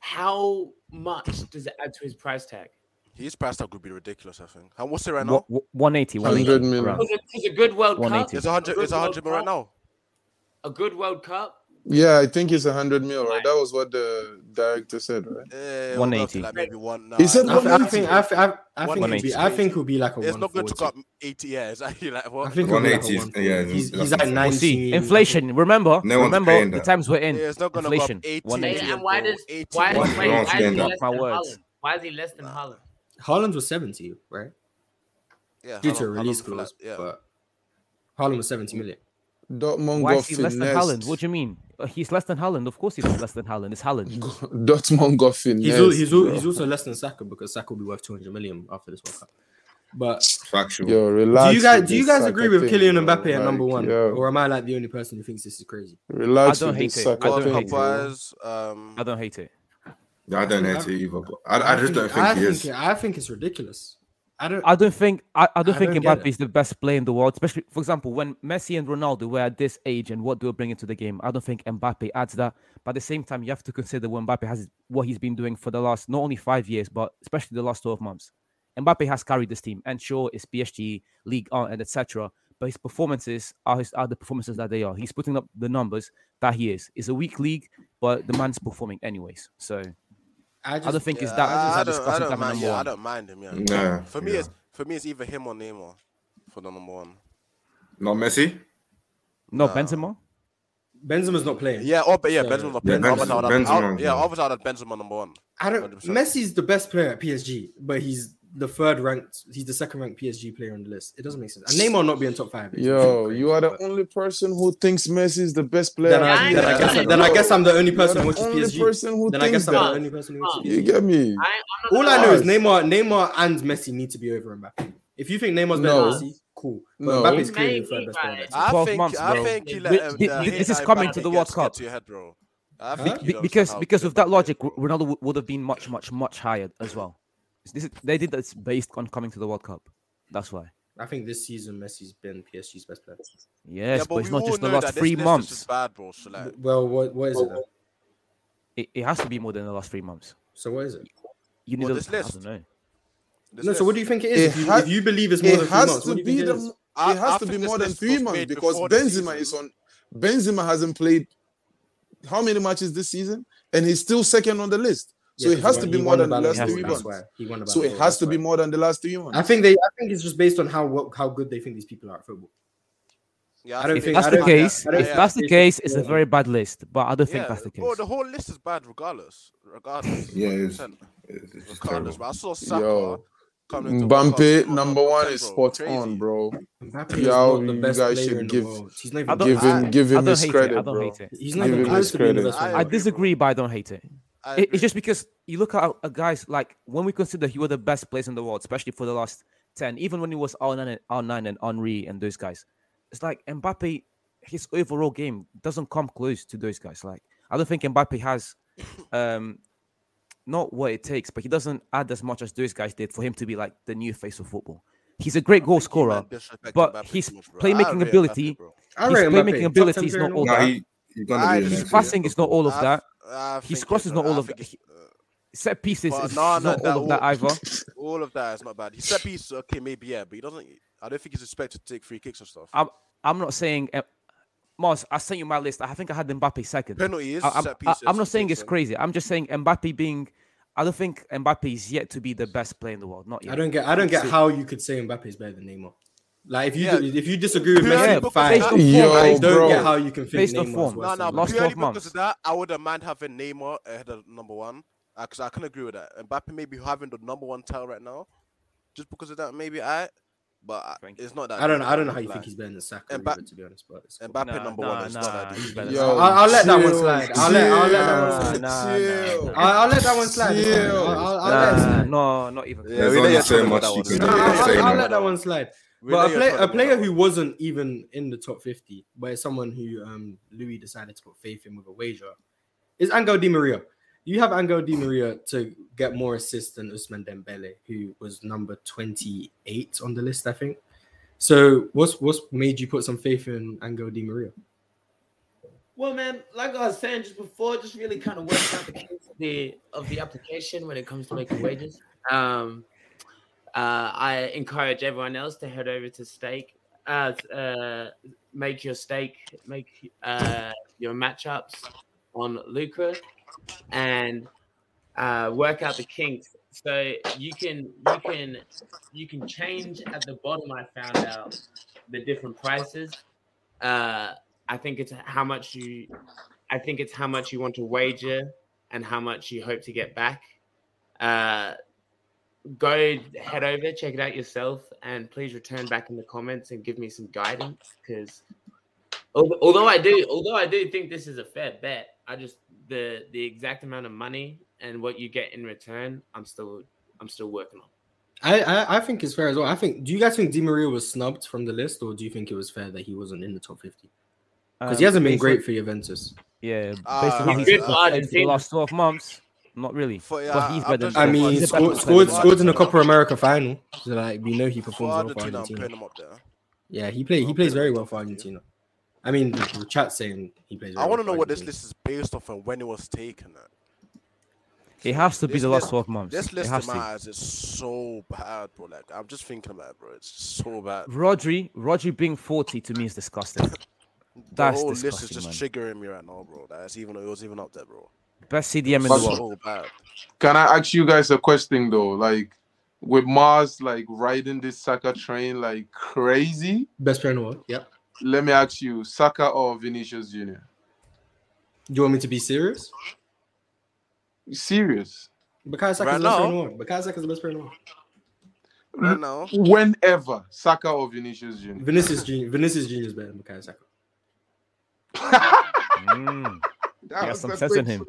[SPEAKER 2] how much does it add to his price tag?
[SPEAKER 6] His price tag would be ridiculous, I think. And what's it right
[SPEAKER 4] One
[SPEAKER 6] now?
[SPEAKER 4] one eighty.
[SPEAKER 3] 100 million.
[SPEAKER 2] Because a- because a good World Cup,
[SPEAKER 4] 180.
[SPEAKER 6] It's 100,
[SPEAKER 2] good
[SPEAKER 6] it's 100
[SPEAKER 2] World
[SPEAKER 6] right
[SPEAKER 2] Cup-
[SPEAKER 6] now.
[SPEAKER 2] A good World Cup,
[SPEAKER 3] Yeah, I think it's 100 mil, right? That was what the director said, right?
[SPEAKER 6] Eh,
[SPEAKER 4] 180.
[SPEAKER 6] Like maybe one, nah,
[SPEAKER 3] He said
[SPEAKER 1] I, th- I think I, th- I, I
[SPEAKER 6] One
[SPEAKER 1] think it'll be
[SPEAKER 4] eighty.
[SPEAKER 1] I think it'll be like a
[SPEAKER 6] It's not good to
[SPEAKER 1] 140.
[SPEAKER 6] cut 80 Yeah, exactly like what?
[SPEAKER 1] I think it'll be like a
[SPEAKER 7] 180 is-
[SPEAKER 1] 140.
[SPEAKER 7] yeah,
[SPEAKER 1] he's,
[SPEAKER 7] that's-
[SPEAKER 1] he's like 19.
[SPEAKER 4] We'll see. Inflation. Remember,
[SPEAKER 7] No one's
[SPEAKER 4] remember
[SPEAKER 7] paying
[SPEAKER 4] the
[SPEAKER 7] that.
[SPEAKER 4] times we're in.
[SPEAKER 6] Yeah, it's not gonna go up
[SPEAKER 4] Inflation.
[SPEAKER 6] 80.
[SPEAKER 4] 180.
[SPEAKER 2] and why does why
[SPEAKER 6] 81.
[SPEAKER 2] wait, why is he
[SPEAKER 7] Stand up.
[SPEAKER 2] less
[SPEAKER 4] My
[SPEAKER 2] than
[SPEAKER 4] words.
[SPEAKER 2] Haaland? Why is he less than Haaland?
[SPEAKER 1] Haaland was 70, right?
[SPEAKER 6] Yeah,
[SPEAKER 1] Due
[SPEAKER 6] how
[SPEAKER 1] to a
[SPEAKER 6] long- how
[SPEAKER 1] release
[SPEAKER 6] long for
[SPEAKER 1] clause.
[SPEAKER 6] that? Yeah.
[SPEAKER 1] But Haaland was 70 million.
[SPEAKER 3] Dortmund
[SPEAKER 4] Why
[SPEAKER 3] got
[SPEAKER 4] is he less than Haaland? What
[SPEAKER 3] finessed.
[SPEAKER 4] do you mean? Uh, He's less than Haaland. Of course, he's less than Haaland. It's Haaland.
[SPEAKER 3] Dortmund got finessed.
[SPEAKER 1] He's, al- he's, al-
[SPEAKER 3] bro.
[SPEAKER 1] he's also less than Saka because Saka will be worth 200 million after this World Cup. But
[SPEAKER 7] Factual.
[SPEAKER 3] Yo, relax.
[SPEAKER 1] do you guys
[SPEAKER 3] with
[SPEAKER 1] do you
[SPEAKER 3] this
[SPEAKER 1] guys
[SPEAKER 3] Saka
[SPEAKER 1] agree with
[SPEAKER 3] thing,
[SPEAKER 1] Kylian
[SPEAKER 3] bro.
[SPEAKER 1] Mbappe at
[SPEAKER 3] Like,
[SPEAKER 1] number one,
[SPEAKER 3] yo,
[SPEAKER 1] or am I like the only person who thinks this is crazy?
[SPEAKER 3] relax
[SPEAKER 4] I don't
[SPEAKER 3] with this
[SPEAKER 4] hate it.
[SPEAKER 3] Saka
[SPEAKER 4] I don't
[SPEAKER 3] thing,
[SPEAKER 4] hate it.
[SPEAKER 3] bro.
[SPEAKER 6] Cup-wise, um,
[SPEAKER 4] I don't hate it.
[SPEAKER 7] I don't hate it either, but I, I just don't think
[SPEAKER 1] I
[SPEAKER 7] he is.
[SPEAKER 1] Think, I think it's ridiculous. I don't.
[SPEAKER 4] I don't think I, I don't
[SPEAKER 1] I
[SPEAKER 4] think
[SPEAKER 1] don't get
[SPEAKER 4] Mbappe
[SPEAKER 1] it.
[SPEAKER 4] is the best player in the world. Especially, for example, when Messi and Ronaldo were at this age and what they were bringing to the game, I don't think Mbappe adds that. But at the same time, you have to consider what Mbappe has, what he's been doing for the last not only five years, but especially the last twelve months. Mbappe has carried this team, and sure, it's PSG, League On, and etc. But his performances are his, are the performances that they are. He's putting up the numbers that he is. It's a weak league, but the man's performing anyways. So
[SPEAKER 1] I
[SPEAKER 4] I don't think it's
[SPEAKER 6] yeah,
[SPEAKER 4] that.
[SPEAKER 6] I, I
[SPEAKER 4] it's that
[SPEAKER 6] don't, I
[SPEAKER 4] disgusting
[SPEAKER 6] don't
[SPEAKER 4] that
[SPEAKER 6] mind.
[SPEAKER 4] number
[SPEAKER 6] Yeah, I
[SPEAKER 4] one.
[SPEAKER 6] don't mind him. Yeah.
[SPEAKER 7] Nah,
[SPEAKER 6] For me,
[SPEAKER 7] yeah.
[SPEAKER 6] it's for me, it's either him or Neymar for the number one.
[SPEAKER 7] Not Messi.
[SPEAKER 4] No, Benzema.
[SPEAKER 1] Benzema's not playing.
[SPEAKER 6] Yeah, or but yeah,
[SPEAKER 1] So-
[SPEAKER 6] Benzema's
[SPEAKER 7] Yeah,
[SPEAKER 6] yeah, Benzema.
[SPEAKER 7] Benzema- Benzema,
[SPEAKER 6] yeah,
[SPEAKER 7] yeah.
[SPEAKER 6] obviously I'd have Benzema number one.
[SPEAKER 1] I don't.
[SPEAKER 6] 100%.
[SPEAKER 1] Messi's the best player at PSG, but he's the third ranked. He's the second ranked PSG player on the list. It doesn't make sense. And Neymar not being top five. is
[SPEAKER 3] Yo,
[SPEAKER 1] crazy,
[SPEAKER 3] you are the
[SPEAKER 1] but-
[SPEAKER 3] only person who thinks Messi is the best player.
[SPEAKER 1] Then I,
[SPEAKER 2] Yeah,
[SPEAKER 1] then, I guess,
[SPEAKER 2] yeah.
[SPEAKER 1] then I guess I'm the only
[SPEAKER 3] You're
[SPEAKER 1] person
[SPEAKER 3] the
[SPEAKER 1] who watches
[SPEAKER 3] only
[SPEAKER 1] PSG.
[SPEAKER 3] person who
[SPEAKER 1] then I
[SPEAKER 3] thinks
[SPEAKER 1] guess I'm the
[SPEAKER 3] that.
[SPEAKER 1] only person who watches
[SPEAKER 2] Huh.
[SPEAKER 3] You
[SPEAKER 1] PSG.
[SPEAKER 3] get me?
[SPEAKER 2] I, I'm not
[SPEAKER 1] All
[SPEAKER 2] gonna
[SPEAKER 1] I
[SPEAKER 2] lie.
[SPEAKER 1] know is
[SPEAKER 3] Us.
[SPEAKER 1] Neymar, Neymar and Messi need to be over Mbappe. If you think Neymar's better
[SPEAKER 3] No.
[SPEAKER 1] than Messi, cool. But
[SPEAKER 3] No.
[SPEAKER 1] Mbappe's clearly the
[SPEAKER 2] Maybe,
[SPEAKER 1] third best player.
[SPEAKER 2] right.
[SPEAKER 1] That's
[SPEAKER 6] I
[SPEAKER 4] 12
[SPEAKER 6] think,
[SPEAKER 4] months,
[SPEAKER 6] I
[SPEAKER 4] bro.
[SPEAKER 6] think he
[SPEAKER 4] Wi-
[SPEAKER 6] let, um,
[SPEAKER 4] thi-
[SPEAKER 6] the
[SPEAKER 4] thi-
[SPEAKER 6] hate
[SPEAKER 4] this is
[SPEAKER 6] that
[SPEAKER 4] coming
[SPEAKER 6] Mbappe
[SPEAKER 4] to the
[SPEAKER 6] gets
[SPEAKER 4] World
[SPEAKER 6] get
[SPEAKER 4] Cup.
[SPEAKER 6] to your head, bro. I
[SPEAKER 1] Huh?
[SPEAKER 6] think
[SPEAKER 4] Be-
[SPEAKER 6] you don't
[SPEAKER 4] because
[SPEAKER 6] understand
[SPEAKER 4] because
[SPEAKER 6] how
[SPEAKER 4] of that
[SPEAKER 6] Mbappe
[SPEAKER 4] logic,
[SPEAKER 6] is, bro.
[SPEAKER 4] R- Ronaldo would- would have been much much much higher as well. This is, they did this based on coming to the World Cup. That's why.
[SPEAKER 1] I think this season Messi's been PSG's best player.
[SPEAKER 4] Yes,
[SPEAKER 6] yeah,
[SPEAKER 4] but,
[SPEAKER 6] but
[SPEAKER 4] it's
[SPEAKER 6] we
[SPEAKER 4] not
[SPEAKER 6] all
[SPEAKER 4] just the
[SPEAKER 6] know
[SPEAKER 4] last
[SPEAKER 6] that this
[SPEAKER 4] three
[SPEAKER 6] list is
[SPEAKER 4] months.
[SPEAKER 6] just bad, bro. So like,
[SPEAKER 1] Well, what what is it? Then?
[SPEAKER 4] It, it has to be more than the last three months.
[SPEAKER 1] So what is it?
[SPEAKER 4] You need
[SPEAKER 6] Well,
[SPEAKER 4] a,
[SPEAKER 6] this
[SPEAKER 4] I
[SPEAKER 6] list-
[SPEAKER 4] don't know.
[SPEAKER 6] this
[SPEAKER 1] no,
[SPEAKER 6] list-
[SPEAKER 1] so what do you think it is?
[SPEAKER 3] It
[SPEAKER 1] if, you,
[SPEAKER 3] has-
[SPEAKER 1] if you believe it's more than
[SPEAKER 3] It
[SPEAKER 1] three
[SPEAKER 3] has
[SPEAKER 1] months, what
[SPEAKER 3] to
[SPEAKER 1] do you
[SPEAKER 3] be
[SPEAKER 1] think it is?
[SPEAKER 3] the. It
[SPEAKER 6] I- I
[SPEAKER 3] has to
[SPEAKER 6] think
[SPEAKER 3] be
[SPEAKER 6] this
[SPEAKER 3] more than
[SPEAKER 6] list
[SPEAKER 3] three
[SPEAKER 6] was
[SPEAKER 3] months
[SPEAKER 6] made
[SPEAKER 3] because
[SPEAKER 6] before the
[SPEAKER 3] Benzema is
[SPEAKER 6] season.
[SPEAKER 3] on. Benzema hasn't played. How many matches this season? And he's still second on the list. So
[SPEAKER 1] Yeah,
[SPEAKER 3] it
[SPEAKER 1] because
[SPEAKER 3] has
[SPEAKER 1] he
[SPEAKER 3] to
[SPEAKER 1] won-
[SPEAKER 3] be
[SPEAKER 1] he
[SPEAKER 3] more
[SPEAKER 1] won
[SPEAKER 3] than
[SPEAKER 1] the
[SPEAKER 3] the
[SPEAKER 1] Ballon
[SPEAKER 3] last
[SPEAKER 1] d'Or,
[SPEAKER 3] three
[SPEAKER 1] that's
[SPEAKER 3] months.
[SPEAKER 1] why. He won the
[SPEAKER 3] So
[SPEAKER 1] Ballon
[SPEAKER 3] it
[SPEAKER 1] d'Or,
[SPEAKER 3] has to
[SPEAKER 1] that's
[SPEAKER 3] be
[SPEAKER 1] why.
[SPEAKER 3] more than the last three months.
[SPEAKER 1] I think they. I think it's just based on how what, how good they think these people are at football.
[SPEAKER 6] Yeah,
[SPEAKER 1] I don't
[SPEAKER 4] If
[SPEAKER 1] think-
[SPEAKER 4] that's
[SPEAKER 1] I
[SPEAKER 4] the
[SPEAKER 1] don't-
[SPEAKER 4] case,
[SPEAKER 1] I don't
[SPEAKER 4] if
[SPEAKER 1] think
[SPEAKER 4] that's the
[SPEAKER 1] it's-
[SPEAKER 4] case, it's a
[SPEAKER 1] yeah.
[SPEAKER 4] very bad list. But I don't
[SPEAKER 6] yeah,
[SPEAKER 4] think that's the case.
[SPEAKER 6] bro. The whole list is bad, regardless. Regardless.
[SPEAKER 7] Yeah, it's,
[SPEAKER 6] 100%.
[SPEAKER 7] it's it's just terrible.
[SPEAKER 6] regardless. Bro. I saw Saka
[SPEAKER 3] Yo,
[SPEAKER 6] coming into World Cup,
[SPEAKER 3] Mbappe
[SPEAKER 6] bro,
[SPEAKER 3] number one
[SPEAKER 6] ten,
[SPEAKER 3] is
[SPEAKER 6] bro.
[SPEAKER 3] spot
[SPEAKER 6] Crazy.
[SPEAKER 3] on, bro.
[SPEAKER 1] Mbappe is
[SPEAKER 3] Yeah,
[SPEAKER 1] not the
[SPEAKER 3] you
[SPEAKER 1] best
[SPEAKER 3] guys
[SPEAKER 1] player
[SPEAKER 3] should
[SPEAKER 1] in the
[SPEAKER 3] give-
[SPEAKER 1] world. He's not
[SPEAKER 4] I
[SPEAKER 1] even.
[SPEAKER 4] don't,
[SPEAKER 3] Give
[SPEAKER 1] close.
[SPEAKER 3] him-
[SPEAKER 4] I-
[SPEAKER 3] give
[SPEAKER 4] I
[SPEAKER 3] him
[SPEAKER 4] don't
[SPEAKER 3] his
[SPEAKER 4] hate
[SPEAKER 3] credit,
[SPEAKER 4] it. I don't
[SPEAKER 3] bro.
[SPEAKER 4] hate it.
[SPEAKER 1] He's not
[SPEAKER 4] Give
[SPEAKER 1] even
[SPEAKER 4] him
[SPEAKER 1] close
[SPEAKER 3] his
[SPEAKER 1] to being the
[SPEAKER 3] credit.
[SPEAKER 1] best player. in
[SPEAKER 4] I
[SPEAKER 1] the world.
[SPEAKER 4] disagree, but I don't hate it.
[SPEAKER 6] I
[SPEAKER 4] It-
[SPEAKER 6] agree.
[SPEAKER 4] It's just because you look at a guys like when we consider he were the best players in the world, especially for the last ten, even when he was R nine and R nine and Henri and those guys. It's like Mbappe, his overall game doesn't come close to those guys. Like I don't think Mbappe has, um, not what it takes, but he doesn't add as much as those guys did for him to be like the new face of football. He's a great goal
[SPEAKER 6] think you man
[SPEAKER 4] scorer,
[SPEAKER 6] disrespecting
[SPEAKER 4] but
[SPEAKER 6] Mbappe
[SPEAKER 4] his
[SPEAKER 6] too much, bro. I
[SPEAKER 4] playmaking
[SPEAKER 6] rate Mbappe,
[SPEAKER 4] ability,
[SPEAKER 6] bro.
[SPEAKER 1] I
[SPEAKER 4] his
[SPEAKER 1] rate Mbappe.
[SPEAKER 4] playmaking
[SPEAKER 1] Top
[SPEAKER 4] ability
[SPEAKER 1] 10
[SPEAKER 4] is
[SPEAKER 1] player
[SPEAKER 4] not
[SPEAKER 1] in the world.
[SPEAKER 4] all
[SPEAKER 7] Nah,
[SPEAKER 4] that.
[SPEAKER 7] he, He's gonna
[SPEAKER 6] I-
[SPEAKER 7] be a
[SPEAKER 6] He's
[SPEAKER 4] His
[SPEAKER 7] Messi.
[SPEAKER 4] passing is not all of
[SPEAKER 6] I-
[SPEAKER 4] that.
[SPEAKER 6] I
[SPEAKER 4] His
[SPEAKER 6] think
[SPEAKER 4] cross
[SPEAKER 6] it's-
[SPEAKER 4] is not
[SPEAKER 6] I
[SPEAKER 4] all of
[SPEAKER 6] think
[SPEAKER 4] that.
[SPEAKER 6] it's- uh,
[SPEAKER 4] Set pieces
[SPEAKER 6] But
[SPEAKER 4] is
[SPEAKER 6] no,
[SPEAKER 4] not
[SPEAKER 6] no, that
[SPEAKER 4] all of that
[SPEAKER 6] all-
[SPEAKER 4] either.
[SPEAKER 6] all of that is not bad. His set piece, okay, maybe yeah, but he doesn't. I don't think he's expected to take free kicks and stuff.
[SPEAKER 4] I'm I'm not saying. Uh, Mars, I sent you my list. I think I had Mbappe second.
[SPEAKER 6] Penalties,
[SPEAKER 4] I, I'm,
[SPEAKER 6] set
[SPEAKER 4] I-
[SPEAKER 6] pieces,
[SPEAKER 4] I'm not
[SPEAKER 6] free
[SPEAKER 4] saying
[SPEAKER 6] kicks,
[SPEAKER 4] it's
[SPEAKER 6] man.
[SPEAKER 4] crazy. I'm just saying Mbappe being. I don't think Mbappe is yet to be the best player in the world. Not yet.
[SPEAKER 1] I don't get. I don't get how you could say Mbappe is better than Neymar. Like if you
[SPEAKER 6] Yeah.
[SPEAKER 1] do, if you disagree with
[SPEAKER 6] Yeah,
[SPEAKER 1] Messi,
[SPEAKER 6] because
[SPEAKER 1] fine.
[SPEAKER 6] based
[SPEAKER 1] I
[SPEAKER 4] on form,
[SPEAKER 3] I
[SPEAKER 1] don't
[SPEAKER 3] bro.
[SPEAKER 1] get how you can think
[SPEAKER 4] Based on
[SPEAKER 1] Neymar's
[SPEAKER 4] form.
[SPEAKER 1] worse
[SPEAKER 6] No,
[SPEAKER 1] than
[SPEAKER 6] no,
[SPEAKER 4] last
[SPEAKER 1] Mbappe.
[SPEAKER 4] 12
[SPEAKER 6] purely because
[SPEAKER 4] months.
[SPEAKER 6] of that, I wouldn't mind having Neymar ahead of number one. Because I can agree with that. Mbappe maybe having the number one title right now, just because of that, maybe I. But I-
[SPEAKER 4] Thank you.
[SPEAKER 6] it's not that.
[SPEAKER 1] I don't. know- I
[SPEAKER 6] deep,
[SPEAKER 1] don't know how you
[SPEAKER 6] like,
[SPEAKER 1] think he's better than Saka.
[SPEAKER 6] Mbappe-
[SPEAKER 1] either, to be honest, but it's cool.
[SPEAKER 6] Mbappe
[SPEAKER 4] Nah,
[SPEAKER 6] number
[SPEAKER 4] nah,
[SPEAKER 6] one. It's not
[SPEAKER 4] nah,
[SPEAKER 6] that.
[SPEAKER 4] he's
[SPEAKER 6] deep.
[SPEAKER 4] better.
[SPEAKER 3] Yo,
[SPEAKER 1] I'll, I'll let that one slide. I'll let. I'll let that one slide.
[SPEAKER 4] Nah, nah,
[SPEAKER 3] Chill.
[SPEAKER 4] nah, nah.
[SPEAKER 1] I'll, I'll let that one slide. It's fine.
[SPEAKER 3] Chill.
[SPEAKER 1] I'll, I'll, I'll let it
[SPEAKER 4] Nah,
[SPEAKER 1] slide.
[SPEAKER 4] no, not even.
[SPEAKER 6] Ah,
[SPEAKER 4] Uh,
[SPEAKER 6] Yeah,
[SPEAKER 7] There's
[SPEAKER 6] we let
[SPEAKER 7] only
[SPEAKER 6] your
[SPEAKER 7] so
[SPEAKER 6] children
[SPEAKER 7] much
[SPEAKER 6] know
[SPEAKER 7] you
[SPEAKER 6] that
[SPEAKER 7] can
[SPEAKER 6] one.
[SPEAKER 1] No,
[SPEAKER 7] do.
[SPEAKER 1] I'll,
[SPEAKER 7] Say
[SPEAKER 1] I'll,
[SPEAKER 7] no.
[SPEAKER 1] I'll let that one slide.
[SPEAKER 6] We let
[SPEAKER 1] But a,
[SPEAKER 6] your
[SPEAKER 1] play,
[SPEAKER 6] children
[SPEAKER 1] a
[SPEAKER 6] know
[SPEAKER 1] player
[SPEAKER 6] that
[SPEAKER 1] who
[SPEAKER 6] one.
[SPEAKER 1] wasn't even in the top 50, but is someone who um, Louis decided to put faith in with a wager, is Angel Di Maria. You have Angel Di Maria to get more assists than Usman Dembele, who was number 28 on the list, I think. So what's what's made you put some faith in Angel Di Maria?
[SPEAKER 2] Well, man, like I was saying just before, it just really kind of works out the case of the of the application when it comes to making wages. Um, uh, I encourage everyone else to head over to stake, uh, uh, make your stake, make uh, your matchups on Lucra, and uh, work out the kinks. So you can you can you can change at the bottom. I found out the different prices. Uh, I think it's how much you I think it's how much you want to wager and how much you hope to get back. Uh go head over, check it out yourself, and please return back in the comments and give me some guidance because although I do although I do think this is a fair bet, I just the the exact amount of money and what you get in return, I'm still I'm still working on.
[SPEAKER 1] I, I, I think it's fair as well. I think. Do you guys think Di Maria was snubbed from the list, or do you think it was fair that he wasn't in the top fifty? Because he
[SPEAKER 4] Um,
[SPEAKER 1] hasn't been
[SPEAKER 4] based
[SPEAKER 1] great
[SPEAKER 4] on-
[SPEAKER 1] for Juventus.
[SPEAKER 4] Yeah, based
[SPEAKER 6] Ah,
[SPEAKER 4] on how
[SPEAKER 6] he's
[SPEAKER 4] he's
[SPEAKER 6] good
[SPEAKER 4] been playing
[SPEAKER 6] for
[SPEAKER 4] for the
[SPEAKER 2] Argentina.
[SPEAKER 4] last twelve months, not really.
[SPEAKER 6] For- yeah,
[SPEAKER 4] but he's
[SPEAKER 6] I-
[SPEAKER 4] better. Than
[SPEAKER 6] I've done
[SPEAKER 1] I
[SPEAKER 6] He's a
[SPEAKER 1] mean,
[SPEAKER 6] better
[SPEAKER 1] scored,
[SPEAKER 6] player
[SPEAKER 1] scored, scored
[SPEAKER 6] than
[SPEAKER 1] in the
[SPEAKER 6] Argentina.
[SPEAKER 1] Copa America final. So like we know he
[SPEAKER 6] For
[SPEAKER 1] performs well for
[SPEAKER 6] Argentina, I'm putting
[SPEAKER 1] Argentina.
[SPEAKER 6] him up there.
[SPEAKER 1] Yeah, he play he
[SPEAKER 6] I'm
[SPEAKER 1] plays
[SPEAKER 6] putting
[SPEAKER 1] very
[SPEAKER 6] him
[SPEAKER 1] well
[SPEAKER 6] up
[SPEAKER 1] for
[SPEAKER 6] there.
[SPEAKER 1] Argentina. I mean, the, the chat saying he plays. Very
[SPEAKER 6] I
[SPEAKER 1] well
[SPEAKER 6] want to
[SPEAKER 1] for
[SPEAKER 6] know what this
[SPEAKER 1] Argentina.
[SPEAKER 6] list is based off and when it was taken. At.
[SPEAKER 4] It has to be
[SPEAKER 6] This
[SPEAKER 4] the
[SPEAKER 6] list-
[SPEAKER 4] last twelve months.
[SPEAKER 6] This
[SPEAKER 4] it
[SPEAKER 6] list
[SPEAKER 4] has
[SPEAKER 6] in
[SPEAKER 4] to.
[SPEAKER 6] my eyes is so bad, bro. Like I'm just thinking about it, bro. It's so bad.
[SPEAKER 4] Rodri, Rodri being forty to me is disgusting.
[SPEAKER 6] The
[SPEAKER 4] That's
[SPEAKER 6] whole list is
[SPEAKER 4] disgusting,
[SPEAKER 6] just
[SPEAKER 4] man. triggering
[SPEAKER 6] triggering me right now, bro. That's even it was even up there, bro.
[SPEAKER 4] Best CDM in the
[SPEAKER 3] But-
[SPEAKER 4] world.
[SPEAKER 6] So bad.
[SPEAKER 3] Can I ask you guys a question though? Like with Mars like riding this Saka train like crazy.
[SPEAKER 1] Best player in the world. Yep.
[SPEAKER 3] Let me ask you, Saka or Vinicius Junior?
[SPEAKER 1] Do you want me to be serious?
[SPEAKER 3] Serious.
[SPEAKER 1] Bukayo Saka's
[SPEAKER 6] Right
[SPEAKER 1] the best player
[SPEAKER 6] now?
[SPEAKER 1] in the world. Bukayo Saka's the best player in the world.
[SPEAKER 6] Right now,
[SPEAKER 3] Whenever Saka or Vinicius Junior.
[SPEAKER 1] Vinicius Junior. Vinicius Junior is better than Bukayo Saka.
[SPEAKER 4] Mm. Yeah, some sense in him.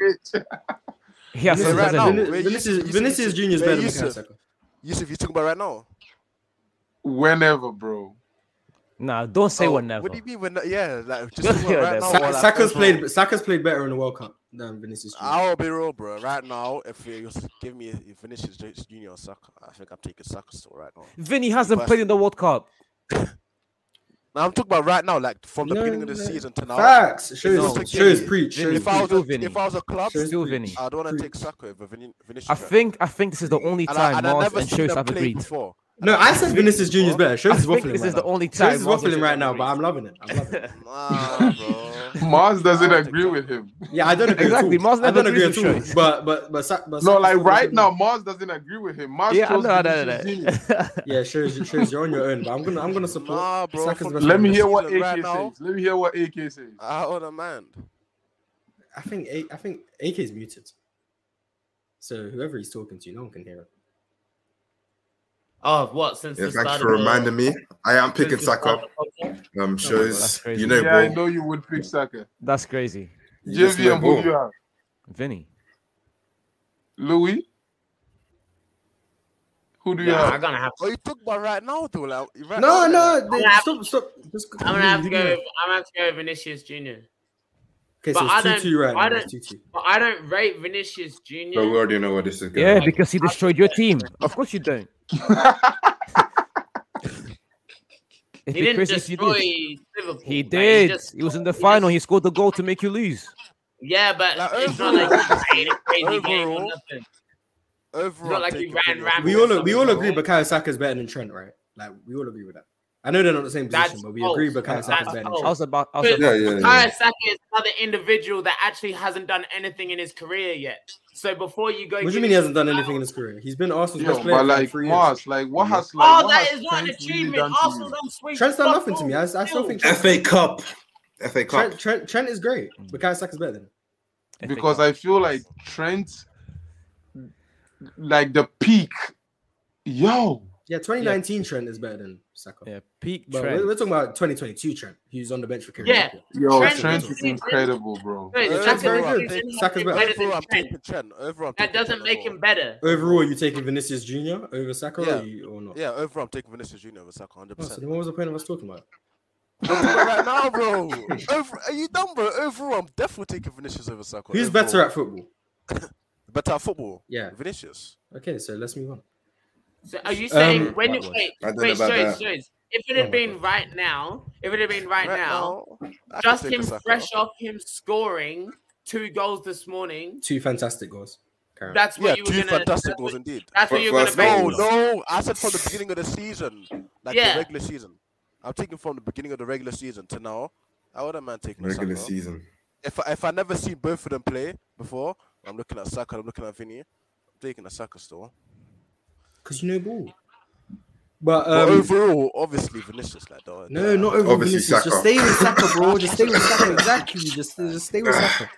[SPEAKER 4] He has
[SPEAKER 1] Vinicius,
[SPEAKER 4] some
[SPEAKER 6] right
[SPEAKER 4] sense in
[SPEAKER 6] now,
[SPEAKER 4] him.
[SPEAKER 1] Vini-
[SPEAKER 6] wait, you-
[SPEAKER 1] Vinicius,
[SPEAKER 6] you see-
[SPEAKER 1] Vinicius Junior is
[SPEAKER 6] wait,
[SPEAKER 1] better than
[SPEAKER 6] you
[SPEAKER 1] Bukayo
[SPEAKER 6] see-
[SPEAKER 1] Saka.
[SPEAKER 6] Yusuf, you talking about right now?
[SPEAKER 3] Whenever, bro.
[SPEAKER 4] Nah, don't say
[SPEAKER 6] Oh,
[SPEAKER 4] whenever.
[SPEAKER 6] What do you mean when? Yeah, like just
[SPEAKER 4] Yeah,
[SPEAKER 6] talking about right
[SPEAKER 4] that's-
[SPEAKER 6] now.
[SPEAKER 1] Sa-
[SPEAKER 6] or like
[SPEAKER 1] Saka's
[SPEAKER 6] overall?
[SPEAKER 1] played. Saka's played better in the World Cup than Vinicius Junior.
[SPEAKER 6] I'll be real, bro. Right now, if you just give me if Vinicius Ju- Junior or Saka, I think I'm taking Saka still right now.
[SPEAKER 4] Vinny hasn't played in the World Cup.
[SPEAKER 6] Now I'm talking about right now, like from the
[SPEAKER 1] No,
[SPEAKER 6] beginning of the
[SPEAKER 1] no.
[SPEAKER 6] season to now.
[SPEAKER 1] Facts. Shows,
[SPEAKER 6] No,
[SPEAKER 1] shows,
[SPEAKER 6] Vinny.
[SPEAKER 1] preach.
[SPEAKER 4] Vinny,
[SPEAKER 1] Shows
[SPEAKER 6] If I
[SPEAKER 1] preach.
[SPEAKER 6] was
[SPEAKER 4] Still
[SPEAKER 6] a,
[SPEAKER 4] Vinny.
[SPEAKER 6] if I was a club,
[SPEAKER 1] Shows
[SPEAKER 4] Still
[SPEAKER 1] preach.
[SPEAKER 4] Vinny.
[SPEAKER 6] I don't want to take
[SPEAKER 1] Preach.
[SPEAKER 6] Saka over Vin- Vinicius.
[SPEAKER 4] I
[SPEAKER 6] right now.
[SPEAKER 4] think I think this is the only
[SPEAKER 6] And I,
[SPEAKER 4] time
[SPEAKER 6] and I
[SPEAKER 4] Mars
[SPEAKER 6] never
[SPEAKER 4] and
[SPEAKER 6] seen
[SPEAKER 4] Shoes
[SPEAKER 6] them
[SPEAKER 4] have
[SPEAKER 6] play
[SPEAKER 4] agreed.
[SPEAKER 6] before.
[SPEAKER 1] No, I said Vinicius Junior is better.
[SPEAKER 4] I
[SPEAKER 1] Shows is
[SPEAKER 4] think
[SPEAKER 1] waffling
[SPEAKER 4] this
[SPEAKER 1] right
[SPEAKER 4] is the
[SPEAKER 1] now.
[SPEAKER 4] only time.
[SPEAKER 1] Shows is
[SPEAKER 4] Mars and
[SPEAKER 1] waffling
[SPEAKER 4] Shoes
[SPEAKER 1] right
[SPEAKER 4] have
[SPEAKER 1] now, but
[SPEAKER 4] agreed.
[SPEAKER 1] I'm loving it. I'm loving it.
[SPEAKER 6] Nah, bro.
[SPEAKER 3] Mars doesn't
[SPEAKER 6] I don't
[SPEAKER 3] agree
[SPEAKER 6] think
[SPEAKER 3] with him.
[SPEAKER 1] Yeah, I don't agree.
[SPEAKER 4] Exactly,
[SPEAKER 1] At all.
[SPEAKER 4] Mars
[SPEAKER 1] I
[SPEAKER 4] never
[SPEAKER 1] don't agree at
[SPEAKER 4] agrees with
[SPEAKER 1] all.
[SPEAKER 4] Shoes.
[SPEAKER 1] But but but, Sa- but
[SPEAKER 3] No,
[SPEAKER 1] Saka's
[SPEAKER 3] like
[SPEAKER 1] still
[SPEAKER 3] right
[SPEAKER 1] better.
[SPEAKER 3] now, Mars doesn't agree with him. Mars
[SPEAKER 4] Yeah, I
[SPEAKER 3] chose
[SPEAKER 4] know, I know, I
[SPEAKER 3] Vinicius Junior.
[SPEAKER 4] know.
[SPEAKER 1] Yeah, Shoes, Shoes, you're on your own. But I'm gonna I'm gonna support.
[SPEAKER 6] Nah, bro,
[SPEAKER 1] Saka's
[SPEAKER 6] fuck
[SPEAKER 1] the best player.
[SPEAKER 3] Let me hear what
[SPEAKER 6] Right
[SPEAKER 3] AK
[SPEAKER 6] now?
[SPEAKER 3] says. Let me hear what AK says.
[SPEAKER 6] I Ah, hold a man.
[SPEAKER 1] I think A- I think AK is muted. So whoever he's talking to, no one can hear him.
[SPEAKER 2] Oh, what since
[SPEAKER 7] Yeah,
[SPEAKER 2] the
[SPEAKER 7] thank you
[SPEAKER 2] start
[SPEAKER 7] for
[SPEAKER 2] of the-
[SPEAKER 7] reminding me. I am
[SPEAKER 2] since
[SPEAKER 7] picking
[SPEAKER 2] the start of
[SPEAKER 7] Saka.
[SPEAKER 2] the podcast?
[SPEAKER 7] Um,
[SPEAKER 4] that's
[SPEAKER 7] shows
[SPEAKER 4] crazy.
[SPEAKER 7] you know,
[SPEAKER 3] yeah, I
[SPEAKER 7] bro.
[SPEAKER 3] know you would pick Saka.
[SPEAKER 4] That's crazy,
[SPEAKER 7] You just
[SPEAKER 3] JV
[SPEAKER 7] know,
[SPEAKER 3] and who you
[SPEAKER 7] bro.
[SPEAKER 3] have?
[SPEAKER 4] Vinny.
[SPEAKER 3] Louis? Who do you
[SPEAKER 2] Nah, I'm
[SPEAKER 3] have?
[SPEAKER 2] gonna have
[SPEAKER 6] Oh, you took one right now, though. Like, right
[SPEAKER 1] No,
[SPEAKER 6] now,
[SPEAKER 1] no, they,
[SPEAKER 2] gonna have-
[SPEAKER 1] stop, stop. Just,
[SPEAKER 2] I'm gonna have to go. with- I'm gonna have to go with Vinicius Junior.
[SPEAKER 1] Okay,
[SPEAKER 2] But
[SPEAKER 1] so
[SPEAKER 2] I
[SPEAKER 1] it's two
[SPEAKER 2] don't-
[SPEAKER 1] two right
[SPEAKER 2] I
[SPEAKER 1] now. It's
[SPEAKER 2] don't-
[SPEAKER 1] two two.
[SPEAKER 2] But I don't rate Vinicius
[SPEAKER 7] But we
[SPEAKER 2] Junior.
[SPEAKER 7] already know where this is going.
[SPEAKER 4] Yeah, because he destroyed your team. Of course you don't. If
[SPEAKER 2] He
[SPEAKER 4] it
[SPEAKER 2] didn't
[SPEAKER 4] Chris's, you did.
[SPEAKER 2] destroy Liverpool.
[SPEAKER 4] He
[SPEAKER 2] like,
[SPEAKER 4] did.
[SPEAKER 2] just-
[SPEAKER 4] he was in the
[SPEAKER 2] just-
[SPEAKER 4] final. He scored the goal to make you lose.
[SPEAKER 2] Yeah, but
[SPEAKER 6] Like,
[SPEAKER 2] it's not like he played a crazy game or
[SPEAKER 6] overall-
[SPEAKER 2] nothing.
[SPEAKER 6] Overall,
[SPEAKER 2] Not like
[SPEAKER 6] I'm
[SPEAKER 2] he
[SPEAKER 6] taking
[SPEAKER 2] ran
[SPEAKER 6] Liverpool.
[SPEAKER 2] rampant.
[SPEAKER 1] We all we all agree Bukayo Saka is better than Trent, right? Like we all agree with that. I know they're not the same position,
[SPEAKER 2] That's
[SPEAKER 1] but we
[SPEAKER 2] false.
[SPEAKER 1] agree Bukayo
[SPEAKER 4] That's
[SPEAKER 1] Saka is better than
[SPEAKER 2] false.
[SPEAKER 1] Trent.
[SPEAKER 4] I was about. I was
[SPEAKER 2] But-
[SPEAKER 4] about
[SPEAKER 7] Yeah, yeah, yeah.
[SPEAKER 2] Bukayo Saka is another individual that actually hasn't done anything in his career yet. So before you go,
[SPEAKER 1] What do you
[SPEAKER 2] give
[SPEAKER 1] mean he
[SPEAKER 2] him-
[SPEAKER 1] hasn't done anything in his career? He's been Arsenal's
[SPEAKER 7] Yo,
[SPEAKER 1] best player for
[SPEAKER 7] but
[SPEAKER 1] like
[SPEAKER 7] like,
[SPEAKER 1] three years.
[SPEAKER 7] Mars, like, what has like,
[SPEAKER 2] Oh,
[SPEAKER 7] what
[SPEAKER 2] that
[SPEAKER 7] has
[SPEAKER 2] is not an
[SPEAKER 7] Trent really
[SPEAKER 2] achievement.
[SPEAKER 7] done to you?
[SPEAKER 2] Arsenal don't sweep.
[SPEAKER 1] Trent's done
[SPEAKER 2] fuck
[SPEAKER 1] nothing to me. I, I still
[SPEAKER 2] all.
[SPEAKER 1] think Trent,
[SPEAKER 7] FA Cup, FA Cup.
[SPEAKER 1] Trent, Trent, Trent is great. Bukayo Saka's better than. him.
[SPEAKER 4] to-
[SPEAKER 7] because I feel like Trent, like the peak, yo,
[SPEAKER 1] Yeah, 2019 Trent is better than Saka.
[SPEAKER 4] Yeah, peak
[SPEAKER 1] But
[SPEAKER 4] Trent.
[SPEAKER 1] we're, we're talking about 2022 Trent, who's on the bench for Kieran
[SPEAKER 2] Yeah.
[SPEAKER 1] Trippier.
[SPEAKER 7] yo,
[SPEAKER 2] Trent
[SPEAKER 7] Trent,
[SPEAKER 1] is
[SPEAKER 7] is
[SPEAKER 2] insane.
[SPEAKER 7] incredible, bro.
[SPEAKER 2] No,
[SPEAKER 6] Uh,
[SPEAKER 2] Saka's
[SPEAKER 1] very
[SPEAKER 2] not
[SPEAKER 1] good.
[SPEAKER 2] doing
[SPEAKER 1] Saka's
[SPEAKER 2] nothing
[SPEAKER 1] better.
[SPEAKER 2] better than
[SPEAKER 6] Overall, I'm
[SPEAKER 2] Trent.
[SPEAKER 6] taking Trent. Overall, I'm
[SPEAKER 2] That
[SPEAKER 6] taking
[SPEAKER 2] doesn't
[SPEAKER 6] Trent
[SPEAKER 2] make
[SPEAKER 6] overall.
[SPEAKER 2] him better.
[SPEAKER 1] Overall, you taking Vinicius Junior over Saka
[SPEAKER 6] Yeah.
[SPEAKER 1] or, you, or not?
[SPEAKER 6] Yeah, overall, I'm taking Vinicius Junior over Saka, hundred
[SPEAKER 1] Oh, so
[SPEAKER 6] percent.
[SPEAKER 1] then what was the point of us talking about?
[SPEAKER 6] Right now, bro. Over, are you dumb, bro? Overall, I'm definitely taking Vinicius over Saka.
[SPEAKER 1] Who's
[SPEAKER 6] overall.
[SPEAKER 1] better at football?
[SPEAKER 6] better at football?
[SPEAKER 1] Yeah.
[SPEAKER 6] Vinicius.
[SPEAKER 1] Okay, so let's move on.
[SPEAKER 2] So are you saying
[SPEAKER 1] Um,
[SPEAKER 2] when
[SPEAKER 4] Right,
[SPEAKER 2] it
[SPEAKER 4] right.
[SPEAKER 2] wait,
[SPEAKER 5] I don't know
[SPEAKER 2] wait,
[SPEAKER 5] about
[SPEAKER 2] Shoyz,
[SPEAKER 5] that.
[SPEAKER 2] Shoyz, if it
[SPEAKER 1] Oh my
[SPEAKER 2] had been right now, if it had been right, now,
[SPEAKER 6] I
[SPEAKER 2] just
[SPEAKER 6] can take
[SPEAKER 2] him
[SPEAKER 6] a Saka.
[SPEAKER 2] fresh off him scoring two goals this morning,
[SPEAKER 1] Two fantastic goals. Karen.
[SPEAKER 2] that's
[SPEAKER 6] Yeah,
[SPEAKER 2] what you
[SPEAKER 6] two
[SPEAKER 2] were gonna
[SPEAKER 6] fantastic goals indeed.
[SPEAKER 2] that's what
[SPEAKER 5] Fir-
[SPEAKER 2] you were gonna
[SPEAKER 5] first
[SPEAKER 2] base
[SPEAKER 6] No,
[SPEAKER 5] goal.
[SPEAKER 2] it on.
[SPEAKER 6] no. I said from the beginning of the season, like
[SPEAKER 2] Yeah.
[SPEAKER 6] the regular season. I'm taking from the beginning of the regular season to now. I wouldn't mind taking a
[SPEAKER 5] Regular
[SPEAKER 6] Saka.
[SPEAKER 5] season.
[SPEAKER 6] If I, if I never seen both of them play before, I'm looking at Saka. I'm looking at Vinny. I'm taking a Saka still.
[SPEAKER 1] Because you know ball. But,
[SPEAKER 6] But
[SPEAKER 1] um,
[SPEAKER 6] overall, obviously Vinicius like though.
[SPEAKER 1] no, not over
[SPEAKER 5] Obviously
[SPEAKER 1] Vinicius. Just
[SPEAKER 5] Saka.
[SPEAKER 1] stay with Saka, bro. Just stay with Saka. Exactly. Just, just stay with Saka.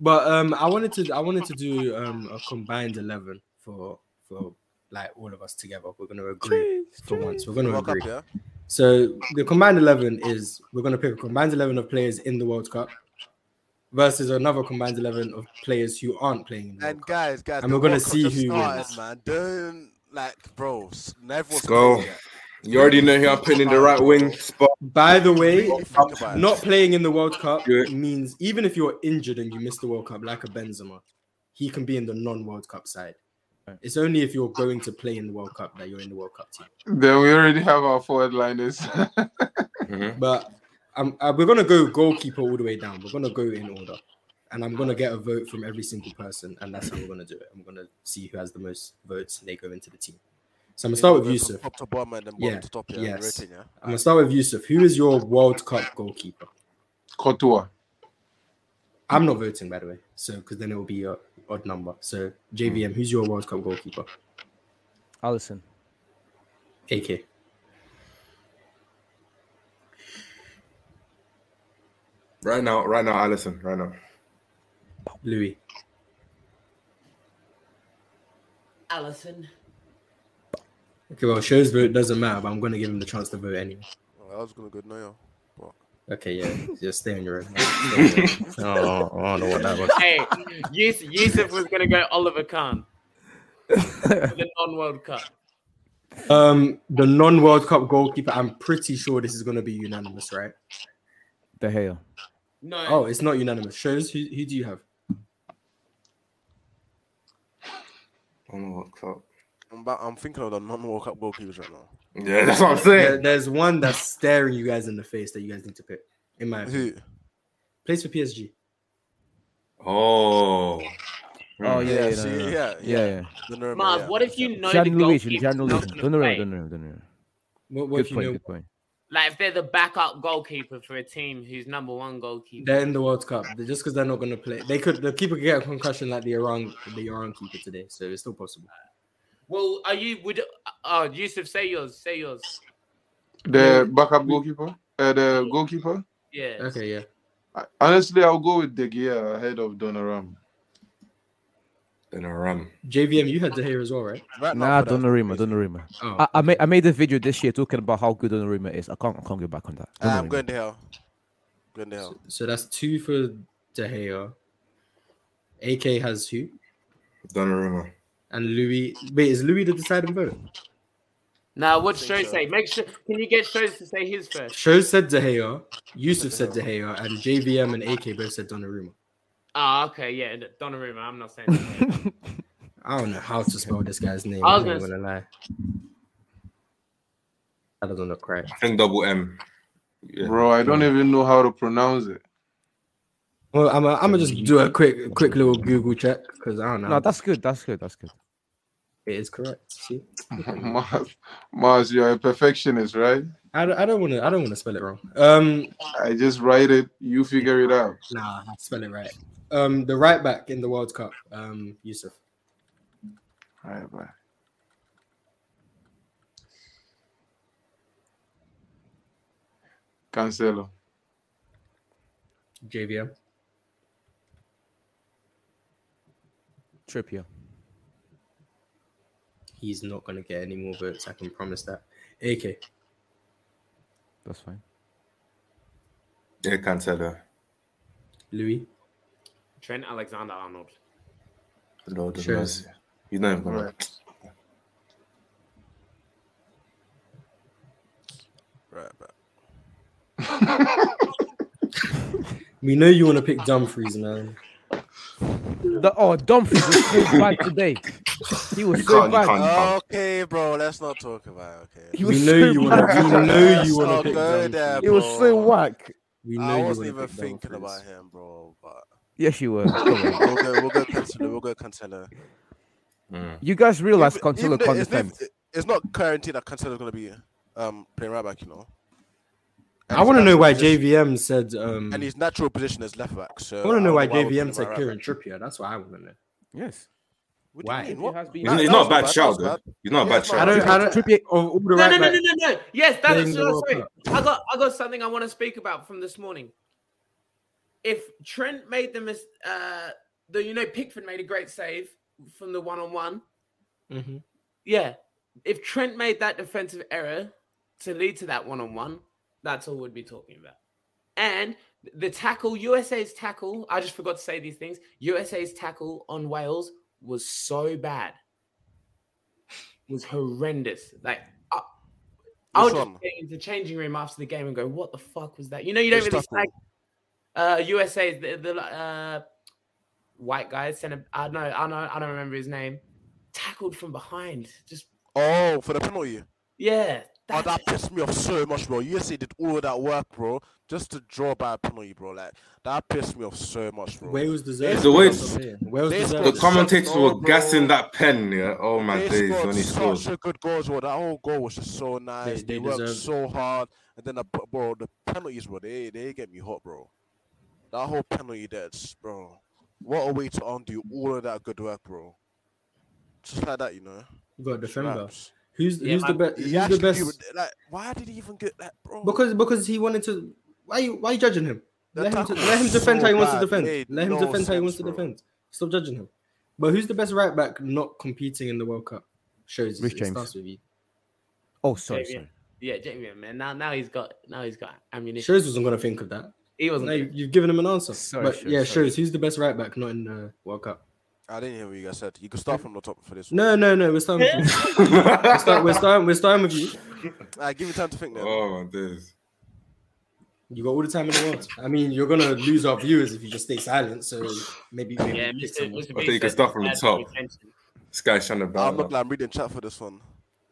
[SPEAKER 1] But um, I wanted to I wanted to do um, a combined eleven for for like all of us together. We're gonna agree for once. We're gonna
[SPEAKER 6] World Cup,
[SPEAKER 1] agree.
[SPEAKER 6] yeah.
[SPEAKER 1] So the combined eleven is we're going to pick a combined eleven of players in the World Cup versus another combined eleven of players who aren't playing. In the World
[SPEAKER 6] And
[SPEAKER 1] Cup.
[SPEAKER 6] guys, guys,
[SPEAKER 1] And
[SPEAKER 6] the
[SPEAKER 1] we're gonna
[SPEAKER 6] World Cup
[SPEAKER 1] see
[SPEAKER 6] just
[SPEAKER 1] who
[SPEAKER 6] started,
[SPEAKER 1] wins.
[SPEAKER 6] man. Don't like, bro. s- Everyone's
[SPEAKER 5] Let's go.
[SPEAKER 6] crazy, yeah.
[SPEAKER 5] You already know who I'm putting in the right wing spot.
[SPEAKER 1] By the way,
[SPEAKER 6] Really think about it.
[SPEAKER 1] not playing in the World Cup
[SPEAKER 5] Good.
[SPEAKER 1] means even if you're injured and you miss the World Cup, like a Benzema, he can be in the non-World Cup side. It's only if you're going to play in the World Cup that you're in the World Cup team.
[SPEAKER 7] Then we already have our forward liners.
[SPEAKER 1] But um, uh, we're gonna go goalkeeper all the way down. We're gonna go in order, and I'm gonna get a vote from every single person, and that's how we're gonna do it. I'm gonna see who has the most votes, and they go into the team. So I'm gonna start with
[SPEAKER 6] Go from
[SPEAKER 1] Yusuf. I'm
[SPEAKER 6] Top to bottom and then bottom
[SPEAKER 1] Yeah,
[SPEAKER 6] to top. Yeah,
[SPEAKER 1] yes.
[SPEAKER 6] rating, yeah.
[SPEAKER 1] gonna start with Yusuf. Who is your World Cup goalkeeper?
[SPEAKER 7] Kotua.
[SPEAKER 1] I'm not voting, by the way, so because then it will be a odd number. So JVM, who's your World Cup goalkeeper?
[SPEAKER 4] Allison.
[SPEAKER 1] AK.
[SPEAKER 5] Right now, right now, Allison. Right now.
[SPEAKER 1] Louis.
[SPEAKER 2] Allison.
[SPEAKER 1] Okay, well, Show's vote doesn't matter, but I'm gonna give him the chance to vote anyway.
[SPEAKER 6] Oh, I was gonna go Neuer.
[SPEAKER 1] Okay, yeah, just stay on your own. Stay on your own. oh, I don't know what that was.
[SPEAKER 2] hey, Yus- Yusuf was gonna go Oliver Kahn. For the non-World Cup.
[SPEAKER 1] Um, the non-World Cup goalkeeper. I'm pretty sure this is going to be unanimous, right?
[SPEAKER 4] De Gea.
[SPEAKER 2] No.
[SPEAKER 1] Oh, it's not unanimous. Shows who, who do you have?
[SPEAKER 5] Oh my God, Klopp.
[SPEAKER 6] I'm, about, I'm thinking of the non-World Cup goalkeepers right now.
[SPEAKER 5] Yeah, that's what I'm
[SPEAKER 1] There-
[SPEAKER 5] saying.
[SPEAKER 1] there's one that's staring you guys in the face that you guys need to pick. In my opinion.
[SPEAKER 6] Who?
[SPEAKER 1] plays for PSG.
[SPEAKER 5] Oh.
[SPEAKER 4] Oh yeah,
[SPEAKER 6] Yeah, yeah,
[SPEAKER 4] yeah,
[SPEAKER 6] see,
[SPEAKER 4] no, no, no.
[SPEAKER 6] yeah,
[SPEAKER 4] yeah,
[SPEAKER 6] yeah.
[SPEAKER 4] yeah.
[SPEAKER 6] The Neuer,
[SPEAKER 2] Mars,
[SPEAKER 6] yeah.
[SPEAKER 2] what if you know the
[SPEAKER 4] Gianluigi,
[SPEAKER 2] goalkeeper?
[SPEAKER 4] Gianluigi. Don't worry, don't worry, don't worry.
[SPEAKER 1] What, what do
[SPEAKER 4] Good
[SPEAKER 1] you
[SPEAKER 4] point,
[SPEAKER 1] know?
[SPEAKER 4] good point.
[SPEAKER 2] Like if they're the backup goalkeeper for a team who's number one goalkeeper.
[SPEAKER 1] They're in the World Cup. They're- just because they're not going to play, they could. The keeper could get a concussion like the Iran, the Iran keeper today. So it's still possible.
[SPEAKER 2] Well, are you would uh Yusuf say yours, say yours.
[SPEAKER 7] The backup goalkeeper, uh, the goalkeeper.
[SPEAKER 2] Yeah.
[SPEAKER 1] Okay, yeah.
[SPEAKER 7] I- Honestly, I'll go with De Gea ahead of Donnarumma.
[SPEAKER 5] Then I run.
[SPEAKER 1] JVM, you had De Gea as well, right?
[SPEAKER 6] Right now,
[SPEAKER 4] Nah,
[SPEAKER 6] for that,
[SPEAKER 4] Donnarumma,
[SPEAKER 6] crazy.
[SPEAKER 4] Donnarumma.
[SPEAKER 1] Oh,
[SPEAKER 4] I, I made I made a video this year talking about how good Donnarumma is. I can't I can't go back on that.
[SPEAKER 6] I'm
[SPEAKER 4] Donnarumma.
[SPEAKER 6] going to hell. Going to hell.
[SPEAKER 1] so that's two for De Gea. AK has who?
[SPEAKER 5] Donnarumma.
[SPEAKER 1] And Louis. Wait, is Louis the deciding vote?
[SPEAKER 2] Now what show
[SPEAKER 6] so.
[SPEAKER 2] say? Make sure can you get shows to say his first?
[SPEAKER 1] Show said De Gea, Yusuf said De Gea, and JVM and AK both said Donnarumma.
[SPEAKER 2] Ah, okay, yeah, Donnarumma. I'm not saying. That.
[SPEAKER 1] I don't know how to spell this guy's name.
[SPEAKER 2] I
[SPEAKER 1] I
[SPEAKER 2] was
[SPEAKER 1] am not
[SPEAKER 2] gonna
[SPEAKER 1] gonna lie. That doesn't look right.
[SPEAKER 7] I think double M. Yeah.
[SPEAKER 3] Bro, I don't even know how to pronounce it.
[SPEAKER 1] Well, I'm gonna I'm gonna just do a quick quick little Google check because I don't know.
[SPEAKER 4] No, that's good. That's good. That's good.
[SPEAKER 1] it is correct. See,
[SPEAKER 3] Mars, Mars, you're a perfectionist, right?
[SPEAKER 1] I don't, I don't wanna I don't wanna spell it wrong. Um,
[SPEAKER 3] I just write it, you figure it out.
[SPEAKER 1] nah, I spell it right. Um, the right back in the World Cup, um, Yusuf.
[SPEAKER 3] All right, bye. Cancelo.
[SPEAKER 1] JVM.
[SPEAKER 4] Trippier.
[SPEAKER 1] He's not gonna get any more votes. I can promise that. AK.
[SPEAKER 4] That's fine.
[SPEAKER 7] Yeah, Cancelo.
[SPEAKER 1] Louis.
[SPEAKER 2] Trent Alexander Arnold.
[SPEAKER 7] Lord of
[SPEAKER 1] Sure.
[SPEAKER 7] mercy. You know him, right?
[SPEAKER 6] Right, but
[SPEAKER 1] We know you wanna pick Dumfries, man.
[SPEAKER 4] The, oh, Dumfries was so bad today. He was
[SPEAKER 7] You
[SPEAKER 4] so
[SPEAKER 7] can't- you
[SPEAKER 4] bad.
[SPEAKER 7] can't-
[SPEAKER 6] okay, bro. Let's not talk about it, okay.
[SPEAKER 4] He
[SPEAKER 1] We
[SPEAKER 4] was
[SPEAKER 1] know
[SPEAKER 4] so
[SPEAKER 1] you
[SPEAKER 4] bad.
[SPEAKER 1] wanna we know
[SPEAKER 6] Let's
[SPEAKER 1] you wanna
[SPEAKER 6] not
[SPEAKER 1] pick
[SPEAKER 6] go
[SPEAKER 1] Dumfries.
[SPEAKER 6] there,
[SPEAKER 4] It was so
[SPEAKER 1] Oh.
[SPEAKER 6] bro.
[SPEAKER 4] whack.
[SPEAKER 1] We know
[SPEAKER 6] I
[SPEAKER 1] you
[SPEAKER 6] wasn't
[SPEAKER 1] wanna
[SPEAKER 6] even
[SPEAKER 1] pick
[SPEAKER 6] thinking
[SPEAKER 1] Dumfries.
[SPEAKER 6] about him, bro. But
[SPEAKER 4] Yes, you were. Come on.
[SPEAKER 6] we'll go, we'll go Cancelo. We'll go Cancelo.
[SPEAKER 7] Mm.
[SPEAKER 4] You guys realize
[SPEAKER 6] Even-
[SPEAKER 4] Cancelo
[SPEAKER 6] even though
[SPEAKER 4] can't
[SPEAKER 6] it's, not-
[SPEAKER 4] defend.
[SPEAKER 6] it's not guaranteed that Cancelo's gonna be um playing right back, you know. And
[SPEAKER 1] I
[SPEAKER 6] his
[SPEAKER 1] wanna know
[SPEAKER 6] natural
[SPEAKER 1] why
[SPEAKER 6] position-
[SPEAKER 1] JVM said um
[SPEAKER 6] and his natural position is left back. So
[SPEAKER 1] I want to know why
[SPEAKER 6] don't we're putting
[SPEAKER 1] JVM
[SPEAKER 6] him
[SPEAKER 1] said
[SPEAKER 6] right
[SPEAKER 1] Kieran
[SPEAKER 6] back.
[SPEAKER 1] Trippier. That's what I want to know.
[SPEAKER 4] Yes.
[SPEAKER 6] What do you
[SPEAKER 1] Why?
[SPEAKER 6] mean? What?
[SPEAKER 7] He's, not- he's not a bad shout, though. He's not a
[SPEAKER 6] Yeah,
[SPEAKER 7] bad
[SPEAKER 6] it's not-
[SPEAKER 7] shout.
[SPEAKER 1] I don't. I don't.
[SPEAKER 4] Trippier-
[SPEAKER 1] of all the
[SPEAKER 2] No,
[SPEAKER 1] right
[SPEAKER 2] no, no, no,
[SPEAKER 1] backs
[SPEAKER 2] no, no. Yes, that's
[SPEAKER 1] playing the
[SPEAKER 2] so
[SPEAKER 1] World
[SPEAKER 2] sorry.
[SPEAKER 1] Cup.
[SPEAKER 2] I got I got something I want to speak about from this morning. If Trent made the mis- uh the you know Pickford made a great save from the one on one.
[SPEAKER 1] Mhm.
[SPEAKER 2] Yeah. If Trent made that defensive error to lead to that one on one, that's all we'd be talking about. And the tackle, USA's tackle, I just forgot to say these things. USA's tackle on Wales was so bad. was horrendous. Like I, I
[SPEAKER 6] Which
[SPEAKER 2] would just
[SPEAKER 6] one?
[SPEAKER 2] get into the changing room after the game and go, "What the fuck was that?" You know, you don't
[SPEAKER 6] Which
[SPEAKER 2] really
[SPEAKER 6] tackle?
[SPEAKER 2] like uh, USA the, the uh, white guy. Center, I know, I know, I don't remember his name. Tackled from behind, just
[SPEAKER 6] Oh, for the penalty.
[SPEAKER 2] yeah.
[SPEAKER 6] Oh,
[SPEAKER 2] That's,
[SPEAKER 6] that pissed me off so much, bro. USA did all of that work, bro, just to draw by a penalty, bro. Like that pissed me off so much, bro.
[SPEAKER 1] Wales deserved.
[SPEAKER 6] The
[SPEAKER 1] it,
[SPEAKER 7] way-
[SPEAKER 1] that's what I'm saying. Wales
[SPEAKER 6] they
[SPEAKER 1] deserved.
[SPEAKER 7] The
[SPEAKER 1] it.
[SPEAKER 6] scored-
[SPEAKER 7] commentators
[SPEAKER 6] No,
[SPEAKER 7] were
[SPEAKER 6] bro.
[SPEAKER 7] gassing that pen. Yeah. Oh my
[SPEAKER 6] they
[SPEAKER 7] days,
[SPEAKER 6] scored
[SPEAKER 7] when he
[SPEAKER 6] such
[SPEAKER 7] scores.
[SPEAKER 6] a good goal, bro. That whole goal was just so nice. They,
[SPEAKER 1] they
[SPEAKER 6] worked
[SPEAKER 1] deserved it.
[SPEAKER 6] so hard, and then the p- bro, the penalties, bro. They they get me hot, bro. That whole penalty, that's bro. What a way to undo all of that good work, bro. Just like that, you know.
[SPEAKER 1] You got a defender.
[SPEAKER 6] Raps.
[SPEAKER 1] Who's
[SPEAKER 2] Yeah,
[SPEAKER 1] who's the
[SPEAKER 2] man,
[SPEAKER 1] best?
[SPEAKER 6] He
[SPEAKER 1] Who's
[SPEAKER 6] actually
[SPEAKER 1] the best?
[SPEAKER 6] did with- like, why did he even get that, bro?
[SPEAKER 1] Because because he wanted to. Why you why you judging him?
[SPEAKER 6] The
[SPEAKER 1] Let him, to,
[SPEAKER 6] tackle
[SPEAKER 1] let him
[SPEAKER 6] was
[SPEAKER 1] defend
[SPEAKER 6] so
[SPEAKER 1] how he wants to
[SPEAKER 6] bad,
[SPEAKER 1] defend.
[SPEAKER 6] made
[SPEAKER 1] Let him
[SPEAKER 6] no
[SPEAKER 1] defend how he
[SPEAKER 6] sense,
[SPEAKER 1] wants to
[SPEAKER 6] bro.
[SPEAKER 1] defend. Stop judging him. But who's the best right back not competing in the World Cup? Shows
[SPEAKER 4] Reece
[SPEAKER 1] it
[SPEAKER 4] James.
[SPEAKER 1] starts with you.
[SPEAKER 4] Oh, sorry,
[SPEAKER 2] JVM.
[SPEAKER 4] sorry.
[SPEAKER 2] yeah, Jamie, man. Now, now he's got, now he's got ammunition.
[SPEAKER 1] Shows wasn't gonna think of that.
[SPEAKER 2] He wasn't.
[SPEAKER 1] No,
[SPEAKER 2] good.
[SPEAKER 1] you- you've given him an answer.
[SPEAKER 4] Sorry,
[SPEAKER 1] but
[SPEAKER 4] Shows,
[SPEAKER 1] yeah,
[SPEAKER 4] sorry.
[SPEAKER 1] shows who's the best right back not in the World Cup?
[SPEAKER 6] I didn't hear what you guys said. You can start from the top for this.
[SPEAKER 1] No, no, no. We're starting. With you. we're, start, we're starting. We're starting with you.
[SPEAKER 6] I give you time to think. Then.
[SPEAKER 7] oh my days.
[SPEAKER 1] You got all the time in the world. I mean, you're gonna lose our viewers if you just stay silent. So maybe, maybe
[SPEAKER 2] Yeah,
[SPEAKER 1] pick
[SPEAKER 2] Mr.
[SPEAKER 1] someone.
[SPEAKER 2] Mr.
[SPEAKER 7] I
[SPEAKER 2] B
[SPEAKER 7] think
[SPEAKER 2] said
[SPEAKER 7] it's not from the
[SPEAKER 2] bad for
[SPEAKER 7] top.
[SPEAKER 2] retention.
[SPEAKER 7] This guy's trying to
[SPEAKER 6] I'm not
[SPEAKER 7] balance.
[SPEAKER 6] glad I'm reading chat for this one.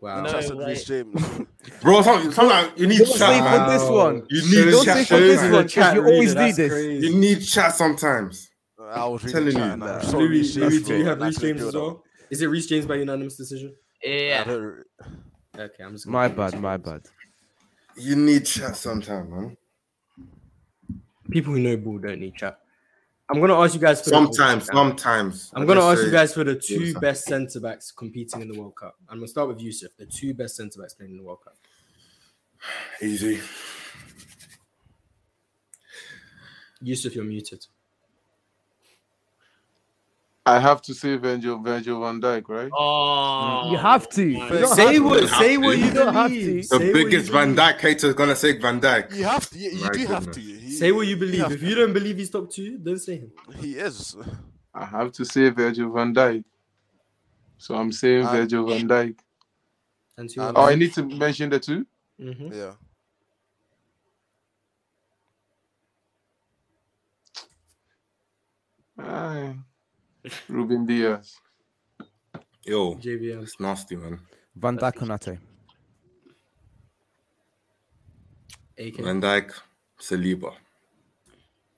[SPEAKER 1] Wow.
[SPEAKER 2] No.
[SPEAKER 6] Chat said
[SPEAKER 2] way.
[SPEAKER 6] Reece James.
[SPEAKER 7] Bro, some- sometimes you need
[SPEAKER 4] Don't say
[SPEAKER 7] chat.
[SPEAKER 4] for
[SPEAKER 7] man.
[SPEAKER 4] this
[SPEAKER 1] Wow.
[SPEAKER 4] one.
[SPEAKER 7] You
[SPEAKER 1] Shows-
[SPEAKER 7] need
[SPEAKER 4] Don't
[SPEAKER 7] chat.
[SPEAKER 4] say for this
[SPEAKER 7] man.
[SPEAKER 4] one. 'cause
[SPEAKER 1] Chat
[SPEAKER 4] you
[SPEAKER 1] reader,
[SPEAKER 4] always need
[SPEAKER 1] that's
[SPEAKER 4] this.
[SPEAKER 1] crazy.
[SPEAKER 7] You need chat sometimes.
[SPEAKER 6] I was
[SPEAKER 7] Telling
[SPEAKER 6] reading
[SPEAKER 7] you,
[SPEAKER 6] chat. and I
[SPEAKER 7] man.
[SPEAKER 6] saw
[SPEAKER 1] Louis,
[SPEAKER 6] Reece James,
[SPEAKER 1] Louis, do
[SPEAKER 6] bro,
[SPEAKER 1] you have
[SPEAKER 6] and I
[SPEAKER 1] Reece
[SPEAKER 6] couldn't
[SPEAKER 1] James
[SPEAKER 6] deal
[SPEAKER 1] as
[SPEAKER 6] with that one.
[SPEAKER 1] well? Is it Reece James by unanimous decision?
[SPEAKER 6] I
[SPEAKER 2] Yeah,
[SPEAKER 6] don't-
[SPEAKER 1] Okay, I'm just gonna
[SPEAKER 4] My
[SPEAKER 1] pick
[SPEAKER 4] bad,
[SPEAKER 1] Reece
[SPEAKER 4] my
[SPEAKER 1] James.
[SPEAKER 4] bad.
[SPEAKER 7] You need chat sometimes, man.
[SPEAKER 1] People who know ball don't need chat. I'm gonna ask you guys for the-
[SPEAKER 7] Sometimes, sometimes.
[SPEAKER 1] I'm
[SPEAKER 7] I
[SPEAKER 1] gonna
[SPEAKER 7] just
[SPEAKER 1] ask
[SPEAKER 7] say-
[SPEAKER 1] you guys for the two
[SPEAKER 7] Yes, sir.
[SPEAKER 1] best centre backs competing in the World Cup. I'm gonna start with Yusuf, the two best centre backs playing in the World Cup.
[SPEAKER 7] Easy.
[SPEAKER 1] Yusuf, you're muted.
[SPEAKER 3] I have to say Virgil, Virgil van Dyke, right?
[SPEAKER 2] Oh,
[SPEAKER 4] You have to.
[SPEAKER 2] my
[SPEAKER 4] You don't
[SPEAKER 1] Say
[SPEAKER 4] have
[SPEAKER 1] what?
[SPEAKER 4] to.
[SPEAKER 1] Say what
[SPEAKER 7] You
[SPEAKER 1] you
[SPEAKER 4] don't have
[SPEAKER 1] believe.
[SPEAKER 7] The
[SPEAKER 1] Say what you
[SPEAKER 7] biggest Van
[SPEAKER 1] believe.
[SPEAKER 7] Dyke hater is gonna say Van Dyke.
[SPEAKER 6] You have to. You, you
[SPEAKER 7] My
[SPEAKER 6] do have to.
[SPEAKER 7] goodness.
[SPEAKER 6] He-
[SPEAKER 1] Say what you
[SPEAKER 6] he
[SPEAKER 1] believe.
[SPEAKER 6] have
[SPEAKER 1] If
[SPEAKER 6] to.
[SPEAKER 1] you don't believe he's top two, don't say him.
[SPEAKER 6] He is.
[SPEAKER 3] I have to say Virgil van Dyke. So I'm saying
[SPEAKER 6] Uh,
[SPEAKER 3] Virgil van Dyke.
[SPEAKER 1] And two.
[SPEAKER 6] Uh,
[SPEAKER 3] Oh, I need to mention the two.
[SPEAKER 1] mm-hmm.
[SPEAKER 6] Yeah.
[SPEAKER 3] Aye. Ruben Diaz.
[SPEAKER 7] Yo,
[SPEAKER 1] JVM.
[SPEAKER 7] it's nasty, man.
[SPEAKER 4] Van Dijk Konate.
[SPEAKER 1] AK.
[SPEAKER 4] Oh,
[SPEAKER 7] Van Dijk, Saliba.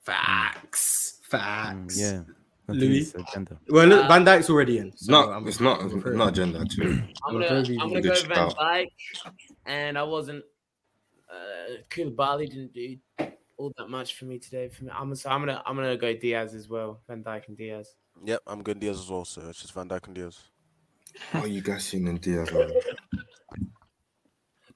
[SPEAKER 1] Facts. Facts.
[SPEAKER 4] Mm, Yeah.
[SPEAKER 1] Louis?
[SPEAKER 4] Continues agenda.
[SPEAKER 1] Well, look, Van Dijk's already in.
[SPEAKER 7] It's
[SPEAKER 1] so
[SPEAKER 7] Uh, not.
[SPEAKER 1] I'm-
[SPEAKER 7] it's not.
[SPEAKER 1] I'm
[SPEAKER 7] It's
[SPEAKER 1] afraid.
[SPEAKER 7] not agenda actually.
[SPEAKER 2] I'm
[SPEAKER 1] We're
[SPEAKER 2] gonna,
[SPEAKER 1] very
[SPEAKER 2] I'm gonna
[SPEAKER 7] good
[SPEAKER 2] go Van
[SPEAKER 7] shout.
[SPEAKER 2] Dyke, and I wasn't. Uh, Koulibaly didn't do all that much for me today. For me, I'm so I'm gonna I'm gonna go Diaz as well. Van Dyke and Diaz.
[SPEAKER 6] Yep, I'm going Diaz as well, sir. It's just Van Dijk and Diaz.
[SPEAKER 7] What are you guys seeing in Diaz? man?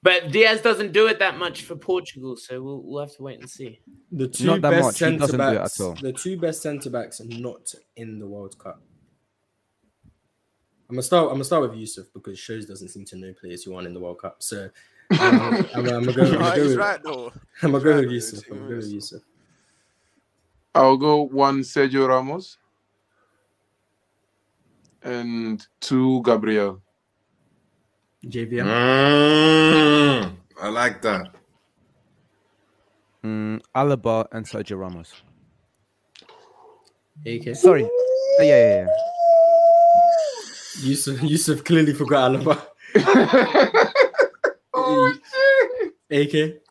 [SPEAKER 2] But Diaz doesn't do it that much for Portugal, so we'll we'll have to wait and see.
[SPEAKER 1] The two
[SPEAKER 4] Not that
[SPEAKER 1] best
[SPEAKER 4] much. He doesn't
[SPEAKER 1] centre
[SPEAKER 4] do it
[SPEAKER 1] backs.
[SPEAKER 4] at all.
[SPEAKER 1] The two best centre backs are not in the World Cup. I'm gonna start. I'm gonna start with Yusuf because shows doesn't seem to know players who aren't in the World Cup. So um, I'm, I'm gonna go. I'm
[SPEAKER 6] Nah,
[SPEAKER 1] gonna go
[SPEAKER 6] he's
[SPEAKER 1] with-
[SPEAKER 6] right though.
[SPEAKER 1] I'm gonna go
[SPEAKER 6] right,
[SPEAKER 1] with
[SPEAKER 6] though,
[SPEAKER 1] Yusuf.
[SPEAKER 6] he's
[SPEAKER 1] I'm gonna go
[SPEAKER 6] right.
[SPEAKER 1] with Yusuf.
[SPEAKER 3] I'll go one Sergio Ramos and two Gabriel.
[SPEAKER 1] JVM.
[SPEAKER 7] Mm, I like that.
[SPEAKER 4] Mm, Alaba and Sergio Ramos.
[SPEAKER 1] AK.
[SPEAKER 4] Sorry. Yeah, yeah, yeah.
[SPEAKER 1] Yusuf. Yusuf clearly forgot Alaba.
[SPEAKER 7] Oh,
[SPEAKER 1] AK.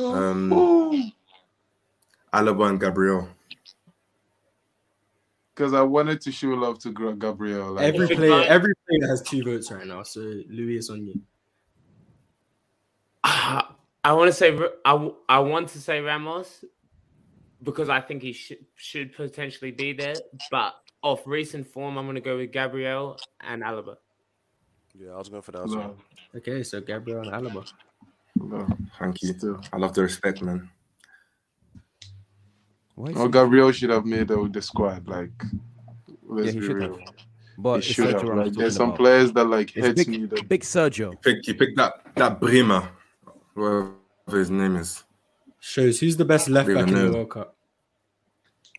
[SPEAKER 7] Um, Alaba and Gabriel.
[SPEAKER 3] Because I wanted to show love to Gra- Gabriel. Like,
[SPEAKER 1] Every
[SPEAKER 2] Good
[SPEAKER 1] player.
[SPEAKER 2] luck.
[SPEAKER 1] Every player has two votes right now. So Louis is on you.
[SPEAKER 2] Ah, I want to say Ra- I w- I want to say Ramos because I think he should should potentially be there, but off recent form, I'm gonna go with Gabriel and Alaba.
[SPEAKER 6] Yeah, I was going for that as
[SPEAKER 3] no,
[SPEAKER 6] well.
[SPEAKER 1] Okay. So Gabriel and Alaba.
[SPEAKER 3] no,
[SPEAKER 7] Thank you.
[SPEAKER 3] still.
[SPEAKER 7] I love the respect, man.
[SPEAKER 4] Why is
[SPEAKER 3] No,
[SPEAKER 4] he-
[SPEAKER 3] Gabriel should have made the, the squad. Like, let's
[SPEAKER 4] Yeah, he
[SPEAKER 3] be
[SPEAKER 4] should have.
[SPEAKER 3] real.
[SPEAKER 4] But
[SPEAKER 3] He
[SPEAKER 4] it's
[SPEAKER 3] should
[SPEAKER 4] Sergio
[SPEAKER 3] have.
[SPEAKER 4] Ramos
[SPEAKER 3] Like,
[SPEAKER 4] talking
[SPEAKER 3] there's some
[SPEAKER 4] about.
[SPEAKER 3] players that like
[SPEAKER 4] It's
[SPEAKER 3] hurt me. That,
[SPEAKER 4] big, big Sergio.
[SPEAKER 7] Pick you pick that that Brima, whatever his name is.
[SPEAKER 1] Shows who's the best left back in the
[SPEAKER 7] Villanova.
[SPEAKER 1] World Cup.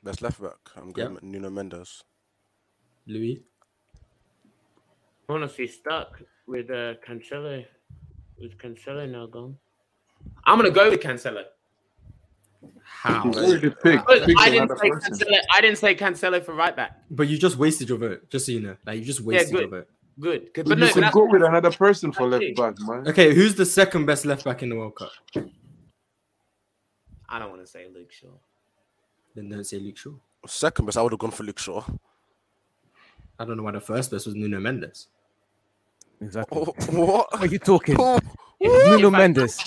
[SPEAKER 6] Best left back. I'm going with Nuno Mendes.
[SPEAKER 1] Louis.
[SPEAKER 2] I'm honestly stuck with uh, Cancelo. With Cancelo now gone, I'm gonna go with Cancelo.
[SPEAKER 1] How?
[SPEAKER 3] already picked.
[SPEAKER 2] Because
[SPEAKER 3] Picked
[SPEAKER 2] I didn't
[SPEAKER 3] another
[SPEAKER 2] say
[SPEAKER 3] person.
[SPEAKER 2] Cancelo. I didn't say Cancelo for right back.
[SPEAKER 1] But you just wasted your vote, just so you know. Like you just wasted
[SPEAKER 2] good.
[SPEAKER 1] your vote.
[SPEAKER 2] Good, 'Cause-
[SPEAKER 3] You
[SPEAKER 2] but no,
[SPEAKER 3] should
[SPEAKER 2] that's-
[SPEAKER 3] go with another person for
[SPEAKER 2] that's
[SPEAKER 3] left
[SPEAKER 2] it.
[SPEAKER 3] back, man.
[SPEAKER 1] Okay, who's the second best left back in the World Cup?
[SPEAKER 2] I don't want to say Luke Shaw.
[SPEAKER 1] Then don't say Luke Shaw.
[SPEAKER 6] Second best, I would have gone for Luke Shaw.
[SPEAKER 1] I don't know why the first best was Nuno Mendes.
[SPEAKER 4] Exactly.
[SPEAKER 6] Oh,
[SPEAKER 4] What
[SPEAKER 6] what?
[SPEAKER 4] are you talking?
[SPEAKER 6] Oh,
[SPEAKER 4] Nuno Mendes.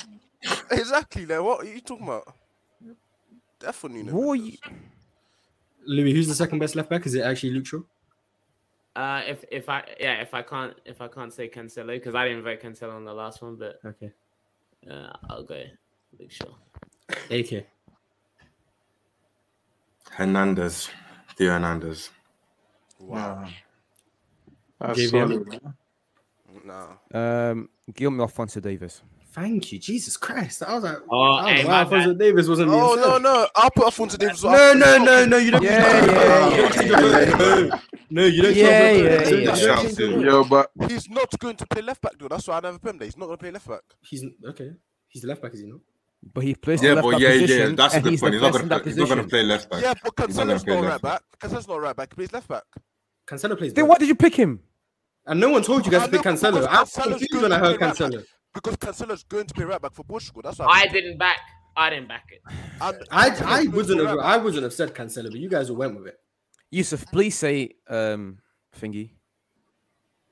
[SPEAKER 6] exactly. Like, what are you talking about? Definitely Nuno.
[SPEAKER 4] Who are
[SPEAKER 6] Mendes.
[SPEAKER 1] Louis, who's the second best left back? Is it actually Luke Shaw?
[SPEAKER 2] Uh, if if I yeah, if I can't if I can't say Cancelo because I didn't vote Cancelo on the last one, but
[SPEAKER 1] Okay.
[SPEAKER 2] uh, I'll go Luke Shaw.
[SPEAKER 1] AK.
[SPEAKER 7] Hernandez, Theo Hernandez.
[SPEAKER 6] Wow.
[SPEAKER 3] That's
[SPEAKER 1] JVM.
[SPEAKER 3] solid, man.
[SPEAKER 6] Nah.
[SPEAKER 4] Um, Guillaume Alfonso Davis.
[SPEAKER 1] Thank you, Jesus Christ. I was like,
[SPEAKER 2] Oh,
[SPEAKER 1] I was
[SPEAKER 2] hey,
[SPEAKER 1] like,
[SPEAKER 2] my
[SPEAKER 1] wow, Alphonso
[SPEAKER 2] bad.
[SPEAKER 1] Davis wasn't.
[SPEAKER 6] Oh
[SPEAKER 1] being
[SPEAKER 6] no
[SPEAKER 1] said.
[SPEAKER 6] no! I'll put Alphonso Davis.
[SPEAKER 1] No, no, no, no! You don't.
[SPEAKER 4] Yeah, yeah,
[SPEAKER 1] you don't change your vote. No, no, you don't. change your
[SPEAKER 4] Yeah,
[SPEAKER 1] vote. You don't
[SPEAKER 4] yeah, yeah.
[SPEAKER 1] change your vote.
[SPEAKER 7] Shout to-
[SPEAKER 3] Yo, but
[SPEAKER 6] He's not going to play left back, though. That's why I never put him there. He's not going to play left back.
[SPEAKER 1] He's okay. He's the left back, is he not?
[SPEAKER 4] But he plays
[SPEAKER 7] Yeah,
[SPEAKER 4] the left
[SPEAKER 7] but
[SPEAKER 4] back
[SPEAKER 7] yeah, yeah,
[SPEAKER 4] position,
[SPEAKER 7] that's a
[SPEAKER 4] and
[SPEAKER 7] good
[SPEAKER 4] he's
[SPEAKER 7] point.
[SPEAKER 4] the
[SPEAKER 7] He's not
[SPEAKER 4] best
[SPEAKER 7] gonna
[SPEAKER 4] in
[SPEAKER 7] play,
[SPEAKER 4] that
[SPEAKER 7] he's not gonna
[SPEAKER 4] position.
[SPEAKER 7] play left back.
[SPEAKER 6] Yeah, but
[SPEAKER 7] He's not gonna
[SPEAKER 6] Cancelo's
[SPEAKER 7] play
[SPEAKER 6] not right
[SPEAKER 7] left
[SPEAKER 6] back. Cancelo's not right back. He plays left back.
[SPEAKER 1] Cancelo plays.
[SPEAKER 4] Then
[SPEAKER 1] both.
[SPEAKER 4] why did you pick him?
[SPEAKER 1] And no one told you guys to
[SPEAKER 6] I
[SPEAKER 1] pick
[SPEAKER 6] know,
[SPEAKER 1] Cancelo.
[SPEAKER 6] because
[SPEAKER 1] I was
[SPEAKER 6] Cancelo's
[SPEAKER 1] confused
[SPEAKER 6] good
[SPEAKER 1] when I
[SPEAKER 6] to
[SPEAKER 1] heard
[SPEAKER 6] play right back.
[SPEAKER 1] Cancelo.
[SPEAKER 6] Because Cancelo's going to play right back for Portugal. That's why.
[SPEAKER 2] I didn't back. I didn't back it.
[SPEAKER 6] And Cancelo's
[SPEAKER 1] I, I
[SPEAKER 6] going to
[SPEAKER 1] wouldn't
[SPEAKER 6] play
[SPEAKER 1] have
[SPEAKER 6] right
[SPEAKER 1] I wouldn't have said Cancelo, but you guys went with it.
[SPEAKER 4] Yusuf, please say um thingy.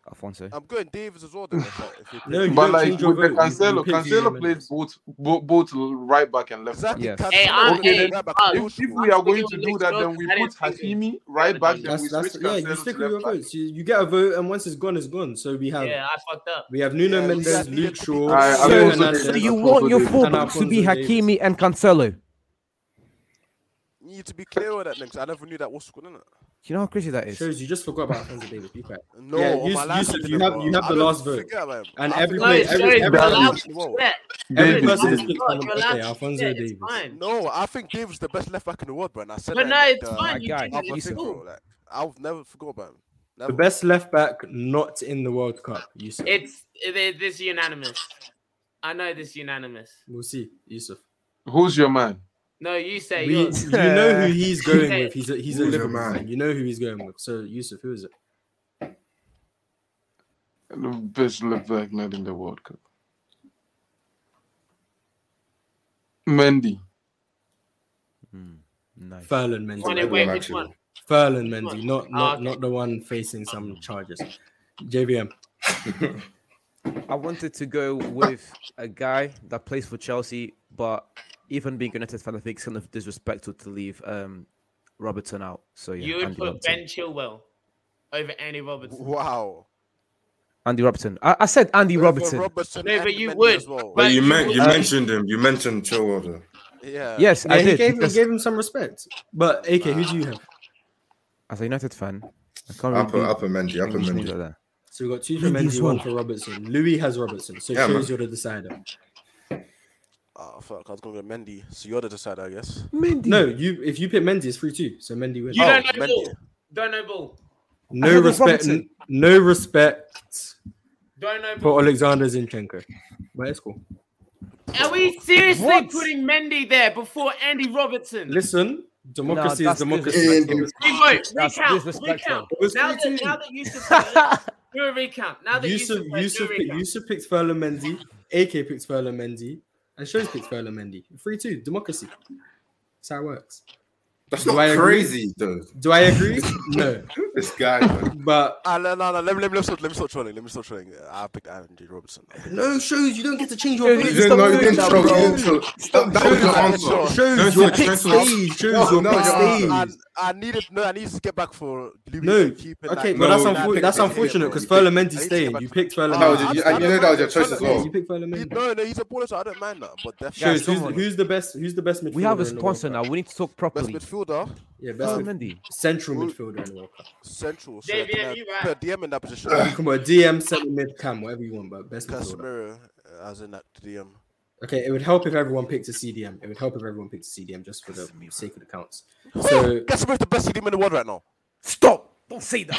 [SPEAKER 4] Alfonso.
[SPEAKER 6] back. I'm going Davis as well. Then, if I- if he plays.
[SPEAKER 1] No, you
[SPEAKER 3] but
[SPEAKER 1] don't
[SPEAKER 3] like
[SPEAKER 1] change
[SPEAKER 3] with
[SPEAKER 1] your
[SPEAKER 3] the
[SPEAKER 1] vote. You- you
[SPEAKER 3] Cancelo,
[SPEAKER 1] pick
[SPEAKER 3] Cancelo
[SPEAKER 1] Gimenez.
[SPEAKER 3] plays both, both both right back and left back.
[SPEAKER 6] Exactly.
[SPEAKER 4] Yes.
[SPEAKER 6] Cancelo's
[SPEAKER 2] Hey, I'm,
[SPEAKER 3] Okay,
[SPEAKER 2] hey,
[SPEAKER 6] right back.
[SPEAKER 2] Buzz,
[SPEAKER 3] If, if we are
[SPEAKER 2] I'm
[SPEAKER 3] going to
[SPEAKER 2] thinking
[SPEAKER 3] do
[SPEAKER 2] of
[SPEAKER 3] that,
[SPEAKER 2] Luke
[SPEAKER 3] then we
[SPEAKER 2] Shaw. I
[SPEAKER 3] put
[SPEAKER 2] didn't think of-
[SPEAKER 3] Hakimi right back, then we
[SPEAKER 1] That's,
[SPEAKER 3] switch
[SPEAKER 1] that's yeah. You
[SPEAKER 3] Cancelo
[SPEAKER 1] stick
[SPEAKER 3] to
[SPEAKER 1] with your
[SPEAKER 3] left back.
[SPEAKER 1] votes. You, you get a vote, and once it's gone, it's gone. So we have
[SPEAKER 2] Yeah, I fucked up.
[SPEAKER 1] we have Nuno
[SPEAKER 6] Yeah,
[SPEAKER 1] Mendes,
[SPEAKER 6] exactly.
[SPEAKER 1] Luke Shaw,
[SPEAKER 3] I- I'm
[SPEAKER 1] Theo
[SPEAKER 3] also
[SPEAKER 4] So
[SPEAKER 1] Hernandez.
[SPEAKER 3] thinking
[SPEAKER 4] you
[SPEAKER 3] Alfonso
[SPEAKER 4] want your
[SPEAKER 3] Davies.
[SPEAKER 4] fullbacks to be
[SPEAKER 1] And Alfonso
[SPEAKER 4] Hakimi and Cancelo.
[SPEAKER 6] You need to be clear on that, next. I never knew that was going on.
[SPEAKER 4] Do you know how crazy that is?
[SPEAKER 1] Shows you just forgot about Alfonso Davis. Be quiet.
[SPEAKER 6] No,
[SPEAKER 1] Yeah,
[SPEAKER 6] on my
[SPEAKER 1] Yus-
[SPEAKER 6] last
[SPEAKER 1] Yusuf,
[SPEAKER 6] one,
[SPEAKER 1] you have- you have
[SPEAKER 6] I
[SPEAKER 1] the
[SPEAKER 6] don't
[SPEAKER 1] last vote.
[SPEAKER 6] forget about him.
[SPEAKER 1] And
[SPEAKER 6] I
[SPEAKER 1] every
[SPEAKER 2] No,
[SPEAKER 1] play-
[SPEAKER 2] it
[SPEAKER 6] forget-
[SPEAKER 1] every-
[SPEAKER 2] shows you're
[SPEAKER 1] every-
[SPEAKER 2] allowed to
[SPEAKER 6] Whoa.
[SPEAKER 2] sweat.
[SPEAKER 1] Every
[SPEAKER 3] Davies,
[SPEAKER 1] person
[SPEAKER 2] You're
[SPEAKER 1] is
[SPEAKER 3] Davies.
[SPEAKER 1] picked on the
[SPEAKER 2] allowed
[SPEAKER 1] birthday,
[SPEAKER 2] to
[SPEAKER 1] Alfonso
[SPEAKER 2] sweat. It's
[SPEAKER 1] Davies.
[SPEAKER 2] fine.
[SPEAKER 6] No, I think Davis is the best left back in the world, bro. And I said
[SPEAKER 2] But
[SPEAKER 6] that.
[SPEAKER 2] no,
[SPEAKER 6] like,
[SPEAKER 2] it's
[SPEAKER 6] uh,
[SPEAKER 4] my
[SPEAKER 2] fine. You
[SPEAKER 4] guy,
[SPEAKER 2] did
[SPEAKER 6] I'll
[SPEAKER 2] it.
[SPEAKER 4] Alfonso
[SPEAKER 2] It's
[SPEAKER 6] never
[SPEAKER 2] cool.
[SPEAKER 6] forget, bro. Like, I'll never forget about him.
[SPEAKER 1] The
[SPEAKER 6] Never.
[SPEAKER 1] best left back not in the World Cup. Yusuf.
[SPEAKER 2] It's it, this unanimous. I know this unanimous.
[SPEAKER 1] We'll see, Yusuf.
[SPEAKER 3] Who's your man?
[SPEAKER 2] No, you say
[SPEAKER 1] We, you
[SPEAKER 2] yours.
[SPEAKER 1] know who he's going
[SPEAKER 2] Hey.
[SPEAKER 1] with. He's a, he's
[SPEAKER 5] Who's
[SPEAKER 1] a
[SPEAKER 5] your
[SPEAKER 1] Liverpool
[SPEAKER 5] man?
[SPEAKER 1] fan. You know who he's going with. So Yusuf, who is it?
[SPEAKER 3] The best left back not in the World Cup. Mendy.
[SPEAKER 4] Nice.
[SPEAKER 1] Furlan
[SPEAKER 2] One,
[SPEAKER 1] Mendy.
[SPEAKER 2] wait,
[SPEAKER 1] right?
[SPEAKER 2] which
[SPEAKER 5] actually.
[SPEAKER 2] one?
[SPEAKER 1] Furlan Mendy,
[SPEAKER 2] one?
[SPEAKER 1] not
[SPEAKER 2] Ah, um,
[SPEAKER 1] not
[SPEAKER 2] okay.
[SPEAKER 1] not the one facing some charges. JVM.
[SPEAKER 4] I wanted to go with a guy that plays for Chelsea, but even being a United fan, I think it's kind of disrespectful to leave um, Robertson out. So yeah,
[SPEAKER 2] you would
[SPEAKER 4] Andy
[SPEAKER 2] put
[SPEAKER 4] Robertson.
[SPEAKER 2] Ben Chilwell over Andy Robertson.
[SPEAKER 6] Wow.
[SPEAKER 4] Andy Robertson. I, I said Andy Robertson.
[SPEAKER 6] Robertson
[SPEAKER 2] No,
[SPEAKER 6] and
[SPEAKER 2] but you
[SPEAKER 6] Mendy
[SPEAKER 2] would.
[SPEAKER 6] as well.
[SPEAKER 2] But
[SPEAKER 7] But
[SPEAKER 2] you
[SPEAKER 7] you, men-
[SPEAKER 2] would-
[SPEAKER 7] you
[SPEAKER 4] Uh,
[SPEAKER 7] mentioned him. You mentioned Chilwell. though.
[SPEAKER 6] yeah.
[SPEAKER 4] yes,
[SPEAKER 1] Yeah,
[SPEAKER 4] I
[SPEAKER 1] he
[SPEAKER 4] did.
[SPEAKER 1] gave, he
[SPEAKER 4] because
[SPEAKER 1] gave him some respect. But AK, who do you have?
[SPEAKER 4] As a United fan, I can't
[SPEAKER 7] I'll put,
[SPEAKER 4] remember.
[SPEAKER 7] I'll put Mendy. I'll put Mendy.
[SPEAKER 1] So we got two for
[SPEAKER 4] Mendy's
[SPEAKER 1] Mendy, one
[SPEAKER 4] one.
[SPEAKER 1] for Robertson. Louis has Robertson, so
[SPEAKER 7] Yeah,
[SPEAKER 1] shows
[SPEAKER 7] man.
[SPEAKER 1] you're the decider.
[SPEAKER 6] Oh fuck! I was gonna go Mendy. So you're the decider, I guess.
[SPEAKER 1] No, you if you pick Mendy, it's three two. So Mendy wins.
[SPEAKER 2] You
[SPEAKER 6] Oh,
[SPEAKER 2] don't know
[SPEAKER 6] Mendy.
[SPEAKER 2] ball. Don't know ball.
[SPEAKER 1] no
[SPEAKER 4] I had
[SPEAKER 1] respect.
[SPEAKER 4] Robertson.
[SPEAKER 1] No respect
[SPEAKER 2] Don't know ball.
[SPEAKER 1] for Alexander Zinchenko. But it's cool.
[SPEAKER 2] Are we seriously
[SPEAKER 4] What?
[SPEAKER 2] putting Mendy there before Andy Robertson?
[SPEAKER 1] Listen, democracy
[SPEAKER 4] No,
[SPEAKER 1] is
[SPEAKER 4] that's
[SPEAKER 1] democracy.
[SPEAKER 4] disrespectful.
[SPEAKER 5] And
[SPEAKER 2] Revote.
[SPEAKER 4] That's
[SPEAKER 2] Recount.
[SPEAKER 4] disrespectful.
[SPEAKER 2] Recount.
[SPEAKER 1] It was
[SPEAKER 2] Now that,
[SPEAKER 1] 3-2.
[SPEAKER 2] now that Yusuf said it, do a recount. Now that Yusuf,
[SPEAKER 1] Yusuf
[SPEAKER 2] said it,
[SPEAKER 1] Yusuf
[SPEAKER 2] do a
[SPEAKER 1] pick,
[SPEAKER 2] recount.
[SPEAKER 1] Yusuf picks Furlan Mendy. AK picks Furlan Mendy. And Shows picks Furlan Mendy. Three two democracy. That's how it works.
[SPEAKER 7] That's
[SPEAKER 1] Do
[SPEAKER 7] not
[SPEAKER 1] I agree?
[SPEAKER 7] crazy, though.
[SPEAKER 1] Do I agree? no.
[SPEAKER 5] This guy, man.
[SPEAKER 1] But
[SPEAKER 6] Ah, no, no, no. Let me let me stop. Let me stop trolling. Let me stop trolling. I picked Andy Robertson. I picked-
[SPEAKER 1] no shows you don't get to change your
[SPEAKER 4] You
[SPEAKER 1] vote.
[SPEAKER 5] you didn't
[SPEAKER 4] Stop
[SPEAKER 5] know. You
[SPEAKER 4] doing
[SPEAKER 5] didn't
[SPEAKER 4] that,
[SPEAKER 5] show. You
[SPEAKER 4] bro.
[SPEAKER 5] didn't show. That, that was your
[SPEAKER 6] Don't
[SPEAKER 5] answer.
[SPEAKER 1] Shows
[SPEAKER 6] switch,
[SPEAKER 7] don't
[SPEAKER 1] your
[SPEAKER 7] switch,
[SPEAKER 1] pick
[SPEAKER 7] don't switch.
[SPEAKER 1] stage. Shows your
[SPEAKER 5] no,
[SPEAKER 1] pick
[SPEAKER 5] no,
[SPEAKER 1] stage.
[SPEAKER 6] I, I needed no. I need to get back for Louis.
[SPEAKER 1] No,
[SPEAKER 6] for keeping
[SPEAKER 1] okay,
[SPEAKER 6] that-
[SPEAKER 1] but that's
[SPEAKER 7] No,
[SPEAKER 1] unfor-
[SPEAKER 7] pick
[SPEAKER 1] that's
[SPEAKER 7] it, pick it,
[SPEAKER 1] unfortunate
[SPEAKER 7] bro.
[SPEAKER 1] because
[SPEAKER 7] You pick it.
[SPEAKER 1] Furlamendi's
[SPEAKER 6] I need to
[SPEAKER 1] staying.
[SPEAKER 6] get
[SPEAKER 1] You
[SPEAKER 6] back-
[SPEAKER 1] picked
[SPEAKER 6] Oh,
[SPEAKER 5] That was
[SPEAKER 1] Furlamendi.
[SPEAKER 6] I-
[SPEAKER 5] your, you,
[SPEAKER 6] I
[SPEAKER 5] and you know
[SPEAKER 6] don't
[SPEAKER 5] that was your
[SPEAKER 6] mind
[SPEAKER 5] choice
[SPEAKER 6] it.
[SPEAKER 5] as
[SPEAKER 1] Yeah,
[SPEAKER 5] well.
[SPEAKER 1] you picked Furlamendi.
[SPEAKER 6] No, no, he's a baller, so I don't mind that. But
[SPEAKER 4] Yeah,
[SPEAKER 1] Shows
[SPEAKER 6] definitely,
[SPEAKER 1] who's,
[SPEAKER 4] someone-
[SPEAKER 1] who's the best? Who's the best midfielder?
[SPEAKER 4] We have a
[SPEAKER 1] in the World
[SPEAKER 4] sponsor now.
[SPEAKER 1] Cup?
[SPEAKER 4] We need to talk
[SPEAKER 6] best
[SPEAKER 4] properly.
[SPEAKER 6] midfielder,
[SPEAKER 1] Yeah, best
[SPEAKER 4] Furlan
[SPEAKER 1] mid-
[SPEAKER 4] Mendy.
[SPEAKER 1] central
[SPEAKER 6] Who-
[SPEAKER 1] midfielder in the World Cup.
[SPEAKER 6] central. So
[SPEAKER 2] JVM,
[SPEAKER 6] I can, uh,
[SPEAKER 2] you right.
[SPEAKER 6] put DM in that position.
[SPEAKER 1] Come on, DM, centre mid, cam, whatever you want, but best midfielder.
[SPEAKER 6] Casemiro, uh, as in that DM.
[SPEAKER 1] Okay, it would help if everyone picked a CDM. It would help if everyone picked a CDM just for the sake of the counts. So
[SPEAKER 6] Casemiro's the best CDM in the world right now.
[SPEAKER 4] Stop! Don't say that.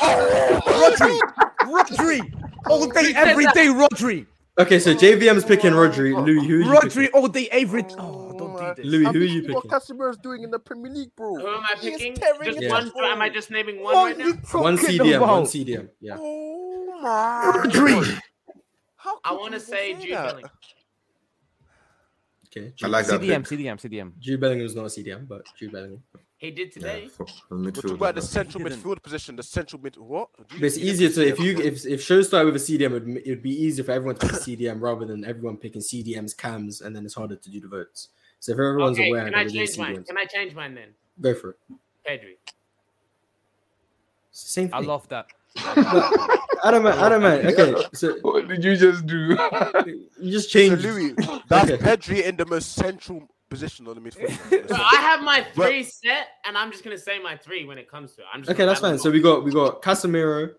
[SPEAKER 4] Rodri, Rodri, all day, every day, Rodri,
[SPEAKER 1] okay, so JVM's picking Rodri. Louis, who are you
[SPEAKER 4] Rodri,
[SPEAKER 1] picking?
[SPEAKER 4] all day, every. Oh, don't do this.
[SPEAKER 1] Louis, who are you
[SPEAKER 6] Look what
[SPEAKER 1] picking?
[SPEAKER 6] Casemiro's doing in the Premier League, bro.
[SPEAKER 2] Who am I
[SPEAKER 6] He is
[SPEAKER 2] picking?
[SPEAKER 6] tearing
[SPEAKER 2] Just
[SPEAKER 1] it
[SPEAKER 2] one.
[SPEAKER 6] up.
[SPEAKER 2] Am I just naming one
[SPEAKER 4] What
[SPEAKER 2] right
[SPEAKER 4] are
[SPEAKER 2] now?
[SPEAKER 4] you
[SPEAKER 1] One
[SPEAKER 4] talking
[SPEAKER 1] CDM, one
[SPEAKER 4] about?
[SPEAKER 1] CDM. Yeah,
[SPEAKER 6] Oh my!
[SPEAKER 4] Rodri.
[SPEAKER 6] How
[SPEAKER 2] I
[SPEAKER 6] could
[SPEAKER 2] want
[SPEAKER 6] you
[SPEAKER 2] to
[SPEAKER 6] even
[SPEAKER 2] say Jude
[SPEAKER 6] that?
[SPEAKER 2] Bellingham.
[SPEAKER 1] okay.
[SPEAKER 7] I like that.
[SPEAKER 4] CDM,
[SPEAKER 7] Pick.
[SPEAKER 4] CDM, CDM.
[SPEAKER 1] Jude Bellingham's not a CDM, but Jude Bellingham.
[SPEAKER 2] He did
[SPEAKER 7] Yeah,
[SPEAKER 2] today.
[SPEAKER 7] fuck, the
[SPEAKER 6] We're talking about the
[SPEAKER 7] midfielder.
[SPEAKER 6] central
[SPEAKER 4] He didn't.
[SPEAKER 6] midfield position. The central mid. What?
[SPEAKER 1] But it's easier to if you if if shows start with a CDM, it'd, m- it'd be easier for everyone to pick CDM rather than everyone picking CDMs cams, and then it's harder to do the votes. So if everyone's
[SPEAKER 2] Okay,
[SPEAKER 1] aware,
[SPEAKER 2] can
[SPEAKER 1] that
[SPEAKER 2] I
[SPEAKER 1] we're doing
[SPEAKER 2] change mine?
[SPEAKER 1] CDMs,
[SPEAKER 2] Can I change mine then?
[SPEAKER 1] go for it.
[SPEAKER 2] Pedri.
[SPEAKER 1] It's the same
[SPEAKER 4] I
[SPEAKER 1] thing.
[SPEAKER 4] love that.
[SPEAKER 1] I don't mind. I don't mind. Okay, so
[SPEAKER 3] What did you just do?
[SPEAKER 1] you just
[SPEAKER 6] So
[SPEAKER 1] change.
[SPEAKER 6] Louis, that's
[SPEAKER 1] Okay.
[SPEAKER 6] Pedri in the most central position on the midfield.
[SPEAKER 2] So
[SPEAKER 6] man.
[SPEAKER 2] I have my three set, and I'm just gonna say my three when it comes to it. I'm just
[SPEAKER 1] Okay,
[SPEAKER 2] gonna
[SPEAKER 1] that's
[SPEAKER 2] rattle
[SPEAKER 1] fine. So
[SPEAKER 2] them
[SPEAKER 1] we got we got Casemiro,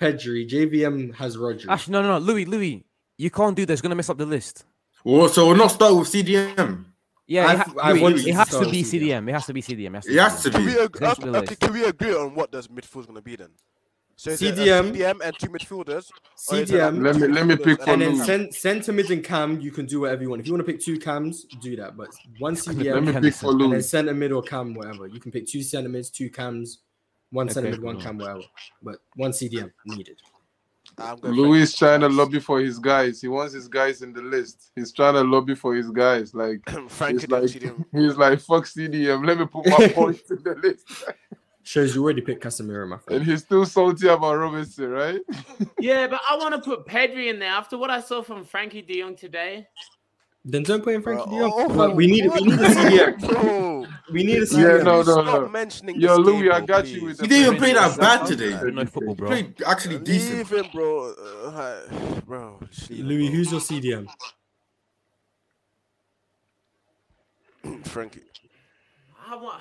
[SPEAKER 1] Pedri, JVM has Rodri.
[SPEAKER 4] Actually, no, no, no, Louis, Louis, you can't do that. It's gonna mess up the list.
[SPEAKER 7] Well, Oh, so we'll not start with CDM.
[SPEAKER 4] Yeah, it,
[SPEAKER 1] I've-
[SPEAKER 4] ha-
[SPEAKER 1] I
[SPEAKER 4] Louis,
[SPEAKER 1] want
[SPEAKER 4] it
[SPEAKER 1] you to
[SPEAKER 4] has
[SPEAKER 1] start
[SPEAKER 4] to be
[SPEAKER 1] with CDM.
[SPEAKER 4] CDM. It has to be CDM. It has to
[SPEAKER 7] It
[SPEAKER 4] be
[SPEAKER 7] has
[SPEAKER 4] CDM.
[SPEAKER 7] to
[SPEAKER 6] Can
[SPEAKER 7] be.
[SPEAKER 6] we, ag-
[SPEAKER 4] That's the
[SPEAKER 6] okay,
[SPEAKER 4] list.
[SPEAKER 6] can we agree on what this midfield's going to be then? So is it a
[SPEAKER 1] CDM.
[SPEAKER 6] CDM and two midfielders. or is it like
[SPEAKER 1] CDM,
[SPEAKER 3] Let me-
[SPEAKER 6] two
[SPEAKER 3] let me
[SPEAKER 6] midfielders
[SPEAKER 3] pick
[SPEAKER 1] and
[SPEAKER 3] one
[SPEAKER 1] then
[SPEAKER 3] Louis.
[SPEAKER 1] cent- centre mid and cam, you can do whatever you want. If you want to pick two cams, do that. But one
[SPEAKER 3] Let
[SPEAKER 1] CDM,
[SPEAKER 3] me
[SPEAKER 4] Henderson.
[SPEAKER 3] pick for
[SPEAKER 1] and then
[SPEAKER 3] Louis.
[SPEAKER 1] centre mid or cam, whatever. You can pick two centre mids, two cams, one centre
[SPEAKER 4] Okay,
[SPEAKER 1] mid, one
[SPEAKER 4] cool.
[SPEAKER 1] cam, whatever. But one CDM needed.
[SPEAKER 6] I'm going
[SPEAKER 3] Louis is
[SPEAKER 6] French.
[SPEAKER 3] trying to lobby for his guys. He wants his guys in the list. He's trying to lobby for his guys. Like
[SPEAKER 6] Frank
[SPEAKER 3] he's
[SPEAKER 6] and
[SPEAKER 3] like
[SPEAKER 6] CDM.
[SPEAKER 3] he's like fuck CDM. Let me put my points in the list.
[SPEAKER 1] Shows you already picked Casemiro, my
[SPEAKER 3] And
[SPEAKER 1] friend.
[SPEAKER 3] he's still salty about Robinson, right?
[SPEAKER 2] Yeah, but I want to put Pedri in there after what I saw from Frankie De Jong today.
[SPEAKER 1] Then don't put in Frankie
[SPEAKER 6] Bro,
[SPEAKER 1] Dion.
[SPEAKER 6] oh,
[SPEAKER 1] But we need we need a
[SPEAKER 6] what?
[SPEAKER 1] CDM.
[SPEAKER 6] Bro,
[SPEAKER 1] We need a
[SPEAKER 3] Yeah,
[SPEAKER 1] CDM.
[SPEAKER 3] no,
[SPEAKER 6] stop
[SPEAKER 3] no.
[SPEAKER 6] mentioning
[SPEAKER 3] Yo,
[SPEAKER 6] this
[SPEAKER 3] Louis,
[SPEAKER 6] game,
[SPEAKER 3] I
[SPEAKER 6] bro,
[SPEAKER 3] got
[SPEAKER 6] please.
[SPEAKER 3] you with
[SPEAKER 7] He didn't even play that
[SPEAKER 3] Premier League.
[SPEAKER 7] bad today.
[SPEAKER 4] I don't know football,
[SPEAKER 7] He
[SPEAKER 4] bro.
[SPEAKER 7] played actually decent.
[SPEAKER 6] Leave him, bro. Uh, hi- bro, just leave him,
[SPEAKER 1] Louis,
[SPEAKER 6] bro.
[SPEAKER 1] who's your CDM?
[SPEAKER 6] Frankie?
[SPEAKER 2] I want.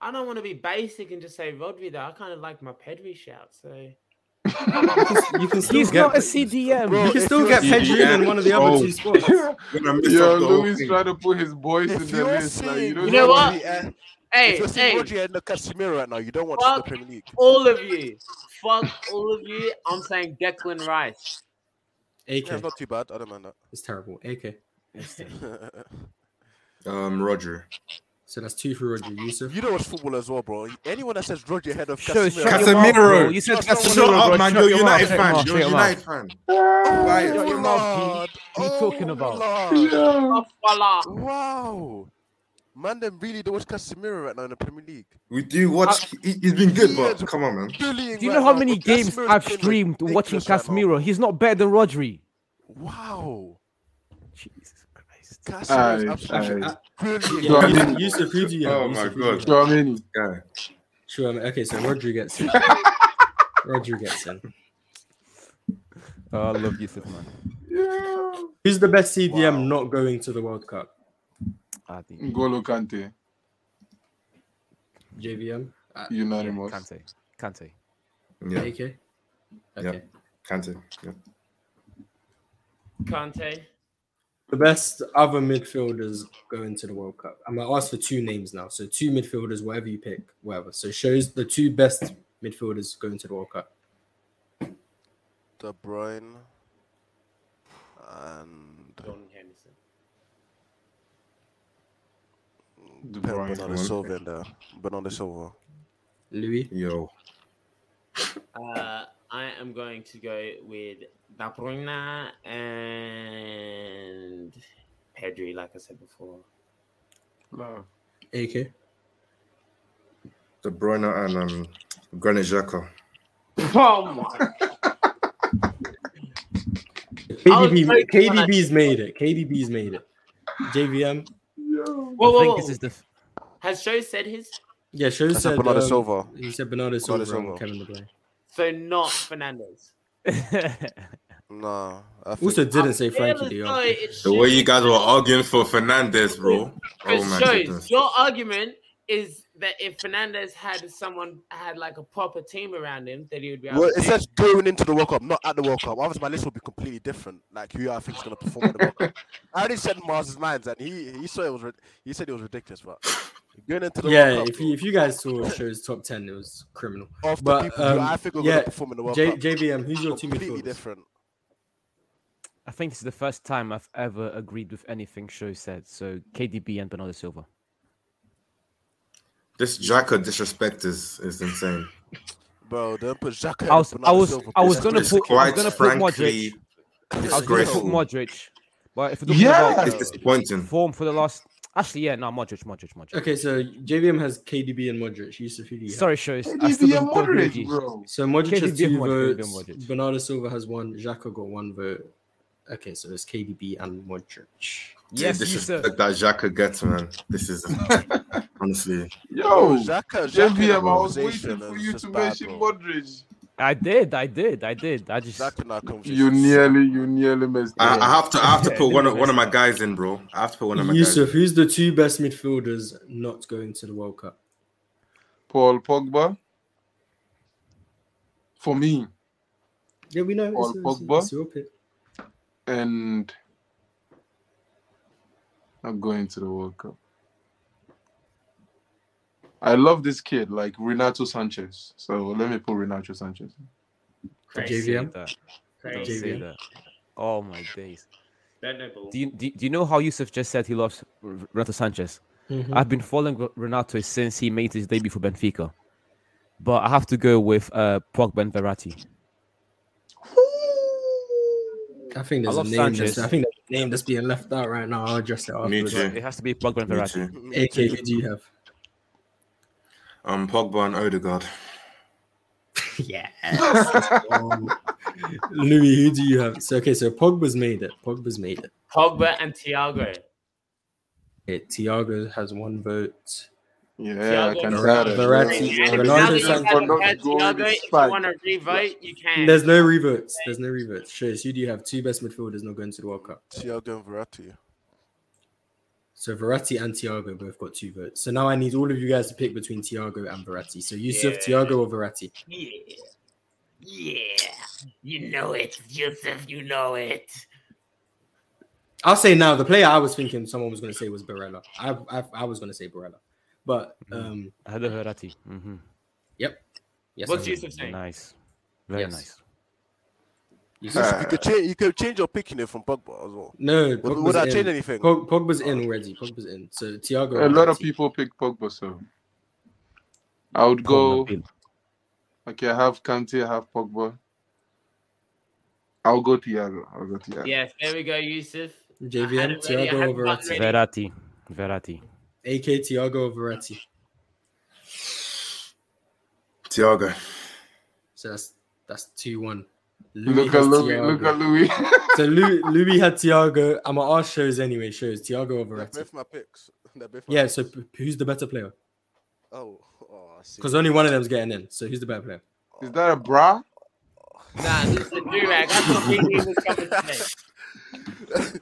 [SPEAKER 2] I don't want to be basic and just say Rodri though. I kind of like my Pedri shout. So
[SPEAKER 1] You can still
[SPEAKER 4] He's
[SPEAKER 1] get
[SPEAKER 4] not a CDM.
[SPEAKER 6] Bro,
[SPEAKER 1] You can
[SPEAKER 6] if
[SPEAKER 1] still
[SPEAKER 6] you're
[SPEAKER 1] get
[SPEAKER 6] a
[SPEAKER 1] Pedri
[SPEAKER 7] CDM,
[SPEAKER 1] in one of the other
[SPEAKER 7] oh.
[SPEAKER 1] two spots.
[SPEAKER 7] We're gonna mess
[SPEAKER 3] Yo,
[SPEAKER 7] up the whole
[SPEAKER 3] Louis
[SPEAKER 7] thing.
[SPEAKER 3] trying to put his boys in
[SPEAKER 6] If
[SPEAKER 3] the
[SPEAKER 6] you're
[SPEAKER 3] list. Like, you
[SPEAKER 6] seeing
[SPEAKER 3] don't
[SPEAKER 2] You know
[SPEAKER 3] know
[SPEAKER 2] what?
[SPEAKER 6] Rodri and-
[SPEAKER 2] hey,
[SPEAKER 6] if you're
[SPEAKER 2] hey,
[SPEAKER 6] seeing Rodri and the Casemiro right now, you don't watch the
[SPEAKER 2] Fuck.
[SPEAKER 6] Premier League.
[SPEAKER 2] all of you, fuck all of you. I'm saying Declan Rice.
[SPEAKER 6] Yeah, it's
[SPEAKER 1] AK,
[SPEAKER 6] not too bad. I don't mind
[SPEAKER 1] it's terrible. AK,
[SPEAKER 6] that.
[SPEAKER 7] Um, Roger.
[SPEAKER 1] So that's two for Roger Yusuf.
[SPEAKER 6] You know what's football as well, bro. Anyone that says Roger ahead of
[SPEAKER 4] Sure,
[SPEAKER 6] Casemiro,
[SPEAKER 4] shut your mouth, bro. You said
[SPEAKER 6] Shut
[SPEAKER 4] Casemiro,
[SPEAKER 7] Shut
[SPEAKER 4] bro.
[SPEAKER 7] up, man.
[SPEAKER 4] Shut
[SPEAKER 7] You're
[SPEAKER 4] your
[SPEAKER 7] United
[SPEAKER 4] mouth,
[SPEAKER 7] fan.
[SPEAKER 4] shut
[SPEAKER 7] You're
[SPEAKER 4] your
[SPEAKER 7] United fan.
[SPEAKER 4] Shut your mouth,
[SPEAKER 6] Lord.
[SPEAKER 4] P. What are you talking
[SPEAKER 6] Oh,
[SPEAKER 4] about?
[SPEAKER 6] Lord.
[SPEAKER 2] Voila.
[SPEAKER 6] Wow. Man, them really don't watch Casemiro right now in the Premier League.
[SPEAKER 7] We do watch.
[SPEAKER 4] Ah.
[SPEAKER 7] he, has been good, but come on, man.
[SPEAKER 6] Bullying
[SPEAKER 4] Do you
[SPEAKER 6] right
[SPEAKER 4] know how
[SPEAKER 6] now,
[SPEAKER 4] many
[SPEAKER 6] but
[SPEAKER 4] games
[SPEAKER 6] Casemiro's
[SPEAKER 4] I've
[SPEAKER 6] playing
[SPEAKER 4] streamed watching
[SPEAKER 6] ridiculous right now.
[SPEAKER 4] Casemiro? He's not better than Rodri.
[SPEAKER 6] Wow.
[SPEAKER 4] Jesus Christ.
[SPEAKER 6] Casemiro's
[SPEAKER 3] Aye,
[SPEAKER 6] absolutely
[SPEAKER 1] aye.
[SPEAKER 6] brilliant.
[SPEAKER 1] Uh, Yeah,
[SPEAKER 3] Yeah.
[SPEAKER 1] Yusuf, Yusuf, who do you have?
[SPEAKER 7] Oh my
[SPEAKER 1] Yusuf, who do
[SPEAKER 7] God.
[SPEAKER 1] you have?
[SPEAKER 3] Chouameni.
[SPEAKER 7] Yeah.
[SPEAKER 1] Sure. um, Okay, so Rodri gets in. Rodri gets in.
[SPEAKER 4] Oh, I love Yusuf, man.
[SPEAKER 1] Who's the best CDM not going to the World Cup?
[SPEAKER 4] I think
[SPEAKER 3] N'Golo Kante.
[SPEAKER 1] JVM? Uh,
[SPEAKER 3] Unanimous.
[SPEAKER 4] Kante. Kante.
[SPEAKER 7] Yeah.
[SPEAKER 1] AK? Okay.
[SPEAKER 7] Yeah. Kante. Yeah.
[SPEAKER 2] Kante.
[SPEAKER 1] The best other midfielders going to the World Cup. I'm going to ask for two names now. So two midfielders, whatever you pick, whatever. So shows the two best midfielders going to the World Cup.
[SPEAKER 6] De Bruyne. And
[SPEAKER 2] Jordan Henderson.
[SPEAKER 3] De
[SPEAKER 6] Pep
[SPEAKER 3] Bruyne,
[SPEAKER 6] Bernardo
[SPEAKER 3] man.
[SPEAKER 6] Silva in there. Bernardo Silva.
[SPEAKER 1] Louis?
[SPEAKER 7] Yo.
[SPEAKER 2] Uh, I am going to go with Dabruna and Pedri, like I said before.
[SPEAKER 3] Love.
[SPEAKER 1] AK?
[SPEAKER 7] De Bruyne and um, Granit Xhaka.
[SPEAKER 2] Oh my! was
[SPEAKER 1] KDB,
[SPEAKER 2] like-
[SPEAKER 1] KDB's made it. KDB's made it. JVM?
[SPEAKER 2] Whoa,
[SPEAKER 4] I
[SPEAKER 2] whoa,
[SPEAKER 4] think
[SPEAKER 2] whoa.
[SPEAKER 4] this is the f-
[SPEAKER 2] Has Joe said his?
[SPEAKER 1] Yeah, shows
[SPEAKER 6] That's not
[SPEAKER 1] said
[SPEAKER 6] Bernardo
[SPEAKER 1] um,
[SPEAKER 6] Silva.
[SPEAKER 1] He said Bernardo Silva,
[SPEAKER 6] Bernardo
[SPEAKER 1] and
[SPEAKER 6] Silva.
[SPEAKER 1] Kevin De Bruyne.
[SPEAKER 2] So not Fernandez.
[SPEAKER 6] Nah. I think
[SPEAKER 1] Also didn't say
[SPEAKER 2] I feel
[SPEAKER 1] Frankie
[SPEAKER 2] as
[SPEAKER 1] De
[SPEAKER 2] though
[SPEAKER 1] Jong.
[SPEAKER 2] it's
[SPEAKER 7] The way you
[SPEAKER 2] shit.
[SPEAKER 7] guys were arguing for Fernandez, bro. Oh
[SPEAKER 2] Because
[SPEAKER 7] my
[SPEAKER 2] Joe,
[SPEAKER 7] goodness.
[SPEAKER 2] your argument is that if Fernandez had someone had like a proper team around him, that he would be able
[SPEAKER 6] Well,
[SPEAKER 2] to
[SPEAKER 6] it says going into the World Cup, not at the World Cup. Otherwise, my list would be completely different. Like who I think is going to perform at the World Cup. I already said Mars's minds, and he he saw it was rid- he said it was ridiculous, but going into the
[SPEAKER 1] Yeah,
[SPEAKER 6] World Cup
[SPEAKER 1] if you, if you guys saw shows top 10, it was criminal.
[SPEAKER 6] bro, of the
[SPEAKER 1] but,
[SPEAKER 6] people
[SPEAKER 1] um,
[SPEAKER 6] who I think are
[SPEAKER 1] yeah,
[SPEAKER 6] going to perform in the World
[SPEAKER 1] J-
[SPEAKER 6] Cup,
[SPEAKER 1] JVM, who's your two
[SPEAKER 6] completely
[SPEAKER 1] midfielders?
[SPEAKER 6] different.
[SPEAKER 4] I think this is the first time I've ever agreed with anything Show said. So KDB and Bernardo Silva.
[SPEAKER 7] This Xhaka disrespect is, is insane.
[SPEAKER 6] Bro, don't put Xhaka.
[SPEAKER 4] I was, I was, I was gonna
[SPEAKER 7] It's
[SPEAKER 4] put, I was
[SPEAKER 7] quite
[SPEAKER 4] gonna put Modric.
[SPEAKER 7] frankly
[SPEAKER 4] I was gonna put
[SPEAKER 7] disgraceful.
[SPEAKER 4] Modric. But if we're talking
[SPEAKER 3] Yeah!
[SPEAKER 4] about
[SPEAKER 7] It's disappointing.
[SPEAKER 4] form for the last, actually, yeah, no, Modric, Modric, Modric.
[SPEAKER 1] Okay, so JVM has KDB and Modric. Yusuf, who do you have?
[SPEAKER 4] Sorry, shows. I still
[SPEAKER 3] KDB
[SPEAKER 4] don't,
[SPEAKER 3] and
[SPEAKER 4] don't agree with
[SPEAKER 3] Modric,
[SPEAKER 4] you.
[SPEAKER 3] bro.
[SPEAKER 1] So Modric has
[SPEAKER 4] KDB
[SPEAKER 1] two
[SPEAKER 4] and Modric,
[SPEAKER 1] votes.
[SPEAKER 4] KDB and Modric.
[SPEAKER 1] Bernardo Silva has one. Xhaka got one vote. Okay, so it's KDB and Modric.
[SPEAKER 4] Yes,
[SPEAKER 7] the
[SPEAKER 4] you
[SPEAKER 7] disrespect
[SPEAKER 4] said.
[SPEAKER 7] that Xhaka gets, man. This is honestly.
[SPEAKER 3] Yo.
[SPEAKER 6] Xhaka, Xhaka in
[SPEAKER 3] JVM, I
[SPEAKER 6] that
[SPEAKER 3] was
[SPEAKER 6] conversation
[SPEAKER 3] waiting for
[SPEAKER 6] is
[SPEAKER 3] you
[SPEAKER 6] just
[SPEAKER 3] to
[SPEAKER 6] bad,
[SPEAKER 3] mention
[SPEAKER 6] bro.
[SPEAKER 3] Modric.
[SPEAKER 4] I did, I did, I did. I just,
[SPEAKER 6] Xhaka in that conversation
[SPEAKER 3] You
[SPEAKER 6] is
[SPEAKER 3] nearly, you nearly missed
[SPEAKER 7] I, I have to I have to
[SPEAKER 4] Yeah,
[SPEAKER 7] put one of
[SPEAKER 4] it's
[SPEAKER 7] one of my
[SPEAKER 4] messed
[SPEAKER 7] guys in, bro. I have to put one of my
[SPEAKER 1] Yusuf,
[SPEAKER 7] guys.
[SPEAKER 1] who's the two best midfielders not going to the World Cup?
[SPEAKER 3] Paul Pogba. For me,
[SPEAKER 1] Yeah, we know.
[SPEAKER 3] Paul
[SPEAKER 1] It's, it's,
[SPEAKER 3] Pogba?
[SPEAKER 1] it's your pick.
[SPEAKER 3] and not going to the World Cup. I love this kid, like Renato Sanchez. So let me put Renato Sanchez.
[SPEAKER 4] don't
[SPEAKER 1] Crazy.
[SPEAKER 4] say
[SPEAKER 1] JVM?
[SPEAKER 4] that. Don't
[SPEAKER 2] crazy.
[SPEAKER 4] say that. Oh my days.
[SPEAKER 2] Don't know ball.
[SPEAKER 4] Do you, do, you- do you know how Yusuf just said he loves R- Renato Sanchez?
[SPEAKER 1] Mhm.
[SPEAKER 4] I've been following Re- Renato since he made his debut for Benfica, but I have to go with uh, Pogba and Verratti.
[SPEAKER 1] I think
[SPEAKER 4] I
[SPEAKER 1] there's a
[SPEAKER 4] love
[SPEAKER 1] name. That's,
[SPEAKER 4] Sanchez.
[SPEAKER 1] I think there's a name that's being left out right now. I'll address it
[SPEAKER 7] Me
[SPEAKER 1] afterwards.
[SPEAKER 7] too.
[SPEAKER 4] It has to be Pogba and
[SPEAKER 7] Me
[SPEAKER 4] Verratti.
[SPEAKER 7] too.
[SPEAKER 1] AK, who do you have?
[SPEAKER 7] Um, Pogba and Odegaard.
[SPEAKER 1] Yes. let's go. Louis, who do you have? So okay, so Pogba's made it. Pogba's made it.
[SPEAKER 2] Pogba and Thiago.
[SPEAKER 1] Okay, Tiago has one vote.
[SPEAKER 3] Yeah, I
[SPEAKER 2] Thiago
[SPEAKER 3] can
[SPEAKER 1] Verratti.
[SPEAKER 3] add it.
[SPEAKER 1] Verratti.
[SPEAKER 3] Yeah.
[SPEAKER 1] Yeah,
[SPEAKER 2] And if now
[SPEAKER 1] Ronaldo
[SPEAKER 2] that you
[SPEAKER 1] Sanchez-
[SPEAKER 2] have
[SPEAKER 3] For not
[SPEAKER 2] had
[SPEAKER 3] going
[SPEAKER 2] Thiago,
[SPEAKER 3] this
[SPEAKER 2] if you
[SPEAKER 3] far.
[SPEAKER 2] want to revote, you can.
[SPEAKER 1] There's no revotes. There's no revotes. Sure, so you do have two best midfielders not going to the World Cup.
[SPEAKER 6] Thiago and Verratti.
[SPEAKER 1] So Verratti and Tiago both got two votes. So now I need all of you guys to pick between Tiago and Verratti. So Yusuf,
[SPEAKER 2] Yeah.
[SPEAKER 1] Tiago, or Verratti?
[SPEAKER 2] Yeah. Yeah. You know it, Joseph. You know it.
[SPEAKER 1] I'll say now the player I was thinking someone was going to say was Barella. I I, I was going to say Barella, but
[SPEAKER 3] Mm-hmm.
[SPEAKER 1] um,
[SPEAKER 4] I had a Verratti. hmm
[SPEAKER 1] yep. Yes,
[SPEAKER 2] What's
[SPEAKER 1] I-
[SPEAKER 2] Yusuf saying?
[SPEAKER 4] Nice. Mm, Very
[SPEAKER 1] Yes.
[SPEAKER 4] nice.
[SPEAKER 6] You could change. You could change your picking it from Pogba as well.
[SPEAKER 1] No,
[SPEAKER 6] Would-
[SPEAKER 1] Pogba's
[SPEAKER 6] would that
[SPEAKER 1] in.
[SPEAKER 6] change anything?
[SPEAKER 1] Pog- Pogba's in already. Pogba's in. So Thiago.
[SPEAKER 3] A lot of people pick Pogba, so I would go. Okay, I have Kante, I have Pogba. I'll go Thiago. I'll go Thiago.
[SPEAKER 2] Yes, there we go, Yusuf. I had
[SPEAKER 1] JVM,
[SPEAKER 2] it ready, I
[SPEAKER 1] Thiago
[SPEAKER 2] had
[SPEAKER 1] over
[SPEAKER 2] it ready.
[SPEAKER 8] Verratti. Verratti.
[SPEAKER 1] AK Thiago Verratti.
[SPEAKER 7] Tiago.
[SPEAKER 1] So that's that's two one.
[SPEAKER 3] Look at Louis. Look at Louis.
[SPEAKER 1] So Lou, Louis had Thiago. I'm gonna ask shows anyway. Shows Thiago over
[SPEAKER 6] They're
[SPEAKER 1] Verratti.
[SPEAKER 6] both my picks. They're both my
[SPEAKER 1] Yeah.
[SPEAKER 6] picks.
[SPEAKER 1] So p- who's the better player?
[SPEAKER 6] oh, oh, I see.
[SPEAKER 1] Because only one of them's getting in. So who's the better player?
[SPEAKER 3] Is that a bra?
[SPEAKER 2] Nah, this is a do-rag. I thought we was coming today.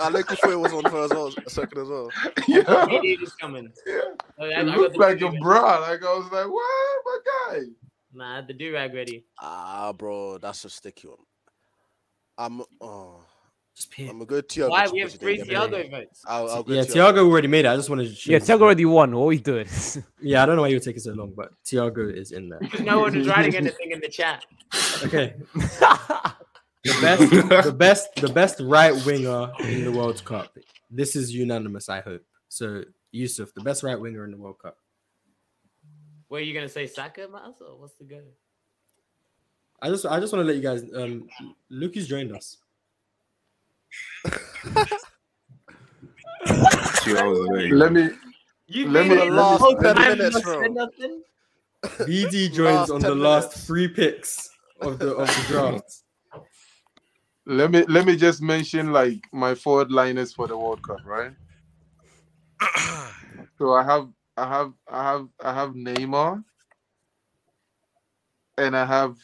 [SPEAKER 6] I like before it Ah, was on her as well, a second as well.
[SPEAKER 3] yeah.
[SPEAKER 2] He knew this coming. So I- I
[SPEAKER 3] It
[SPEAKER 2] got
[SPEAKER 3] looks
[SPEAKER 2] the
[SPEAKER 3] like a
[SPEAKER 2] do-rag.
[SPEAKER 3] bra. Like I was like, what, my guy?
[SPEAKER 2] Nah, I had the do rag ready.
[SPEAKER 6] Ah, bro, that's a sticky one. I'm, oh,
[SPEAKER 1] Just pick.
[SPEAKER 6] I'm a good Tiago.
[SPEAKER 2] Why
[SPEAKER 6] just
[SPEAKER 2] we have
[SPEAKER 6] because you
[SPEAKER 2] three
[SPEAKER 6] didn't get me.
[SPEAKER 2] Thiago votes?
[SPEAKER 6] I'll, I'll go
[SPEAKER 1] Yeah,
[SPEAKER 6] Thiago.
[SPEAKER 1] Thiago already made it. I just wanted to. show
[SPEAKER 8] Yeah,
[SPEAKER 1] you.
[SPEAKER 8] Thiago already won. What are we doing?
[SPEAKER 1] Yeah, I don't know why you were taking so long, but Thiago is in there.
[SPEAKER 2] Because no one was writing anything in the chat.
[SPEAKER 1] Okay. the best, the best, the best right winger in the World Cup. This is unanimous, I hope. So Yusuf, the best right winger in the World Cup.
[SPEAKER 2] Were you gonna say Saka, Miles, or what's the go?
[SPEAKER 1] I just, I just want to let you guys. Um, Lukey's joined us.
[SPEAKER 7] Two hours away.
[SPEAKER 3] Let me.
[SPEAKER 2] You
[SPEAKER 3] Let me-
[SPEAKER 2] think
[SPEAKER 3] let
[SPEAKER 2] the
[SPEAKER 3] me
[SPEAKER 2] last
[SPEAKER 3] say-
[SPEAKER 2] ten
[SPEAKER 6] Ten
[SPEAKER 2] minutes,
[SPEAKER 6] minutes, bro.
[SPEAKER 2] Nothing?
[SPEAKER 1] BD
[SPEAKER 6] Last
[SPEAKER 1] joins on the
[SPEAKER 6] 10
[SPEAKER 1] last
[SPEAKER 6] minutes.
[SPEAKER 1] three picks of the of the draft.
[SPEAKER 3] Let me let me just mention like my forward liners for the World Cup, right? so I have I have I have I have Neymar and I have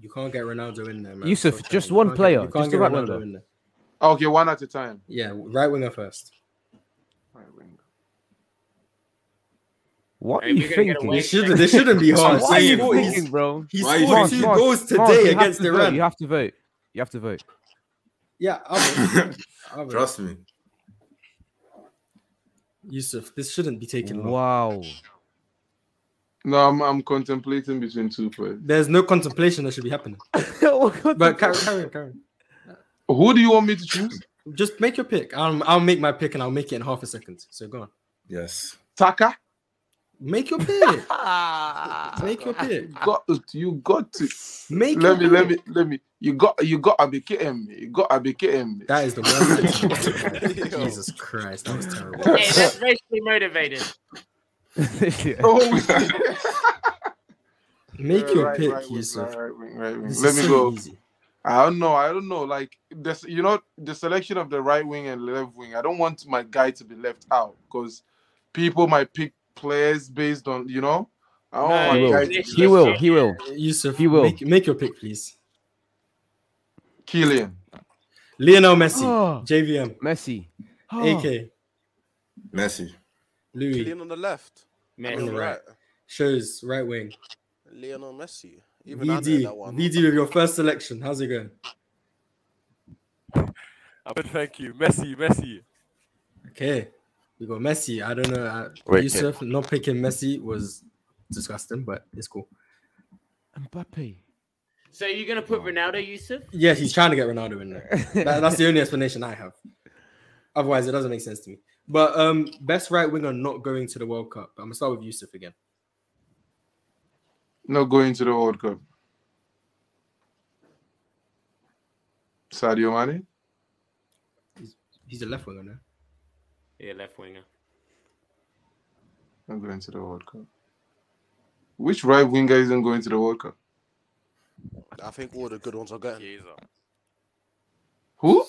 [SPEAKER 1] You can't get Ronaldo in there, man.
[SPEAKER 4] Yusuf,
[SPEAKER 1] Stop
[SPEAKER 4] just
[SPEAKER 1] trying. You
[SPEAKER 4] one
[SPEAKER 1] can't get-
[SPEAKER 4] player,
[SPEAKER 1] you can't
[SPEAKER 4] just
[SPEAKER 1] get
[SPEAKER 4] the right
[SPEAKER 1] Ronaldo
[SPEAKER 4] winger.
[SPEAKER 1] in there.
[SPEAKER 3] ah, okay, one at a time.
[SPEAKER 1] Yeah, right winger first.
[SPEAKER 4] What are
[SPEAKER 2] Hey, we're
[SPEAKER 4] you
[SPEAKER 2] gonna get
[SPEAKER 4] thinking?
[SPEAKER 2] away.
[SPEAKER 1] This shouldn't. This shouldn't be hard.
[SPEAKER 4] What are you
[SPEAKER 1] He's- he's-
[SPEAKER 4] thinking, bro?
[SPEAKER 1] He
[SPEAKER 7] Why are you
[SPEAKER 1] scored
[SPEAKER 7] doing
[SPEAKER 1] two
[SPEAKER 4] Mars, Mars,
[SPEAKER 1] goals
[SPEAKER 4] Mars, you
[SPEAKER 1] today
[SPEAKER 4] have
[SPEAKER 1] against
[SPEAKER 4] to vote,
[SPEAKER 1] Iran.
[SPEAKER 4] You have to vote. You have to vote.
[SPEAKER 1] Yeah, I'll vote. I'll vote.
[SPEAKER 7] Trust me.
[SPEAKER 1] Yusuf, this shouldn't be taken long.
[SPEAKER 4] Wow.
[SPEAKER 3] No, I'm I'm contemplating between two players.
[SPEAKER 1] There's no contemplation that should be happening. But Karen, Karen, Karen,
[SPEAKER 3] Who do you want me to choose?
[SPEAKER 1] just make your pick. I'll, I'll make my pick and I'll make it in half a second. So go on.
[SPEAKER 7] Yes.
[SPEAKER 3] Taka?
[SPEAKER 1] Make your pick. make your pick.
[SPEAKER 3] Got you got to
[SPEAKER 1] Make
[SPEAKER 3] let me
[SPEAKER 1] your
[SPEAKER 3] let
[SPEAKER 1] pick.
[SPEAKER 3] me let me you got you got ABKM. You got ABKM.
[SPEAKER 1] That is the worst. pick. Jesus Christ, that was terrible.
[SPEAKER 2] Hey, that's racially motivated.
[SPEAKER 3] Oh,
[SPEAKER 1] Make your
[SPEAKER 3] right,
[SPEAKER 1] pick,
[SPEAKER 3] right wing,
[SPEAKER 1] Yusuf.
[SPEAKER 3] right, right wing, right wing.
[SPEAKER 1] This
[SPEAKER 3] Let
[SPEAKER 1] is
[SPEAKER 3] me
[SPEAKER 1] so
[SPEAKER 3] go.
[SPEAKER 1] easy.
[SPEAKER 3] I don't know. I don't know. Like this, you know, the selection of the right wing and left wing. I don't want my guy to be left out because people might pick players based on you know. I don't want
[SPEAKER 2] No,
[SPEAKER 3] my
[SPEAKER 2] you
[SPEAKER 3] guy
[SPEAKER 2] will.
[SPEAKER 3] to be
[SPEAKER 4] he will. He will.
[SPEAKER 1] Yusuf,
[SPEAKER 4] You will.
[SPEAKER 1] Make, make your pick, please.
[SPEAKER 3] Killian.
[SPEAKER 1] Lionel Messi,
[SPEAKER 4] Oh.
[SPEAKER 1] JVM,
[SPEAKER 4] Messi. Oh.
[SPEAKER 1] AK,
[SPEAKER 7] Messi.
[SPEAKER 1] Louis,
[SPEAKER 6] Leon on the left. I mean,
[SPEAKER 1] on
[SPEAKER 2] Man,
[SPEAKER 1] the right. shows right wing.
[SPEAKER 6] Lionel Messi. Even I know
[SPEAKER 1] VD,
[SPEAKER 6] that one.
[SPEAKER 1] VD with your first selection. How's it going?
[SPEAKER 8] I would thank you. Messi, Messi.
[SPEAKER 1] Okay, we got Messi. I don't know. Uh,
[SPEAKER 6] Wait,
[SPEAKER 1] Yusuf not picking Messi was disgusting, but it's cool.
[SPEAKER 4] Mbappe.
[SPEAKER 2] So you're gonna put Ronaldo, Yusuf?
[SPEAKER 1] Yeah, he's trying to get Ronaldo in there. That- that's the only explanation I have. Otherwise, it doesn't make sense to me. But um, best right winger not going to the World Cup. I'm gonna start with Yusuf again.
[SPEAKER 3] Not going to the World Cup. Sadio Mane.
[SPEAKER 1] He's a left winger now.
[SPEAKER 2] Yeah, left winger.
[SPEAKER 3] Not going to the World Cup. Which right winger isn't going to the World Cup?
[SPEAKER 6] I think all the good ones are going.
[SPEAKER 3] Who?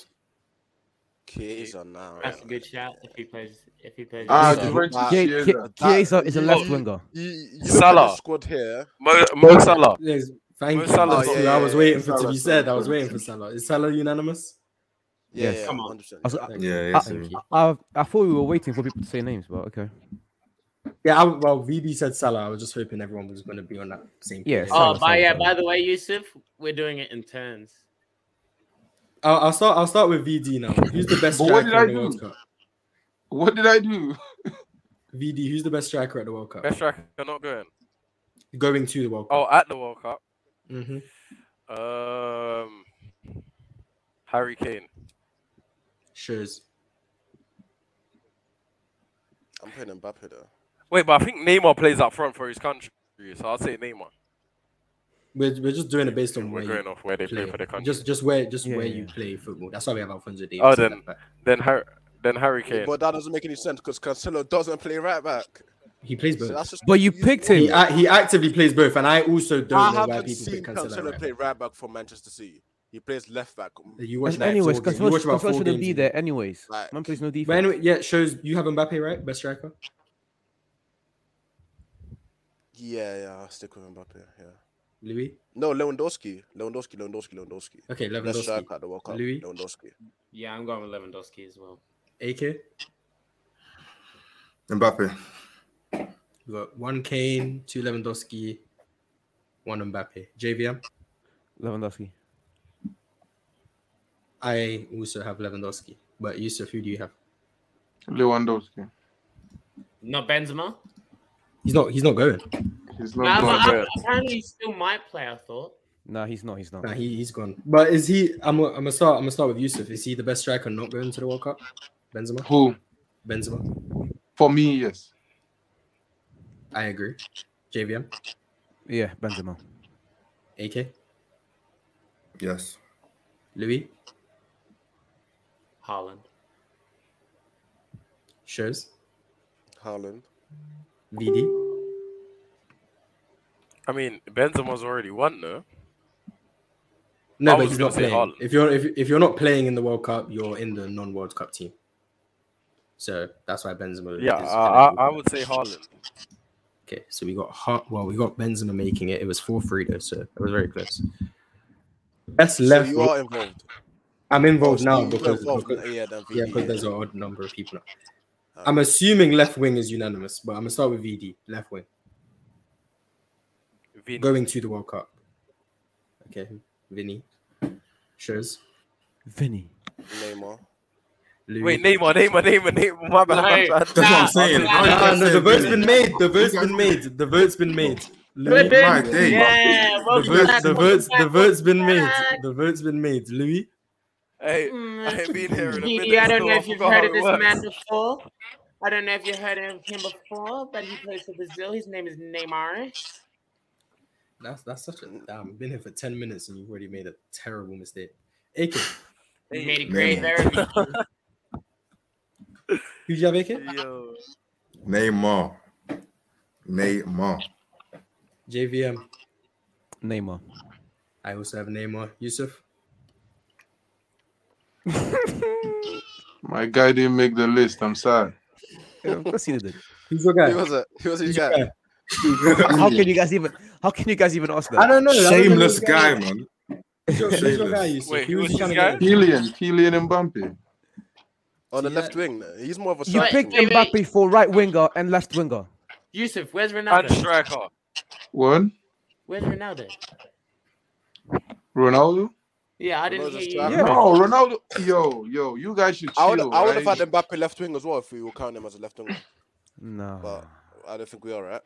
[SPEAKER 6] Chiesa now.
[SPEAKER 2] That's a good shout if he plays. If he plays,
[SPEAKER 3] Ah,
[SPEAKER 6] Chiesa.
[SPEAKER 3] Juventus.
[SPEAKER 6] Ah,
[SPEAKER 3] Chiesa.
[SPEAKER 4] Chiesa is a left
[SPEAKER 6] Oh.
[SPEAKER 4] winger.
[SPEAKER 6] You, you look at
[SPEAKER 8] Salah.
[SPEAKER 6] the squad here.
[SPEAKER 8] Mo, Mo Salah.
[SPEAKER 1] Yes, thank
[SPEAKER 8] Mo
[SPEAKER 1] you.
[SPEAKER 8] Salah,
[SPEAKER 1] Yusuf.
[SPEAKER 6] yeah,
[SPEAKER 1] I was
[SPEAKER 6] yeah,
[SPEAKER 1] waiting for it to
[SPEAKER 3] Salah,
[SPEAKER 1] be said. I
[SPEAKER 3] Salah,
[SPEAKER 1] was
[SPEAKER 3] Salah.
[SPEAKER 1] waiting for Salah. Is Salah unanimous?
[SPEAKER 6] Yeah,
[SPEAKER 4] Yes.
[SPEAKER 6] yeah,
[SPEAKER 2] Come on.
[SPEAKER 6] 100%.
[SPEAKER 4] I, was-
[SPEAKER 1] Thank you.
[SPEAKER 7] Yeah,
[SPEAKER 4] Ah.
[SPEAKER 7] yes.
[SPEAKER 1] Thank you.
[SPEAKER 4] I, I thought we were waiting for people to say names, but okay.
[SPEAKER 1] Yeah, I, well, VD said Salah. I was just hoping everyone was going to be on that same.
[SPEAKER 4] Yeah,
[SPEAKER 1] page. Uh,
[SPEAKER 4] Salah,
[SPEAKER 2] Oh, by
[SPEAKER 4] Salah,
[SPEAKER 2] yeah.
[SPEAKER 4] Salah.
[SPEAKER 2] By the way, Yusuf, we're doing it in turns.
[SPEAKER 1] I'll, I'll start. I'll start with VD now. Who's the best
[SPEAKER 3] But what did
[SPEAKER 1] striker
[SPEAKER 3] I
[SPEAKER 1] in the
[SPEAKER 3] do?
[SPEAKER 1] World Cup?
[SPEAKER 3] What did I do?
[SPEAKER 1] VD, who's the best striker at the World Cup?
[SPEAKER 8] Best striker not going.
[SPEAKER 1] going to the World Cup.
[SPEAKER 8] Oh, at the World Cup.
[SPEAKER 1] Mhm.
[SPEAKER 8] Um, Harry Kane.
[SPEAKER 1] Shows.
[SPEAKER 6] I'm putting Mbappe there.
[SPEAKER 8] Wait, but I think Neymar plays up front for his country, so I'll say Neymar.
[SPEAKER 1] We're, we're just doing it based on
[SPEAKER 8] We're
[SPEAKER 1] where
[SPEAKER 8] going
[SPEAKER 1] you
[SPEAKER 8] off where they play,
[SPEAKER 1] play.
[SPEAKER 8] for the country.
[SPEAKER 1] Just just where just
[SPEAKER 4] Yeah,
[SPEAKER 1] where
[SPEAKER 4] yeah,
[SPEAKER 1] you play football. That's why we have Alfonso Davies.
[SPEAKER 8] oh,
[SPEAKER 1] and
[SPEAKER 8] then
[SPEAKER 1] that.
[SPEAKER 8] then Harry then Harry Kane.
[SPEAKER 6] But that doesn't make any sense because Cancelo doesn't play right back.
[SPEAKER 1] he plays
[SPEAKER 6] So
[SPEAKER 1] both.
[SPEAKER 6] that's just
[SPEAKER 4] But you picked him.
[SPEAKER 1] He, act- he actively plays both, and I also don't
[SPEAKER 6] I
[SPEAKER 1] know why
[SPEAKER 6] haven't
[SPEAKER 1] people
[SPEAKER 6] seen
[SPEAKER 1] pick Cancelo.
[SPEAKER 6] Cancelo
[SPEAKER 1] right.
[SPEAKER 6] play right back for Manchester City. He plays left back.
[SPEAKER 1] You watch
[SPEAKER 4] And
[SPEAKER 1] that
[SPEAKER 4] anyways,
[SPEAKER 1] four games-
[SPEAKER 4] Cancelo
[SPEAKER 1] you watch about
[SPEAKER 4] Cancelo
[SPEAKER 1] four
[SPEAKER 4] shouldn't be
[SPEAKER 1] games.
[SPEAKER 4] there anyways.
[SPEAKER 6] Like-
[SPEAKER 4] Man plays no
[SPEAKER 1] But
[SPEAKER 4] defense.
[SPEAKER 1] anyway, yeah, it shows you have Mbappe right, best striker.
[SPEAKER 6] Yeah, yeah, I'll stick with Mbappe. Yeah.
[SPEAKER 1] Louis.
[SPEAKER 6] No, Lewandowski. Lewandowski, Lewandowski, Lewandowski.
[SPEAKER 1] Okay,
[SPEAKER 6] Best
[SPEAKER 1] Lewandowski.
[SPEAKER 6] striker at the World Cup.
[SPEAKER 1] Louis?
[SPEAKER 6] Lewandowski.
[SPEAKER 2] Yeah, I'm going with Lewandowski as well.
[SPEAKER 1] AK.
[SPEAKER 7] Mbappe.
[SPEAKER 1] We got one Kane, two Lewandowski, one Mbappe. JVM.
[SPEAKER 4] Lewandowski.
[SPEAKER 1] I also have Lewandowski. But Yusuf, who do you have?
[SPEAKER 9] Lewandowski.
[SPEAKER 2] Not Benzema.
[SPEAKER 1] He's not. He's not going.
[SPEAKER 9] He's
[SPEAKER 2] Nah,
[SPEAKER 9] not
[SPEAKER 2] but
[SPEAKER 9] going.
[SPEAKER 2] I- apparently, he still might play. I thought.
[SPEAKER 4] Nah, he's not. He's not.
[SPEAKER 1] Nah, he, he's gone. But is he? I'm. gonna- I'm gonna start. I'm gonna start with Yusuf. Is he the best striker not going to the World Cup? Benzema.
[SPEAKER 9] Who?
[SPEAKER 1] Benzema.
[SPEAKER 9] For me, yes.
[SPEAKER 1] I agree. JVM.
[SPEAKER 4] Yeah, Benzema.
[SPEAKER 1] AK.
[SPEAKER 7] Yes.
[SPEAKER 1] Louis.
[SPEAKER 2] Haaland.
[SPEAKER 1] Shows.
[SPEAKER 6] Haaland.
[SPEAKER 1] VD.
[SPEAKER 8] I mean, Benzema's already won, though.
[SPEAKER 1] No,
[SPEAKER 8] I
[SPEAKER 1] but
[SPEAKER 8] was
[SPEAKER 1] he's
[SPEAKER 8] gonna
[SPEAKER 1] not
[SPEAKER 8] say oh,
[SPEAKER 1] playing.
[SPEAKER 8] Haaland.
[SPEAKER 1] If you're if, if you're not playing in the World Cup, you're in the non-World Cup team. So that's why Benzema.
[SPEAKER 8] Yeah,
[SPEAKER 1] is-
[SPEAKER 8] I, I, I would say Haaland.
[SPEAKER 1] Okay, so we got hot. Well, we got Benzema making it. It was four three though, so it was very close. Best
[SPEAKER 6] So
[SPEAKER 1] left.
[SPEAKER 6] you are involved.
[SPEAKER 1] I'm involved
[SPEAKER 6] Oh,
[SPEAKER 1] now
[SPEAKER 6] you were
[SPEAKER 1] because,
[SPEAKER 6] involved.
[SPEAKER 1] because-
[SPEAKER 6] yeah, then
[SPEAKER 1] yeah,
[SPEAKER 6] VD,
[SPEAKER 1] because
[SPEAKER 6] yeah.
[SPEAKER 1] there's an odd number of people. Now.
[SPEAKER 6] Alright.
[SPEAKER 1] I'm assuming left wing is unanimous, but I'm gonna start with VD left wing
[SPEAKER 8] Vin-
[SPEAKER 1] going to the World Cup. Okay, Vinny, shows
[SPEAKER 4] Vinny.
[SPEAKER 6] Neymar.
[SPEAKER 1] Louis.
[SPEAKER 8] Wait, Neymar, Neymar, Neymar, Neymar. My bad, my
[SPEAKER 2] Like,
[SPEAKER 8] bad.
[SPEAKER 7] That's what
[SPEAKER 2] nah,
[SPEAKER 7] I'm saying.
[SPEAKER 2] nah,
[SPEAKER 7] Why you
[SPEAKER 1] Nah,
[SPEAKER 7] guys
[SPEAKER 1] no, the
[SPEAKER 7] saying
[SPEAKER 1] vote's
[SPEAKER 7] Vinny?
[SPEAKER 1] been made. The vote's
[SPEAKER 7] guys
[SPEAKER 1] been
[SPEAKER 7] are-
[SPEAKER 1] made. The vote's been made.
[SPEAKER 2] Good
[SPEAKER 1] Louis,
[SPEAKER 2] day.
[SPEAKER 7] My day.
[SPEAKER 2] Yeah,
[SPEAKER 1] the,
[SPEAKER 2] welcome
[SPEAKER 1] vote,
[SPEAKER 2] back,
[SPEAKER 1] the
[SPEAKER 2] welcome
[SPEAKER 1] vote's
[SPEAKER 2] back,
[SPEAKER 1] the vote's been
[SPEAKER 2] welcome
[SPEAKER 1] made.
[SPEAKER 2] back.
[SPEAKER 1] The vote's been made. Louis,
[SPEAKER 8] Hey, I
[SPEAKER 2] Mm,
[SPEAKER 8] ain't been here in a minute.
[SPEAKER 2] Gigi, I don't
[SPEAKER 8] so
[SPEAKER 2] know
[SPEAKER 8] I
[SPEAKER 2] if you've
[SPEAKER 8] forgot how
[SPEAKER 2] heard of
[SPEAKER 8] it
[SPEAKER 2] this
[SPEAKER 8] works.
[SPEAKER 2] man before. I don't know if you heard of him before, but he plays for Brazil. His name is Neymar.
[SPEAKER 1] that's that's such a damn. We've been here for ten minutes and you've already made a terrible mistake. AK,
[SPEAKER 2] He
[SPEAKER 8] Hey.
[SPEAKER 2] made it great
[SPEAKER 7] Neymar.
[SPEAKER 2] there.
[SPEAKER 1] who do you have? AK,
[SPEAKER 8] Yo.
[SPEAKER 7] Neymar. Neymar.
[SPEAKER 1] JVM.
[SPEAKER 4] Neymar.
[SPEAKER 1] I also have Neymar. Yusuf.
[SPEAKER 9] My guy didn't make the list. I'm sad.
[SPEAKER 4] Yeah, of course he did.
[SPEAKER 1] Who's your
[SPEAKER 6] He
[SPEAKER 1] guy?
[SPEAKER 6] was a he was a
[SPEAKER 1] Who's
[SPEAKER 6] guy.
[SPEAKER 1] your guy?
[SPEAKER 4] How can you guys even? How can you guys even ask
[SPEAKER 1] I
[SPEAKER 4] that?
[SPEAKER 1] don't know. I don't know
[SPEAKER 7] Shameless
[SPEAKER 1] who's
[SPEAKER 7] guy, man.
[SPEAKER 1] Who's your, who's your guy,
[SPEAKER 7] Shameless.
[SPEAKER 1] Yusuf?
[SPEAKER 8] Wait,
[SPEAKER 1] Who
[SPEAKER 8] who
[SPEAKER 1] was
[SPEAKER 8] was
[SPEAKER 1] you trying to get?
[SPEAKER 8] his guy?
[SPEAKER 1] rid of?
[SPEAKER 9] Kylian, Kylian Mbappe.
[SPEAKER 6] On the
[SPEAKER 1] See
[SPEAKER 6] left
[SPEAKER 1] that?
[SPEAKER 6] wing, he's more of a
[SPEAKER 4] You
[SPEAKER 6] striker.
[SPEAKER 4] picked
[SPEAKER 2] wait, wait.
[SPEAKER 4] Mbappe for right winger and left winger.
[SPEAKER 2] Yusuf, where's
[SPEAKER 8] And
[SPEAKER 2] Ronaldo?
[SPEAKER 8] striker.
[SPEAKER 9] What?
[SPEAKER 2] Where's Ronaldo?
[SPEAKER 9] Ronaldo?
[SPEAKER 2] Yeah, I didn't
[SPEAKER 6] Ronaldo's a
[SPEAKER 2] hear you.
[SPEAKER 6] striker.
[SPEAKER 4] Yeah.
[SPEAKER 9] No, Ronaldo. Yo, yo, you guys should chill.
[SPEAKER 6] I would I would have
[SPEAKER 9] right?
[SPEAKER 6] had Mbappe left wing as well if we were counting him as a left winger,
[SPEAKER 4] No.
[SPEAKER 6] but I don't think we are right.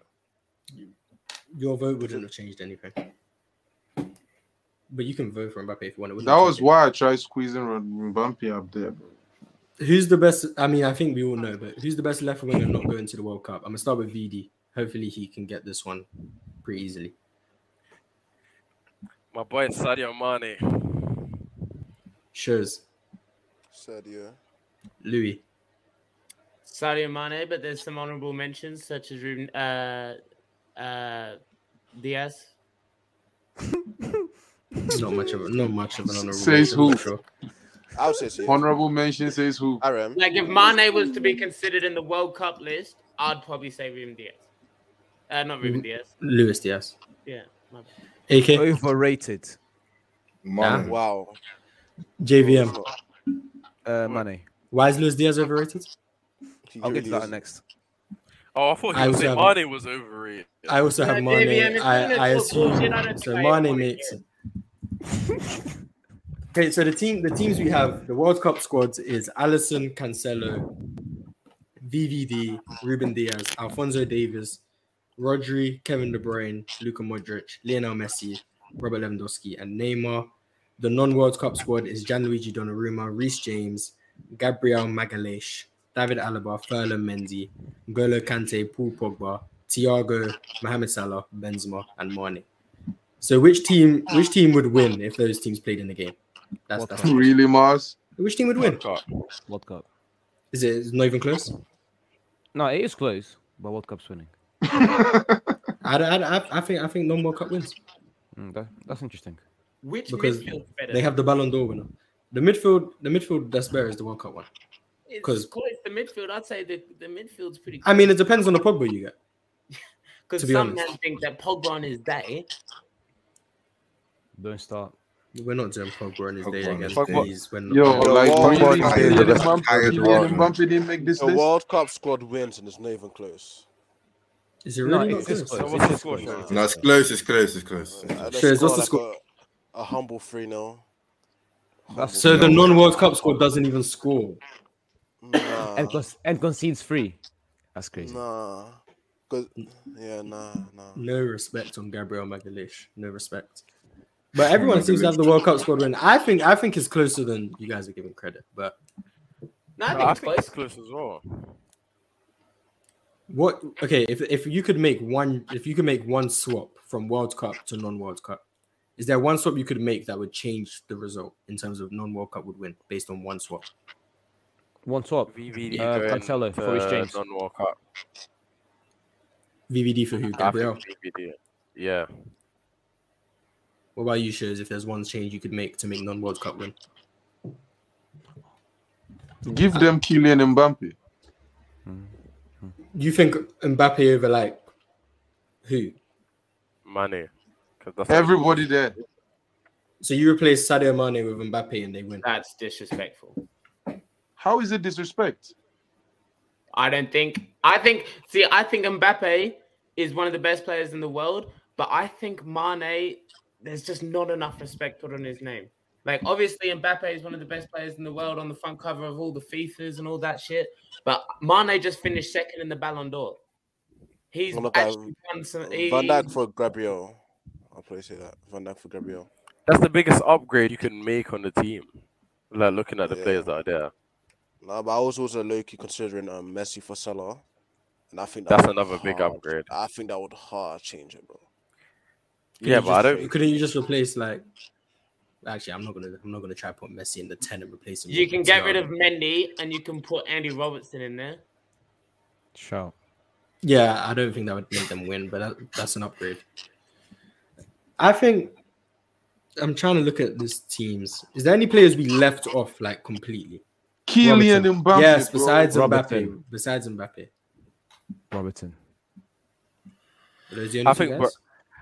[SPEAKER 1] Your vote wouldn't have changed anything. But you can vote for Mbappe if you want. It wouldn't
[SPEAKER 9] That
[SPEAKER 1] have
[SPEAKER 9] was
[SPEAKER 1] changed
[SPEAKER 9] why I tried squeezing Ron- Mbappe up there. bro.
[SPEAKER 1] it. Who's the best? I mean, I think we all know, but who's the best left winger not going to the World Cup? I'm gonna start with VD. Hopefully, he can get this one pretty easily.
[SPEAKER 8] My boy Sadio Mane.
[SPEAKER 1] Shows
[SPEAKER 6] Sadio.
[SPEAKER 1] Louis.
[SPEAKER 2] Sadio Mane, but there's some honorable mentions such as Ruben, uh, uh, Diaz.
[SPEAKER 1] Not much of a, not much of an honorable.
[SPEAKER 9] Says
[SPEAKER 1] mention, I'm
[SPEAKER 9] who?
[SPEAKER 1] not sure.
[SPEAKER 6] I would say Sadio.
[SPEAKER 9] Honorable mention says who?
[SPEAKER 6] Aram.
[SPEAKER 2] Like if Mane was to be considered in the World Cup list, I'd probably say Ruben Diaz. Uh, not Ruben
[SPEAKER 1] Mhm.
[SPEAKER 2] Diaz.
[SPEAKER 1] Lewis Diaz.
[SPEAKER 2] Yeah. my bad.
[SPEAKER 4] Oh,
[SPEAKER 1] AK
[SPEAKER 4] Overrated.
[SPEAKER 7] Man.
[SPEAKER 6] Wow.
[SPEAKER 1] JVM.
[SPEAKER 4] Uh, Mane.
[SPEAKER 1] Why is Luis Diaz overrated?
[SPEAKER 6] He
[SPEAKER 4] I'll get to
[SPEAKER 6] really
[SPEAKER 4] that
[SPEAKER 6] is.
[SPEAKER 4] next.
[SPEAKER 8] Oh, I thought
[SPEAKER 1] I
[SPEAKER 8] he was
[SPEAKER 1] also
[SPEAKER 8] saying
[SPEAKER 1] have-
[SPEAKER 8] Mane was overrated.
[SPEAKER 1] I also
[SPEAKER 2] Uh,
[SPEAKER 1] have
[SPEAKER 2] JVM,
[SPEAKER 1] Mane.
[SPEAKER 2] it's
[SPEAKER 1] I,
[SPEAKER 2] been a
[SPEAKER 1] I
[SPEAKER 2] little bullshit. I
[SPEAKER 1] assume
[SPEAKER 2] don't
[SPEAKER 1] so.
[SPEAKER 2] think I
[SPEAKER 1] Mane
[SPEAKER 2] wanna
[SPEAKER 1] makes
[SPEAKER 2] hear
[SPEAKER 1] it. Okay, so the team, the teams we have, the World Cup squad is Allison Cancelo, VVD, Ruben Diaz, Alfonso Davis, Rodri, Kevin De Bruyne, Luka Modric, Lionel Messi, Robert Lewandowski, and Neymar. The non-World Cup squad is Gianluigi Donnarumma, Reece James, Gabriel Magalhaes, David Alaba, Ferland Mendy, N'Golo Kante, Paul Pogba, Thiago, Mohamed Salah, Benzema, and Mane. So, which team? Which team would win if those teams played in the game? That's, that's
[SPEAKER 9] Really, Mars?
[SPEAKER 1] Which team would win?
[SPEAKER 4] World Cup.
[SPEAKER 1] Is it it's not even close?
[SPEAKER 4] No, it is close, but World Cup's winning.
[SPEAKER 1] I, don't- I, don't- I, I think I think non-World Cup wins.
[SPEAKER 4] Mm, that, that's interesting.
[SPEAKER 2] Which
[SPEAKER 1] because
[SPEAKER 2] midfield better?
[SPEAKER 1] they have the Ballon d'Or winner. The midfield, the midfield that's better is the World Cup one.
[SPEAKER 2] It's
[SPEAKER 1] 'cause-
[SPEAKER 2] close to midfield. I'd say the, the midfield's pretty.
[SPEAKER 1] I mean, it depends on the Pogba you get. to
[SPEAKER 2] because
[SPEAKER 1] be
[SPEAKER 2] some
[SPEAKER 1] honest.
[SPEAKER 2] men think that Pogba on his day.
[SPEAKER 4] Don't start.
[SPEAKER 1] We're not doing Pogba on his day
[SPEAKER 5] Pogba.
[SPEAKER 1] again.
[SPEAKER 8] Pogba.
[SPEAKER 1] He's when
[SPEAKER 9] Yo,
[SPEAKER 8] The
[SPEAKER 9] like,
[SPEAKER 8] World
[SPEAKER 9] really,
[SPEAKER 8] Cup
[SPEAKER 5] is the
[SPEAKER 9] Kylian
[SPEAKER 5] best
[SPEAKER 9] Mbappe-
[SPEAKER 5] tired
[SPEAKER 9] Kylian
[SPEAKER 5] World Cup.
[SPEAKER 9] Mbappe didn't make this
[SPEAKER 6] The
[SPEAKER 9] list.
[SPEAKER 6] World Cup squad wins and it's not even close.
[SPEAKER 1] is it really
[SPEAKER 4] no,
[SPEAKER 1] not
[SPEAKER 4] it's, it's
[SPEAKER 1] close?
[SPEAKER 4] close.
[SPEAKER 8] what's
[SPEAKER 4] It's
[SPEAKER 8] the
[SPEAKER 4] close.
[SPEAKER 8] score,
[SPEAKER 4] It's
[SPEAKER 5] No, it's
[SPEAKER 4] close.
[SPEAKER 5] close. It's close. It's close.
[SPEAKER 6] Uh, they
[SPEAKER 1] Sure, what's the
[SPEAKER 6] score like A, a humble 3 0.
[SPEAKER 4] That's
[SPEAKER 1] So the non-World Cup squad doesn't even score.
[SPEAKER 4] and, con- and concedes three. That's crazy.
[SPEAKER 6] Nah. Cause, yeah, nah, nah.
[SPEAKER 1] No respect on Gabriel Magalhaes. No respect. But everyone seems to have the World Cup squad win. I think I think it's closer than you guys are giving credit. But
[SPEAKER 2] No, I
[SPEAKER 8] No,
[SPEAKER 2] think
[SPEAKER 8] I
[SPEAKER 2] it's
[SPEAKER 8] think
[SPEAKER 2] close.
[SPEAKER 8] it's close as well.
[SPEAKER 1] what? Okay, if if you could make one, if you could make one swap from World Cup to non-World Cup, is there one swap you could make that would change the result in terms of non-World Cup would win based on one swap?
[SPEAKER 4] One top.
[SPEAKER 8] VVD
[SPEAKER 4] Uh,
[SPEAKER 8] going
[SPEAKER 4] Cancelo for his
[SPEAKER 8] to
[SPEAKER 4] James.
[SPEAKER 8] non-World Cup.
[SPEAKER 1] VVD for who?
[SPEAKER 8] I think
[SPEAKER 1] Gabriel.
[SPEAKER 8] VVD. Yeah.
[SPEAKER 1] What about you, Shows? If there's one change you could make to make non-World Cup win,
[SPEAKER 9] Give them Kylian Mbappe.
[SPEAKER 1] you think Mbappe over like who?
[SPEAKER 8] Mane. 'Cause that's-
[SPEAKER 9] Everybody there.
[SPEAKER 1] So you replace Sadio Mane with Mbappe and they win.
[SPEAKER 2] That's disrespectful.
[SPEAKER 9] How is it disrespect?
[SPEAKER 2] I don't think. I think. See, I think Mbappe is one of the best players in the world, but I think Mane. There's just not enough respect put on his name. Like, obviously, Mbappe is one of the best players in the world on the front cover of all the FIFAs and all that shit. But Mane just finished second in the Ballon d'Or. He's
[SPEAKER 6] Well, look,
[SPEAKER 2] actually done some. he-
[SPEAKER 6] Van Dijk for Gabriel. I'll probably say that. Van Dijk for Gabriel.
[SPEAKER 8] That's the biggest upgrade you can make on the team. Like looking at the
[SPEAKER 6] Yeah.
[SPEAKER 8] players that are there.
[SPEAKER 6] Nah, but I was also low key considering um, Messi for Salah. And I think that
[SPEAKER 8] That's
[SPEAKER 6] would
[SPEAKER 8] another big
[SPEAKER 6] hard-
[SPEAKER 8] upgrade.
[SPEAKER 6] I think that would hard change it, bro.
[SPEAKER 1] Couldn't
[SPEAKER 8] yeah,
[SPEAKER 1] you
[SPEAKER 8] but I
[SPEAKER 1] just-
[SPEAKER 8] don't.
[SPEAKER 1] Couldn't you just replace like? Actually, I'm not gonna. I'm not gonna try to put Messi in the ten and replace him.
[SPEAKER 2] You
[SPEAKER 1] with
[SPEAKER 2] can get
[SPEAKER 1] Thiago.
[SPEAKER 2] rid of Mendy and you can put Andy Robertson in there.
[SPEAKER 4] Shout.
[SPEAKER 1] Yeah, I don't think that would make them win, but that, that's an upgrade. I think I'm trying to look at these teams. Is there any players we left off like completely?
[SPEAKER 9] Kylian
[SPEAKER 1] Robertson.
[SPEAKER 9] Mbappe.
[SPEAKER 1] yes,
[SPEAKER 9] bro.
[SPEAKER 1] besides Mbappe.
[SPEAKER 4] Robertson.
[SPEAKER 1] Besides Mbappe.
[SPEAKER 4] Robertson.
[SPEAKER 1] Are those the only
[SPEAKER 8] I
[SPEAKER 1] two
[SPEAKER 8] think
[SPEAKER 1] guys?
[SPEAKER 8] Bar-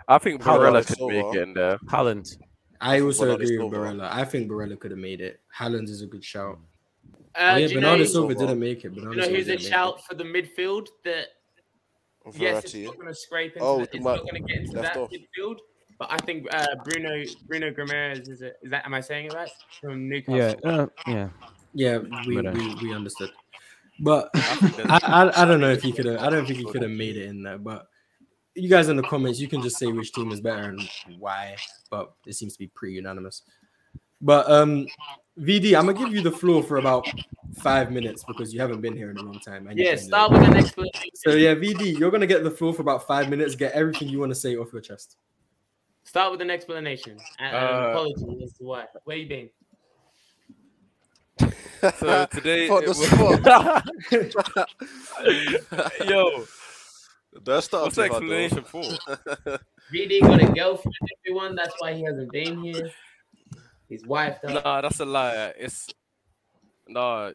[SPEAKER 8] I think
[SPEAKER 6] How
[SPEAKER 8] Barella
[SPEAKER 6] about
[SPEAKER 8] could
[SPEAKER 6] Silva?
[SPEAKER 8] make it in there.
[SPEAKER 4] Haaland.
[SPEAKER 1] I also
[SPEAKER 6] Bernardo
[SPEAKER 1] agree with
[SPEAKER 6] Silva.
[SPEAKER 1] Barella. I think Barella could have made it. Haaland is a good shout.
[SPEAKER 2] Uh,
[SPEAKER 1] oh, yeah,
[SPEAKER 2] do you know,
[SPEAKER 1] Bernardo
[SPEAKER 2] you
[SPEAKER 1] Silva
[SPEAKER 6] Silva.
[SPEAKER 1] didn't make it. Bernardo
[SPEAKER 2] know
[SPEAKER 1] Silva
[SPEAKER 2] who's a
[SPEAKER 1] didn't make it.
[SPEAKER 2] shout for the midfield that yes, it's
[SPEAKER 6] Verratti.
[SPEAKER 2] not going to scrape into
[SPEAKER 6] Oh,
[SPEAKER 2] that. It's
[SPEAKER 6] my-
[SPEAKER 2] not going to get into
[SPEAKER 6] left
[SPEAKER 2] that
[SPEAKER 6] off.
[SPEAKER 2] midfield. But I think uh, Bruno Bruno Grimares is it? Is that? Am I saying it right? From Newcastle.
[SPEAKER 4] Yeah. Uh, yeah.
[SPEAKER 1] Yeah, we,
[SPEAKER 4] But, uh,
[SPEAKER 1] we, we understood. But I,
[SPEAKER 8] I
[SPEAKER 1] I, I don't know if you could have. I don't think you could have made it in there. But you guys in the comments, you can just say which team is better and why. But it seems to be pretty unanimous. But um, VD, I'm gonna give you the floor for about five minutes because you haven't been here in a long time. and you
[SPEAKER 2] Yeah.
[SPEAKER 1] can do
[SPEAKER 2] Start
[SPEAKER 1] it.
[SPEAKER 2] with an explanation.
[SPEAKER 1] So yeah, VD, you're gonna get the floor for about five minutes. Get everything you want to say off your chest.
[SPEAKER 2] Start with an explanation and and an
[SPEAKER 8] Uh,
[SPEAKER 2] apology as to why. Where you been?
[SPEAKER 8] so today,
[SPEAKER 6] Fuck
[SPEAKER 8] it
[SPEAKER 6] the
[SPEAKER 8] was- yo,
[SPEAKER 6] That's the
[SPEAKER 8] what's the explanation for?
[SPEAKER 2] VD got a girlfriend. Everyone. That's why he hasn't been here. His wife. Though.
[SPEAKER 8] Nah, that's a lie. It's nah,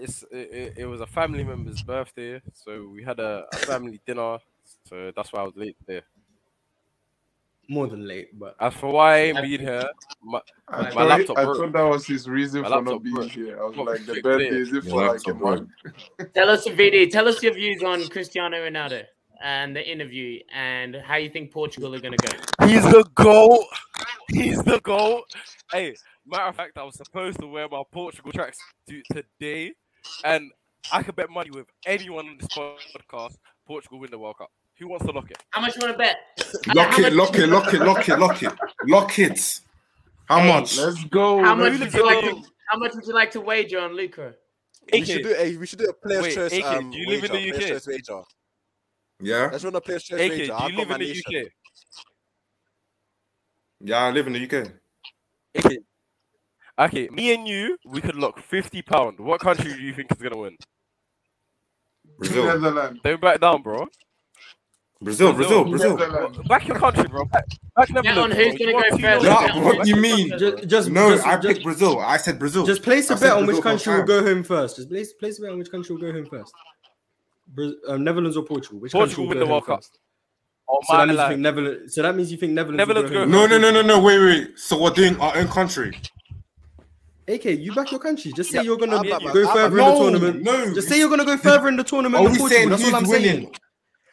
[SPEAKER 8] it's it, it, it was a family member's birthday, so we had a, a family dinner. So that's why I was late there.
[SPEAKER 1] More than late, but
[SPEAKER 8] As for why I ain't been here, my,
[SPEAKER 9] I,
[SPEAKER 8] My
[SPEAKER 9] thought,
[SPEAKER 8] laptop
[SPEAKER 9] I
[SPEAKER 8] broke.
[SPEAKER 9] thought that was his reason
[SPEAKER 8] My
[SPEAKER 9] for
[SPEAKER 8] laptop
[SPEAKER 9] not being
[SPEAKER 8] broke.
[SPEAKER 9] here. I was
[SPEAKER 8] Fuck,
[SPEAKER 9] like, the
[SPEAKER 8] shit,
[SPEAKER 9] birthday
[SPEAKER 8] clear.
[SPEAKER 9] is it
[SPEAKER 7] Your
[SPEAKER 9] for like a
[SPEAKER 7] laptop broke.
[SPEAKER 9] month?
[SPEAKER 2] Tell us, VD. Tell us your views on Cristiano Ronaldo and the interview and how you think Portugal are going to go.
[SPEAKER 8] he's the goal. He's the goal. Hey, matter of fact, I was supposed to wear my Portugal tracks today, and I could bet money with anyone on this podcast. Portugal win the World Cup. Who wants to lock it?
[SPEAKER 2] How much you want to bet?
[SPEAKER 7] Lock it, lock it, lock it, lock it, lock it, lock it. How much?
[SPEAKER 9] Let's go.
[SPEAKER 2] How much would
[SPEAKER 9] let's
[SPEAKER 2] you like?
[SPEAKER 9] go.
[SPEAKER 2] To, how much would you like to wager on Luca?
[SPEAKER 6] We should do a we should do a player's
[SPEAKER 8] Wait,
[SPEAKER 6] choice.
[SPEAKER 8] AK,
[SPEAKER 6] um,
[SPEAKER 8] do you live in
[SPEAKER 6] wager,
[SPEAKER 8] the
[SPEAKER 6] player's
[SPEAKER 8] UK?
[SPEAKER 6] choice wager.
[SPEAKER 7] Yeah,
[SPEAKER 6] Let's run a player's choice
[SPEAKER 8] AK,
[SPEAKER 6] wager.
[SPEAKER 8] do
[SPEAKER 6] I've got
[SPEAKER 8] you live
[SPEAKER 6] my
[SPEAKER 8] in the
[SPEAKER 6] nation.
[SPEAKER 8] UK?
[SPEAKER 7] yeah. I live in the UK.
[SPEAKER 8] Okay. Okay, me and you, we could lock fifty pound. What country do you think is gonna win?
[SPEAKER 7] Brazil,
[SPEAKER 9] Netherlands.
[SPEAKER 8] Don't back down, bro.
[SPEAKER 7] Brazil, Brazil, Brazil.
[SPEAKER 9] Netherlands.
[SPEAKER 8] Back your country, bro. Back, back
[SPEAKER 2] Bet on
[SPEAKER 8] Netherlands,
[SPEAKER 2] who's
[SPEAKER 8] bro.
[SPEAKER 2] gonna
[SPEAKER 8] You want
[SPEAKER 2] go
[SPEAKER 8] two
[SPEAKER 2] first.
[SPEAKER 8] dollars?
[SPEAKER 7] Yeah, what do you mean?
[SPEAKER 1] Just, just
[SPEAKER 7] No,
[SPEAKER 1] just,
[SPEAKER 7] I
[SPEAKER 1] just,
[SPEAKER 7] picked Brazil. I said Brazil.
[SPEAKER 1] just place a
[SPEAKER 7] I said
[SPEAKER 1] bet on which
[SPEAKER 7] Brazil
[SPEAKER 1] country will
[SPEAKER 7] first
[SPEAKER 1] go home first. Just place place a bet on which country will go home first. Bra- um, Netherlands or Portugal? Which country
[SPEAKER 8] Portugal
[SPEAKER 1] will
[SPEAKER 8] win
[SPEAKER 1] go
[SPEAKER 8] the
[SPEAKER 1] home
[SPEAKER 8] World Cup.
[SPEAKER 1] first?
[SPEAKER 8] Oh
[SPEAKER 1] So that
[SPEAKER 8] my
[SPEAKER 1] means you
[SPEAKER 8] life.
[SPEAKER 1] think Netherlands. So that means you think Netherlands.
[SPEAKER 8] Netherlands
[SPEAKER 1] will go
[SPEAKER 8] go-
[SPEAKER 1] home
[SPEAKER 7] No, no, no, no, no. Wait, wait. So we're doing our own country.
[SPEAKER 1] AK, you back your country. Just say
[SPEAKER 6] Yeah,
[SPEAKER 1] you're gonna
[SPEAKER 6] I'm back,
[SPEAKER 1] go
[SPEAKER 6] man. I'm
[SPEAKER 1] further
[SPEAKER 7] back.
[SPEAKER 1] in
[SPEAKER 7] No,
[SPEAKER 1] the tournament.
[SPEAKER 7] no.
[SPEAKER 1] just say you're gonna go further in the tournament.
[SPEAKER 7] Are
[SPEAKER 1] than
[SPEAKER 7] we
[SPEAKER 1] Portugal.
[SPEAKER 7] saying
[SPEAKER 1] That's
[SPEAKER 7] who's
[SPEAKER 1] all I'm
[SPEAKER 7] winning?
[SPEAKER 1] saying.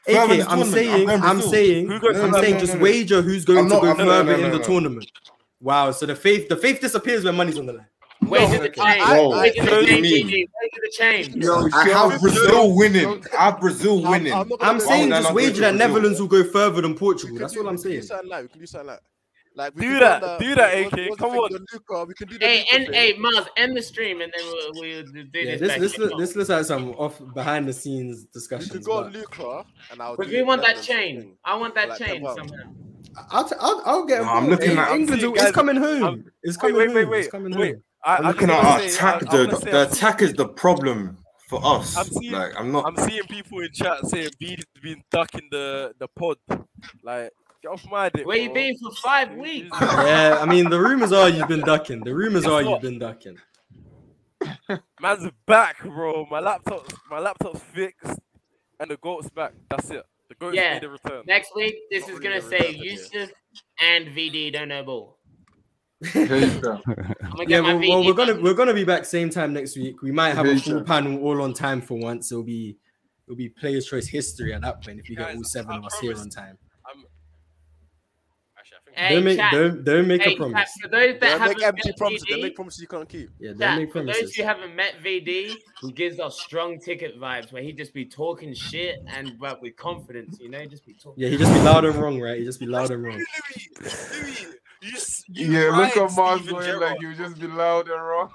[SPEAKER 7] Further in the
[SPEAKER 1] AK, I'm
[SPEAKER 7] tournament,
[SPEAKER 1] saying,
[SPEAKER 7] I'm going
[SPEAKER 1] I'm
[SPEAKER 7] Brazil.
[SPEAKER 1] saying,
[SPEAKER 8] Who goes
[SPEAKER 1] I'm
[SPEAKER 8] further?
[SPEAKER 1] saying,
[SPEAKER 7] No, no,
[SPEAKER 1] just
[SPEAKER 7] no, no.
[SPEAKER 1] wager who's going
[SPEAKER 7] I'm not-
[SPEAKER 1] to go
[SPEAKER 7] I'm not- no,
[SPEAKER 1] further
[SPEAKER 7] no,
[SPEAKER 1] in
[SPEAKER 7] no,
[SPEAKER 1] the
[SPEAKER 7] no.
[SPEAKER 1] tournament. Wow. So the faith, the faith disappears when money's on the line.
[SPEAKER 2] Wager the
[SPEAKER 7] okay.
[SPEAKER 2] change.
[SPEAKER 7] Bro,
[SPEAKER 2] Wager the
[SPEAKER 7] what do you
[SPEAKER 2] change.
[SPEAKER 7] mean?
[SPEAKER 2] Gigi. Wager the change.
[SPEAKER 9] Yo,
[SPEAKER 7] I
[SPEAKER 9] show
[SPEAKER 7] have
[SPEAKER 9] us-
[SPEAKER 7] Brazil winning. I have Brazil
[SPEAKER 6] I'm-
[SPEAKER 7] winning.
[SPEAKER 6] I'm not gonna
[SPEAKER 1] I'm
[SPEAKER 6] bet-
[SPEAKER 1] saying
[SPEAKER 7] would I
[SPEAKER 1] just
[SPEAKER 7] not wager
[SPEAKER 1] wager that
[SPEAKER 7] Brazil?
[SPEAKER 1] Netherlands will go further than
[SPEAKER 6] We
[SPEAKER 1] Portugal.
[SPEAKER 6] could
[SPEAKER 1] That's
[SPEAKER 6] do-
[SPEAKER 1] all I'm
[SPEAKER 6] We
[SPEAKER 1] saying.
[SPEAKER 6] can do something like we can do something like. Like we
[SPEAKER 8] Do
[SPEAKER 6] could
[SPEAKER 8] that,
[SPEAKER 6] on
[SPEAKER 8] do that,
[SPEAKER 6] what-
[SPEAKER 8] AK,
[SPEAKER 6] what's the
[SPEAKER 8] come
[SPEAKER 6] thing,
[SPEAKER 8] on.
[SPEAKER 6] the Luca, we can do the
[SPEAKER 2] Hey,
[SPEAKER 6] Luca
[SPEAKER 2] and
[SPEAKER 6] thing.
[SPEAKER 2] hey, Miles, end the stream, and then we'll, we'll do
[SPEAKER 1] Yeah,
[SPEAKER 2] this.
[SPEAKER 1] this
[SPEAKER 2] back
[SPEAKER 1] this
[SPEAKER 2] here.
[SPEAKER 1] look, this looks like some off behind the scenes
[SPEAKER 6] We
[SPEAKER 1] discussions.
[SPEAKER 6] could go on
[SPEAKER 1] But
[SPEAKER 6] Luca and I'll.
[SPEAKER 2] Because
[SPEAKER 6] do
[SPEAKER 2] we want that
[SPEAKER 6] Netherlands
[SPEAKER 2] chain.
[SPEAKER 6] thing.
[SPEAKER 2] I want
[SPEAKER 6] Like
[SPEAKER 2] that
[SPEAKER 6] ten
[SPEAKER 2] chain
[SPEAKER 6] pounds.
[SPEAKER 2] somehow.
[SPEAKER 1] I'll, t- I'll I'll get.
[SPEAKER 7] No, I'm
[SPEAKER 1] Hey,
[SPEAKER 7] looking at-
[SPEAKER 1] England.
[SPEAKER 8] I'm seeing
[SPEAKER 1] It's
[SPEAKER 8] guys-
[SPEAKER 1] coming home.
[SPEAKER 8] I'm-
[SPEAKER 1] it's
[SPEAKER 8] Wait,
[SPEAKER 1] coming
[SPEAKER 8] wait, wait,
[SPEAKER 1] home. It's
[SPEAKER 8] wait,
[SPEAKER 1] coming
[SPEAKER 8] wait.
[SPEAKER 1] home.
[SPEAKER 8] I,
[SPEAKER 7] I'm
[SPEAKER 8] I
[SPEAKER 7] looking
[SPEAKER 8] just
[SPEAKER 7] at
[SPEAKER 8] wanna
[SPEAKER 7] our
[SPEAKER 8] say,
[SPEAKER 7] attack.
[SPEAKER 8] I, I
[SPEAKER 7] The,
[SPEAKER 8] wanna say
[SPEAKER 7] the
[SPEAKER 8] I'm-
[SPEAKER 7] attack is the problem for us.
[SPEAKER 8] I'm seeing-
[SPEAKER 7] like I'm not.
[SPEAKER 8] I'm seeing people in chat saying Bede's been ducking the the pod. Like, get off my dick.
[SPEAKER 2] Where you
[SPEAKER 8] bro.
[SPEAKER 2] been for five
[SPEAKER 8] You-
[SPEAKER 2] weeks?
[SPEAKER 8] you-
[SPEAKER 1] Yeah, I mean the rumors are you've been ducking. The rumors are
[SPEAKER 8] what?
[SPEAKER 1] you've been ducking.
[SPEAKER 8] Man's back, bro. My laptop's my laptop's fixed, and the goat's back. That's it. The goat's
[SPEAKER 2] Yeah.
[SPEAKER 8] made a return.
[SPEAKER 2] Next week, this
[SPEAKER 8] Not
[SPEAKER 2] is gonna
[SPEAKER 8] really a
[SPEAKER 2] say
[SPEAKER 8] return, yeah.
[SPEAKER 2] Yusuf and VD don't know ball.
[SPEAKER 9] There you go.
[SPEAKER 2] I'm gonna
[SPEAKER 1] Yeah,
[SPEAKER 2] get
[SPEAKER 1] well,
[SPEAKER 2] my
[SPEAKER 1] well,
[SPEAKER 2] VD
[SPEAKER 1] we're gonna
[SPEAKER 2] button.
[SPEAKER 1] we're gonna be back same time next week. We might have a full
[SPEAKER 9] Vision.
[SPEAKER 1] panel all on time for once. It'll be it'll be players' choice history at that point if we get
[SPEAKER 8] Guys,
[SPEAKER 1] all seven
[SPEAKER 8] I
[SPEAKER 1] of us here
[SPEAKER 8] promise-
[SPEAKER 1] on time.
[SPEAKER 8] Actually, I think
[SPEAKER 2] Hey,
[SPEAKER 1] don't make
[SPEAKER 2] chat.
[SPEAKER 1] don't don't make
[SPEAKER 2] hey,
[SPEAKER 1] a
[SPEAKER 2] chat,
[SPEAKER 1] promise.
[SPEAKER 2] for those that
[SPEAKER 6] They
[SPEAKER 2] haven't
[SPEAKER 6] make empty
[SPEAKER 2] met
[SPEAKER 6] promises. They
[SPEAKER 2] VD,
[SPEAKER 6] make promises you can't keep.
[SPEAKER 1] Yeah, don't
[SPEAKER 2] Chat,
[SPEAKER 1] make
[SPEAKER 2] for
[SPEAKER 1] promises.
[SPEAKER 2] those who haven't met VD, he gives us strong ticket vibes where he just be talking shit and but with confidence, you know, just be talking.
[SPEAKER 1] Yeah, he just be loud and wrong, right? He just be loud and wrong.
[SPEAKER 8] Louis, Louis, you, s- you
[SPEAKER 9] Yeah, look
[SPEAKER 8] ride
[SPEAKER 9] at Mars
[SPEAKER 8] Steven
[SPEAKER 9] going
[SPEAKER 8] Gerrard.
[SPEAKER 9] like you just be loud and wrong.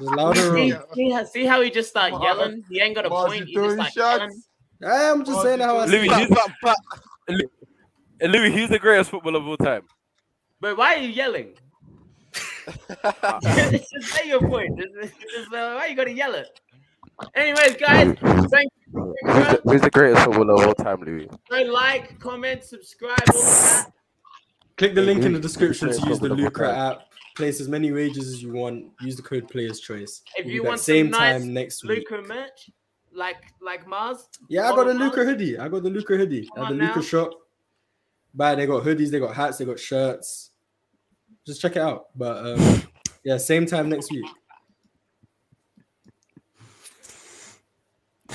[SPEAKER 1] Just loud and
[SPEAKER 2] See,
[SPEAKER 1] wrong.
[SPEAKER 2] see, how- see how he just start
[SPEAKER 9] Mars-
[SPEAKER 2] yelling? He ain't got a
[SPEAKER 9] Mars,
[SPEAKER 2] point. He
[SPEAKER 9] you
[SPEAKER 2] just
[SPEAKER 9] throwing
[SPEAKER 2] like um, yelling.
[SPEAKER 9] shots.
[SPEAKER 1] I'm just saying how I see.
[SPEAKER 8] Louis,
[SPEAKER 1] it.
[SPEAKER 8] he's, Louis, he's the greatest footballer of all time.
[SPEAKER 2] But why are you yelling? just say your point. Just, just, uh, why you gotta yell it? Anyways, guys, thank you. for
[SPEAKER 8] Who's the greatest footballer of all time, Louis?
[SPEAKER 2] Go like, comment, subscribe, all that.
[SPEAKER 1] Click the link in the description to use the Lucra app. Place as many wages as you want. Use the code Players Choice.
[SPEAKER 2] If
[SPEAKER 1] We'll be
[SPEAKER 2] you
[SPEAKER 1] back
[SPEAKER 2] want some
[SPEAKER 1] same
[SPEAKER 2] nice
[SPEAKER 1] time next week.
[SPEAKER 2] Lucra merch, like like Mars.
[SPEAKER 1] Yeah, I got a
[SPEAKER 2] Model
[SPEAKER 1] Luca hoodie. I got the Luca hoodie
[SPEAKER 2] Come
[SPEAKER 1] at the
[SPEAKER 2] on
[SPEAKER 1] Luca
[SPEAKER 2] now.
[SPEAKER 1] shop. But they got hoodies, they got hats, they got shirts. Just check it out. But um, yeah, same time next week.